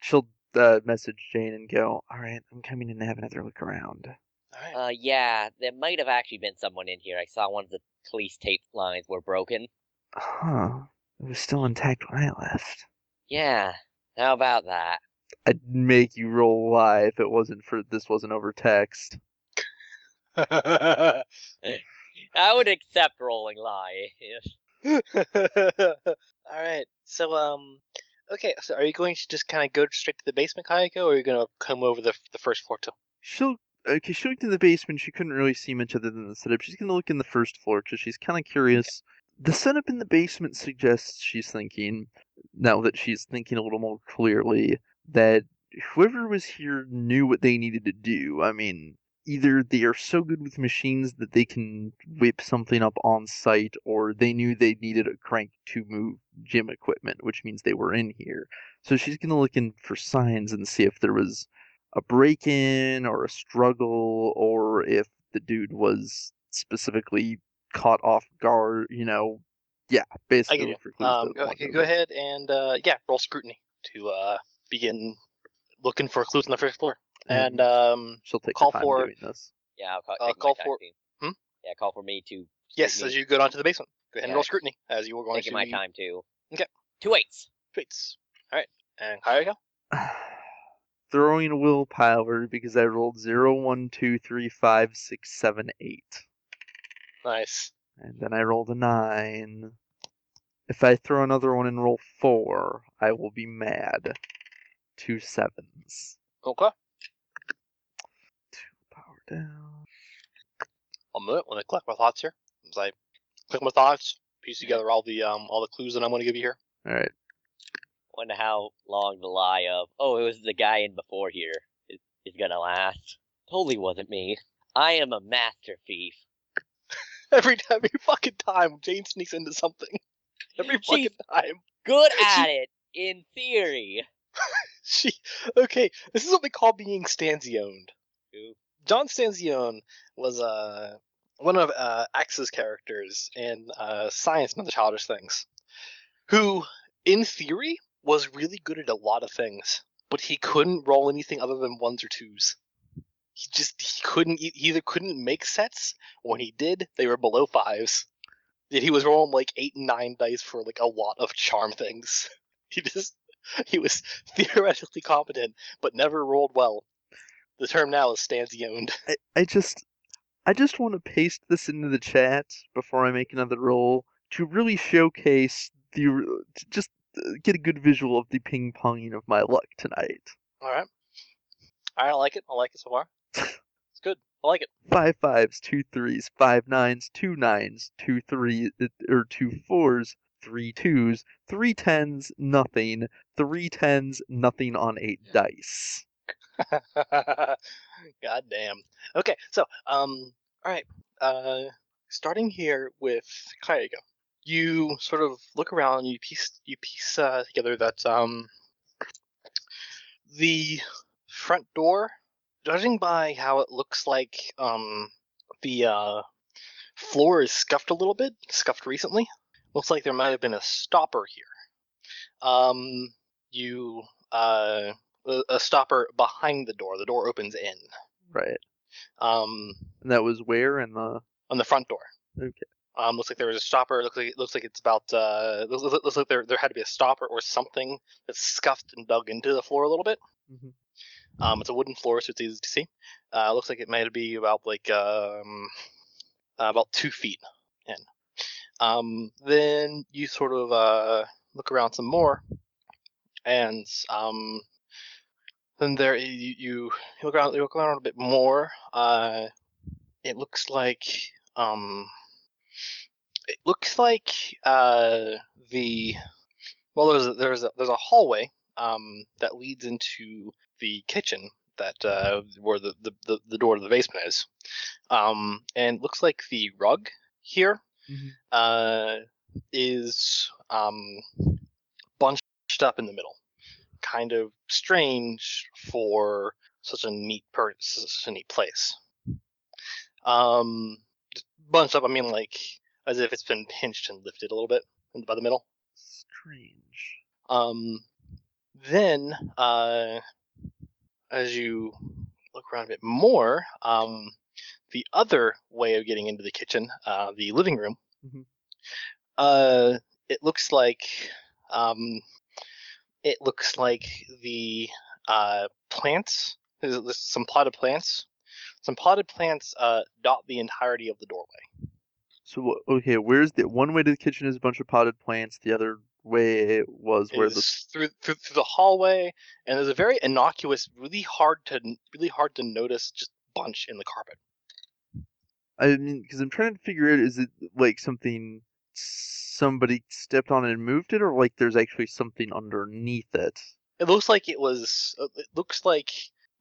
Speaker 6: she'll uh, message Jane and go, "All right, I'm coming in to have another look around."
Speaker 1: All right.
Speaker 4: Uh, yeah, there might have actually been someone in here. I saw one of the police tape lines were broken.
Speaker 6: Huh? It was still intact when I left.
Speaker 4: Yeah, how about that?
Speaker 6: I'd make you roll lie if it wasn't for this wasn't over text.
Speaker 4: I would accept rolling lie.
Speaker 1: All right. So um, okay. So are you going to just kind of go straight to the basement, Kayako, or are you gonna come over the the first floor too?
Speaker 6: She'll okay. She looked in the basement. She couldn't really see much other than the setup. She's gonna look in the first floor because she's kind of curious. The setup in the basement suggests she's thinking now that she's thinking a little more clearly that whoever was here knew what they needed to do. I mean, either they are so good with machines that they can whip something up on site, or they knew they needed a crank to move gym equipment, which means they were in here. So she's gonna look in for signs and see if there was a break in or a struggle or if the dude was specifically caught off guard, you know. Yeah, basically.
Speaker 1: you.
Speaker 6: for clues
Speaker 1: Um,
Speaker 6: to
Speaker 1: go,
Speaker 6: wander
Speaker 1: go
Speaker 6: with.
Speaker 1: ahead and uh, yeah, roll scrutiny to uh begin looking for clues on the first floor, and um,
Speaker 6: Mm-hmm. She'll take
Speaker 1: call
Speaker 6: her time
Speaker 1: for-
Speaker 6: doing this.
Speaker 4: Yeah, I'll call,
Speaker 1: Uh,
Speaker 4: take my
Speaker 1: call
Speaker 4: time
Speaker 1: for-
Speaker 4: too.
Speaker 1: Hmm?
Speaker 4: Yeah, call for me to
Speaker 1: yes,
Speaker 4: Scrutiny.
Speaker 1: as you go down to the basement, go ahead and roll
Speaker 4: Yeah.
Speaker 1: scrutiny as you were going
Speaker 4: taking
Speaker 1: to
Speaker 4: my
Speaker 1: the
Speaker 4: time too.
Speaker 1: Okay.
Speaker 4: Two eights.
Speaker 1: streets. All right, and Kayako.
Speaker 6: Throwing willpower because I rolled zero, one, two, three, five, six, seven, eight,
Speaker 1: Nice.
Speaker 6: And then I rolled a 9. If I throw another one and roll 4, I will be mad. Two sevens.
Speaker 1: Okay.
Speaker 6: Power down.
Speaker 1: a minute when I collect my thoughts here. As I click my thoughts, piece together all the um all the clues that I'm gonna give you here.
Speaker 6: Alright.
Speaker 4: Wonder how long the lie of oh it was the guy in before here is, is gonna last. Totally wasn't me. I am a master thief.
Speaker 1: Every every fucking time Jane sneaks into something. Every fucking
Speaker 4: She-
Speaker 1: time.
Speaker 4: Good at it in theory.
Speaker 1: She okay, this is what we call being Stanzioned.
Speaker 4: Ooh.
Speaker 1: John Stanzione was uh one of uh Axe's characters in uh Science and Other Childish Things. Who, in theory, was really good at a lot of things, but he couldn't roll anything other than ones or twos. He just he couldn't e, he either couldn't make sets, or when he did, they were below fives. Yet he was rolling like eight and nine dice for like a lot of charm things. He just he was theoretically competent, but never rolled well. The term now is Stanzioned.
Speaker 6: I, I just I just want to paste this into the chat before I make another roll to really showcase the to just uh, get a good visual of the ping ponging of my luck tonight.
Speaker 1: All right. All right, I like it. I like it so far. It's good. I like it.
Speaker 6: Five fives, two threes, five nines, two nines, two three uh, or two fours, three twos, three tens, nothing, three tens, nothing on eight dice.
Speaker 1: God damn. Okay, so um, all right. Uh, starting here with Kyego, you sort of look around. and You piece you piece uh, together that um, the front door, judging by how it looks like um, the uh, floor is scuffed a little bit, scuffed recently. Looks like there might have been a stopper here. Um, you uh a, a stopper behind the door. The door opens in
Speaker 6: Right.
Speaker 1: Mm-hmm. um,
Speaker 6: And that was where in the
Speaker 1: on the front door.
Speaker 6: Okay.
Speaker 1: Um, looks like there was a stopper. Looks like looks like it's about. Uh, looks, looks looks like there there had to be a stopper or something that's scuffed and dug into the floor a little bit.
Speaker 6: Mhm.
Speaker 1: Um, it's a wooden floor, so it's easy to see. Uh, looks like it might be about like um, uh, about two feet in. Um, then you sort of uh, look around some more, and um, Then there you, you you look around you look around a bit more. Uh, it looks like um, it looks like uh the well there's a, there's a, there's a hallway um that leads into the kitchen that uh where the the, the, the door to the basement is. Um, and it looks like the rug here
Speaker 6: Mhm.
Speaker 1: uh is um bunched up in the middle kind of strange for such a neat per- such a neat place. Um, just bunched up. I mean, like as if it's been pinched and lifted a little bit in- by the middle.
Speaker 6: Strange.
Speaker 1: Um, then uh, as you look around a bit more, um, the other way of getting into the kitchen, uh, the living room,
Speaker 6: Mhm.
Speaker 1: uh, it looks like um, it looks like the uh, plants. There's, there's some potted plants. Some potted plants uh, dot the entirety of the doorway.
Speaker 6: So wh- okay, where's the one way to the kitchen is a bunch of potted plants. The other way was where the
Speaker 1: It's through, through through the hallway, and there's a very innocuous, really hard to really hard to notice just bunch in the carpet.
Speaker 6: I mean, because I'm trying to figure out is it like something somebody stepped on and moved it, or like there's actually something underneath it?
Speaker 1: It looks like it was. uh, It looks like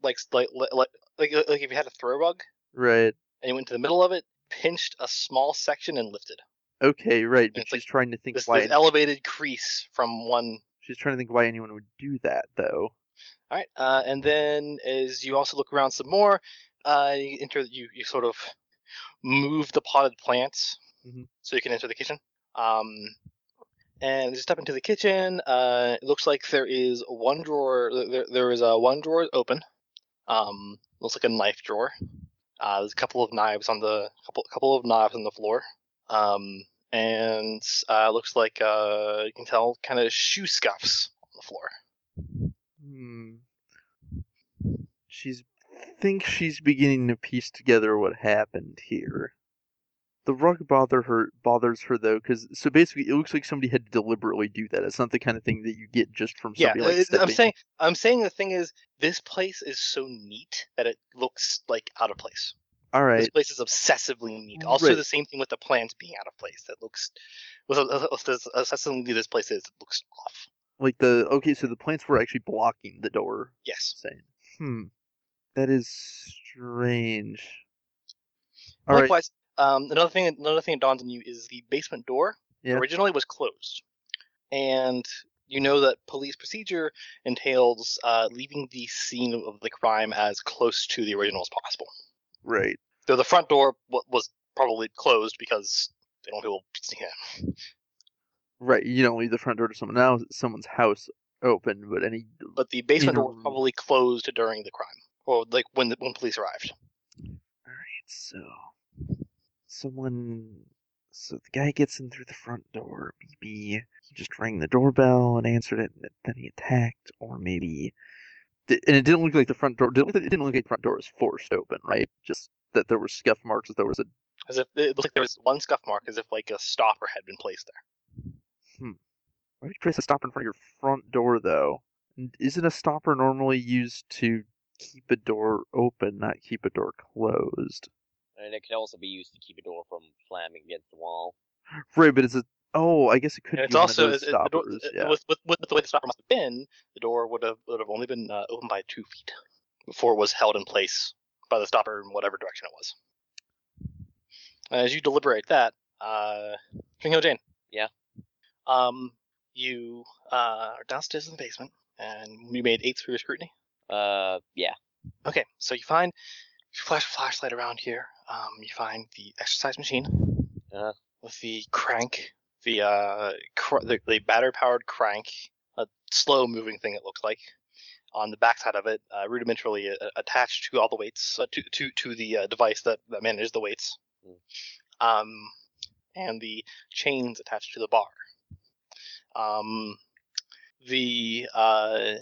Speaker 1: like like like like, uh, like if you had a throw rug
Speaker 6: Right.
Speaker 1: and you went to the middle of it, pinched a small section and lifted.
Speaker 6: Okay. Right. But
Speaker 1: It's like
Speaker 6: she's trying to think
Speaker 1: This,
Speaker 6: why
Speaker 1: this elevated crease from one
Speaker 6: she's trying to think why anyone would do that though.
Speaker 1: All right, uh, and then as you also look around some more, uh, you enter. You, you sort of move the potted plants
Speaker 6: Mhm.
Speaker 1: so you can enter the kitchen. Um, and just step into the kitchen. Uh, it looks like there is one drawer. There, there is uh, one drawer open. Um, looks like a knife drawer. Uh, there's a couple of knives on the couple couple of knives on the floor. Um, and uh, looks like uh, you can tell kind of shoe scuffs on the floor.
Speaker 6: Hmm. She's think she's beginning to piece together what happened here. The rug bother her bothers her though, because so basically it looks like somebody had to deliberately do that. It's not the kind of thing that you get just from
Speaker 1: Yeah,
Speaker 6: somebody like
Speaker 1: it- I'm
Speaker 6: stepping-
Speaker 1: saying I'm saying the thing is this place is so neat that it looks like out of place.
Speaker 6: All
Speaker 1: This
Speaker 6: right,
Speaker 1: place is obsessively neat. Also,
Speaker 6: Right.
Speaker 1: the same thing with the plans being out of place. That looks with with- with this obsessively neat this place is it looks off.
Speaker 6: like the okay, so the plants were actually blocking the door.
Speaker 1: Yes.
Speaker 6: Saying, hmm, that is strange. All right,
Speaker 1: Likewise, um, another thing another thing that dawns on you is the basement door
Speaker 6: Yeah.
Speaker 1: originally was closed, and you know that police procedure entails uh, leaving the scene of the crime as close to the original as possible.
Speaker 6: right.
Speaker 1: Though the front door wa- was probably closed because they don't feel sneaking in.
Speaker 6: Right, you don't leave the front door to someone else, someone's house open, but any
Speaker 1: But the basement door was
Speaker 6: Inner-
Speaker 1: probably closed during the crime, or like when the, when police arrived.
Speaker 6: so someone so the guy gets in through the front door. Maybe he just rang the doorbell and answered it, and then he attacked, or maybe di- and it didn't look like the front door. Didn't look like, it didn't look like the front door was forced open, right? Just that there were scuff marks, that there was a
Speaker 1: As if it looked like there was one scuff mark, as if like a stopper had been placed there.
Speaker 6: Why would you place a stopper in front of your front door, though? And Isn't a stopper normally used to keep a door open, not keep a door closed?
Speaker 4: And it could also be used to keep a door from slamming against the wall.
Speaker 6: Right, but it's a oh, I guess it could
Speaker 1: And it's
Speaker 6: be one
Speaker 1: also
Speaker 6: of those
Speaker 1: it- it- the door-
Speaker 6: stoppers.
Speaker 1: it-
Speaker 6: yeah.
Speaker 1: with, with with the way the stopper must have been, the door would have would have only been uh, open by two feet before it was held in place by the stopper in whatever direction it was. As you deliberate that, uh, King Hill Jane.
Speaker 4: Yeah.
Speaker 1: Um, you uh, are downstairs in the basement, and you made eights for your scrutiny.
Speaker 4: Uh, yeah.
Speaker 1: Okay, so you find you flash a flashlight around here. Um, you find the exercise machine
Speaker 4: Uh-huh.
Speaker 1: with the crank, the uh, cr- the, the battery-powered crank, a slow-moving thing it looks like. On the backside of it, uh, rudimentarily uh, attached to all the weights, uh, to to to the uh, device that, that manages the weights,
Speaker 4: Mm.
Speaker 1: um, and the chains attached to the bar. Um, the uh,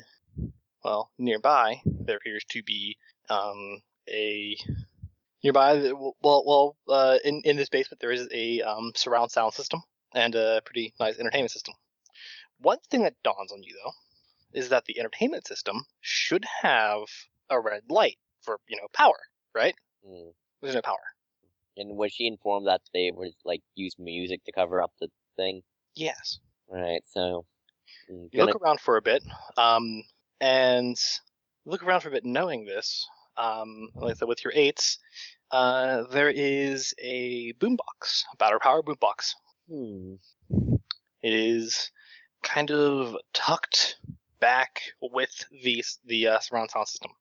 Speaker 1: well, nearby there appears to be um, a nearby. th- Well, well, uh, in in this basement there is a um, surround sound system and a pretty nice entertainment system. One thing that dawns on you though, is that the entertainment system should have a red light for you know power.
Speaker 4: Mm.
Speaker 1: There's no power.
Speaker 4: And was she informed that they were like used music to cover up the thing?
Speaker 1: Yes.
Speaker 4: Right. So I'm
Speaker 1: You
Speaker 4: gonna,
Speaker 1: look around for a bit, um, and you look around for a bit, knowing this. Um, like I said, with your eights, uh, there is a boombox, a battery power boombox.
Speaker 4: hmm,
Speaker 1: It is kind of tucked back with the the uh, surround sound system.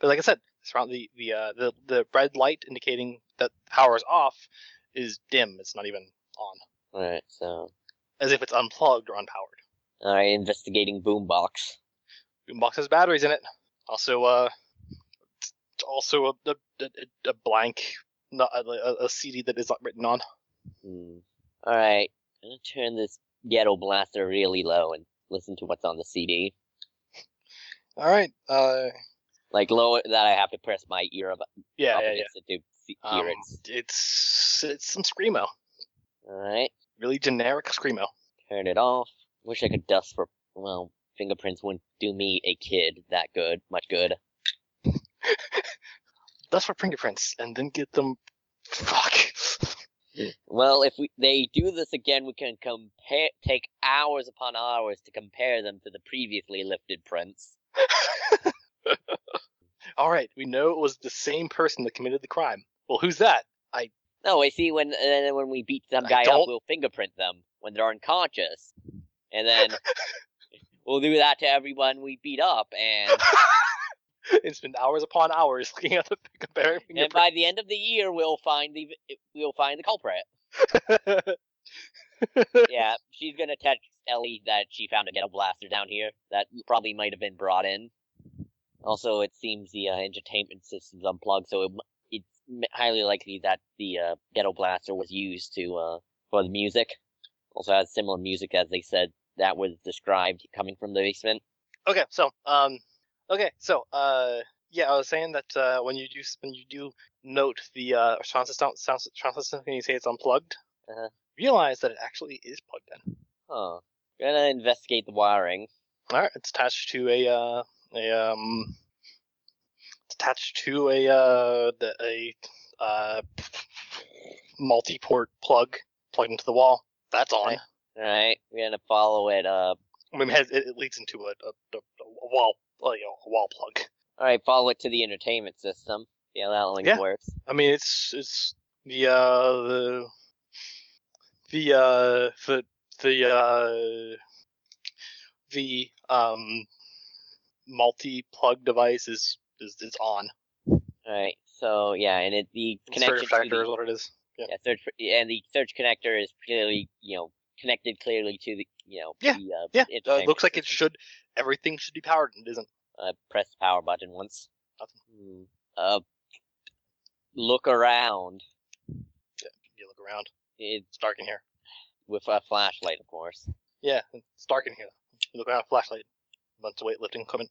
Speaker 1: But like I said, surround the the uh, the the red light indicating that power is off is dim. It's not even on,
Speaker 4: Right. So
Speaker 1: as if it's unplugged or unpowered.
Speaker 4: all right, investigating boombox.
Speaker 1: boombox has batteries in it. Also, uh, t- also a, a, a- a blank, not a, a- a CD that is not written on.
Speaker 4: Hmm. All right. I'm gonna turn this ghetto blaster really low and listen to what's on the CD.
Speaker 1: All right. Uh,
Speaker 4: Like low that I have to press my ear up,
Speaker 1: yeah,
Speaker 4: up
Speaker 1: yeah, yeah.
Speaker 4: against it to see,
Speaker 1: Um,
Speaker 4: hear it.
Speaker 1: it's it's some screamo,
Speaker 4: All right.
Speaker 1: really generic screamo.
Speaker 4: Turn it off. Wish I could dust for. Well, fingerprints wouldn't do me a kid that good, much good.
Speaker 1: That's for fingerprints, and then get them. Fuck.
Speaker 4: Well, if we they do this again, we can compare, take hours upon hours to compare them to the previously lifted prints.
Speaker 1: All right, we know it was the same person that committed the crime. Well, who's that?
Speaker 4: No, I see. When and then when we beat some
Speaker 1: I
Speaker 4: guy up,
Speaker 1: don't-
Speaker 4: we'll fingerprint them when they're unconscious, and then we'll do that to everyone we beat up, and
Speaker 1: It's been hours upon hours looking at the comparing
Speaker 4: and by the end of the year, we'll find the eh, we'll find the culprit.
Speaker 1: fingerprints.
Speaker 4: yeah, she's gonna text Ellie that she found a ghetto blaster down here that probably might have been brought in. Also, it seems the uh, entertainment system's unplugged, so it, m- it's m- highly likely that the uh, ghetto blaster was used to uh, for the music. Also, has similar music as they said that was described coming from the basement.
Speaker 1: Okay, so um, okay, so uh, yeah, I was saying that uh, when you do when you do note the uh sound system, sound, sound system and you say it's unplugged, Uh,
Speaker 4: Uh-huh.
Speaker 1: realize that it actually is plugged in.
Speaker 4: Huh. Gonna investigate the wiring.
Speaker 1: All right, it's attached to a uh a um, it's attached to a uh the, a uh multi-port plug plugged into the wall. That's on.
Speaker 4: All right, we're gonna follow it up.
Speaker 1: I mean, it, has, eh, it, it leads into a a, a, a wall uh, you know, a wall plug.
Speaker 4: All right, follow it to the entertainment system. See how that link
Speaker 1: Yeah.
Speaker 4: works.
Speaker 1: I mean, it's it's the uh, the the uh, the the uh, the um multi plug device is is, is on.
Speaker 4: All right, so yeah, and it the
Speaker 1: Surge
Speaker 4: connection to
Speaker 1: factor
Speaker 4: the
Speaker 1: is what it is. Yeah.
Speaker 4: Yeah, search for, and the search connector is clearly, you know, connected clearly to the, you know,
Speaker 1: Yeah,
Speaker 4: the, uh,
Speaker 1: Yeah, uh,
Speaker 4: entertainment
Speaker 1: it looks like it
Speaker 4: system.
Speaker 1: should. Everything should be powered, and it isn't.
Speaker 4: Uh, press the power button once.
Speaker 1: Nothing.
Speaker 4: Hmm. Uh, look around
Speaker 1: You look around.
Speaker 4: it,
Speaker 1: It's dark in here.
Speaker 4: with a flashlight, of course.
Speaker 1: Yeah, it's dark in here. You look around. Flashlight. Bunch of weightlifting equipment.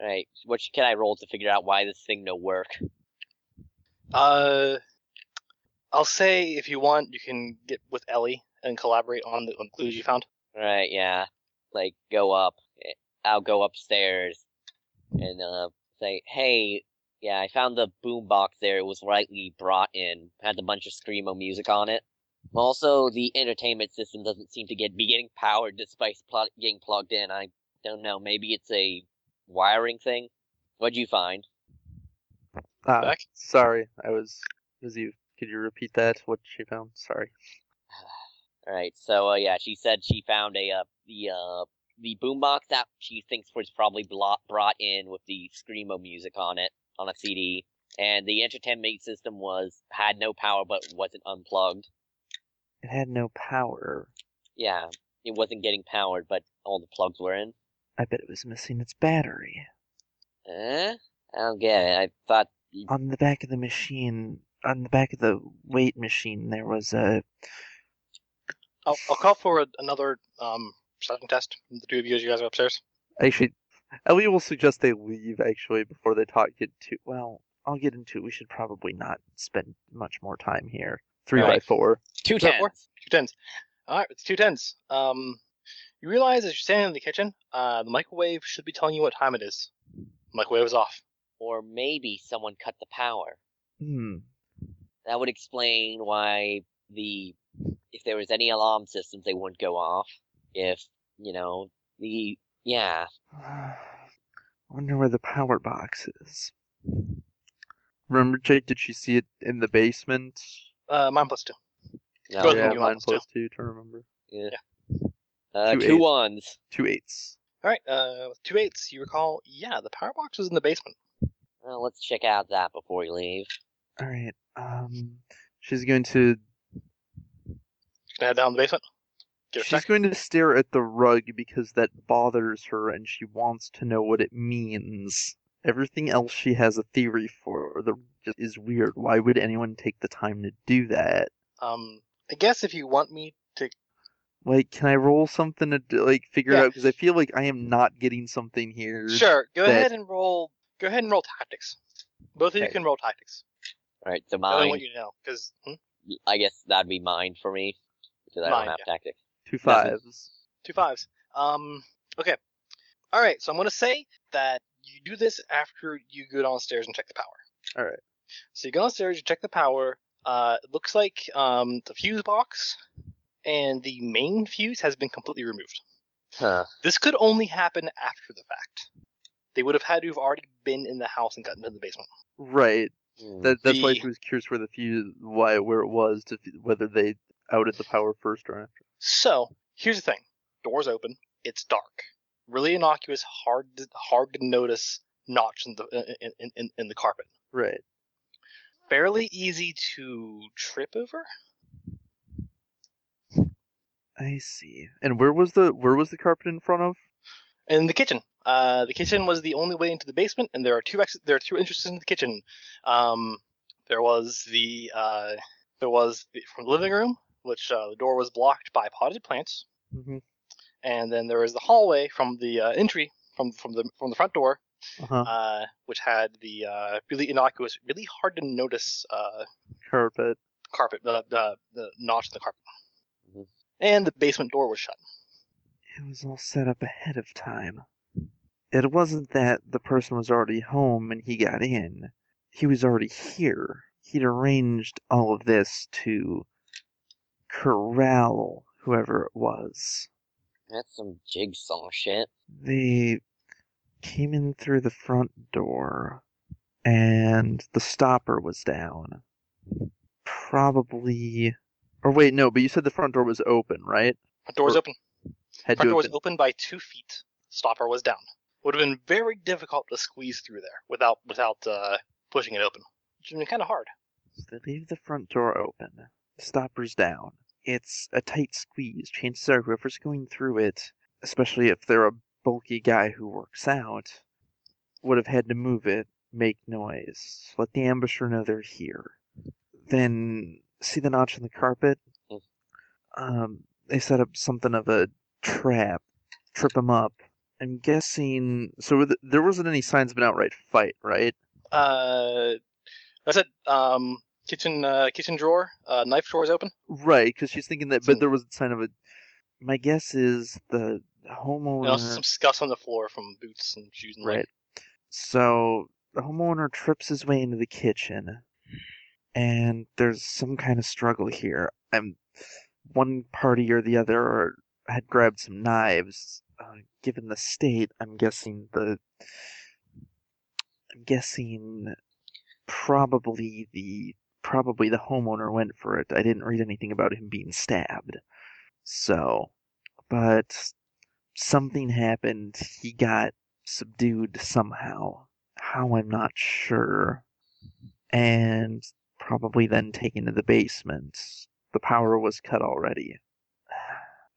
Speaker 4: All right, what can I roll to figure out why this thing no work?
Speaker 1: Uh, I'll say if you want, you can get with Ellie and collaborate on the on the clues you found.
Speaker 4: All right, yeah, like go up. eh, I'll go upstairs and uh say, hey, yeah, I found the boombox there. It was rightly brought in. Had a bunch of screamo music on it. Also, the entertainment system doesn't seem to get be getting powered despite pl- getting plugged in. I don't know. Maybe it's a wiring thing. What'd you find?
Speaker 6: Ah,
Speaker 1: Back.
Speaker 6: sorry, I was busy. Could you repeat that? What she found? Sorry.
Speaker 4: All right. So uh, yeah, she said she found a uh, the uh the boombox that she thinks was probably blo- brought in with the screamo music on it on a CD, and the entertainment system was had no power but wasn't unplugged.
Speaker 6: It had no power.
Speaker 4: Yeah, it wasn't getting powered, but all the plugs were in.
Speaker 6: I bet it was missing its battery.
Speaker 4: Eh? I don't get it. I thought
Speaker 6: On the back of the machine, on the back of the weight machine, there was a.
Speaker 1: I'll, I'll call for a, another um, perception test. from The two of you, as you guys are upstairs.
Speaker 6: Actually, Ellie will suggest they leave actually before they talk. Get to well. I'll get into it. We should probably not spend much more time here. Three by
Speaker 4: Alright.
Speaker 6: four.
Speaker 4: two
Speaker 1: Is that four?
Speaker 4: tens.
Speaker 1: Two tens. All right, it's two tens. Um, You realize as you're standing in the kitchen, uh, the microwave should be telling you what time it is. Microwave is off.
Speaker 4: Or maybe someone cut the power.
Speaker 7: Hmm.
Speaker 4: That would explain why the if there was any alarm systems they wouldn't go off. If you know the yeah
Speaker 7: Wonder where the power box is. Remember, Jake? Did she see it in the basement?
Speaker 1: Uh, mine plus two.
Speaker 4: no
Speaker 1: Both of
Speaker 7: yeah,
Speaker 1: you
Speaker 7: mine
Speaker 1: almost do.
Speaker 7: plus two to remember.
Speaker 4: uh,
Speaker 7: Two
Speaker 4: two
Speaker 7: eight.
Speaker 4: ones.
Speaker 7: Two eights.
Speaker 1: All right, uh, with two eights. You recall? Yeah, the power box was in the basement.
Speaker 4: Well, Uh, let's check out that before we leave.
Speaker 7: All right. Um, she's going to
Speaker 1: You can head down the basement. Give it a
Speaker 7: she's
Speaker 1: sec.
Speaker 7: going to stare at the rug because that bothers her, and she wants to know what it means. Everything else she has a theory for. The just is weird. Why would anyone take the time to do that?
Speaker 1: Um, I guess if you want me to,
Speaker 7: Like, can I roll something to d- like figure it
Speaker 1: Yeah.
Speaker 7: out? Because I feel like I am not getting something here.
Speaker 1: sure. Go
Speaker 7: that-
Speaker 1: ahead and roll. Go ahead and roll tactics. Both of you
Speaker 4: Okay.
Speaker 1: can roll tactics.
Speaker 4: All right, so
Speaker 1: I only
Speaker 4: mine.
Speaker 1: want you to know because
Speaker 4: I guess that'd be mine for me because I
Speaker 1: Mine,
Speaker 4: don't have tactics.
Speaker 7: Two
Speaker 4: Nothing.
Speaker 7: fives.
Speaker 1: Two fives. Um. Okay. All right. So I'm gonna say that you do this after you go downstairs and check the power.
Speaker 7: All right.
Speaker 1: So you go downstairs, you check the power. Uh, it looks like um the fuse box and the main fuse has been completely removed.
Speaker 4: Huh.
Speaker 1: This could only happen after the fact. They would have had to have already been in the house and gotten to the basement.
Speaker 7: Right.
Speaker 4: Hmm.
Speaker 7: That that's why
Speaker 1: The-
Speaker 7: she was curious where the fuse, why where it was, to f- whether they outed the power first or after.
Speaker 1: So here's the thing: doors open. It's dark. Really innocuous, hard to, hard to notice notch in the in, in, in, in the carpet.
Speaker 7: Right.
Speaker 1: fairly easy to trip over.
Speaker 7: I see. And where was the where was the carpet in front of?
Speaker 1: In the kitchen, uh, the kitchen was the only way into the basement, and there are two ex- there are two entrances in the kitchen. Um, there was the uh, there was the, from the living room, which uh, the door was blocked by potted plants,
Speaker 7: Mm-hmm.
Speaker 1: and then there was the hallway from the uh, entry from from the from the front door,
Speaker 7: Uh-huh.
Speaker 1: uh, which had the uh, really innocuous, really hard to notice uh,
Speaker 7: Carpet.
Speaker 1: carpet, uh, the the notch in the carpet,
Speaker 7: Mm-hmm.
Speaker 4: Mhm.
Speaker 1: and the basement door was shut.
Speaker 7: It was all set up ahead of time. It wasn't that the person was already home and he got in. He was already here. He'd arranged all of this to corral whoever it was.
Speaker 4: That's some jigsaw shit.
Speaker 7: they came in through the front door and the stopper was down. Probably or wait, no, but you said the front door was open, right?
Speaker 1: Front door was
Speaker 7: Or-
Speaker 1: open.
Speaker 7: Had
Speaker 1: front
Speaker 7: to
Speaker 1: door
Speaker 7: have
Speaker 1: was
Speaker 7: been-
Speaker 1: open by two feet. Stopper was down. Would have been very difficult to squeeze through there without without uh, pushing it open. Which would been kind of hard.
Speaker 7: They leave the front door open. The stopper's down. It's a tight squeeze. Chances are whoever's going through it, especially if they're a bulky guy who works out, would have had to move it, make noise, let the ambusher know they're here. Then see the notch in the carpet?
Speaker 4: Mm.
Speaker 7: Um, they set up something of a trap, trip him up. I'm guessing. So were the- there wasn't any signs of an outright fight, right?
Speaker 1: Uh, that's it. Um, kitchen uh, kitchen drawer, uh, knife drawer is open.
Speaker 7: Right, because she's thinking that,
Speaker 1: Hmm.
Speaker 7: but there was a sign of a. My guess is the
Speaker 1: And also some
Speaker 7: homeowner.
Speaker 1: scuffs on the floor from boots and shoes and like.
Speaker 7: Right. So the homeowner trips his way into the kitchen, and there's some kind of struggle here. I'm one party or the other are, had grabbed some knives. Uh, given the state, I'm guessing the. I'm guessing probably the probably the homeowner went for it. I didn't read anything about him being stabbed. So, but something happened. He got subdued somehow. How I'm not sure. And probably then taken to the basement. The power was cut already.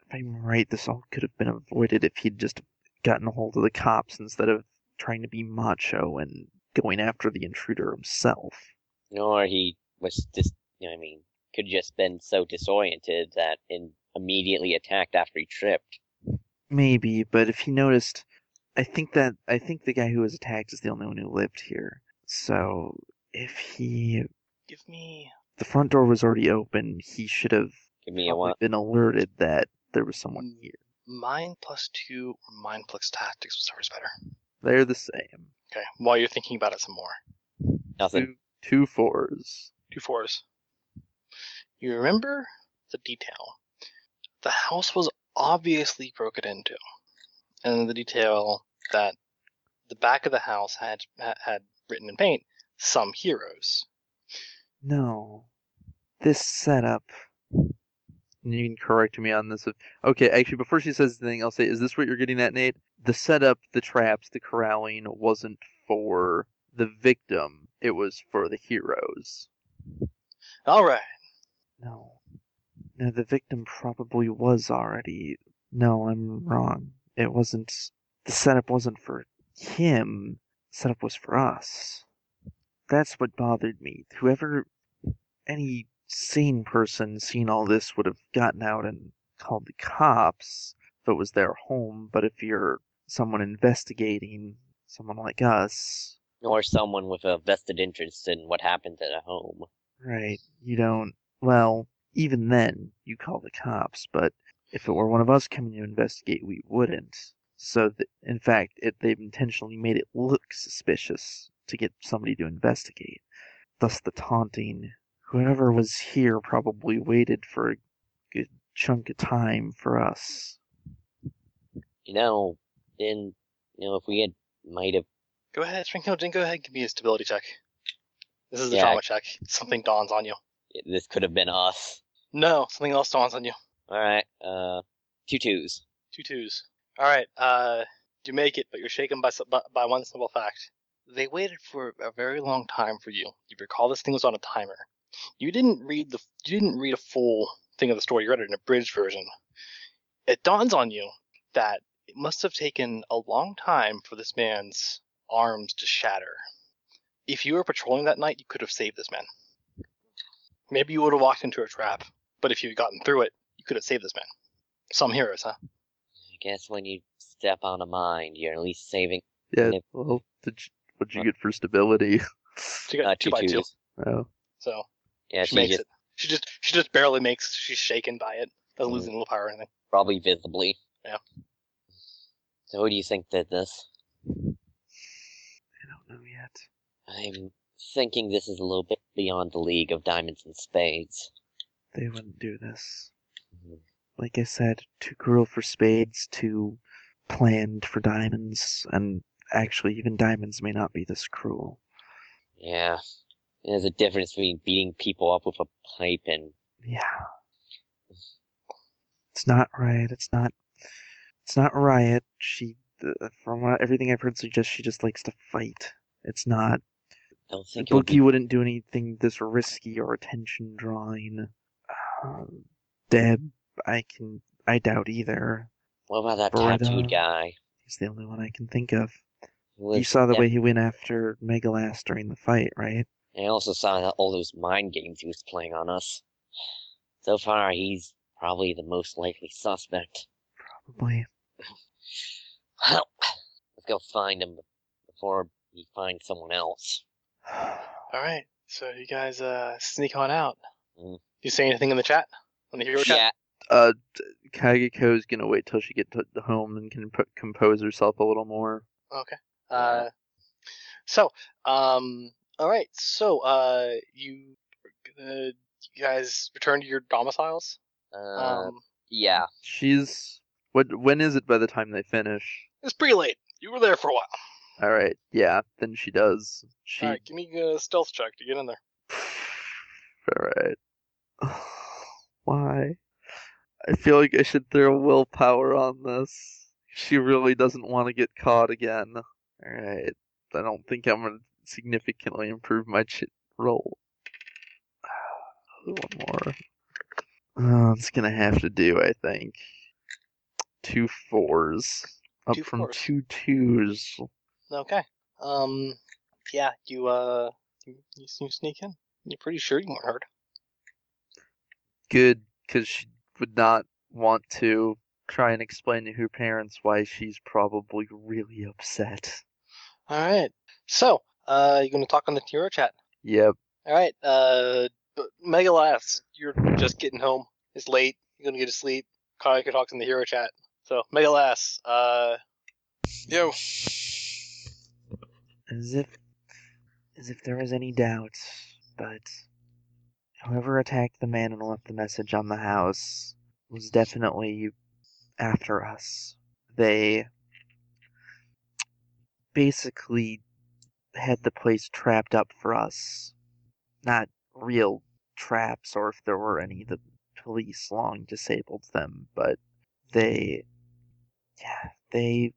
Speaker 7: If I'm right, this all could have been avoided if he'd just gotten a hold of the cops instead of trying to be macho and going after the intruder himself.
Speaker 4: Or he was just, you know what I mean, could just been so disoriented that in immediately attacked after he tripped.
Speaker 7: Maybe, but if he noticed, I think that I think the guy who was attacked is the only one who lived here. So if he
Speaker 1: Give me.
Speaker 7: the front door was already open, he should have
Speaker 4: Give me a
Speaker 7: probably
Speaker 4: one.
Speaker 7: been alerted that there was someone
Speaker 1: Mm.
Speaker 7: here.
Speaker 1: Mine plus two or mine plus tactics, whichever's better.
Speaker 7: They're the same.
Speaker 1: Okay. While you're thinking about it some more.
Speaker 4: Nothing.
Speaker 7: Two fours.
Speaker 1: Two fours. You remember the detail. The house was obviously broken into, and the detail that the back of the house had had had written in paint some heroes.
Speaker 7: No. This setup. And You can correct me on this. if- Okay, actually, before she says anything, I'll say, is this what you're getting at, Nate? The setup, the traps, the corralling wasn't for the victim, it was for the heroes.
Speaker 1: All right.
Speaker 7: No. No, the victim probably was already. No, I'm wrong. It wasn't. The setup wasn't for him. The setup was for us. That's what bothered me. Whoever. Any sane person seeing all this would have gotten out and called the cops if it was their home, but if you're someone investigating, someone like us,
Speaker 4: Or someone with a vested interest in what happened at a home.
Speaker 7: Right. You don't. Well, even then, you call the cops, but if it were one of us coming to investigate, we wouldn't. So, th- in fact, it, they've intentionally made it look suspicious to get somebody to investigate. Thus, the taunting. Whoever was here probably waited for a good chunk of time for us.
Speaker 4: You know, then you know if we had might have
Speaker 1: Go ahead, Shrinkhill Jin. Go ahead and give me a stability check. This is a
Speaker 4: Yeah.
Speaker 1: trauma check. Something dawns on you.
Speaker 4: this could have been us.
Speaker 1: No, something else dawns on you.
Speaker 4: All right, uh, two twos.
Speaker 1: Two twos. All right. Uh, you make it, but you're shaken by, s- by by one simple fact. They waited for a very long time for you. You recall this thing was on a timer. You didn't read the you didn't read a full thing of the story. You read an abridged version. It dawns on you that it must have taken a long time for this man's arms to shatter. If you were patrolling that night, you could have saved this man. Maybe you would have walked into a trap, but if you had gotten through it, you could have saved this man. Some heroes, huh?
Speaker 4: I guess when you step on a mine, you're at least saving
Speaker 7: Yeah,
Speaker 4: Yep.
Speaker 7: well, did you, what'd you get for stability?
Speaker 1: She got
Speaker 4: uh,
Speaker 1: two
Speaker 4: two
Speaker 1: by two.
Speaker 4: twos.
Speaker 7: oh,
Speaker 1: So
Speaker 4: Yeah,
Speaker 1: she,
Speaker 4: she,
Speaker 1: makes
Speaker 4: just
Speaker 1: it. She just she just barely makes. She's shaken by it. Doesn't lose any willpower or anything.
Speaker 4: probably visibly.
Speaker 1: Yeah.
Speaker 4: So who do you think did this?
Speaker 7: I don't know yet.
Speaker 4: I'm thinking this is a little bit beyond the league of diamonds and spades.
Speaker 7: They wouldn't do this.
Speaker 4: Mhm.
Speaker 7: like I said, too cruel for spades, too planned for diamonds, and actually, even diamonds may not be this cruel.
Speaker 4: Yeah. There's a difference between beating people up with a pipe and
Speaker 7: Yeah, it's not right. It's not. It's not riot. She, uh, from what, everything I've heard, suggests she just likes to fight. It's not.
Speaker 4: I don't think it would
Speaker 7: Bookie
Speaker 4: be
Speaker 7: wouldn't do anything this risky or attention drawing. Um, Deb, I can. I doubt either.
Speaker 4: What about that
Speaker 7: Beretta.
Speaker 4: tattooed guy?
Speaker 7: He's the only one I can think of.
Speaker 4: Who was
Speaker 7: you saw the
Speaker 4: def-
Speaker 7: way he went after Megalas during the fight, right?
Speaker 4: I also saw all those mind games he was playing on us. So far, he's probably the most likely suspect.
Speaker 7: Probably.
Speaker 4: Well, let's go find him before he finds someone else.
Speaker 1: All right. So you guys uh sneak on out.
Speaker 4: Mm.
Speaker 1: You say anything in the chat? On the hero chat?
Speaker 4: Yeah,
Speaker 7: Uh, t- Kagako's gonna wait till she gets to home and can p- compose herself a little more.
Speaker 1: Okay. Uh, so, um, all right. So, uh, you, uh, you guys return to your domiciles.
Speaker 4: uh,
Speaker 1: Um,
Speaker 4: yeah.
Speaker 7: She's what? When is it by the time they finish?
Speaker 1: it's pretty late. You were there for a while.
Speaker 7: All right, yeah. Then she does. She.
Speaker 1: All right. Give me a stealth check to get in there.
Speaker 7: All right. Why? I feel like I should throw willpower on this. She really doesn't want to get caught again. All right. I don't think I'm gonna significantly improve my ch- roll. One more. Uh, it's gonna have to do, I think. Two fours up
Speaker 1: Two
Speaker 7: from
Speaker 1: fours.
Speaker 7: two twos.
Speaker 1: Okay. Um, yeah. You uh, you, you sneak in. You're pretty sure you weren't heard.
Speaker 7: good because she would not want to try and explain to her parents why she's probably really upset.
Speaker 1: All right. So, uh, you're gonna talk on the hero chat.
Speaker 7: Yep.
Speaker 1: All right. Uh, but mega laughs. You're just getting home. It's late. You're gonna get to sleep. Kyle can talk in the hero chat.
Speaker 8: So male ass. Uh,
Speaker 3: Yo.
Speaker 7: As if, as if there was any doubt, but whoever attacked the man and left the message on the house was definitely after us. They basically had the place trapped up for us. Not real traps, or if there were any, the police long disabled them, but they, yeah, they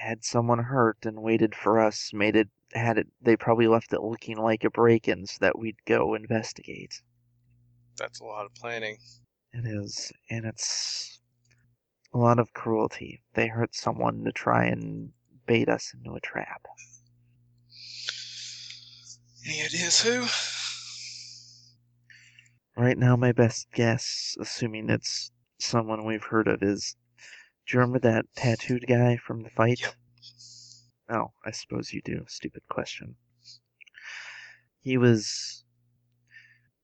Speaker 7: had someone hurt and waited for us, made it had it they probably left it looking like a break in so that we'd go investigate.
Speaker 3: That's a lot of planning.
Speaker 7: It is and it's a lot of cruelty. They hurt someone to try and bait us into a trap.
Speaker 3: Any ideas who?
Speaker 7: Right now my best guess, assuming it's someone we've heard of, is do you remember that tattooed guy from the fight?
Speaker 3: Yep.
Speaker 7: Oh, I suppose you do. Stupid question. He was.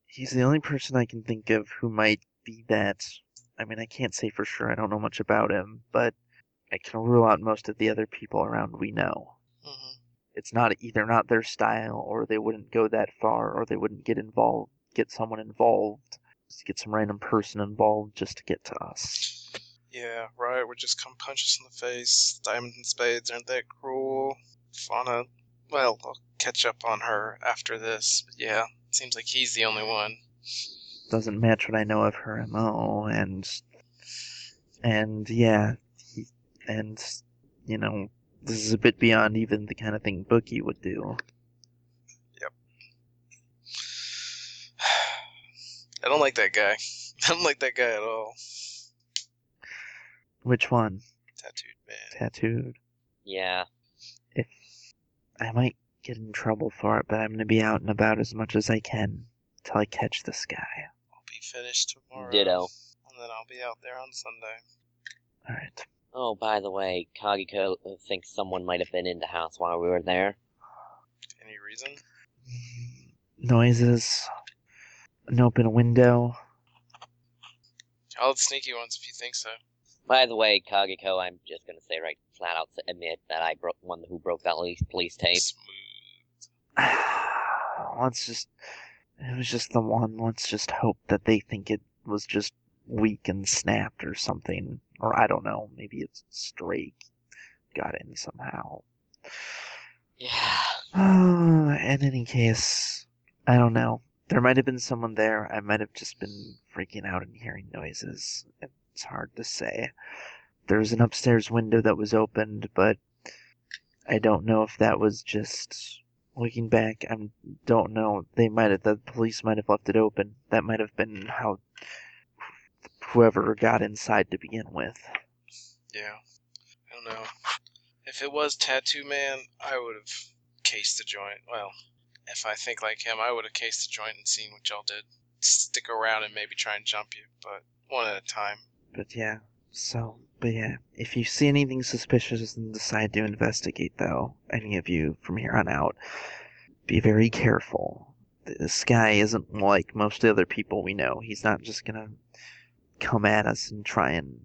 Speaker 7: He's the only person I can think of who might be that. I mean, I can't say for sure. I don't know much about him, but I can rule out most of the other people around we know.
Speaker 3: Mhm.
Speaker 7: It's not either not their style, or they wouldn't go that far, or they wouldn't get involved, get someone involved, just get some random person involved just to get to us.
Speaker 3: Yeah, right. Would just come punch us in the face. Diamonds and spades aren't that cruel. Fauna. Well, I'll catch up on her after this. But yeah, seems like he's the only one.
Speaker 7: doesn't match what I know of her MO, and and yeah, he, and you know, this is a bit beyond even the kind of thing Bookie would do.
Speaker 3: I don't like that guy. I don't like that guy at all.
Speaker 7: Which one?
Speaker 3: Tattooed man.
Speaker 7: Tattooed.
Speaker 4: Yeah.
Speaker 7: If I might get in trouble for it, but I'm gonna be out and about as much as I can till I catch this guy.
Speaker 3: I'll be finished tomorrow.
Speaker 4: Ditto.
Speaker 3: And then I'll be out there on Sunday.
Speaker 7: All right.
Speaker 4: Oh, by the way, Kagiko thinks someone might have been in the house while we were there.
Speaker 3: Any reason?
Speaker 7: Noises. An open window.
Speaker 3: I'll let sneaky ones if you think so.
Speaker 4: By the way, Kagiko, I'm just gonna say right flat out to admit that I broke one who broke that police, police tape.
Speaker 3: Smooth.
Speaker 7: let's just it was just the one let's just hope that they think it was just weak and snapped or something or i don't know maybe it's stray got in somehow
Speaker 4: Yeah.
Speaker 7: in any case i don't know there might have been someone there i might have just been freaking out and hearing noises it's hard to say there was an upstairs window that was opened but i don't know if that was just looking back i'm don't know. They might have. The police might have left it open. That might have been how whoever got inside to begin with.
Speaker 3: Yeah. I don't know. If it was Tattoo Man, I would have cased the joint. Well, if I think like him, I would have cased the joint and seen what y'all did. Stick around and maybe try and jump you, but one at a time.
Speaker 7: But yeah. So, but yeah. If you see anything suspicious and decide to investigate, though, any of you from here on out, be very careful. This guy isn't like most of the other people we know. He's not just gonna come at us and try and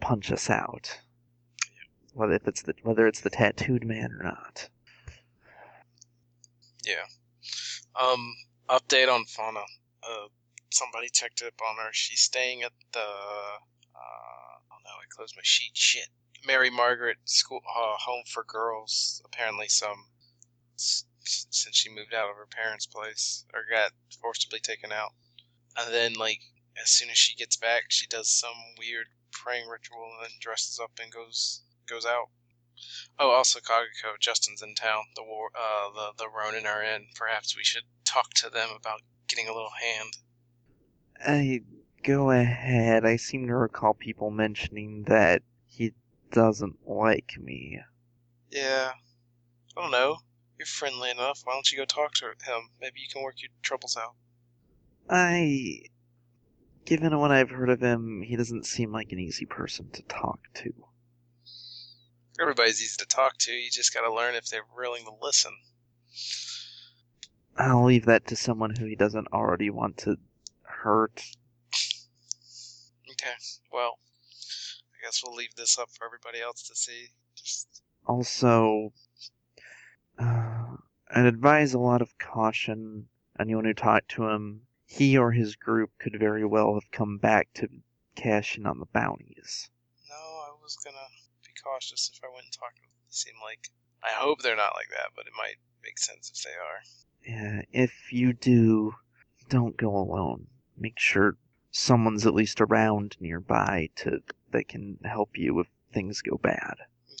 Speaker 7: punch us out. Whether if it's the whether it's the tattooed man or not.
Speaker 3: Yeah. Um, update on Fauna. Uh, somebody checked up on her. She's staying at the. Uh, oh no, I closed my sheet. Shit. Mary Margaret School uh, Home for Girls. Apparently, some s- since she moved out of her parents' place or got forcibly taken out. And then, like, as soon as she gets back, she does some weird praying ritual and then dresses up and goes goes out. Oh, also Kagako, Justin's in town. The war, uh, the the Ronin are in. Perhaps we should talk to them about getting a little hand.
Speaker 7: I go ahead. I seem to recall people mentioning that he doesn't like me.
Speaker 3: Yeah, I don't know. You're friendly enough. Why don't you go talk to him? Maybe you can work your troubles out.
Speaker 7: I, given what I've heard of him, he doesn't seem like an easy person to talk to.
Speaker 3: Everybody's easy to talk to. You just gotta learn if they're willing to listen.
Speaker 7: I'll leave that to someone who he doesn't already want to hurt.
Speaker 3: You can Okay. Well, I guess we'll leave this up for everybody else to see. Just
Speaker 7: Also, uh, I'd advise a lot of caution. Anyone who talked to him, he or his group could very well have come back to cash in on the bounties.
Speaker 3: no, I was gonna be cautious if I went and talked to them. They seem like I hope they're not like that, but it might make sense if they are.
Speaker 7: Yeah, if you do, don't go alone. Make sure someone's at least around nearby to that can help you if things go bad.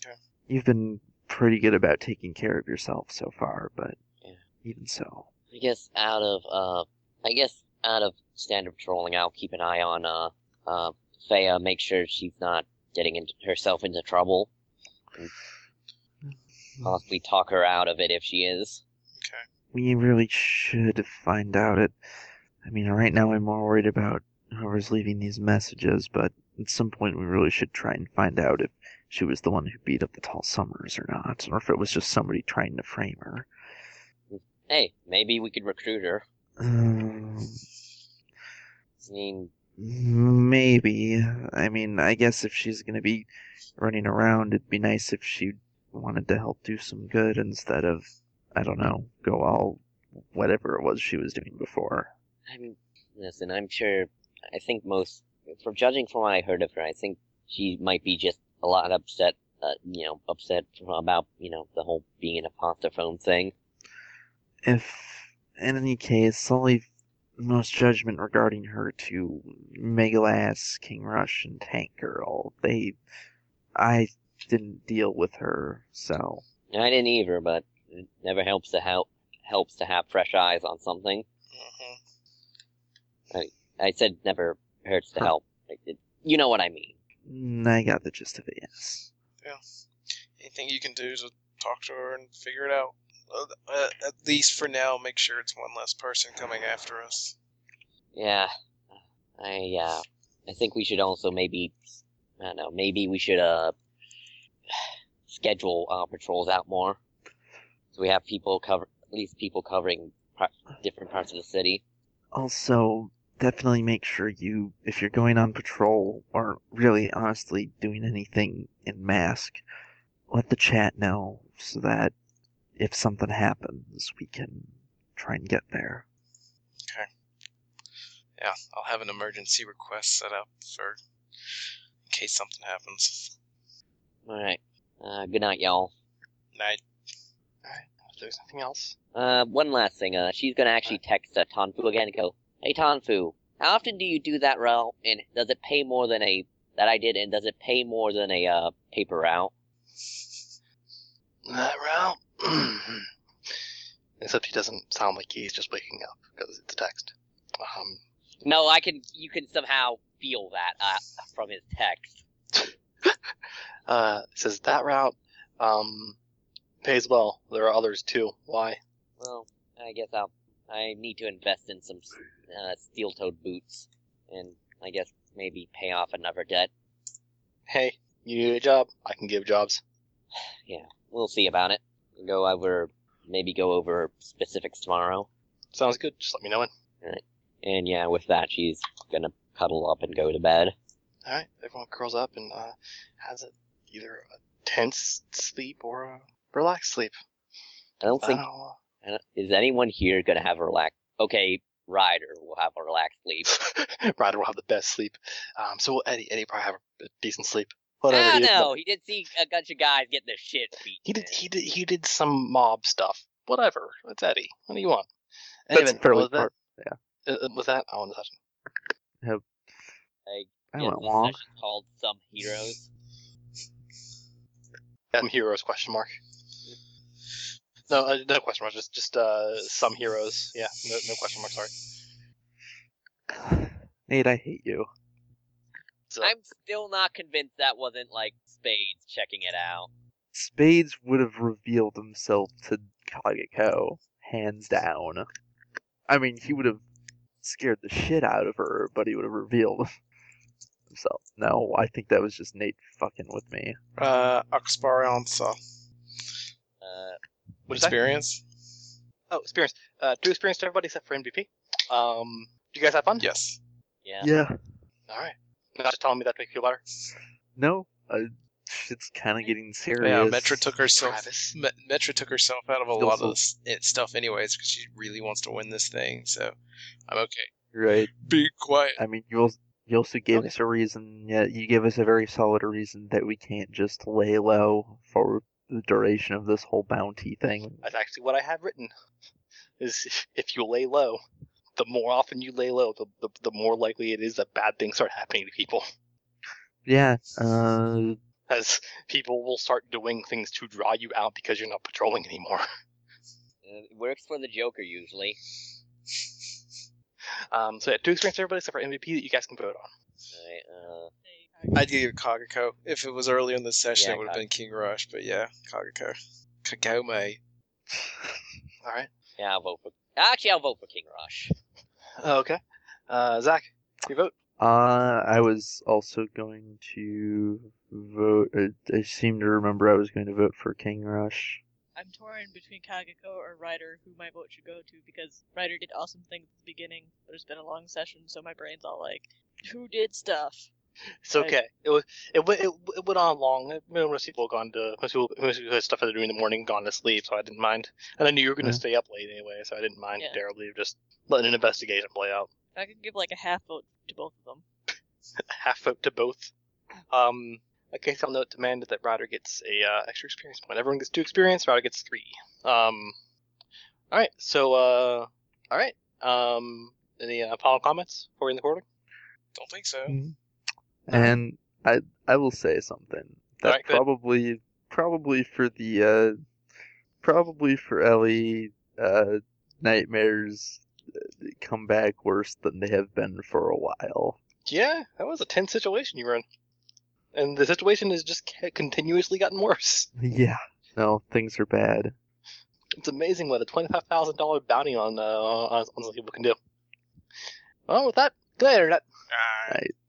Speaker 3: Okay.
Speaker 7: You've been pretty good about taking care of yourself so far, but
Speaker 4: Yeah.
Speaker 7: even so.
Speaker 4: I guess out of uh, I guess out of standard patrolling, I'll keep an eye on uh, uh, Thea, make sure she's not getting into herself into trouble, possibly talk her out of it if she is.
Speaker 7: We really should find out it. I mean, right now I'm more worried about whoever's leaving these messages, but at some point we really should try and find out if she was the one who beat up the tall Summers or not, or if it was just somebody trying to frame her.
Speaker 4: Hey, maybe we could recruit her.
Speaker 7: Um,
Speaker 4: I mean,
Speaker 7: maybe. I mean, I guess if she's going to be running around, it'd be nice if she wanted to help do some good instead of, I don't know, go all whatever it was she was doing before.
Speaker 4: I'm listen. I'm sure. I think most, for judging from what I heard of her, I think she might be just a lot upset. Uh, you know, upset about you know the whole being an imposter phone thing.
Speaker 7: if in any case I'll leave most judgment regarding her to Megalas, King Rush, and Tank Girl. They I didn't deal with her, so
Speaker 4: And I didn't either, but it never helps to help helps to have fresh eyes on something.
Speaker 3: Mm-hmm.
Speaker 4: I said never hurts to
Speaker 7: Huh.
Speaker 4: help. Like, it- you know what I mean.
Speaker 7: mm, I got the gist of it, yes.
Speaker 3: Anything you can do to talk to her and figure it out. Uh, uh, at least for now, make sure it's one less person coming after us.
Speaker 4: Yeah, I uh, I think we should also maybe I don't know maybe we should uh schedule our patrols out more, so we have people cover at least people covering par- different parts of the city.
Speaker 7: Also, definitely make sure you if you're going on patrol or really honestly doing anything in mask, let the chat know so that if something happens we can try and get there.
Speaker 3: Yeah, I'll have an emergency request set up for in case something happens.
Speaker 4: All right. Uh, good night, y'all.
Speaker 3: Night.
Speaker 8: If there's nothing else,
Speaker 4: Uh, one last thing. Uh, she's gonna actually text uh, Tanfu again and go, "Hey Tanfu, how often do you do that route? And does it pay more than a that I did? And does it pay more than a uh, paper route?"
Speaker 8: that route. Except he doesn't sound like he's just waking up because it's text. Um,
Speaker 4: No, I can. You can somehow feel that uh, from his text.
Speaker 8: uh, it says that route um, pays well. There are others too. Why?
Speaker 4: Well, I guess I'll. I need to invest in some uh, steel-toed boots, and I guess maybe pay off another debt.
Speaker 8: Hey, you need a job? I can give jobs.
Speaker 4: We'll see about it. Go over, maybe go over specifics tomorrow.
Speaker 8: Sounds good. Just let me know when.
Speaker 4: And yeah, with that, she's gonna cuddle up and go to bed.
Speaker 8: All right, everyone curls up and uh, has a, either a tense sleep or a relaxed sleep. uh,
Speaker 4: I don't think.
Speaker 8: Wow.
Speaker 4: I don't- Is anyone here gonna have a relax? Okay, Ryder will have a relaxed sleep.
Speaker 8: Ryder will have the best sleep. Um, so will Eddie. Eddie probably have a decent sleep. Whatever
Speaker 4: ah,
Speaker 8: it is,
Speaker 4: no, he did see a bunch of guys getting their shit beat.
Speaker 8: He did. He did. He did some mob stuff. Whatever. It's Eddie. What do you want?
Speaker 6: That's
Speaker 8: Anyway,
Speaker 6: fairly
Speaker 8: with that,
Speaker 6: part-
Speaker 8: yeah. with that, I want to session.
Speaker 7: I
Speaker 4: Yes,
Speaker 7: went
Speaker 4: this
Speaker 7: long.
Speaker 4: session's called some heroes.
Speaker 8: Some heroes? Question mark. No, uh, no question mark. Just, just uh, some heroes. Yeah, no, no question mark. Sorry.
Speaker 6: Nate, I hate you.
Speaker 8: So,
Speaker 4: I'm still not convinced that wasn't like Spades checking it out.
Speaker 6: Spades would have revealed himself to Kageko, hands down. I mean, he would have scared the shit out of her, but he would have revealed himself. No, I think that was just Nate fucking with me.
Speaker 3: Uh, experience. uh,
Speaker 4: Uh,
Speaker 8: what is that?
Speaker 3: Experience.
Speaker 8: Oh, experience. Uh, two experience to everybody except for MVP. Um, do you guys have fun?
Speaker 3: Yes.
Speaker 4: yeah.
Speaker 6: Yeah.
Speaker 8: All right.
Speaker 1: Not just telling me that to make you feel better.
Speaker 6: No, uh, it's kind of getting serious.
Speaker 3: Yeah, Metra took herself.
Speaker 1: Travis.
Speaker 3: Me- Metra took herself out of a lot
Speaker 6: Also-
Speaker 3: of this it- stuff, anyways, because she really wants to win this thing. So I'm okay.
Speaker 6: Right.
Speaker 3: Be quiet.
Speaker 6: I mean, you also, you also gave
Speaker 1: Okay.
Speaker 6: us a reason. Yeah, you gave us a very solid reason that we can't just lay low for the duration of this whole bounty thing.
Speaker 1: That's actually what I have written. Is if- if you lay low, the more often you lay low, the, the, the more likely it is that bad things start happening to people.
Speaker 6: Yeah. Uh,
Speaker 1: As people will start doing things to draw you out because you're not patrolling anymore.
Speaker 4: Uh, it works for the Joker usually.
Speaker 1: Um, so yeah, two experience everybody except for MVP that you guys can vote on.
Speaker 4: Alright, uh,
Speaker 3: I'd give it Kagako. If it was earlier in the session,
Speaker 4: Yeah,
Speaker 3: it would have been King Rush. But yeah, Kagako. Kagome.
Speaker 1: All right.
Speaker 4: yeah, I'll vote for. Actually, I'll vote for King Rush.
Speaker 1: Oh, Okay. Uh, Zach, your vote.
Speaker 6: uh, I was also going to vote. uh, I, I seem to remember I was going to vote for King Rush.
Speaker 5: I'm torn between Kagako or Ryder, who my vote should go to, because Ryder did awesome things at the beginning, but it's been a long session, so my brain's all like, who did stuff?
Speaker 1: It's okay. It was it went it, it went on long. I mean, Most people gone to most people most people had stuff to do in the morning, gone to sleep, so I didn't mind. And I knew you were going to
Speaker 6: Yeah.
Speaker 1: stay up late anyway, so I didn't mind
Speaker 5: Yeah.
Speaker 1: terribly just letting an investigation play out.
Speaker 5: I could give like a half vote to both of them.
Speaker 1: Half vote to both. Um, a case I'll note demanded that Ryder gets a uh, extra experience point. Everyone gets two experience. Ryder gets three. Um, all right. So uh, all right. Um, any uh, final comments before we end the recording?
Speaker 3: Don't think so.
Speaker 6: And I I will say something that
Speaker 1: Alright, good.
Speaker 6: probably probably for the uh probably for Ellie uh nightmares uh, come back worse than they have been for a while.
Speaker 1: Yeah, that was a tense situation you were in. And the situation has just ca- continuously gotten worse.
Speaker 6: Yeah. No, things are bad.
Speaker 1: It's amazing what a twenty-five thousand dollar bounty on uh, on on some people can do. Well, with that, good night, internet.
Speaker 3: Ah,
Speaker 6: I